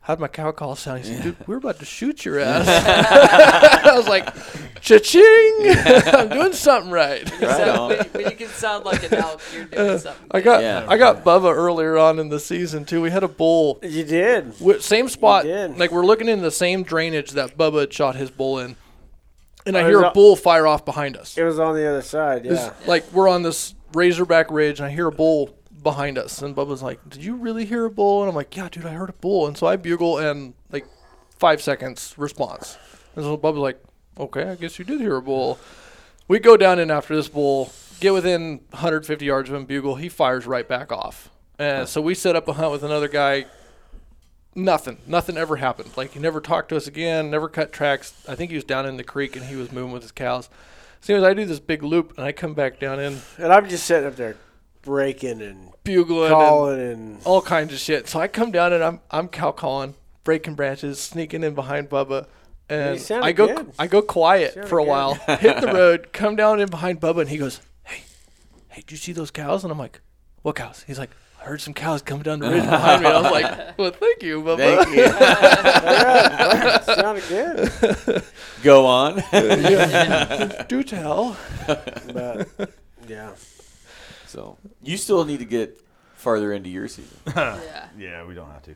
Speaker 2: how'd my cow call sound?" He said, "Dude, we're about to shoot your ass." I was like, "Cha-ching! I'm doing something right."
Speaker 4: So,
Speaker 3: on.
Speaker 4: when, when you can sound like an elk, you're
Speaker 3: Uh,
Speaker 4: doing something.
Speaker 2: I got
Speaker 3: Yeah.
Speaker 2: I got Bubba earlier on in the season too. We had a bull
Speaker 1: You did.
Speaker 2: Wi- same spot.
Speaker 1: You did.
Speaker 2: Like we're looking in the same drainage that Bubba had shot his bull in, and I
Speaker 1: Oh,
Speaker 2: hear
Speaker 1: is
Speaker 2: a
Speaker 1: that-
Speaker 2: bull fire off behind us.
Speaker 1: It was on the other side.
Speaker 2: It's
Speaker 1: Yeah.
Speaker 2: Like we're on this Razorback Ridge, and I hear a bull behind us, and Bubba's like, "Did you really hear a bull?" And I'm like, "Yeah, dude, I heard a bull." And so I bugle, and like five seconds response, and so Bubba's like, "Okay, I guess you did hear a bull." We go down in after this bull, get within 150 yards of him, bugle. He fires right back off, and so we set up a hunt with another guy nothing. Nothing ever happened. Like he never talked to us again, never cut tracks. I think he was down in the creek and he was moving with his cows. So anyways, I do this big loop and I come back down in
Speaker 1: And I'm just sitting up there breaking and
Speaker 3: um,
Speaker 2: bugling and
Speaker 1: calling and
Speaker 2: all kinds of shit. So I come down and I'm I'm cow calling, breaking branches, sneaking in behind Bubba.
Speaker 1: You
Speaker 2: And
Speaker 1: sounded
Speaker 2: I go
Speaker 1: good.
Speaker 2: I go quiet
Speaker 1: Sounded
Speaker 2: for a
Speaker 1: good.
Speaker 2: while, hit the road, come down in behind Bubba and he goes, Hey, hey, did you see those cows? And I'm like, What cows? He's like, I heard some cows coming down the ridge behind me. And I was like, Well, thank you, Bubba.
Speaker 3: Thank you.
Speaker 1: it sounded good.
Speaker 3: Go on.
Speaker 2: Do tell.
Speaker 1: But yeah.
Speaker 3: so you still need to get farther into your season.
Speaker 4: Yeah.
Speaker 5: yeah, we don't have to.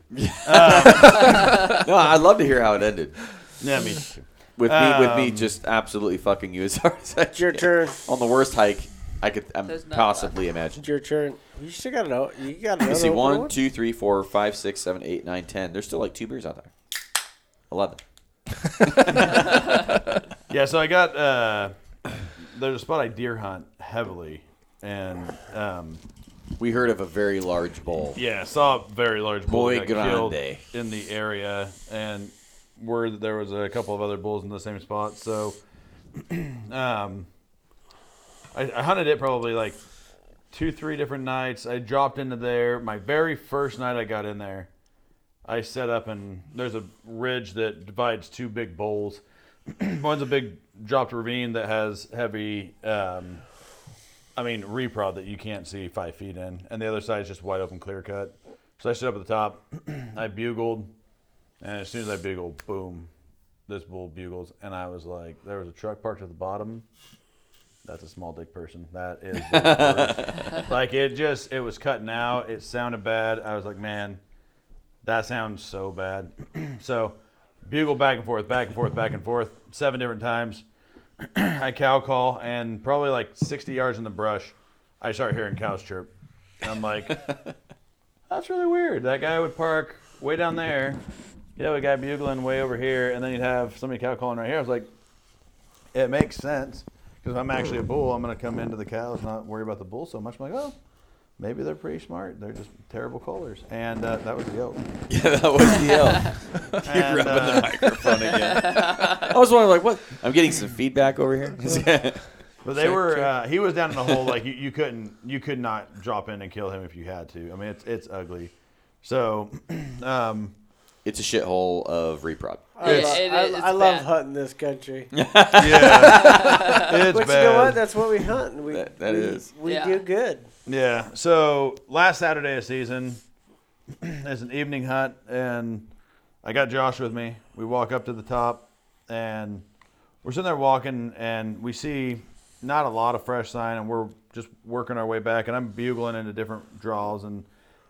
Speaker 3: No, I'd love to hear how it ended.
Speaker 5: Yeah, me too.
Speaker 3: With me, with me, just absolutely fucking you as hard as I
Speaker 1: It's your
Speaker 3: can.
Speaker 1: turn.
Speaker 3: On the worst hike I could um,
Speaker 4: There's not
Speaker 3: possibly imagine.
Speaker 1: It's your turn. You still got an You got
Speaker 3: You
Speaker 1: another
Speaker 3: see,
Speaker 1: open
Speaker 3: one,
Speaker 1: one?
Speaker 3: two, three, four, five, six, seven, eight, nine, ten. There's still like two beers out there. Eleven.
Speaker 5: Yeah, so I got uh, there's a spot I deer hunt heavily, and um,
Speaker 3: We heard of a very large bowl.
Speaker 5: yeah, saw a very large bull
Speaker 3: Boy
Speaker 5: that got killed
Speaker 3: grande.
Speaker 5: in the area, and word that there was a couple of other bulls in the same spot. So, um, I, I hunted it probably like two, three different nights. I dropped into there. My very first night I got in there, I set up and there's a ridge that divides two big bowls. One's a big dropped ravine that has heavy, um, I mean, reprod that you can't see five feet in, and the other side is just wide open clear cut. So I stood up at the top, I bugled, and as soon as I bugled, boom, this bull bugles, and I was like, there was a truck parked at the bottom. That's a small dick person. That is the worst. like it just it was cutting out. It sounded bad. I was like, man, that sounds so bad. so bugle back and forth, back and forth, back and forth, seven different times. I cow call and probably like 60 yards in the brush, I start hearing cows chirp. And I'm like, that's really weird. That guy would park way down there. You have a guy bugling way over here, and then you'd have somebody cow calling right here. I was like, it makes sense because I'm actually a bull. I'm going to come into the cows, not worry about the bull so much. I'm like, oh, maybe they're pretty smart. They're just terrible callers. And uh, that was the elk.
Speaker 3: Yeah, that was the L.
Speaker 5: And, uh,
Speaker 3: microphone again. I was wondering, like, what? I'm getting some feedback over here.
Speaker 5: But they were. Uh, he was down in a hole like you, you couldn't you could not drop in and kill him if you had to. I mean it's it's ugly. So um,
Speaker 3: it's a shithole of reprod.
Speaker 1: I,
Speaker 4: Yeah,
Speaker 1: love,
Speaker 4: it
Speaker 1: I,
Speaker 4: is- it's
Speaker 1: I love
Speaker 4: bad.
Speaker 1: hunting this country.
Speaker 5: yeah, it's
Speaker 1: But
Speaker 5: bad.
Speaker 1: you know what? That's what we hunt. and We,
Speaker 3: That- that
Speaker 1: we,
Speaker 3: is.
Speaker 1: we
Speaker 4: Yeah.
Speaker 1: do good.
Speaker 5: Yeah. So last Saturday of season, there's an evening hunt, and I got Josh with me. We walk up to the top, and we're sitting there walking, and we see not a lot of fresh sign, and we're just working our way back, and I'm bugling into different draws and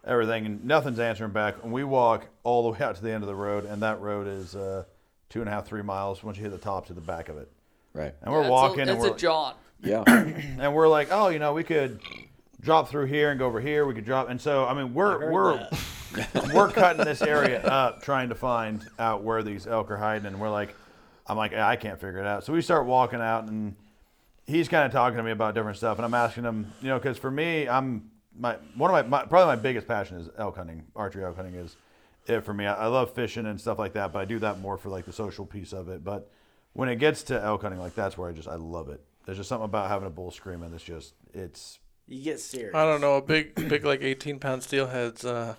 Speaker 5: everything, and nothing's answering back. And we walk all the way out to the end of the road, and that road is uh, two and a half, three miles once you hit the top to the back of it.
Speaker 3: Right.
Speaker 5: And we're
Speaker 4: That's
Speaker 5: walking,
Speaker 4: A,
Speaker 5: and
Speaker 4: it's
Speaker 5: we're
Speaker 4: a John.
Speaker 3: Yeah.
Speaker 5: and we're like, oh, you know, we could drop through here and go over here. We could drop, and so I mean, we're we're we're cutting this area up, trying to find out where these elk are hiding, and we're like, I'm like, I can't figure it out. So we start walking out, and he's kind of talking to me about different stuff, and I'm asking him, you know, because for me, I'm my one of my, my probably my biggest passion is elk hunting, archery elk hunting is it for me. I, I love fishing and stuff like that, but I do that more for like the social piece of it. But when it gets to elk hunting, like that's where I just I love it. There's just something about having a bull screaming that's just it's
Speaker 1: You get serious.
Speaker 2: I don't know. A big, big like 18 pound steelhead's uh,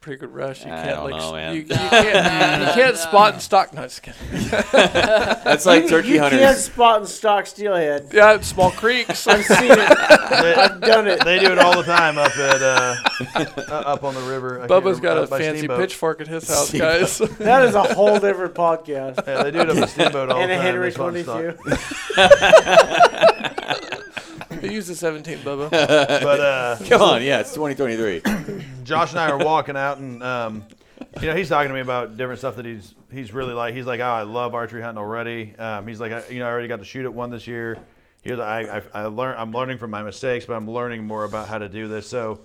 Speaker 2: pretty good rush. You
Speaker 3: I
Speaker 2: can't
Speaker 3: don't
Speaker 2: like
Speaker 3: know,
Speaker 2: s-
Speaker 3: man.
Speaker 2: You, you can't, you can't spot and stock. No, just kidding.
Speaker 3: That's like turkey
Speaker 1: you
Speaker 3: hunters.
Speaker 1: can't spot and stock steelhead.
Speaker 2: Yeah, it's small creeks.
Speaker 1: I've seen it.
Speaker 5: they,
Speaker 1: I've done it.
Speaker 5: they do it all the time up at uh, uh, up on the river. I can't
Speaker 2: Bubba's got
Speaker 5: remember-
Speaker 2: a
Speaker 5: up uh, by
Speaker 2: fancy
Speaker 5: Steamboat.
Speaker 2: pitchfork at his house, guys.
Speaker 1: That is a whole different podcast.
Speaker 5: Yeah, they do it up at Steamboat all
Speaker 1: And
Speaker 5: the
Speaker 1: a
Speaker 5: time.
Speaker 1: Henry
Speaker 5: It's fun stuff.
Speaker 1: 22.
Speaker 2: he used a 17 Bubba.
Speaker 5: But uh,
Speaker 3: Come on, yeah, it's 2023.
Speaker 5: Josh and I are walking out, and um, you know he's talking to me about different stuff that he's he's really like. He's like, oh, I love archery hunting already. Um, he's like, I, you know, I already got to shoot at one this year. He's like, I, I, I learn, I'm learning from my mistakes, but I'm learning more about how to do this. So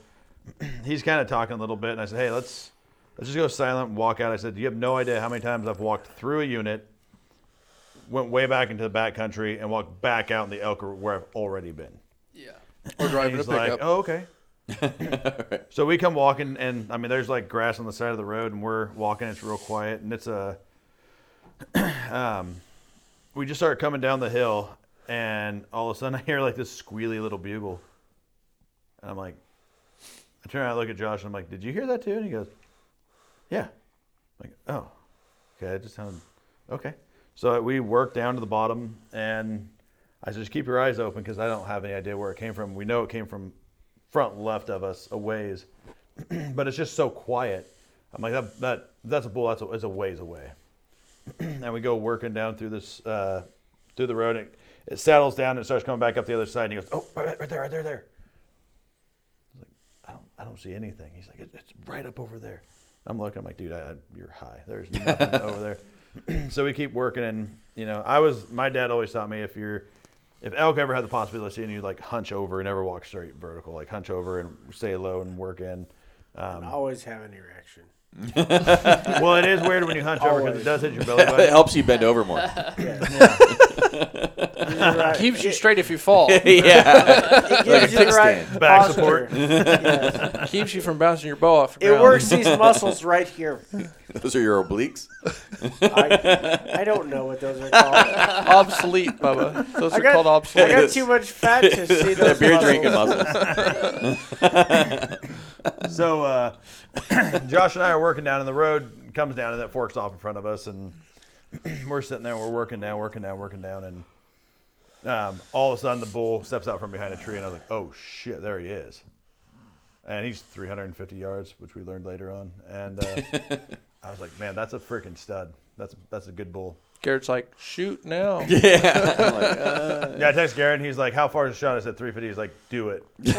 Speaker 5: he's kind of talking a little bit, and I said, hey, let's let's just go silent and walk out. I said, you have no idea how many times I've walked through a unit, went way back into the back country, and walked back out in the elk are where I've already been.
Speaker 4: Yeah.
Speaker 2: We're driving a
Speaker 5: He's like,
Speaker 2: pickup.
Speaker 5: oh, okay. so we come walking, and I mean, there's like grass on the side of the road, and we're walking. It's real quiet, and it's a. um, we just start coming down the hill, and all of a sudden I hear like this squealy little bugle, and I'm like, I turn around, I look at Josh, and I'm like, "Did you hear that too?" And he goes, "Yeah." I'm like, oh, okay, it just sounded okay. So we worked down to the bottom, and I said, just keep your eyes open because I don't have any idea where it came from. We know it came from front left of us a ways, but it's just so quiet. I'm like, that, that that's a bull. That's a, it's a ways away. and we go working down through this uh, through the road. And it, it saddles down and it starts coming back up the other side. And he goes, oh, right, right there, right there, there. I was like, I don't, I don't see anything. He's like, it, it's right up over there. I'm looking. I'm like, dude, I, I, you're high. There's nothing over there so we keep working and you know i was my dad always taught me if you're if elk ever had the possibility of seeing you like hunch over and never walk straight vertical like hunch over and stay low and work in
Speaker 1: I always have an erection.
Speaker 5: well it is weird when you hunch over because
Speaker 1: Always.
Speaker 5: it does hit your belly
Speaker 3: It
Speaker 5: button
Speaker 3: helps you bend over more.
Speaker 1: You're right.
Speaker 2: Keeps you straight if you fall.
Speaker 3: yeah.
Speaker 1: It
Speaker 3: Like a
Speaker 1: gives you the right
Speaker 3: kickstand.
Speaker 5: Back
Speaker 1: posture.
Speaker 5: support.
Speaker 1: Yes.
Speaker 2: Keeps you from bouncing your ball off the
Speaker 1: It
Speaker 2: ground.
Speaker 1: works these muscles right here.
Speaker 3: Those are your obliques.
Speaker 1: I, I don't know what those are called.
Speaker 2: Obsolete, Bubba. Those are
Speaker 1: got-
Speaker 2: called
Speaker 1: I
Speaker 2: obsolete.
Speaker 1: got too much fat to see
Speaker 3: They're
Speaker 1: those
Speaker 3: beer
Speaker 1: muscles.
Speaker 3: drinking muscles.
Speaker 5: so uh, josh and i are working down in the road comes down and that forks off in front of us and we're sitting there we're working down working down working down and um, all of a sudden the bull steps out from behind a tree and i was like oh shit there he is and he's 350 yards which we learned later on and uh, i was like man that's a freaking stud that's that's a good bull
Speaker 2: Garrett's like, shoot now.
Speaker 3: Yeah. I'm like, uh,
Speaker 5: yeah i text Garen. he's like how far is the shot i said 350 he's like do it
Speaker 1: Aim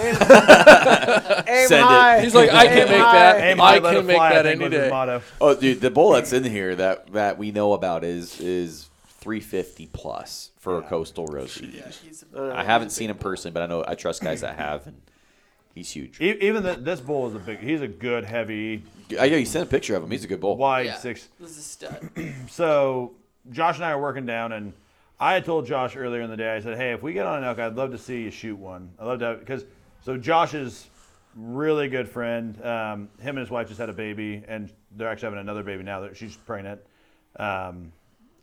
Speaker 3: Send it.
Speaker 1: high.
Speaker 2: He's like, I can
Speaker 1: Aim
Speaker 2: make
Speaker 1: high.
Speaker 2: that.
Speaker 5: Aim
Speaker 2: I
Speaker 5: high, let
Speaker 2: can
Speaker 5: it
Speaker 2: make
Speaker 5: fly, I
Speaker 2: that
Speaker 5: think
Speaker 2: any
Speaker 5: was his
Speaker 2: day.
Speaker 5: motto.
Speaker 3: oh, dude, the bull that's in here that that we know about is is 350 plus for a coastal rosie.
Speaker 4: He's a-
Speaker 3: I haven't seen him personally, but I know I trust guys that have, and he's huge.
Speaker 5: E- even th this bull is a big he's a good heavy
Speaker 3: I yeah, you sent a picture of him. He's a good bull.
Speaker 5: wide
Speaker 4: yeah.
Speaker 5: Uh, six
Speaker 4: This is a stud.
Speaker 5: so Josh and I are working down, and I had told Josh earlier in the day, I said, "Hey, if we get on an elk, I'd love to see you shoot one. I'd love to because so Josh's really good friend, um, him and his wife just had a baby, and they're actually having another baby now that she's pregnant. Um,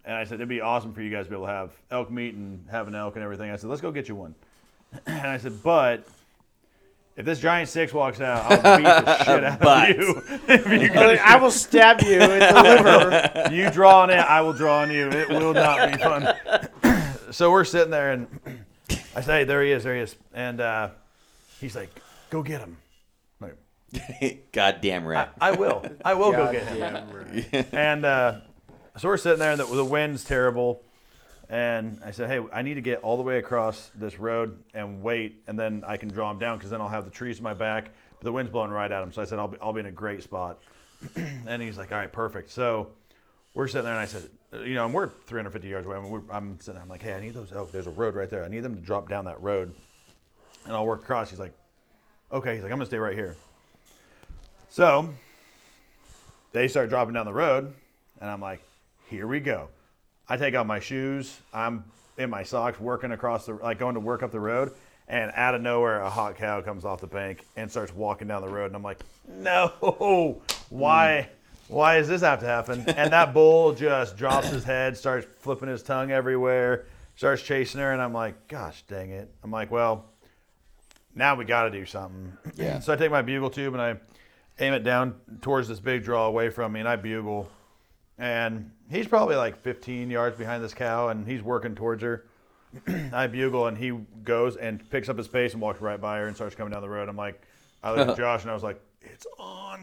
Speaker 5: and I said it'd be awesome for you guys to be able to have elk meat and have an elk and everything. I said, let's go get you one. And I said, but if this giant six walks out, I'll beat the shit out
Speaker 3: But.
Speaker 5: of you. if you go
Speaker 1: Like, I will stab you in the liver.
Speaker 5: you draw on it, I will draw on you. It will not be fun. so we're sitting there, and I say, "There he is, there he is," and uh, he's like, "Go get him." I'm like,
Speaker 3: Goddamn rat.
Speaker 5: I will, I will go get him. And uh, so we're sitting there, and the, the wind's terrible. And I said, hey, I need to get all the way across this road and wait, and then I can draw them down because then I'll have the trees in my back. But the wind's blowing right at them. So I said, I'll be, I'll be in a great spot. and he's like, all right, perfect. So we're sitting there, and I said, you know, and we're 350 yards away. I mean, we're, I'm sitting there, I'm like, hey, I need those. Oh, there's a road right there. I need them to drop down that road, and I'll work across. He's like, okay. He's like, I'm gonna stay right here. So they start dropping down the road, and I'm like, here we go. I take off my shoes. I'm in my socks, working across the, like going to work up the road. And out of nowhere, a hot cow comes off the bank and starts walking down the road. And I'm like, no, why? Why does this have to happen? And that bull just drops his head, starts flipping his tongue everywhere, starts chasing her. And I'm like, gosh dang it. I'm like, well, now we got to do something.
Speaker 3: Yeah.
Speaker 5: so I take my bugle tube and I aim it down towards this big draw away from me, and I bugle. And he's probably like 15 yards behind this cow, and he's working towards her. I bugle, and he goes and picks up his pace and walks right by her and starts coming down the road. I'm like, I look at Josh, and I was like, it's on.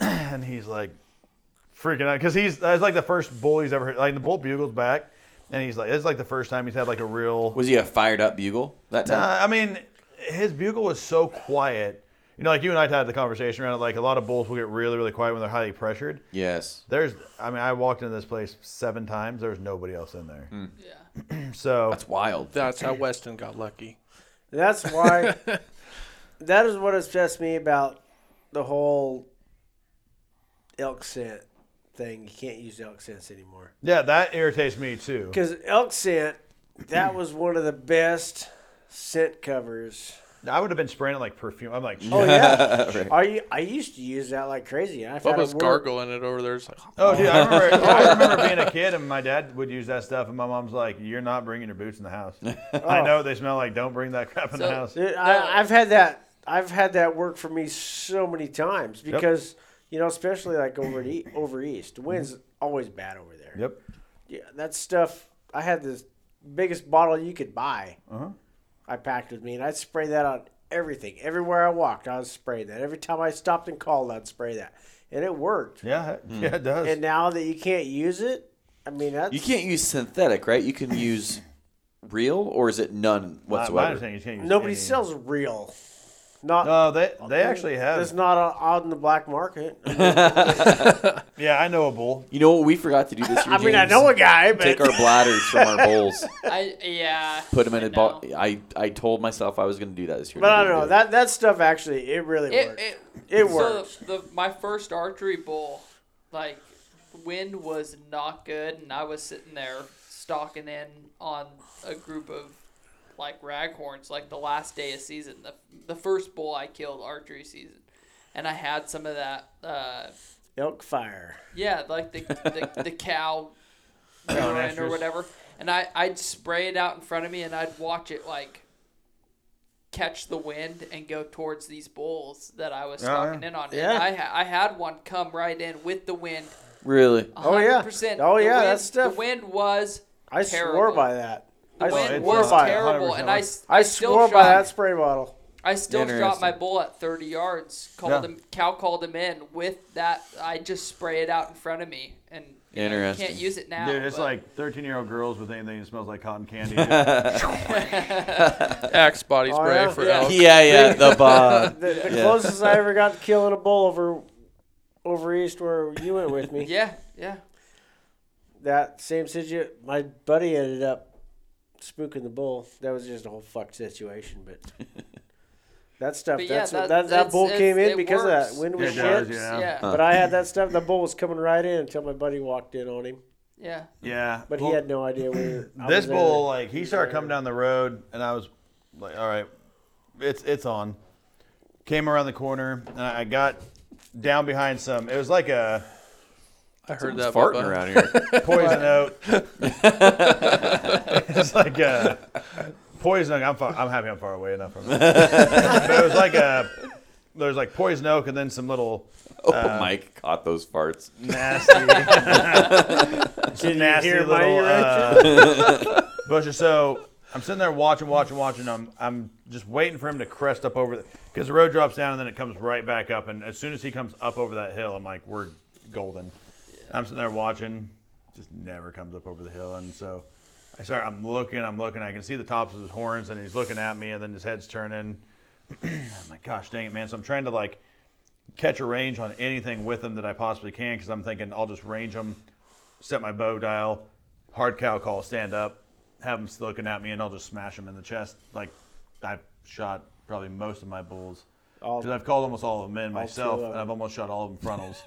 Speaker 5: and he's like freaking out because he's that's like the first bull he's ever like the bull bugles back, and he's like it's like the first time he's had like a real
Speaker 3: Was he a fired up bugle that time?
Speaker 5: uh, I mean, his bugle was so quiet. You know, like you and I had the conversation around it. Like a lot of bulls will get really, really quiet when they're highly pressured.
Speaker 3: yes.
Speaker 5: There's, I mean, I walked into this place seven times. There was nobody else in there.
Speaker 1: Hmm.
Speaker 4: Yeah.
Speaker 5: So
Speaker 3: That's wild.
Speaker 2: That's how Weston got lucky.
Speaker 1: That's why. that is what obsessed me about the whole elk scent thing. You can't use elk scents anymore
Speaker 5: yeah, that irritates me too.
Speaker 1: because elk scent that was one of the best scent covers.
Speaker 5: I would have been spraying it like perfume. I'm like,
Speaker 1: Oh
Speaker 5: oh,
Speaker 1: yeah, I I used to use that like crazy. I've had
Speaker 2: Bubba's
Speaker 1: it work.
Speaker 2: gargling it over there. It's like,
Speaker 5: "Oh, dude, I remember, I remember being a kid and my dad would use that stuff, and my mom's like, "You're not bringing your boots in the house."
Speaker 1: Oh.
Speaker 5: I know they smell like. Don't bring that crap in the
Speaker 4: So-
Speaker 5: house.
Speaker 1: Dude, I, Uh, I've had that. I've had that work for me so many times because you know, especially like over at e- over east, the wind's always bad over there.
Speaker 5: Yep.
Speaker 1: Yeah, that stuff. I had the biggest bottle you could buy. I packed with me, and I'd spray that on everything. Everywhere I walked, I was spraying that. Every time I stopped and called, I'd spray that, and it worked.
Speaker 5: Yeah. Yeah, it does.
Speaker 1: Hmm. And now that you can't use it, I mean, that's
Speaker 3: You can't use synthetic, right? You can use real, or is it none
Speaker 5: My- my
Speaker 3: whatsoever?
Speaker 5: understanding is you can't use
Speaker 1: nobody
Speaker 5: any-
Speaker 1: sells real. Not
Speaker 5: No, they they actually have.
Speaker 1: It's not on- out in the black market.
Speaker 5: Yeah, I know a bull.
Speaker 3: you know what we forgot to do this year?
Speaker 1: I mean, I
Speaker 3: James?
Speaker 1: know a guy, but
Speaker 3: Take our bladders from our bowls,
Speaker 4: I yeah.
Speaker 3: put them in
Speaker 4: I
Speaker 3: a ball.
Speaker 4: know.
Speaker 3: I, I told myself I was going to do that this year.
Speaker 1: but
Speaker 3: and
Speaker 1: I
Speaker 3: didn't
Speaker 1: don't know
Speaker 3: do it.
Speaker 1: that that stuff actually it really
Speaker 4: It
Speaker 1: worked.
Speaker 4: it,
Speaker 1: It
Speaker 4: so
Speaker 1: works.
Speaker 4: The, my first archery bull, like wind was not good, and I was sitting there stalking in on a group of like raghorns, like the last day of season, the the first bull I killed archery season, and I had some of that. Uh,
Speaker 1: Elk fire.
Speaker 4: yeah, like the the, the cow urine or
Speaker 5: extras.
Speaker 4: whatever. And I I'd spray it out in front of me, and I'd watch it like catch the wind and go towards these bulls that I was
Speaker 5: yeah.
Speaker 4: stalking in on.
Speaker 1: Oh, Yeah.
Speaker 4: And I ha- I had one come right in with the wind.
Speaker 3: Really?
Speaker 1: Oh, yeah.
Speaker 4: 100%.
Speaker 1: Oh,
Speaker 4: The
Speaker 1: yeah,
Speaker 4: wind,
Speaker 1: that stuff-
Speaker 4: The wind was
Speaker 1: I
Speaker 4: terrible.
Speaker 1: swore by that.
Speaker 4: The
Speaker 1: I
Speaker 4: wind
Speaker 5: it's,
Speaker 1: swore
Speaker 4: was
Speaker 5: uh,
Speaker 1: by it.
Speaker 4: terrible,
Speaker 5: 100%.
Speaker 4: and I s-
Speaker 1: I
Speaker 4: still
Speaker 1: swore by
Speaker 4: shot-
Speaker 1: that spray bottle.
Speaker 4: I still shot
Speaker 3: Interesting.
Speaker 4: my bull at 30 yards. Called
Speaker 5: Yeah.
Speaker 4: him. Cal called him in with that. I just spray it out in front of me, and you know, you
Speaker 3: Interesting.
Speaker 4: can't use it now.
Speaker 5: Dude, it's
Speaker 4: but-
Speaker 5: like 13 year old girls with anything that smells like cotton candy. Dude.
Speaker 2: Axe body
Speaker 1: Oh,
Speaker 2: spray
Speaker 1: yeah.
Speaker 2: for
Speaker 4: Yeah.
Speaker 2: elk.
Speaker 3: Yeah, yeah, the bond.
Speaker 1: The, the
Speaker 3: Yeah.
Speaker 1: closest I ever got to killing a bull over over east where you went with me.
Speaker 4: Yeah, yeah.
Speaker 1: That same situation. My buddy ended up spooking the bull. That was just a whole fucked situation, but. That stuff.
Speaker 4: But yeah,
Speaker 1: that's
Speaker 4: that-
Speaker 1: what- that, that,
Speaker 4: that's-
Speaker 1: bull
Speaker 4: it's-
Speaker 1: came in
Speaker 4: it
Speaker 1: because
Speaker 4: works.
Speaker 1: of that. Wind was
Speaker 5: It
Speaker 1: shit.
Speaker 5: does, yeah.
Speaker 4: yeah,
Speaker 1: But I had that stuff. The bull was coming right in until my buddy walked in on him.
Speaker 4: yeah.
Speaker 5: yeah.
Speaker 1: But
Speaker 5: Well,
Speaker 1: he had no idea where I
Speaker 5: this
Speaker 1: was there.
Speaker 5: bull, like, he started coming down the road, and I was like, all right, it's it's on. Came around the corner, and I got down behind some. It was like a
Speaker 2: I heard
Speaker 3: Someone's
Speaker 2: that.
Speaker 3: farting
Speaker 2: Bubba.
Speaker 3: around here.
Speaker 5: poison oak. it's like a poison oak. I'm, far, I'm happy I'm far away enough from it. but it was like a, there's like poison oak, and then some little
Speaker 3: Oh, Mike caught those farts.
Speaker 5: nasty.
Speaker 1: Did you
Speaker 5: nasty
Speaker 1: hear my
Speaker 5: little
Speaker 1: erection?
Speaker 5: uh, bushes. So I'm sitting there watching, watching, watching. I'm I'm just waiting for him to crest up over because the road drops down and then it comes right back up. And as soon as he comes up over that hill, I'm like, we're golden. I'm sitting there watching, just never comes up over the hill. And so I start. I'm looking. I'm looking. I can see the tops of his horns, and he's looking at me, and then his head's turning. I'm like, Oh gosh, dang it, man. So I'm trying to like catch a range on anything with him that I possibly can, because I'm thinking I'll just range him, set my bow dial, hard cow call, stand up, have him looking at me, and I'll just smash him in the chest. Like I've shot probably most of my bulls.
Speaker 1: All-
Speaker 5: Because I've called almost all of them in myself,
Speaker 1: of
Speaker 5: and I've almost shot all of them frontals.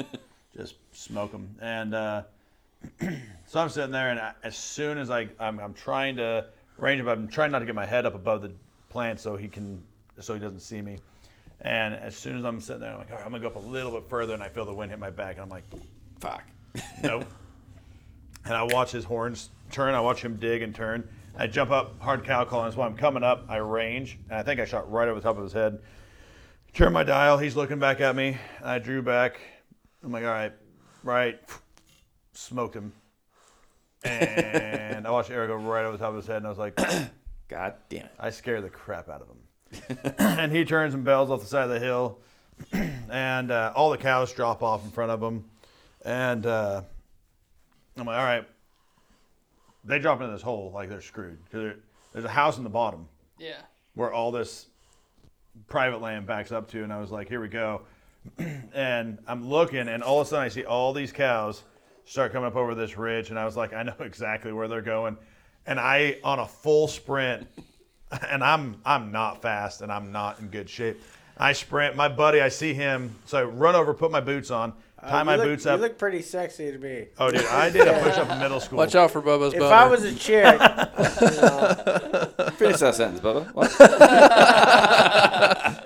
Speaker 5: just smoke them. And uh, so I'm sitting there, and I, as soon as I, I'm, I'm trying to range him, I'm trying not to get my head up above the plant so he can, so he doesn't see me. And as soon as I'm sitting there, I'm like, all right, I'm gonna go up a little bit further, and I feel the wind hit my back, and I'm like, fuck, nope. and I watch his horns turn. I watch him dig and turn. I jump up, hard cow call, and so I'm coming up. I range, and I think I shot right over the top of his head. Turn my dial. He's looking back at me. I drew back. I'm like, all right, right. Smoked him. And I watched Eric go right over the top of his head, and I was like,
Speaker 3: God damn it.
Speaker 5: I scared the crap out of him. and he turns and bells off the side of the hill, and uh, all the cows drop off in front of him. And uh, I'm like, all right, they drop into this hole like they're screwed because there's a house in the bottom
Speaker 4: Yeah.
Speaker 5: where all this private land backs up to, and I was like, here we go. and I'm looking, and all of a sudden I see all these cows start coming up over this ridge, and I was like, I know exactly where they're going. And I on a full sprint, and I'm I'm not fast and I'm not in good shape. I sprint, my buddy, I see him, so I run over, put my boots on, tie my
Speaker 1: Uh, you look,
Speaker 5: boots up.
Speaker 1: You look pretty sexy to me.
Speaker 5: oh dude, I did a push up in middle school.
Speaker 2: Watch out for Bubba's
Speaker 1: If
Speaker 2: butter.
Speaker 1: I was a chick,
Speaker 3: Finish that sentence, Bubba. What?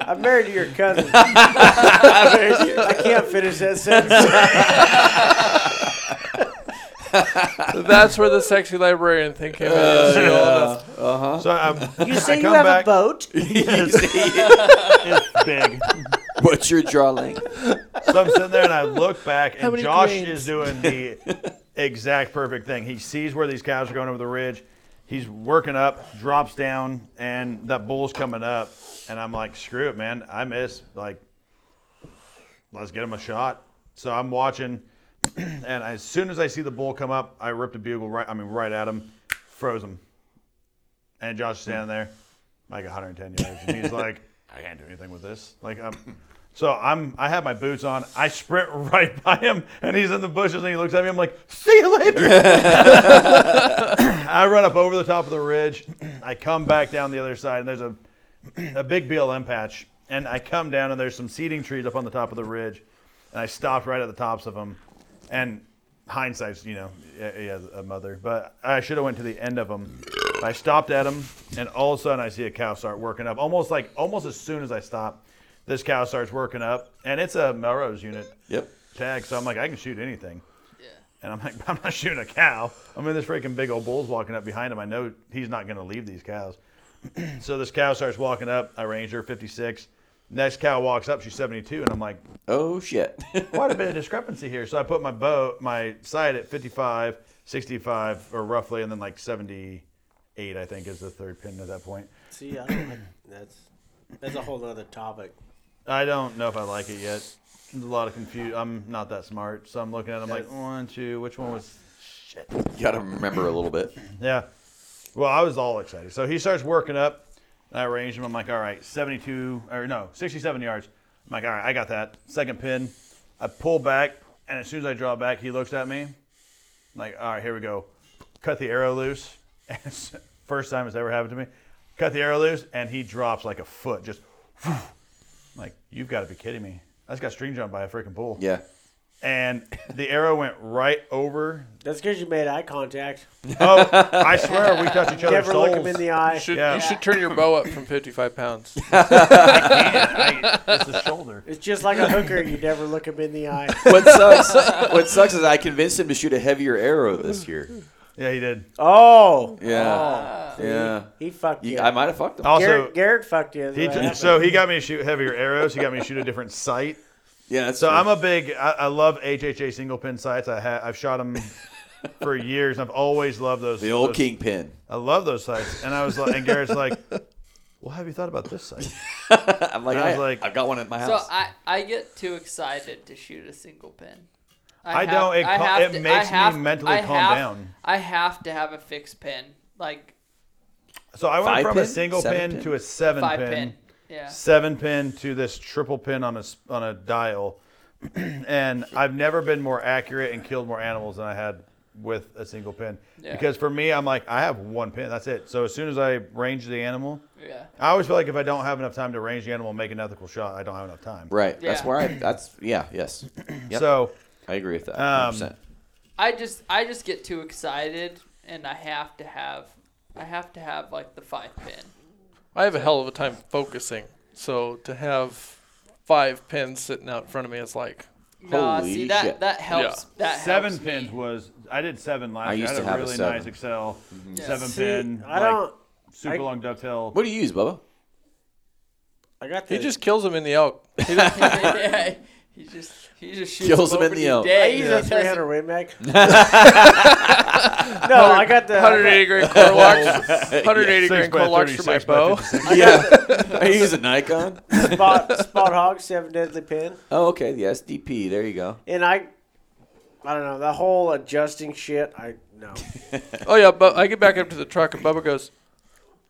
Speaker 1: I'm married to your cousin. I'm married to your- I can't finish that sentence.
Speaker 2: That's where the sexy librarian thing came in. She all knows.
Speaker 5: So I'm,
Speaker 1: You say
Speaker 5: I
Speaker 1: you
Speaker 5: come
Speaker 1: have
Speaker 5: back,
Speaker 1: a boat?
Speaker 5: it's big.
Speaker 3: What's your draw length?
Speaker 5: So I'm sitting there and I look back, and
Speaker 2: many
Speaker 5: Josh
Speaker 2: grains?
Speaker 5: is doing the exact perfect thing. He sees where these cows are going over the ridge. He's working up, drops down, and that bull's coming up. And I'm like, screw it, man. I miss. Like, let's get him a shot. So I'm watching, and as soon as I see the bull come up, I ripped a bugle right, I mean, right at him, froze him. And Josh is standing there, like 110 yards. And he's like, I can't do anything with this. Like, I'm. So I'm I have my boots on. I sprint right by him, and he's in the bushes, and he looks at me. I'm like, "See you later." I run up over the top of the ridge. I come back down the other side, and there's a a big BLM patch. And I come down, and there's some seeding trees up on the top of the ridge, and I stopped right at the tops of them. And hindsight's, you know, he has a mother, but I should have went to the end of them. I stopped at them, and all of a sudden I see a cow start working up, almost like almost as soon as I stop, this cow starts working up, and it's a Melrose unit
Speaker 3: Yep.
Speaker 5: tag, so I'm like, I can shoot anything.
Speaker 4: Yeah.
Speaker 5: And I'm like, I'm not shooting a cow. I mean, this freaking big old bull's walking up behind him. I know he's not going to leave these cows. so this cow starts walking up. I range her 56. Next cow walks up. She's 72. And I'm like,
Speaker 3: Oh, shit.
Speaker 5: quite a bit of discrepancy here. So I put my bow, my sight at 55, 65, or roughly, and then like 78, I think, is the third pin at that point.
Speaker 1: See, I don't like, that's that's a whole other topic.
Speaker 5: I don't know if I like it yet. There's a lot of confusion. I'm not that smart. So I'm looking at it. I'm like, one, two, which one was
Speaker 3: you got to remember a little bit.
Speaker 5: Yeah. Well, I was all excited. So he starts working up. I arrange him. I'm like, all right, 72 or no, 67 yards. I'm like, all right, I got that. Second pin. I pull back, and as soon as I draw back, he looks at me. I'm like, all right, here we go. Cut the arrow loose. And it's- First time it's ever happened to me. Cut the arrow loose, and he drops like a foot. Just I'm like, you've got to be kidding me. I just got string jumped by a freaking bull.
Speaker 3: Yeah.
Speaker 5: And the arrow went right over.
Speaker 1: That's because you made eye contact.
Speaker 5: Oh, I swear we touch each other's
Speaker 1: Never
Speaker 5: souls.
Speaker 1: look him in the eye.
Speaker 2: Should,
Speaker 5: Yeah.
Speaker 2: You should turn your bow up from 55 pounds.
Speaker 5: I- it's the shoulder.
Speaker 1: It's just like a hooker. You never look him in the eye.
Speaker 3: What sucks, what sucks is I convinced him to shoot a heavier arrow this year.
Speaker 5: Yeah, he did.
Speaker 1: Oh,
Speaker 4: Ah,
Speaker 3: Yeah. yeah.
Speaker 1: he fucked you.
Speaker 3: You, I might have fucked him.
Speaker 5: Also,
Speaker 1: Garrett, Garrett fucked you. is
Speaker 5: he
Speaker 1: what
Speaker 5: t-
Speaker 1: happened.
Speaker 5: so he got me to shoot heavier arrows. He got me to shoot a different sight.
Speaker 3: yeah, that's
Speaker 5: So
Speaker 3: true.
Speaker 5: I'm a big. I, I love HHA single pin sights. I ha- I've shot them for years. and I've always loved those.
Speaker 3: the old
Speaker 5: those-
Speaker 3: kingpin.
Speaker 5: I love those sights. And I was like, and Garrett's like, well, have you thought about this sight?
Speaker 3: I'm like,
Speaker 5: I was
Speaker 3: I,
Speaker 5: like-
Speaker 3: have got one at my
Speaker 4: So
Speaker 3: house.
Speaker 4: I, I get too excited to shoot a single pin.
Speaker 5: I don't- it cal- it makes me mentally
Speaker 4: I
Speaker 5: calm
Speaker 4: have-
Speaker 5: down.
Speaker 4: I have to have a fixed pin like
Speaker 5: So I went
Speaker 3: Five
Speaker 5: from a
Speaker 3: pin?
Speaker 5: single
Speaker 3: Seven
Speaker 5: pin,
Speaker 3: pin?
Speaker 5: to a seven
Speaker 4: five
Speaker 5: pin,
Speaker 4: pin. Yeah.
Speaker 5: seven pin to this triple pin on a s- on a dial, and I've never been more accurate and killed more animals than I had with a single pin.
Speaker 4: Yeah.
Speaker 5: Because for me, I'm like I have one pin, that's it. So as soon as I range the animal,
Speaker 4: Yeah.
Speaker 5: I always feel like if I don't have enough time to range the animal and make an ethical shot, I don't have enough time.
Speaker 3: Right. That's
Speaker 4: Yeah.
Speaker 3: where I. That's yeah. Yes. Yep.
Speaker 5: So
Speaker 3: I agree with that.
Speaker 5: Um,
Speaker 3: 100%.
Speaker 4: I just I just get too excited and I have to have I have to have like the five pin.
Speaker 2: I have a hell of a time focusing. So to have five pins sitting out in front of me is like
Speaker 4: No,
Speaker 3: Holy
Speaker 4: see that
Speaker 3: shit.
Speaker 4: that helps.
Speaker 2: Yeah.
Speaker 4: That
Speaker 5: seven
Speaker 4: helps me.
Speaker 5: pins was I did seven last
Speaker 3: I
Speaker 5: year.
Speaker 3: used
Speaker 5: I
Speaker 3: to
Speaker 5: had a
Speaker 3: have a
Speaker 5: really
Speaker 3: seven. Mm-hmm.
Speaker 5: nice Excel
Speaker 4: Yeah.
Speaker 5: seven
Speaker 1: See,
Speaker 5: pin.
Speaker 1: I
Speaker 5: like,
Speaker 1: don't.
Speaker 5: super
Speaker 1: I-
Speaker 5: long dovetail.
Speaker 3: What do you use, Bubba?
Speaker 1: I got the.
Speaker 2: he just kills him in the elk.
Speaker 4: yeah, he just he just shoots
Speaker 3: Kills him
Speaker 4: over
Speaker 3: in the
Speaker 4: his
Speaker 3: elbow.
Speaker 4: day.
Speaker 1: I use
Speaker 4: He
Speaker 1: a
Speaker 4: doesn't-
Speaker 1: 300 Win Mag. no, I got the. I
Speaker 2: 180 grain core locks. 180
Speaker 5: Six
Speaker 2: grain
Speaker 5: by
Speaker 2: core locks for my
Speaker 5: 36 by
Speaker 2: bow.
Speaker 5: 56.
Speaker 3: Yeah. I use a Nikon.
Speaker 1: got spot, spot Hog, Seven Deadly Pin.
Speaker 3: Oh, okay. The SDP. There you go.
Speaker 1: And I. I don't know. The whole adjusting shit, I. No.
Speaker 2: Oh yeah, but I get back up to the truck and Bubba goes,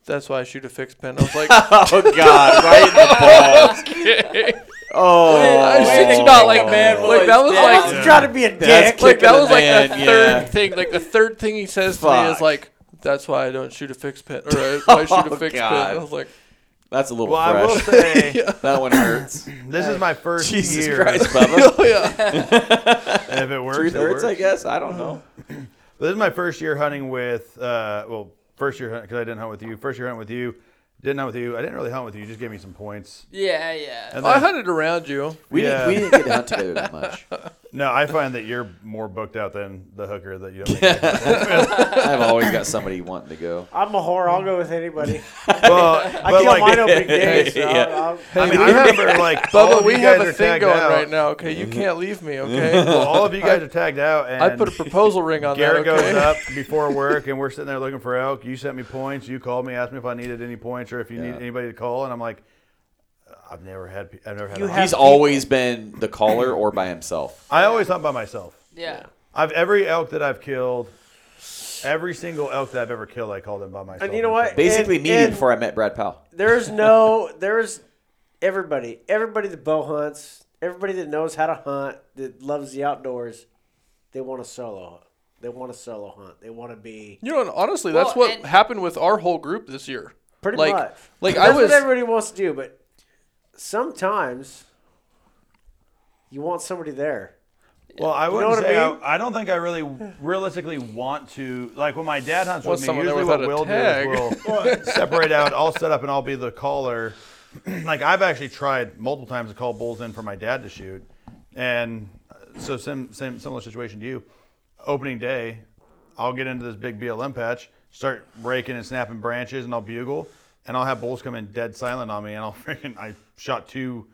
Speaker 2: "That's why I shoot a fixed pin." I was like,
Speaker 3: Oh God! Right in the balls.
Speaker 2: I
Speaker 3: Oh.
Speaker 2: shit you not, like man, like that was
Speaker 1: I
Speaker 2: like
Speaker 1: wasn't trying to be a dick.
Speaker 3: That's
Speaker 2: like that
Speaker 3: kicking
Speaker 2: was
Speaker 3: the
Speaker 2: like a
Speaker 3: man,
Speaker 2: third
Speaker 3: yeah.
Speaker 2: thing. Like the third thing he says to me is
Speaker 3: Fuck.
Speaker 2: like, "That's why I don't shoot a fixed pin," or "I- "Why I shoot
Speaker 3: Oh,
Speaker 2: a fixed
Speaker 3: God.
Speaker 2: pin." I was like,
Speaker 3: That's a little
Speaker 5: Well, I will
Speaker 3: fresh.
Speaker 5: say
Speaker 3: That one hurts.
Speaker 5: this is my first
Speaker 3: Jesus
Speaker 5: year.
Speaker 3: Christ, Bubba.
Speaker 2: "Oh yeah,
Speaker 5: If it works,
Speaker 3: Truth
Speaker 5: it
Speaker 3: hurts,
Speaker 5: works.
Speaker 3: I guess. I don't know.
Speaker 5: This is my first year hunting with, uh, well, first year because I didn't hunt with you. First year hunting with you, didn't hunt with you. I didn't really hunt with you. You just gave me some points.
Speaker 4: Yeah, yeah.
Speaker 5: And
Speaker 2: I
Speaker 5: then-
Speaker 2: hunted around you."
Speaker 3: We, didn't,
Speaker 5: Yeah.
Speaker 3: we didn't get to hunt together that much.
Speaker 5: no, I find that you're more booked out than the hooker that you. Have
Speaker 3: I've always got somebody wanting to go.
Speaker 1: I'm a whore. I'll go with anybody.
Speaker 5: well,
Speaker 1: I
Speaker 5: but
Speaker 1: kill mine
Speaker 5: like,
Speaker 1: on big days. So
Speaker 3: Yeah.
Speaker 1: I'll, I'll,
Speaker 5: I, mean, I remember like all
Speaker 2: Bubba,
Speaker 5: of
Speaker 2: we
Speaker 5: you
Speaker 2: have
Speaker 5: guys
Speaker 2: a
Speaker 5: are
Speaker 2: thing
Speaker 5: tagged
Speaker 2: going
Speaker 5: out.
Speaker 2: right now. Okay,
Speaker 3: Mm-hmm.
Speaker 2: you can't leave me. Okay,
Speaker 5: Well, all of you guys are tagged out, and
Speaker 2: I put a proposal ring on
Speaker 5: Garrett
Speaker 2: that. Okay,
Speaker 5: goes up before work, and we're sitting there looking for elk. You sent me points. You called me, asked me if I needed any points or if you
Speaker 3: Yeah.
Speaker 5: need anybody to call, and I'm like, I've never had. pe- I've never had.
Speaker 1: You
Speaker 5: a-
Speaker 1: have-
Speaker 3: He's always been the caller or by himself.
Speaker 5: I always hunt by myself.
Speaker 4: Yeah.
Speaker 5: I've every elk that I've killed, every single elk that I've ever killed, I called him by myself.
Speaker 1: and you know what?
Speaker 3: Basically,
Speaker 1: And-
Speaker 3: me
Speaker 1: and
Speaker 3: before I met Brad Powell.
Speaker 1: There's no. There's everybody. Everybody that bow hunts. Everybody that knows how to hunt. That loves the outdoors. They want to solo. hunt. They want to solo hunt. They want to be
Speaker 2: you know, and honestly, that's
Speaker 4: Well,
Speaker 2: what
Speaker 4: and-
Speaker 2: happened with our whole group this year.
Speaker 1: pretty
Speaker 2: like,
Speaker 1: much.
Speaker 2: like
Speaker 1: That's
Speaker 2: I was.
Speaker 1: what everybody wants to do, but sometimes you want somebody there.
Speaker 5: Well, I
Speaker 1: know
Speaker 5: wouldn't
Speaker 1: what I
Speaker 5: say I,
Speaker 1: mean?
Speaker 5: I don't think I really realistically want to. Like when my dad hunts
Speaker 2: Want
Speaker 5: with me,
Speaker 2: someone there
Speaker 5: usually what we'll
Speaker 2: without a
Speaker 5: do is we'll separate out. I'll set up and I'll be the caller. like I've actually tried multiple times to call bulls in for my dad to shoot, and uh, so same same similar situation to you. Opening day, I'll get into this big BLM patch, start raking and snapping branches, and I'll bugle, and I'll have bulls come in dead silent on me, and I'll freaking I shot two,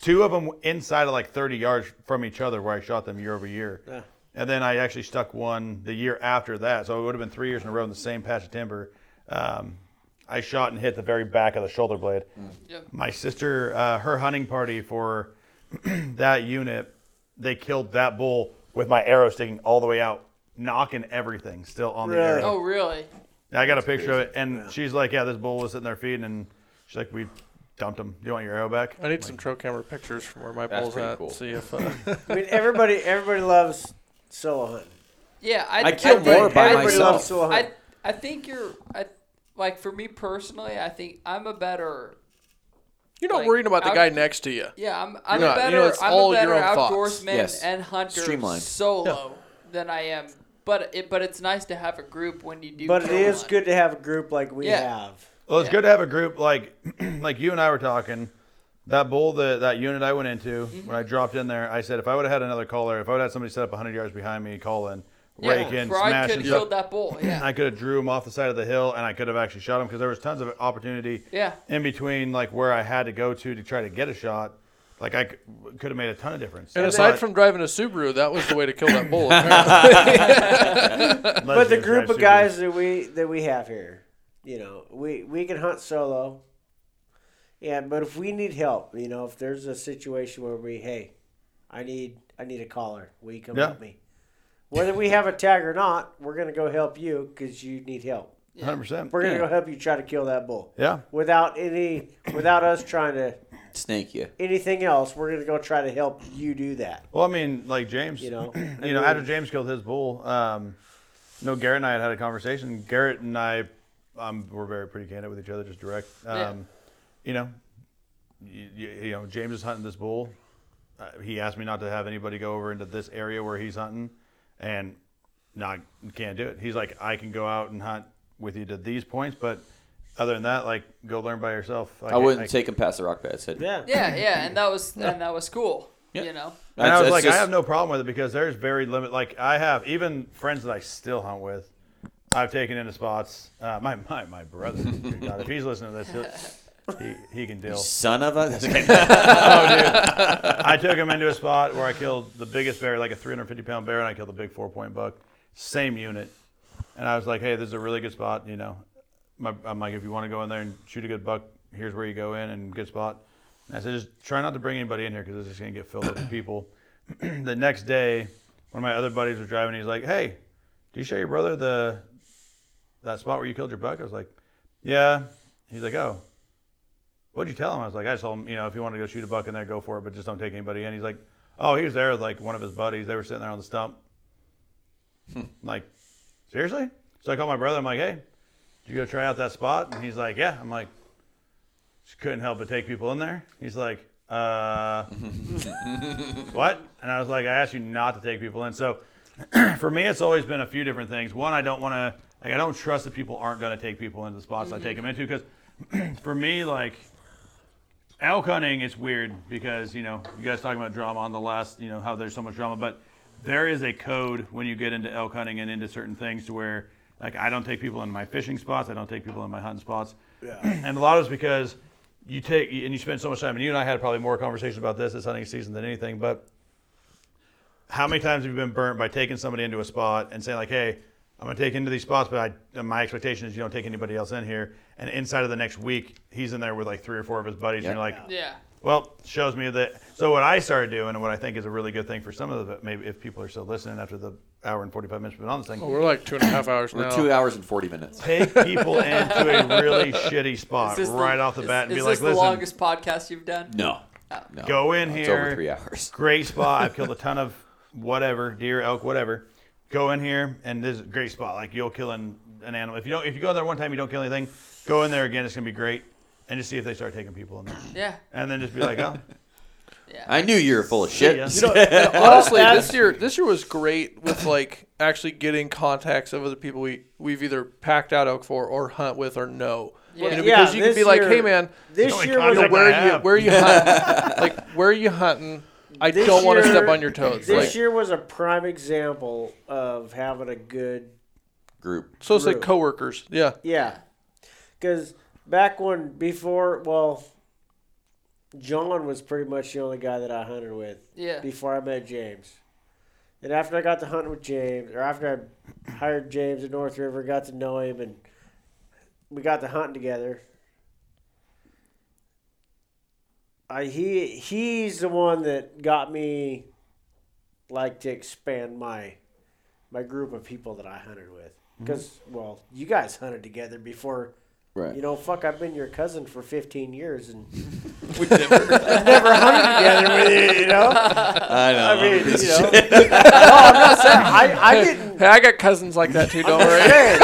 Speaker 5: two of them inside of like 30 yards from each other where I shot them year over year, and then I actually stuck one the year after that, so it would have been three years in a row in the same patch of timber. Um, I shot and hit the very back of the shoulder blade. My sister, uh, her hunting party for that unit, they killed that bull with my arrow sticking all the way out, knocking everything still on the
Speaker 1: Really?
Speaker 5: arrow.
Speaker 4: Oh, really?
Speaker 5: I got a picture of it, and she's like, "Yeah, this bull was sitting there feeding," and she's like, "We dumped him. Do you want your arrow back?"
Speaker 2: I need some trail camera pictures from where my
Speaker 3: That's
Speaker 2: bull's
Speaker 3: pretty
Speaker 2: at.
Speaker 3: cool.
Speaker 2: See if uh,
Speaker 1: I mean, everybody everybody loves solo hunting.
Speaker 4: Yeah, I,
Speaker 3: I kill
Speaker 4: think-
Speaker 3: more by
Speaker 4: I-
Speaker 1: Everybody
Speaker 3: myself.
Speaker 1: loves solo hunting.
Speaker 4: I I think you're I like for me personally, I think I'm a better
Speaker 2: you're not
Speaker 4: Like,
Speaker 2: worried about the
Speaker 4: out-
Speaker 2: guy next to you.
Speaker 4: yeah I'm I'm
Speaker 2: You're not-
Speaker 4: a
Speaker 2: you
Speaker 4: better
Speaker 2: know, it's
Speaker 4: I'm
Speaker 2: all
Speaker 4: a
Speaker 2: your
Speaker 4: better
Speaker 2: own thoughts.
Speaker 4: outdoorsman
Speaker 3: Yes.
Speaker 4: and hunter
Speaker 3: Streamlined.
Speaker 4: solo than I am. But it but it's nice to have a group when you do.
Speaker 1: But it
Speaker 4: go
Speaker 1: is
Speaker 4: on.
Speaker 1: good to have a group like we
Speaker 4: Yeah.
Speaker 1: have.
Speaker 5: Well, it's
Speaker 4: Yeah.
Speaker 5: good to have a group like like you and I were talking. That bull, that that unit I went into when I dropped in there, I said if I would have had another caller, if I would have had somebody set up 100 yards behind me, calling,
Speaker 4: Yeah,
Speaker 5: raking,
Speaker 4: Broad
Speaker 5: smashing,
Speaker 4: could
Speaker 5: stuff,
Speaker 4: killed that bull. Yeah.
Speaker 5: I could have drew him off the side of the hill, and I could have actually shot him because there was tons of opportunity.
Speaker 4: Yeah.
Speaker 5: In between, like where I had to go to to try to get a shot, like I could have made a ton of difference.
Speaker 2: And
Speaker 5: I
Speaker 2: aside
Speaker 5: thought,
Speaker 2: from driving a Subaru, that was the way to kill that bull.
Speaker 5: "Let's
Speaker 1: But the
Speaker 5: just
Speaker 1: group
Speaker 5: drive
Speaker 1: of
Speaker 5: super."
Speaker 1: guys that we that we have here, you know, we we can hunt solo. Yeah, but if we need help, you know, if there's a situation where we, hey, I need I need a caller, will you come
Speaker 5: Yeah.
Speaker 1: help me? Whether we have a tag or not, we're gonna go help you because you need help.
Speaker 5: Hundred percent.
Speaker 1: We're gonna go help you try to kill that bull.
Speaker 5: Yeah.
Speaker 1: Without any, without us trying to
Speaker 3: Snake you.
Speaker 1: anything else, we're gonna go try to help you do that.
Speaker 5: Well, I mean, like James,
Speaker 1: You know?
Speaker 5: you know, after James killed his bull, um, no, Garrett and I had had a conversation. Garrett and I, um, were very pretty candid with each other, just direct. Um,
Speaker 4: Yeah.
Speaker 5: You know, you, you, you know, James is hunting this bull. Uh, he asked me not to have anybody go over into this area where he's hunting, and not can't do it. He's like, I can go out and hunt with you to these points, but other than that, like, go learn by yourself.
Speaker 3: I
Speaker 5: can't-
Speaker 3: wouldn't take him past the rock pad. Said,
Speaker 1: Yeah.
Speaker 4: Yeah, yeah, and that was and that was cool. You know.
Speaker 5: And I
Speaker 3: That's-
Speaker 5: was
Speaker 3: that's
Speaker 5: like,
Speaker 3: just-
Speaker 5: I have no problem with it because there's very limit. Like I have even friends that I still hunt with. I've taken into spots. Uh, my my my brother, dear God, if he's listening to this, he'll, he he can deal.
Speaker 3: Son of a.
Speaker 5: I took him into a spot where I killed the biggest bear, like a 350 pound bear, and I killed the big four point buck, same unit. And I was like, hey, this is a really good spot. You know, my, I'm like, if you want to go in there and shoot a good buck, here's where you go in and good spot. And I said, just try not to bring anybody in here because it's just gonna get filled up with people. the next day, one of my other buddies was driving. He's like, hey, do you show your brother the that spot where you killed your buck? I was like, yeah. He's like, oh. What'd you tell him? I was like, I told him, you know, if you want to go shoot a buck in there, go for it, but just don't take anybody in. He's like, oh, he was there with like one of his buddies. They were sitting there on the stump. I'm like, seriously? So I called my brother. I'm like, hey, did you go try out that spot? And he's like, yeah. I'm like, just couldn't help but take people in there. He's like, uh, what? And I was like, I asked you not to take people in. So for me, it's always been a few different things. One, I don't want to, like, I don't trust that people aren't going to take people into the spots I take them into because for me, like elk hunting, it's weird because you know you guys talking about drama on the last, you know how there's so much drama, but there is a code when you get into elk hunting and into certain things to where like I don't take people in my fishing spots, I don't take people in my hunting spots, yeah. and a lot of it's because you take and you spend so much time, and you and I had probably more conversations about this this hunting season than anything, but how many times have you been burnt by taking somebody into a spot and saying like, "Hey, I'm going to take you into these spots, but I, my expectation is you don't take anybody else in here." And inside of the next week, he's in there with like three or four of his buddies, and you're like,
Speaker 4: Yeah.
Speaker 5: well, shows me that. So what I started doing, and what I think is a really good thing for some of the maybe if people are still listening after the hour and forty five minutes we've been on this thing,
Speaker 2: We're like two and a half hours
Speaker 3: We're
Speaker 2: now.
Speaker 3: two hours and 40 minutes.
Speaker 5: take people into a really shitty spot
Speaker 4: Is this
Speaker 5: right
Speaker 4: the-
Speaker 5: off the
Speaker 4: is-
Speaker 5: bat and
Speaker 4: is
Speaker 5: be
Speaker 4: this
Speaker 5: like,
Speaker 4: the
Speaker 5: "Listen,
Speaker 4: longest podcast you've done?
Speaker 3: No. no.
Speaker 5: go in
Speaker 3: No,
Speaker 5: here."
Speaker 3: It's over three hours.
Speaker 5: great spot. I've killed a ton of whatever, deer, elk, whatever. Go in here, and this is a great spot. Like you'll kill an, an animal. If you don't, if you go there one time, you don't kill anything. Go in there again. It's gonna be great, and just see if they start taking people in there,
Speaker 4: Yeah.
Speaker 5: and then just be like, oh,
Speaker 3: I knew you were full of shit.
Speaker 5: ya.
Speaker 3: You
Speaker 5: You
Speaker 3: know,
Speaker 2: Honestly, this year this year was great with like actually getting contacts of other people we we've either packed out elk for or hunt with or know. You
Speaker 4: Yeah.
Speaker 2: know,
Speaker 1: Yeah,
Speaker 2: because you can
Speaker 1: this
Speaker 2: be like,
Speaker 1: year-
Speaker 2: hey man,
Speaker 1: This
Speaker 5: only
Speaker 1: year was
Speaker 2: you know,
Speaker 5: contact
Speaker 1: a,
Speaker 5: I
Speaker 2: where are you
Speaker 5: have.
Speaker 2: where are you hunting? like where are you hunting? I
Speaker 1: This
Speaker 2: don't want to
Speaker 1: year-
Speaker 2: step on your toes.
Speaker 1: this
Speaker 2: Like,
Speaker 1: year was a prime example of having a good
Speaker 3: group.
Speaker 2: so it's like
Speaker 1: grew.
Speaker 2: coworkers. Yeah.
Speaker 1: yeah. Because back when before well, John was pretty much the only guy that I hunted with.
Speaker 4: Yeah.
Speaker 1: before I met James. And after I got to hunt with James, or after I hired James at North River, got to know him, and we got to hunting together. I he he's the one that got me like to expand my my group of people that I hunted with because well you guys hunted together before
Speaker 3: Right.
Speaker 1: you know fuck I've been your cousin for 15 years and we've never hunted together with you you know
Speaker 3: I know.
Speaker 1: I mean, you know. no, I'm not saying I, I didn't.
Speaker 2: Hey, I got cousins like that too. Don't worry.
Speaker 1: Hey,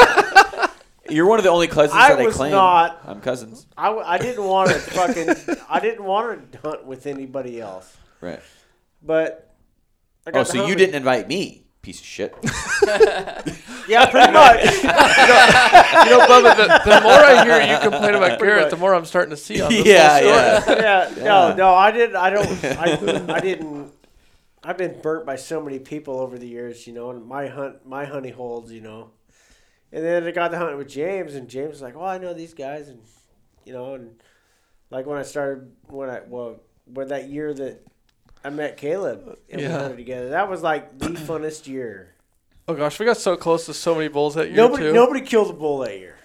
Speaker 3: You're one of the only cousins
Speaker 1: I
Speaker 3: that I
Speaker 1: was
Speaker 3: claim.
Speaker 1: not-
Speaker 3: I'm cousins.
Speaker 1: I, w- I didn't want to fucking. I didn't want to hunt with anybody else.
Speaker 3: Right.
Speaker 1: But I got
Speaker 3: Oh,
Speaker 1: to
Speaker 3: so
Speaker 1: hunt
Speaker 3: you
Speaker 1: with-
Speaker 3: didn't invite me, piece of shit.
Speaker 1: Yeah, pretty much.
Speaker 2: You know, Bubba, the, the more I hear you complain about Garrett,
Speaker 1: much.
Speaker 2: the more I'm starting to see on this
Speaker 3: yeah,
Speaker 2: whole story.
Speaker 3: yeah.
Speaker 1: yeah,
Speaker 3: Yeah.
Speaker 1: no, no, I didn't. I don't. I, I didn't. I've been burnt by so many people over the years, you know, and my hunt, my honey holds, you know. And then I got to hunt with James, and James was like, "Well, I know these guys," and you know, and like when I started, when I well, when that year that I met Caleb and we
Speaker 2: Yeah.
Speaker 1: hunted together, that was like the funnest year.
Speaker 2: Oh gosh, we got so close to so many bulls that year
Speaker 1: Nobody,
Speaker 2: too.
Speaker 1: nobody killed a bull that year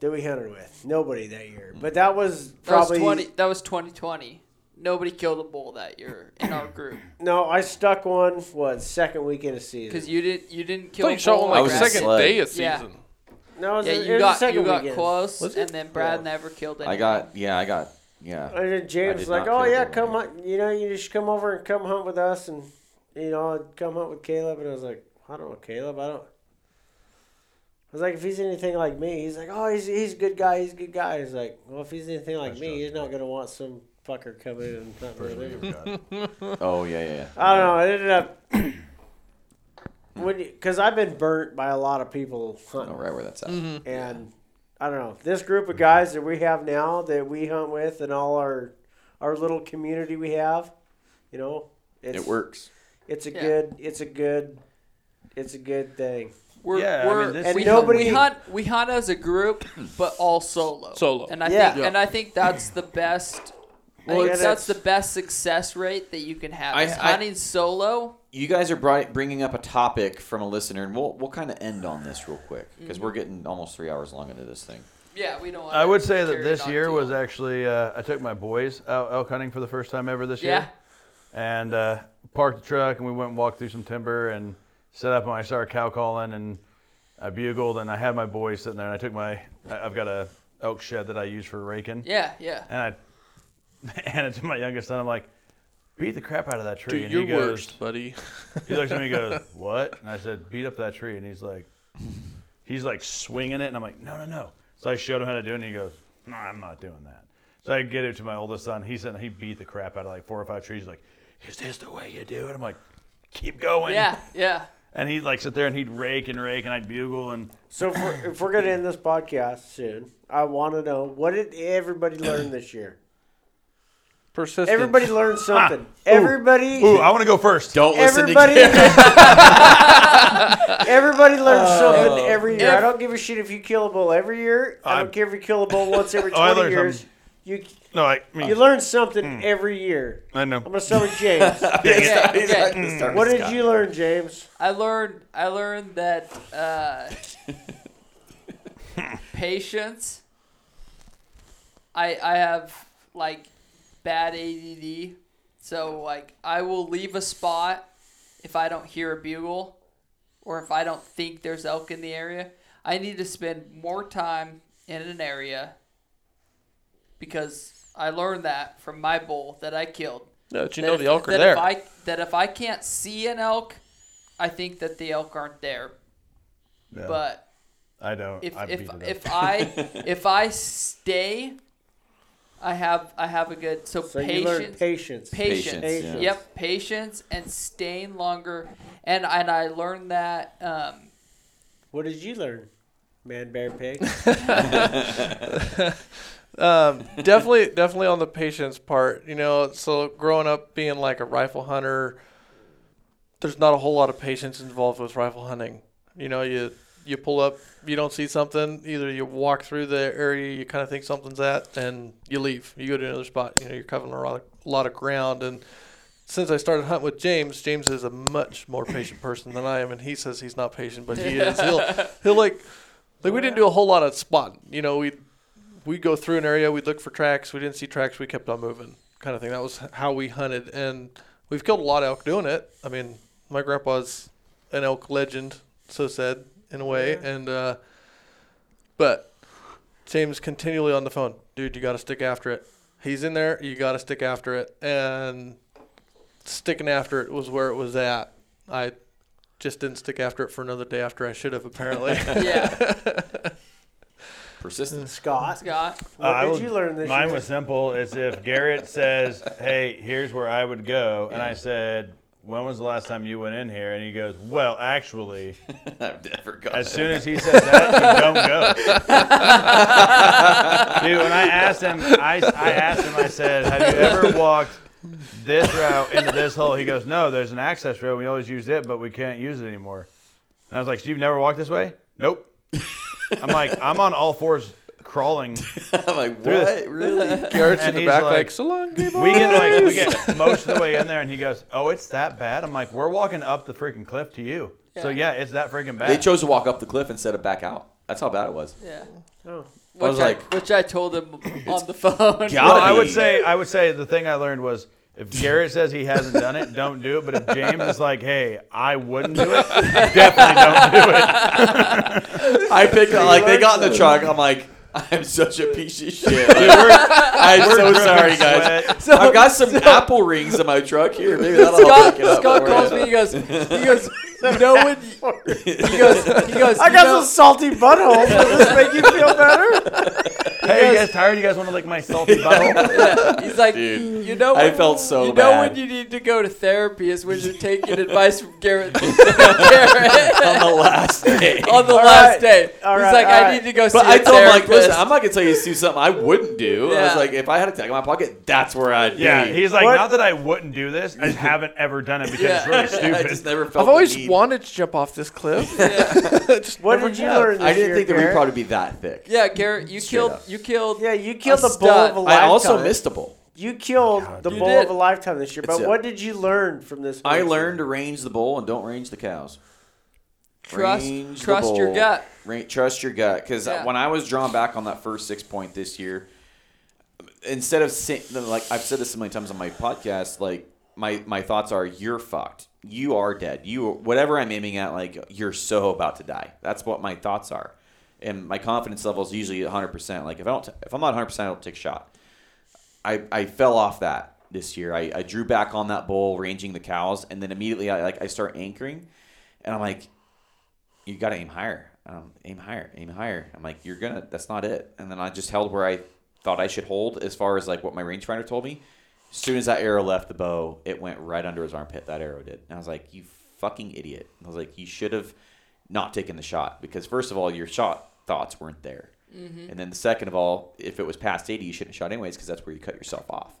Speaker 1: that we hunted with. Nobody that year, but that was probably
Speaker 4: that was twenty that was twenty twenty. Nobody killed a bull that year in our group.
Speaker 1: No, I stuck one. What second weekend of season?
Speaker 4: Because you didn't you didn't kill
Speaker 2: Thought
Speaker 4: a
Speaker 2: you shot
Speaker 4: bull
Speaker 2: one like
Speaker 3: was
Speaker 4: that
Speaker 3: in
Speaker 2: second
Speaker 4: year.
Speaker 3: sled.
Speaker 2: day of
Speaker 4: Yeah.
Speaker 2: season.
Speaker 1: No, it was,
Speaker 4: Yeah,
Speaker 1: the- it
Speaker 4: you
Speaker 1: was
Speaker 4: got
Speaker 1: the second
Speaker 4: you got
Speaker 1: weekend.
Speaker 4: close,
Speaker 2: Was
Speaker 4: and
Speaker 2: it?
Speaker 4: then Brad never killed anyone.
Speaker 3: I got, yeah, I got, yeah.
Speaker 1: And then
Speaker 3: I
Speaker 1: James
Speaker 3: did
Speaker 1: like,
Speaker 3: not
Speaker 1: oh
Speaker 3: feel
Speaker 1: yeah,
Speaker 3: good
Speaker 1: come
Speaker 3: when
Speaker 1: hunt. You know, you just come over and come hunt with us, and you know, I'd come hunt with Caleb. And I was like, I don't know, Caleb. I don't. I was like, if he's anything like me, he's like, oh, he's he's a good guy. He's a good guy. He's like, well, if he's anything like me, he's not gonna want some fucker coming in and not really.
Speaker 3: Oh, yeah, yeah, yeah.
Speaker 1: I don't know. I ended up when because I've been burnt by a lot of people
Speaker 3: I
Speaker 1: hunting,
Speaker 3: know right where that's at.
Speaker 1: and I don't know this group of guys that we have now that we hunt with, and all our our little community we have. You know, it's,
Speaker 3: It works.
Speaker 1: It's a
Speaker 4: Yeah.
Speaker 1: good. It's a good. It's a good thing.
Speaker 4: We're,
Speaker 5: Yeah, I
Speaker 4: we're,
Speaker 5: mean, this
Speaker 1: And
Speaker 4: we,
Speaker 1: nobody-
Speaker 4: we hunt we hunt as a group, but all solo.
Speaker 2: Solo.
Speaker 4: And I
Speaker 1: Yeah.
Speaker 4: think and I think that's the best.
Speaker 1: Well,
Speaker 4: I
Speaker 1: it's-
Speaker 4: think that's the best success rate that you can have.
Speaker 3: I-
Speaker 4: is
Speaker 3: I-
Speaker 4: hunting solo.
Speaker 3: You guys are bri- bringing up a topic from a listener, and we'll, we'll kind of end on this real quick because we're getting almost three hours long into this thing.
Speaker 4: Yeah, we don't. Want
Speaker 5: I would say that this year was actually uh, I took my boys out elk hunting for the first time ever this
Speaker 4: Yeah.
Speaker 5: year, and uh, parked the truck and we went and walked through some timber and set up and I started cow calling and I bugled and I had my boys sitting there and I took my I- I've got a elk shed that I use for raking
Speaker 4: Yeah, yeah.
Speaker 5: and I handed it to my youngest son I'm like beat the crap out of that tree
Speaker 2: Dude,
Speaker 5: and
Speaker 2: you're
Speaker 5: he goes
Speaker 2: worst, buddy.
Speaker 5: he looks at me and goes, What? And I said, Beat up that tree. And he's like, He's like swinging it. And I'm like, No, no, no. So I showed him how to do it. And he goes, No, I'm not doing that. So I get it to my oldest son. He said, He beat the crap out of like four or five trees. He's like, Is this the way you do it? I'm like, Keep going.
Speaker 4: Yeah, yeah.
Speaker 5: And he'd like sit there and he'd rake and rake and I'd bugle and
Speaker 1: So if we're, if we're gonna end this podcast soon, I want to know what did everybody learn this year.
Speaker 2: Persistence.
Speaker 1: Everybody learned something. Everybody.
Speaker 5: Ooh, I want to go first.
Speaker 3: Don't listen
Speaker 1: Everybody,
Speaker 3: to
Speaker 1: everybody learns
Speaker 3: Oh.
Speaker 1: something every year. I
Speaker 4: If-
Speaker 1: don't give a shit if you kill a bull every year. I don't
Speaker 5: I-
Speaker 1: care if you kill a bull once every
Speaker 5: Oh, I
Speaker 1: twenty
Speaker 5: learned
Speaker 1: years.
Speaker 5: something. Hmm.
Speaker 1: You
Speaker 5: No, I mean,
Speaker 1: you learn something every year.
Speaker 5: I
Speaker 1: I'm
Speaker 5: know.
Speaker 1: gonna start with James.
Speaker 4: Okay, okay.
Speaker 1: what did you learn, James?
Speaker 4: I learned I learned that uh, patience. I I have like bad ADD, so like I will leave a spot if I don't hear a bugle, or if I don't think there's elk in the area. I need to spend more time in an area because I learned that from my bull that I killed
Speaker 2: No, but you
Speaker 4: that
Speaker 2: know
Speaker 4: if-
Speaker 2: the elk are
Speaker 4: that
Speaker 2: there.
Speaker 4: If I, that if I can't see an elk, I think that the elk aren't there. But
Speaker 5: I don't.
Speaker 4: if
Speaker 5: I beat
Speaker 4: if
Speaker 5: it up.
Speaker 4: if I if I stay, I have I have a good so,
Speaker 1: So you learned
Speaker 4: patience,
Speaker 1: patience.
Speaker 4: patience,
Speaker 1: Patience, yeah.
Speaker 4: yep, patience and staying longer. And and I learned that um,
Speaker 1: What did you learn, man, bear, pig?
Speaker 2: um, definitely, definitely on the patience part. You know, so growing up being like a rifle hunter, there's not a whole lot of patience involved with rifle hunting. You know, you you pull up, you don't see something, either you walk through the area you kind of think something's at, and you leave. You go to another spot. You know, you're covering a lot of, a lot of ground. And since I started hunting with James, James is a much more patient person than I am, and he says he's not patient, but he is. He'll he'll like like we didn't do a whole lot of spotting. You know, we we'd go through an area, we'd look for tracks. We didn't see tracks, we kept on moving, kind of thing. That was how we hunted, and we've killed a lot of elk doing it. I mean, my grandpa's an elk legend, so said in a way, and uh, but James continually on the phone, dude, you got to stick after it. He's in there, you got to stick after it, and sticking after it was where it was at. I just didn't stick after it for another day after I should have apparently.
Speaker 4: yeah,
Speaker 3: Persistence.
Speaker 1: Scott,
Speaker 4: Scott.
Speaker 1: what
Speaker 5: Uh, I
Speaker 1: did
Speaker 5: would-
Speaker 1: you learn this
Speaker 5: Mine
Speaker 1: year?
Speaker 5: was simple. It's if Garrett says, "Hey, here's where I would go," and I said, "When was the last time you went in here?" and he goes, "Well, actually,"
Speaker 3: I've never got
Speaker 5: as
Speaker 3: it.
Speaker 5: soon as he says that, you don't go. Dude, when I asked him, I, I asked him, I said, "Have you ever walked this route into this hole?" He goes, "No, there's an access road. We always used it, but we can't use it anymore." And I was like, "So you've never walked this way?" Nope. I'm like, I'm on all fours crawling
Speaker 3: I'm like,
Speaker 5: Through
Speaker 3: what?
Speaker 5: this-
Speaker 3: Really?
Speaker 2: Garrett's in
Speaker 5: And
Speaker 2: the
Speaker 5: he's
Speaker 2: back like,
Speaker 5: like,
Speaker 2: so long, game
Speaker 5: We get like we get most of the way in there, and he goes, "Oh, it's that bad." I'm like, "We're walking up the freaking cliff to you." So yeah, it's that freaking bad.
Speaker 3: They chose to walk up the cliff instead of back out. That's how bad it was.
Speaker 4: Yeah.
Speaker 1: Oh.
Speaker 4: Which
Speaker 3: I was like-
Speaker 4: which I told him on the phone.
Speaker 3: gotta
Speaker 5: well, I would
Speaker 3: be.
Speaker 5: say I would say the thing I learned was if Garrett says he hasn't done it, don't do it. But if James is like, "Hey, I wouldn't do it," definitely don't do it.
Speaker 3: I picked up, like they got in the truck. I'm like, I'm such a piece of shit. Like, I'm so sorry, guys. I've got some apple rings in my truck here. Maybe that'll help
Speaker 4: Scott,
Speaker 3: pick it up.
Speaker 4: Scott
Speaker 3: Don't worry
Speaker 4: calls
Speaker 3: about
Speaker 4: me. He goes, he goes, you know when you- he goes, he goes,
Speaker 1: I
Speaker 4: you
Speaker 1: got
Speaker 4: know,
Speaker 1: some salty butthole. Does this make you feel better?
Speaker 7: Hey, you guys tired? You guys want to lick my salty butthole?
Speaker 4: yeah. He's like,
Speaker 3: Dude,
Speaker 4: you know,
Speaker 3: I
Speaker 4: when-
Speaker 3: felt so
Speaker 4: You know
Speaker 3: bad.
Speaker 4: when you need to go to therapy is when you're taking advice from Garrett, Garrett
Speaker 3: it. on the last day.
Speaker 4: on the
Speaker 1: All
Speaker 4: last
Speaker 1: right.
Speaker 4: day.
Speaker 1: All
Speaker 4: He's
Speaker 1: right,
Speaker 4: like,
Speaker 1: all
Speaker 4: I
Speaker 1: right.
Speaker 4: need to go see
Speaker 3: But
Speaker 4: a
Speaker 3: I told him, like, listen,
Speaker 4: therapist."
Speaker 3: I'm not gonna tell you to do something I wouldn't do. I
Speaker 4: Yeah.
Speaker 3: was like, if I had a tag in my pocket, that's where I'd be.
Speaker 7: yeah, he's like,
Speaker 1: What?
Speaker 7: not that I wouldn't do this, I just haven't ever done it because it's really
Speaker 3: I
Speaker 7: stupid.
Speaker 3: just never felt.
Speaker 2: I've
Speaker 3: the
Speaker 2: always
Speaker 3: need.
Speaker 2: wanted to jump off this cliff. Just
Speaker 1: What
Speaker 2: never
Speaker 1: did you
Speaker 2: have.
Speaker 1: learn? This
Speaker 3: I didn't
Speaker 1: year,
Speaker 3: think the
Speaker 1: Garrett?
Speaker 3: repod would be that thick.
Speaker 4: yeah, Garrett, you killed,
Speaker 3: up.
Speaker 4: you killed.
Speaker 1: Yeah, you killed the bull
Speaker 4: stud.
Speaker 1: of a
Speaker 3: I
Speaker 1: lifetime.
Speaker 3: also missed a bowl.
Speaker 1: You killed the
Speaker 4: You
Speaker 1: bull
Speaker 4: did.
Speaker 1: of a lifetime this year.
Speaker 3: It's
Speaker 1: But
Speaker 3: a-
Speaker 1: what did you learn from this?
Speaker 3: I
Speaker 1: horse?
Speaker 3: learned to range the bowl and don't range the cows.
Speaker 4: Trust-
Speaker 3: Range the
Speaker 4: trust your
Speaker 3: bowl.
Speaker 4: gut.
Speaker 3: Ra- trust your gut, because
Speaker 4: Yeah.
Speaker 3: when I was drawn back on that first six point this year, instead of saying like I've said this so many times on my podcast, like my my thoughts are you're fucked, you are dead, you whatever I'm aiming at, like you're so about to die. That's what my thoughts are, and my confidence level is usually 100. percent Like if I don't, if I'm not 100, percent I don't take a shot. I, I fell off that this year. I, I drew back on that bull, ranging the cows, and then immediately I like I start anchoring, and I'm like, you got to aim higher. Um, aim higher, aim higher. I'm like, you're gonna. That's not it. And then I just held where I thought I should hold, as far as like what my rangefinder told me. As soon as that arrow left the bow, it went right under his armpit. That arrow did, and I was like, you fucking idiot. And I was like, you should have not taken the shot because first of all, your shot thoughts weren't there, and then the second of all, if it was past 80, you shouldn't have shot anyways because that's where you cut yourself off.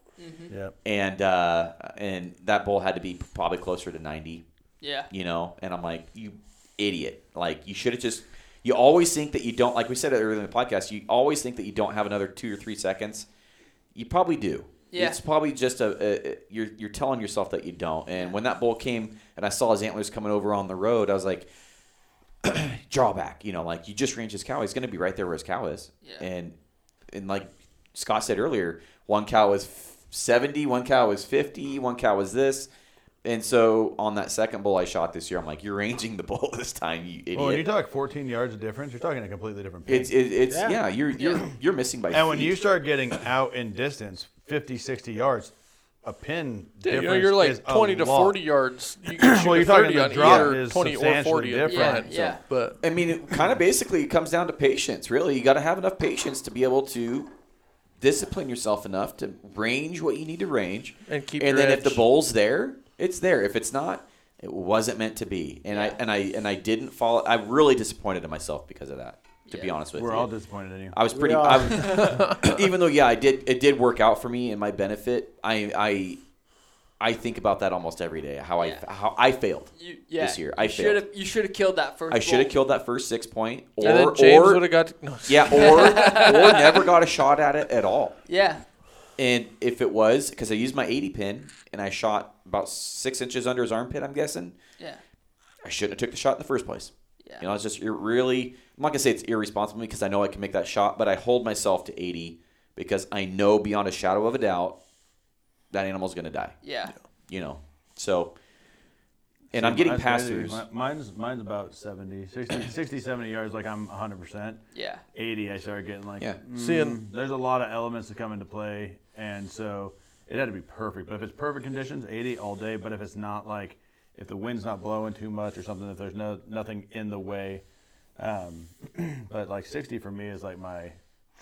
Speaker 5: Yep.
Speaker 3: And uh, and that bull had to be probably closer to 90
Speaker 4: Yeah.
Speaker 3: you know and i'm like you idiot like you should have just you always think that you don't like we said earlier in the podcast you always think that you don't have another two or three seconds you probably do
Speaker 4: Yeah.
Speaker 3: it's probably just a, a, a- you're you're telling yourself that you don't and when that bull came and i saw his antlers coming over on the road i was like drawback you know like you just range his cow he's going to be right there where his cow is
Speaker 4: Yeah.
Speaker 3: and and like scott said earlier one cow was f- 70 one cow was 50 one cow was this and so on that second bull I shot this year, I'm like, you're ranging the bull this time, you idiot.
Speaker 5: Well, when you talk 14 yards of difference, you're talking a completely different pitch.
Speaker 3: it's it, it's yeah.
Speaker 1: Yeah.
Speaker 3: you're you're you're missing by.
Speaker 5: and when
Speaker 3: feet.
Speaker 5: you start getting out in distance, 50, 60 yards, a pin
Speaker 2: Dude,
Speaker 5: difference
Speaker 2: you're, you're like
Speaker 5: is a
Speaker 2: 20 to
Speaker 5: lot.
Speaker 2: 40 yards. You can shoot
Speaker 5: Well,
Speaker 2: a
Speaker 5: you're talking
Speaker 2: 30
Speaker 5: the
Speaker 2: on
Speaker 5: drop
Speaker 2: either
Speaker 5: is
Speaker 2: 20 or
Speaker 5: substantially
Speaker 2: 40 at
Speaker 5: different,
Speaker 2: front.
Speaker 4: Yeah, yeah.
Speaker 2: But
Speaker 3: I mean, it kind of basically it comes down to patience. Really, you got to have enough patience to be able to discipline yourself enough to range what you need to range,
Speaker 2: And keep
Speaker 3: And
Speaker 2: your
Speaker 3: then if the
Speaker 2: edge.
Speaker 3: bull's there, it's there. If it's not, it wasn't meant to be. And I and I and I didn't follow. I'm really disappointed in myself because of that. To be
Speaker 4: Yeah.
Speaker 3: honest with
Speaker 5: We're
Speaker 3: you,
Speaker 5: all disappointed in you.
Speaker 3: I was pretty.
Speaker 1: are.
Speaker 3: I was- even though, yeah, I did. It did work out for me and my benefit. I, I, I think about that almost every day. How
Speaker 4: Yeah.
Speaker 3: I, how I failed
Speaker 4: You, yeah.
Speaker 3: this year. I
Speaker 4: you should
Speaker 3: failed.
Speaker 4: have. You should have killed that first.
Speaker 3: I should have
Speaker 4: bull.
Speaker 3: killed that first six point, or
Speaker 2: and then James
Speaker 3: or
Speaker 2: would have got. No,
Speaker 3: yeah, or or never got a shot at it at all.
Speaker 4: Yeah.
Speaker 3: And if it was because I used my eighty pin and I shot about six inches under his armpit, I'm guessing
Speaker 4: Yeah.
Speaker 3: I shouldn't have took the shot in the first place.
Speaker 4: Yeah.
Speaker 3: You know, it's just ir- really. I'm not gonna say it's irresponsible because I know I can make that shot, but I hold myself to 80 because I know beyond a shadow of a doubt that animal's gonna die.
Speaker 4: Yeah.
Speaker 3: You know, so. And I'm getting
Speaker 5: Mine's
Speaker 3: pass
Speaker 5: crazy.
Speaker 3: throughs.
Speaker 5: Mi- Mine's mine's about 70, 60, 60 70 yards. Like I'm 100. percent
Speaker 4: Yeah.
Speaker 5: 80, I started getting like,
Speaker 3: Yeah.
Speaker 5: mm,
Speaker 2: Seeing-
Speaker 5: there's a lot of elements that come into play, and so it had to be perfect. But if it's perfect conditions, 80 all day. But if it's not like, if the wind's not blowing too much or something, if there's no nothing in the way, um, but like 60 for me is like my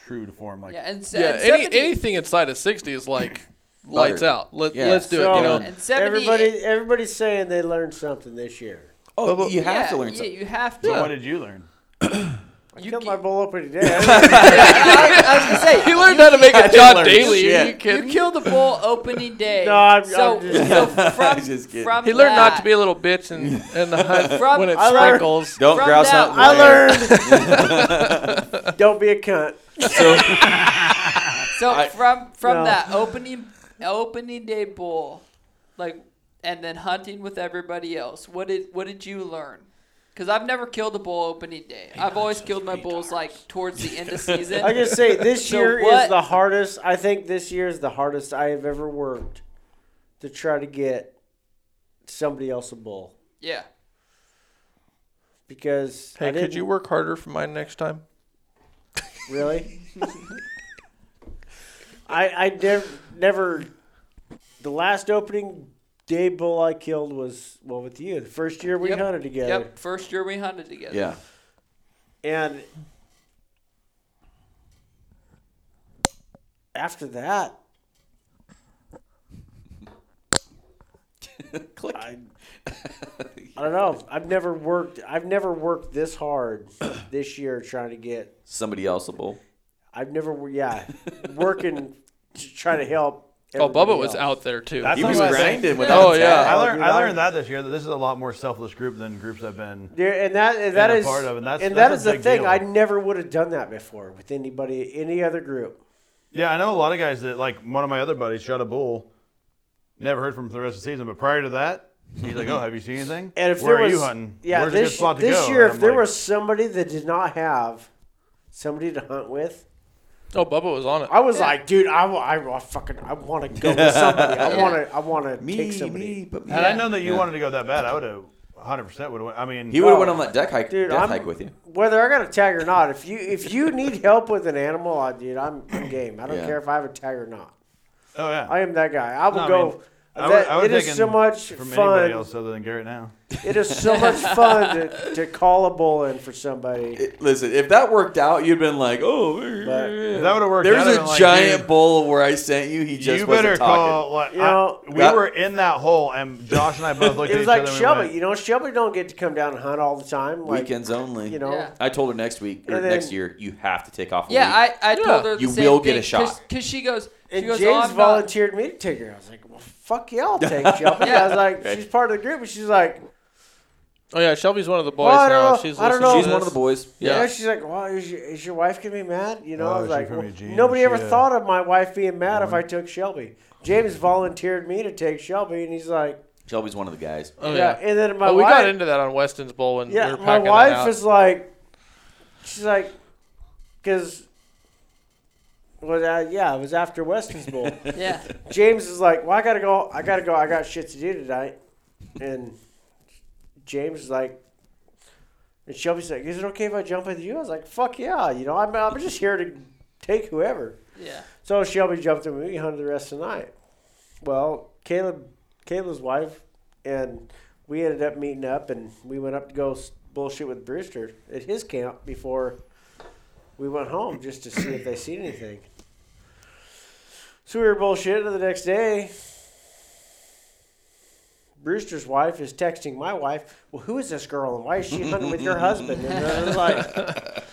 Speaker 5: true to form. Like,
Speaker 4: Yeah. And, se-
Speaker 2: yeah.
Speaker 4: and
Speaker 2: Any,
Speaker 4: 70
Speaker 2: anything inside of 60 is like lights out. Let,
Speaker 3: Yeah.
Speaker 2: Let's do it.
Speaker 1: So, uh,
Speaker 2: You know,
Speaker 4: And 70
Speaker 1: everybody, everybody's saying they learned something this year.
Speaker 3: Oh, you have
Speaker 4: yeah,
Speaker 3: to learn
Speaker 4: yeah,
Speaker 3: something.
Speaker 4: You have to.
Speaker 5: so what did you learn?
Speaker 1: I
Speaker 4: You
Speaker 1: killed
Speaker 4: ki-
Speaker 1: my bull up pretty day.
Speaker 4: I, I was gonna say
Speaker 2: he learned how to make
Speaker 3: I
Speaker 2: a
Speaker 3: did
Speaker 2: John
Speaker 3: learn
Speaker 2: Daily. Are
Speaker 3: shit.
Speaker 2: you
Speaker 4: You
Speaker 2: kidding?
Speaker 4: kill the bull opening day.
Speaker 1: No, I'm-
Speaker 4: so,
Speaker 1: I'm just
Speaker 4: so
Speaker 3: I'm
Speaker 4: from,
Speaker 3: just kidding.
Speaker 4: from
Speaker 2: He learned
Speaker 4: that,
Speaker 2: not to be a little bitch and and the hunt
Speaker 4: From-
Speaker 2: when it
Speaker 1: I learned-
Speaker 2: sprinkles.
Speaker 3: Don't
Speaker 4: From
Speaker 3: grouse
Speaker 4: that,
Speaker 3: out.
Speaker 1: I learned. Don't be a cunt.
Speaker 4: So from from
Speaker 1: No.
Speaker 4: that opening opening day bull, like, and then hunting with everybody else. What did what did you learn? Because I've never killed a bull opening day. I've always killed my bulls like towards the end of season.
Speaker 1: I just say this
Speaker 4: So
Speaker 1: year
Speaker 4: what-
Speaker 1: is the hardest. I think this year is the hardest I have ever worked to try to get somebody else a bull.
Speaker 4: yeah.
Speaker 1: because I
Speaker 2: Hey,
Speaker 1: didn't
Speaker 2: could you work harder for mine next time?
Speaker 1: really. I I never never the last opening day bull I killed was well with you the first year we
Speaker 4: Yep.
Speaker 1: hunted together.
Speaker 4: Yep, first year we hunted together.
Speaker 3: Yeah.
Speaker 1: And after that,
Speaker 3: Click.
Speaker 1: I I don't know. I've never worked. I've never worked this hard this year trying to get.
Speaker 3: Somebody else will.
Speaker 1: I've never. Yeah, working to try to help.
Speaker 2: Oh, Bubba
Speaker 1: everybody
Speaker 2: was
Speaker 1: else.
Speaker 2: out there too.
Speaker 5: That's
Speaker 3: He
Speaker 5: not
Speaker 3: was
Speaker 5: what I think.
Speaker 3: grinding without.
Speaker 2: oh yeah.
Speaker 5: I learned,
Speaker 1: dude,
Speaker 5: I
Speaker 1: I-
Speaker 5: learned that this year that this is a lot more selfless group than groups I've been.
Speaker 1: There, and that and that
Speaker 5: a
Speaker 1: is
Speaker 5: part of it, and that's-
Speaker 1: and
Speaker 5: that's
Speaker 1: that
Speaker 5: a
Speaker 1: is the
Speaker 5: big
Speaker 1: thing.
Speaker 5: deal.
Speaker 1: I never would have done that before with anybody, any other group.
Speaker 5: Yeah, I know a lot of guys that like one of my other buddies shot a bull. Never heard from him for the rest of the season, but prior to that, he's like, "Oh, have you seen anything?
Speaker 1: And if
Speaker 5: Where
Speaker 1: there
Speaker 5: are
Speaker 1: was,
Speaker 5: you hunting?
Speaker 1: Yeah,
Speaker 5: Where's
Speaker 1: this,
Speaker 5: a good spot to
Speaker 1: this
Speaker 5: go?"
Speaker 1: year,
Speaker 5: And
Speaker 1: if
Speaker 5: I'm
Speaker 1: there
Speaker 5: like,
Speaker 1: was somebody that did not have somebody to hunt with,
Speaker 2: Oh, Bubba was on it.
Speaker 1: I was like, dude, I, wa- I, wa- fucking, I want to go with somebody. I want to, I want to
Speaker 3: Me,
Speaker 1: take somebody.
Speaker 3: me, but me.
Speaker 5: had I known that you wanted to go that bad, I would have 100 percent would have. I mean,
Speaker 3: He would have went on that deck hike.
Speaker 1: Dude,
Speaker 3: death
Speaker 1: I'm-
Speaker 3: hike with you.
Speaker 1: Whether I got a tag or not, if you if you need help with an animal, I, dude, I'm, I'm game. I don't
Speaker 3: Yeah.
Speaker 1: care if I have a tag or not.
Speaker 5: oh yeah,
Speaker 1: I am that guy. I will
Speaker 5: No, I
Speaker 1: go.
Speaker 5: mean, I
Speaker 1: that-
Speaker 5: would- I would
Speaker 1: it
Speaker 5: have
Speaker 1: is so
Speaker 5: taken
Speaker 1: much
Speaker 5: from anybody
Speaker 1: fun.
Speaker 5: else other than Garrett now.
Speaker 1: It is so much fun to, to call a bull in for somebody.
Speaker 3: It- listen, if that worked out, you'd been like, oh.
Speaker 1: But-
Speaker 5: If that would have worked.
Speaker 3: There's
Speaker 5: out, I'd
Speaker 3: a
Speaker 5: been like,
Speaker 3: giant
Speaker 5: dude,
Speaker 3: bowl where I sent you. He just
Speaker 5: You
Speaker 3: wasn't
Speaker 5: better
Speaker 3: talking.
Speaker 5: call. Like,
Speaker 1: You
Speaker 5: I-
Speaker 1: know,
Speaker 5: we
Speaker 3: that-
Speaker 5: were in that hole, and Josh and I both looked
Speaker 1: It
Speaker 5: at
Speaker 1: was
Speaker 5: each
Speaker 1: like
Speaker 5: other. and we
Speaker 1: Shelby.
Speaker 5: went,
Speaker 1: You know, Shelby don't get to come down and hunt all the time. Like,
Speaker 3: Weekends only.
Speaker 1: you know,
Speaker 4: Yeah.
Speaker 3: I told her next week or
Speaker 1: And then-
Speaker 3: next year you have to take off. A
Speaker 4: Yeah,
Speaker 3: week.
Speaker 4: I, I told her the
Speaker 3: You
Speaker 4: same
Speaker 3: will get a
Speaker 4: shot
Speaker 3: shot.
Speaker 4: because she goes. She
Speaker 1: And
Speaker 4: goes. oh,
Speaker 1: James
Speaker 4: I'm not-
Speaker 1: volunteered me to take her. I was like, well, fuck yeah, I'll take Shelby. I was like, she's part of the group. And she's like,
Speaker 2: Oh yeah, Shelby's one of the boys
Speaker 1: Well, I don't
Speaker 2: now.
Speaker 1: know.
Speaker 2: She's
Speaker 1: I don't
Speaker 2: listening to
Speaker 1: know.
Speaker 3: She's one of
Speaker 2: this.
Speaker 3: the boys.
Speaker 1: yeah.
Speaker 2: Yeah.
Speaker 1: she's like, well, is your, is your wife going to be mad? You know, I
Speaker 5: Oh,
Speaker 1: was
Speaker 5: she's
Speaker 1: like,
Speaker 5: from
Speaker 1: well,
Speaker 5: Eugene.
Speaker 1: nobody ever
Speaker 5: She, uh,
Speaker 1: thought of my wife being mad if I took Shelby. James volunteered me to take Shelby. And he's like,
Speaker 3: Shelby's one of the guys.
Speaker 2: Oh
Speaker 1: yeah.
Speaker 2: yeah.
Speaker 1: And then my
Speaker 2: oh, we
Speaker 1: wife,
Speaker 2: got into that on Weston's Bowl when we
Speaker 1: yeah,
Speaker 2: were
Speaker 1: my
Speaker 2: packing that
Speaker 1: wife
Speaker 2: out.
Speaker 1: is like, she's like, because, well, uh, yeah, it was after Weston's Bowl.
Speaker 4: Yeah,
Speaker 1: James is like, "Well, I gotta go. I gotta go. I got shit to do tonight." And James is like, and Shelby's like, "Is it okay if I jump with you?" I was like, "Fuck yeah!" You know, I'm I'm just here to take whoever.
Speaker 4: yeah.
Speaker 1: So Shelby jumped with me. We hunted the rest of the night. Well, Caleb, Caleb's wife, and we ended up meeting up, and we went up to go s- bullshit with Brewster at his camp before we went home just to see if they seen anything. So we were bullshitting and the next day. Brewster's wife is texting my wife, "Well, who is this girl, and why is she hunting with your husband?" And I was like,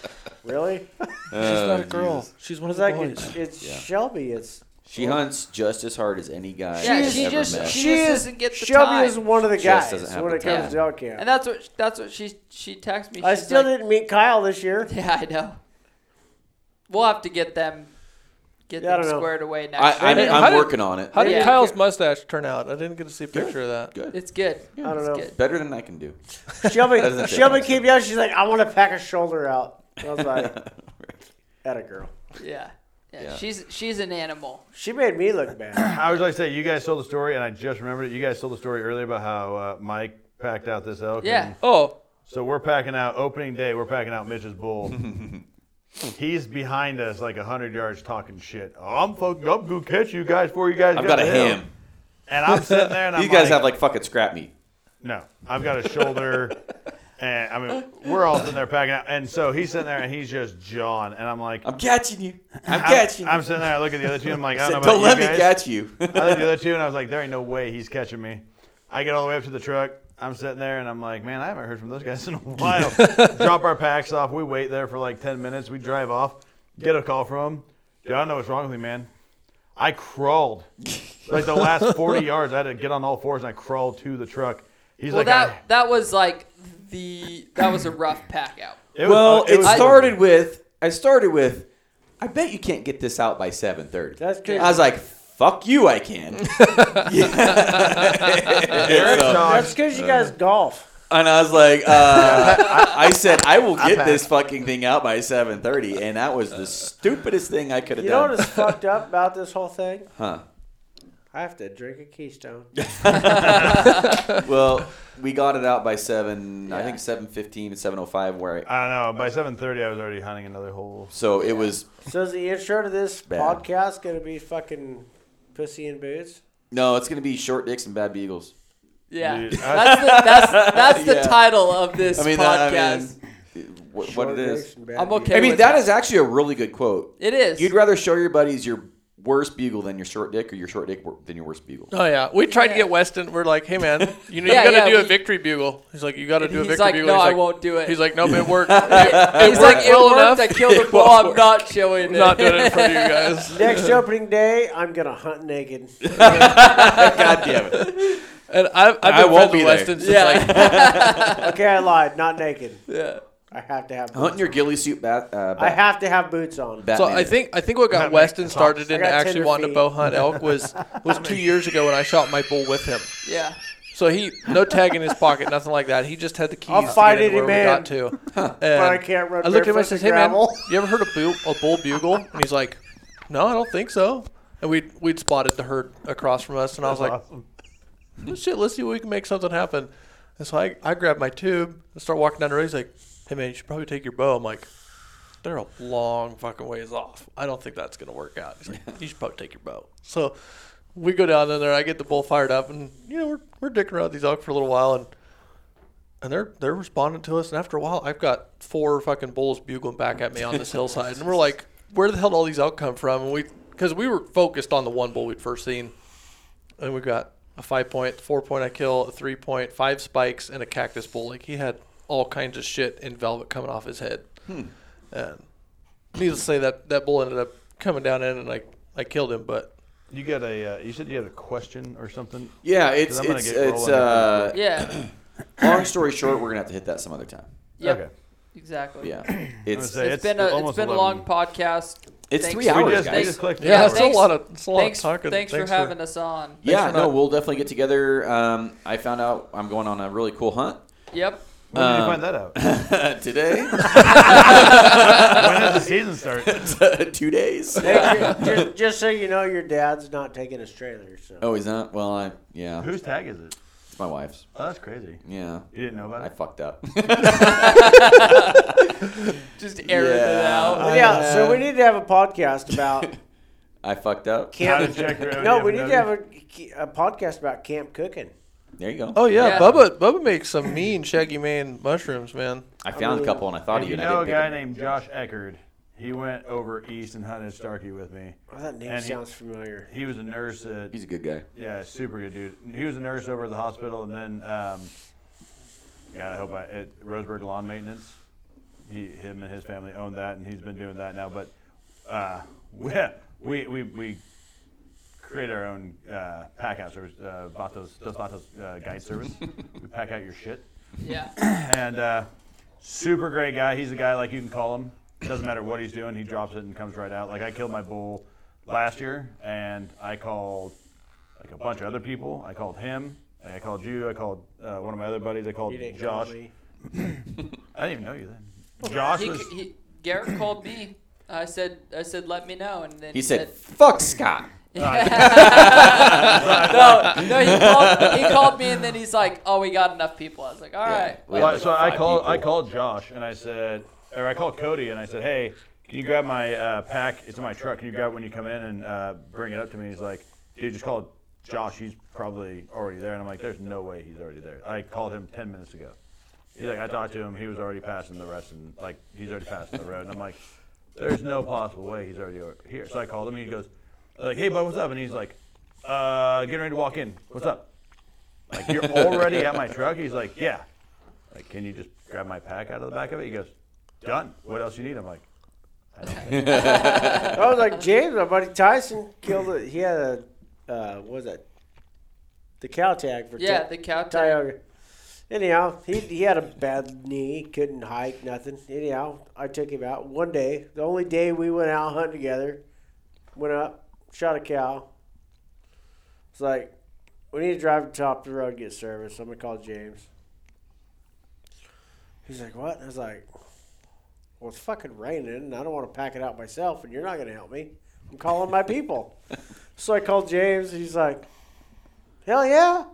Speaker 1: "Really?"
Speaker 2: She's
Speaker 3: Uh,
Speaker 4: Uh,
Speaker 2: not a girl. She's one
Speaker 1: I was
Speaker 2: of the
Speaker 1: like,
Speaker 2: boys.
Speaker 1: "It's, it's Shelby. It's
Speaker 3: She hunts just as hard as any guy
Speaker 4: Yeah,
Speaker 3: I've
Speaker 4: she
Speaker 3: ever
Speaker 4: just-
Speaker 3: met.
Speaker 4: she-
Speaker 1: is-
Speaker 4: doesn't get the
Speaker 1: Shelby
Speaker 4: time.
Speaker 1: is one of the
Speaker 3: She
Speaker 1: guys
Speaker 3: just doesn't have
Speaker 1: when
Speaker 3: the
Speaker 1: it comes
Speaker 3: time.
Speaker 1: to elk camp.
Speaker 4: And that's what that's what she she texted me. She's
Speaker 1: I still
Speaker 4: like,
Speaker 1: didn't meet Kyle this year.
Speaker 4: Yeah, I know. We'll have to get them get
Speaker 1: Yeah, I
Speaker 4: them
Speaker 1: don't know.
Speaker 4: squared away next.
Speaker 3: I,
Speaker 4: time.
Speaker 3: I'm,
Speaker 2: Hey, how
Speaker 3: I'm
Speaker 2: did-
Speaker 3: working on it.
Speaker 2: How did
Speaker 4: Yeah.
Speaker 2: Kyle's mustache turn out? I didn't get to see a picture of that.
Speaker 3: Good.
Speaker 4: it's good.
Speaker 1: I don't
Speaker 4: It's
Speaker 1: know.
Speaker 4: good.
Speaker 3: Better than I can do. Doesn't
Speaker 1: Shelby,
Speaker 3: take
Speaker 1: Shelby
Speaker 3: much.
Speaker 1: came down. She's like, I want to pack a shoulder out. And I was like, at a girl.
Speaker 4: Yeah. yeah.
Speaker 3: Yeah.
Speaker 4: She's she's an animal.
Speaker 1: She made me look bad.
Speaker 5: I was like, say, you guys told the story, and I just remembered it. You guys told the story earlier about how uh, Mike packed out this elk.
Speaker 4: Yeah.
Speaker 5: and-
Speaker 2: Oh,
Speaker 5: so we're packing out opening day. We're packing out Mitch's bull. He's behind us like hundred yards talking shit. Oh, I'm fucking. I'm gonna catch you guys before you guys.
Speaker 3: I've
Speaker 5: get
Speaker 3: got a
Speaker 5: to hell."
Speaker 3: ham.
Speaker 5: And I'm sitting there, and I'm
Speaker 3: You guys have like fucking scrap meat.
Speaker 5: No, I've got a shoulder, and I mean we're all sitting there packing out. And so he's sitting there, and he's just jawing, and I'm like,
Speaker 3: I'm catching you. I'm
Speaker 5: I'm-
Speaker 3: catching
Speaker 5: I'm
Speaker 3: you.
Speaker 5: sitting there, I look at the other two, I'm like, I
Speaker 3: I
Speaker 5: don't
Speaker 3: said,
Speaker 5: know
Speaker 3: Don't let
Speaker 5: about you
Speaker 3: me
Speaker 5: guys.
Speaker 3: catch you.
Speaker 5: I looked at the other two, and I was like, there ain't no way he's catching me. I get all the way up to the truck. I'm sitting there, and I'm like, man, I haven't heard from those guys in a while. Drop our packs off. We wait there for like 10 minutes. We drive off, get a call from him. Dude, I don't know what's wrong with me, man. I crawled. Like the last 40 yards, I had to get on all fours, and I crawled to the truck. He's
Speaker 4: Well,
Speaker 5: like, "Ah."
Speaker 4: that
Speaker 5: I-
Speaker 4: that was like the that was a rough pack out.
Speaker 5: it was-
Speaker 3: Well, it
Speaker 5: was-
Speaker 3: started with I started with I bet you can't get this out by 7:30.
Speaker 1: That's good.
Speaker 3: I was like, "Fuck you, I can."
Speaker 5: Eric Josh-
Speaker 1: That's because you
Speaker 3: Uh,
Speaker 1: guys golf.
Speaker 3: And I was like, uh, I, I said, "I will get this fucking thing out by 7:30," and that was the stupidest thing I could have
Speaker 1: You know
Speaker 3: done.
Speaker 1: what is fucked up about this whole thing?
Speaker 3: huh?
Speaker 1: I have to drink a Keystone.
Speaker 3: well, we got it out by seven. I
Speaker 4: Yeah.
Speaker 3: think seven fifteen and seven oh five. Where I,
Speaker 5: I don't know. By 7:30, I was already hunting another hole.
Speaker 3: so it was
Speaker 1: so is the intro to this
Speaker 3: Bad.
Speaker 1: podcast gonna be fucking pussy and boots?
Speaker 3: no. It's gonna be short dicks and bad beagles.
Speaker 4: Yeah,
Speaker 5: Dude, I-
Speaker 4: that's the that's that's the
Speaker 3: Yeah.
Speaker 4: title of this
Speaker 3: I mean,
Speaker 4: podcast.
Speaker 3: that, I mean, what, what
Speaker 1: Short
Speaker 3: it
Speaker 1: dicks
Speaker 3: is.
Speaker 1: and bad
Speaker 4: I'm
Speaker 1: beats.
Speaker 4: okay.
Speaker 3: I mean,
Speaker 4: with
Speaker 3: that
Speaker 4: that.
Speaker 3: is actually a really good quote.
Speaker 4: it is.
Speaker 3: You'd rather show your buddies your worst bugle than your short dick, or your short dick wor- than your worst bugle.
Speaker 2: Oh yeah, we tried to
Speaker 4: Yeah.
Speaker 2: get Weston. We're like, hey man, you, know,
Speaker 4: Yeah,
Speaker 2: you got
Speaker 4: yeah,
Speaker 2: to do a
Speaker 4: we-
Speaker 2: victory bugle. He's like, you got to do a
Speaker 4: he's
Speaker 2: victory
Speaker 4: like,
Speaker 2: bugle.
Speaker 4: "No,
Speaker 2: he's
Speaker 4: I
Speaker 2: like,
Speaker 4: won't do it."
Speaker 2: He's like, nope, it worked. It,
Speaker 4: He's like,
Speaker 2: worked
Speaker 4: it
Speaker 2: well enough.
Speaker 4: worked. I killed the
Speaker 2: It
Speaker 4: bull.
Speaker 2: won't
Speaker 4: I'm
Speaker 2: work.
Speaker 4: not showing it.
Speaker 2: I'm not doing it in front of you guys.
Speaker 1: Next opening day, I'm gonna hunt naked.
Speaker 3: God damn it!
Speaker 2: And I've, I've been
Speaker 3: I
Speaker 2: friends
Speaker 3: won't be
Speaker 2: with
Speaker 3: there.
Speaker 2: Weston since
Speaker 4: Yeah.
Speaker 2: like
Speaker 1: okay, I lied. Not naked.
Speaker 4: Yeah.
Speaker 1: I have to have. Boots.
Speaker 3: Hunt in your ghillie suit, bat. Uh,
Speaker 1: I
Speaker 3: bat
Speaker 1: have to have boots on.
Speaker 3: Batman.
Speaker 2: So I think I think what got Weston started
Speaker 1: I
Speaker 2: into
Speaker 1: got
Speaker 2: actually
Speaker 1: tender
Speaker 2: wanting
Speaker 1: feet.
Speaker 2: to bow hunt elk was was two years ago when I shot my bull with him.
Speaker 4: Yeah.
Speaker 2: So he no tag in his pocket, nothing like that. He just had the keys.
Speaker 1: I'll
Speaker 2: to get
Speaker 1: fight
Speaker 2: it
Speaker 1: any
Speaker 2: where
Speaker 1: man,
Speaker 2: We got to. And
Speaker 1: I can't run
Speaker 2: I looked at him.
Speaker 1: barefoot
Speaker 2: I
Speaker 1: in
Speaker 2: says,
Speaker 1: the
Speaker 2: "Hey man,
Speaker 1: gravel."
Speaker 2: you ever heard of bu- a bull bugle?" And he's like, "No, I don't think so." And we would we'd spotted the herd across from us, and I was like,
Speaker 5: Awesome.
Speaker 2: "Well, "Shit, let's see what we can make something happen." And so I I grabbed my tube and start walking down the road. He's like, "Hey man, you should probably take your bow." I'm like. They're a long fucking ways off. I don't think that's gonna work out. He's like, you should probably take your bow. So we go down in there. I get the bull fired up, and you know we're we're dicking around with these elk for a little while, and and they're they're responding to us. And after a while, I've got four fucking bulls bugling back at me on this hillside, and we're like, where the hell did all these elk come from? And we because we were focused on the one bull we'd first seen, and we got a five point, four point I kill, a three point, five spikes, and a cactus bull. Like he had all kinds of shit in velvet coming off his head. And needless to say, that that bull ended up coming down in, and I I killed him, but.
Speaker 5: You got a. Uh, you said you had a question or something.
Speaker 3: yeah, it's
Speaker 5: 'Cause I'm gonna
Speaker 3: it's
Speaker 5: get
Speaker 3: it's.
Speaker 5: rolling.
Speaker 3: Uh,
Speaker 4: Yeah.
Speaker 3: Long story short, we're gonna have to hit that some other time.
Speaker 4: Yep.
Speaker 5: Okay.
Speaker 4: Exactly.
Speaker 3: Yeah, it's
Speaker 5: say-
Speaker 4: It's
Speaker 5: It's
Speaker 4: been a it's
Speaker 5: almost
Speaker 4: been a long
Speaker 5: 11.
Speaker 4: podcast.
Speaker 3: It's
Speaker 4: Thanks
Speaker 3: three
Speaker 4: for-
Speaker 3: hours,
Speaker 5: We just, we
Speaker 3: guys.
Speaker 5: just clicked.
Speaker 2: Yeah, it's
Speaker 5: hours.
Speaker 2: a
Speaker 4: Thanks-
Speaker 2: lot of it's a lot
Speaker 4: Thanks,
Speaker 2: of talking.
Speaker 4: thanks for having us on.
Speaker 3: yeah,
Speaker 2: for
Speaker 3: no,
Speaker 2: not-
Speaker 3: we'll definitely get together. Um, I found out I'm going on a really cool hunt
Speaker 4: Yep.
Speaker 5: When did you
Speaker 3: Um,
Speaker 5: find that out?
Speaker 3: today.
Speaker 5: when does the season start?
Speaker 3: Two days.
Speaker 1: Hey, ju- just, just so you know, your dad's not taking his trailer. So
Speaker 3: Oh, he's not. Well, I yeah,
Speaker 5: Whose tag is it?
Speaker 3: it's my wife's.
Speaker 5: Oh, that's crazy.
Speaker 3: Yeah,
Speaker 5: You didn't know about
Speaker 3: I
Speaker 5: it?
Speaker 3: fucked up.
Speaker 4: Just airing it
Speaker 3: Yeah.
Speaker 4: out.
Speaker 1: But yeah, so we need to have a podcast about
Speaker 3: I fucked up.
Speaker 5: How
Speaker 1: camp.
Speaker 5: to check your
Speaker 1: no,
Speaker 5: ODM
Speaker 1: we need to
Speaker 5: notice.
Speaker 1: have a, a podcast about camp cooking.
Speaker 3: There you go.
Speaker 2: Oh yeah,
Speaker 4: Yeah.
Speaker 2: Bubba Bubba makes some mean shaggy mane mushrooms, man.
Speaker 3: I found a couple and I thought
Speaker 5: If
Speaker 3: of
Speaker 5: you
Speaker 3: you.
Speaker 5: know a
Speaker 3: and
Speaker 5: guy
Speaker 3: I didn't pick 'em.
Speaker 5: named Josh Eckerd, he went over east and hunted Starkey with me.
Speaker 1: Oh, that name
Speaker 5: And he-
Speaker 1: sounds familiar.
Speaker 5: He was a nurse at
Speaker 3: He's a good guy.
Speaker 5: yeah, super good dude. He was a nurse over at the hospital, and then um, God, I hope I at Roseburg Lawn Maintenance. He, him, and his family owned that, and he's been doing that now. But uh, we, we we we create our own uh, pack out service, uh, Vatos, Dos Vatos uh, guide service. we pack out your shit
Speaker 4: Yeah.
Speaker 5: and uh, super great guy. He's a guy like you can call him. Doesn't matter what he's doing, he drops it and comes right out. Like I killed my bull last year, and I called like a bunch of other people. I called him. I called you. I called uh, one of my other buddies. I called
Speaker 1: You didn't
Speaker 5: Josh.
Speaker 1: call me.
Speaker 5: I didn't even know you then. Josh
Speaker 4: He,
Speaker 5: was.
Speaker 4: he, Garrett called me. I said I said let me know, and then
Speaker 3: He said, "Fuck Scott."
Speaker 4: no, no. He called, he called me, and then he's like, "Oh, we got enough people." I was like, "All
Speaker 3: Yeah.
Speaker 4: right."
Speaker 3: We had
Speaker 5: Well,
Speaker 3: like
Speaker 5: so I
Speaker 3: five
Speaker 5: called. I
Speaker 3: people.
Speaker 5: called Josh and I said, or I called Cody and I said, hey, can you grab my uh, pack? It's in my truck. Can you grab it when you come in and uh, bring it up to me? He's like, dude, just called Josh. He's probably already there. And I'm like, there's no way he's already there. I called him ten minutes ago. He's like, I talked to him. He was already passing the rest and like he's already passing the road. And I'm like, there's no possible way he's already o- here. So I called him. He goes, like, hey, bud, what's up? And he's like, uh, getting ready to walk in. What's up? Like, you're already at my truck? He's like, yeah. Like, can you just grab my pack out of the back of it? He goes, done. What else you need? I'm like,
Speaker 1: I was like James, my buddy Tyson killed it. He had a uh, what was that? The cow tag for
Speaker 4: Yeah,
Speaker 1: Ty-
Speaker 4: the cow
Speaker 1: Ty
Speaker 4: tag.
Speaker 1: Ogre. Anyhow, he he had a bad knee, couldn't hike, nothing. Anyhow, I took him out one day. The only day we went out hunting together, went up, shot a cow. It's like we need to drive to the top of the road and get service. I'm gonna call James. He's like, what? I was like, well, it's fucking raining, and I don't want to pack it out myself, and you're not gonna help me. I'm calling my people. so I called James. He's like, hell yeah.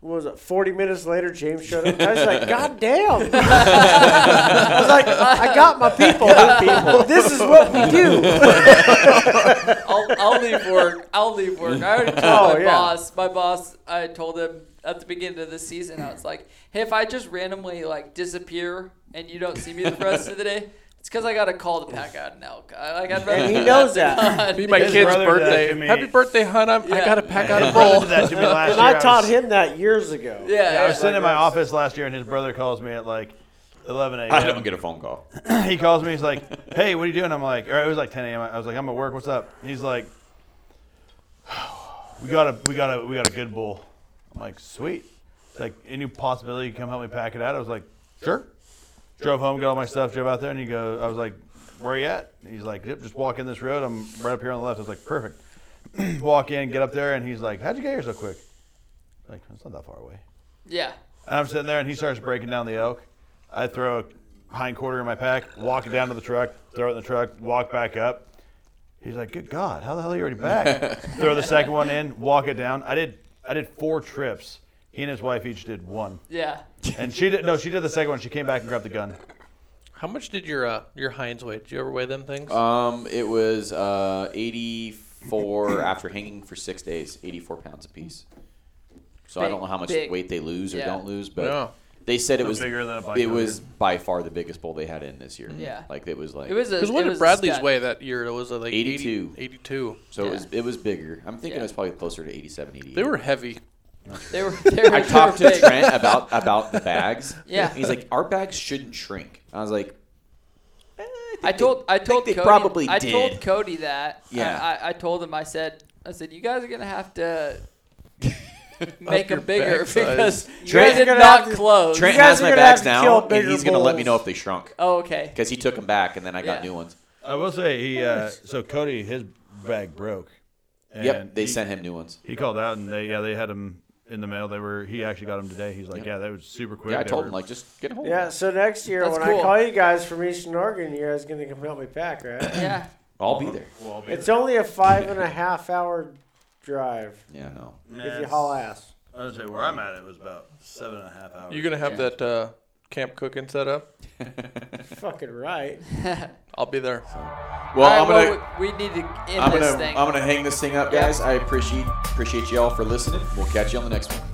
Speaker 1: What was it? 40 minutes later, James showed up. I was like, God damn. I was like, I got my people. This is what we do.
Speaker 4: I'll, I'll leave work. I'll leave work. I already told
Speaker 1: Oh,
Speaker 4: my
Speaker 1: yeah.
Speaker 4: boss. My boss, I told him at the beginning of the season, I was like, hey, if I just randomly like disappear and you don't see me the rest of the day, it's because I got a call to pack out an elk. I, like, I'd rather
Speaker 1: And he
Speaker 4: do
Speaker 1: knows
Speaker 4: than
Speaker 1: that.
Speaker 4: not.
Speaker 8: Be my
Speaker 5: His
Speaker 8: kid's
Speaker 5: brother did that
Speaker 8: birthday.
Speaker 5: to me.
Speaker 8: Happy birthday, hon. I'm, I
Speaker 4: Yeah.
Speaker 8: got to pack out a
Speaker 5: Brother
Speaker 8: roll.
Speaker 5: did that to me last
Speaker 1: And
Speaker 5: year.
Speaker 1: I taught
Speaker 5: was-
Speaker 1: him that years ago.
Speaker 4: Yeah, yeah,
Speaker 5: I was sitting in my
Speaker 1: Like
Speaker 5: office last year, and his brother calls me at like 11 a.m.
Speaker 3: I don't get a phone call.
Speaker 5: he calls me. He's like, "Hey, what are you doing?" I'm like, or it was like 10 a.m. I was like, "I'm at work. What's up?" He's like, "We got a, we got a, we got a good bull." I'm like, "Sweet." It's like, "Any possibility you come help me pack it out?" I was like, "Sure." Drove home, got all my stuff, drove out there, and he goes, "I was like, where are you at?" And he's like, "Yep, just walk in this road. I'm right up here on the left." I was like, "Perfect." walk in, get up there, and he's like, "How'd you get here so quick?" I'm like, it's not that far away.
Speaker 4: yeah.
Speaker 5: And I'm sitting there, and he starts breaking down the elk. I throw a hind quarter in my pack, walk it down to the truck, throw it in the truck, walk back up. He's like, "Good God, how the hell are you already back?" throw the second one in, walk it down. I did, I did four trips. He and his wife each did one,
Speaker 4: yeah.
Speaker 5: and she did no, she did the second one. She came back and grabbed the gun.
Speaker 2: How much did your uh, your hinds weigh? Did you ever weigh them things?
Speaker 3: Um, it was uh, 84 after hanging for six days, 84 pounds apiece. So I
Speaker 4: Big-
Speaker 3: don't know how much
Speaker 4: big.
Speaker 3: weight they lose or
Speaker 4: Yeah.
Speaker 3: don't lose, but
Speaker 2: Yeah.
Speaker 3: they said it was
Speaker 5: bigger than a bike
Speaker 3: it
Speaker 5: out
Speaker 3: was by far the biggest bull they had in this year.
Speaker 4: Yeah.
Speaker 3: like it was like
Speaker 4: It was a.
Speaker 2: Because what
Speaker 4: it was
Speaker 2: did
Speaker 4: a
Speaker 2: Bradley's
Speaker 4: stud.
Speaker 2: weigh that year? It was uh, like
Speaker 3: 82.
Speaker 2: 80 82.
Speaker 3: so it was
Speaker 4: Yeah.
Speaker 3: it was bigger. I'm thinking
Speaker 4: Yeah.
Speaker 3: it was probably closer to 87, 88.
Speaker 2: They were heavy.
Speaker 4: They were. They were
Speaker 3: I talked
Speaker 4: they were
Speaker 3: to
Speaker 4: big.
Speaker 3: Trent about about the bags.
Speaker 4: Yeah.
Speaker 3: he's like, our bags shouldn't shrink. I was like, "Eh,
Speaker 4: I
Speaker 3: think
Speaker 4: told
Speaker 3: they,
Speaker 4: I told
Speaker 3: think they
Speaker 4: Cody,
Speaker 3: probably
Speaker 4: I
Speaker 3: did.
Speaker 4: told Cody that.
Speaker 3: Yeah.
Speaker 4: I, I, I told him I said I said you guys are gonna have to make them bigger
Speaker 2: bag size.
Speaker 4: because you
Speaker 3: Trent-
Speaker 4: guys did
Speaker 1: You're gonna
Speaker 4: not
Speaker 1: have to-
Speaker 4: close.
Speaker 3: Trent
Speaker 1: You guys
Speaker 3: has
Speaker 1: are
Speaker 3: my
Speaker 1: gonna
Speaker 3: bags
Speaker 1: have to kill
Speaker 3: now, and
Speaker 1: bigger
Speaker 3: he's gonna let me
Speaker 1: bulls.
Speaker 3: know if they shrunk
Speaker 4: Oh okay.
Speaker 3: because he took them back, and then I got
Speaker 4: Yeah.
Speaker 3: new ones.
Speaker 5: I will say he, uh, so Cody, his bag broke. And
Speaker 3: Yep, they
Speaker 5: he,
Speaker 3: sent him new ones.
Speaker 5: He called out, and they yeah, they had him in the mail. They were he actually got him today. He's like, "Yeah, that was super quick."
Speaker 3: Yeah, I
Speaker 5: They
Speaker 3: told
Speaker 5: were-
Speaker 3: him like just get home.
Speaker 1: Yeah, so next year
Speaker 4: That's
Speaker 1: when
Speaker 4: cool.
Speaker 1: I call you guys from Eastern Oregon, you guys going to come help me pack, right?
Speaker 4: Yeah.
Speaker 3: I'll be there.
Speaker 1: it's only a five and a half hour drive
Speaker 3: Yeah, no.
Speaker 1: if you haul ass.
Speaker 5: I would say where I'm at, it was about seven and a half hours.
Speaker 8: You're gonna have that uh, camp cooking set up.
Speaker 1: Fucking right.
Speaker 8: I'll be there.
Speaker 3: Well,
Speaker 4: All
Speaker 3: I'm gonna.
Speaker 4: right, we, we need to end
Speaker 3: I'm
Speaker 4: this
Speaker 3: gonna
Speaker 4: thing.
Speaker 3: I'm gonna hang this thing up, guys. I appreciate appreciate y'all for listening. We'll catch you on the next one.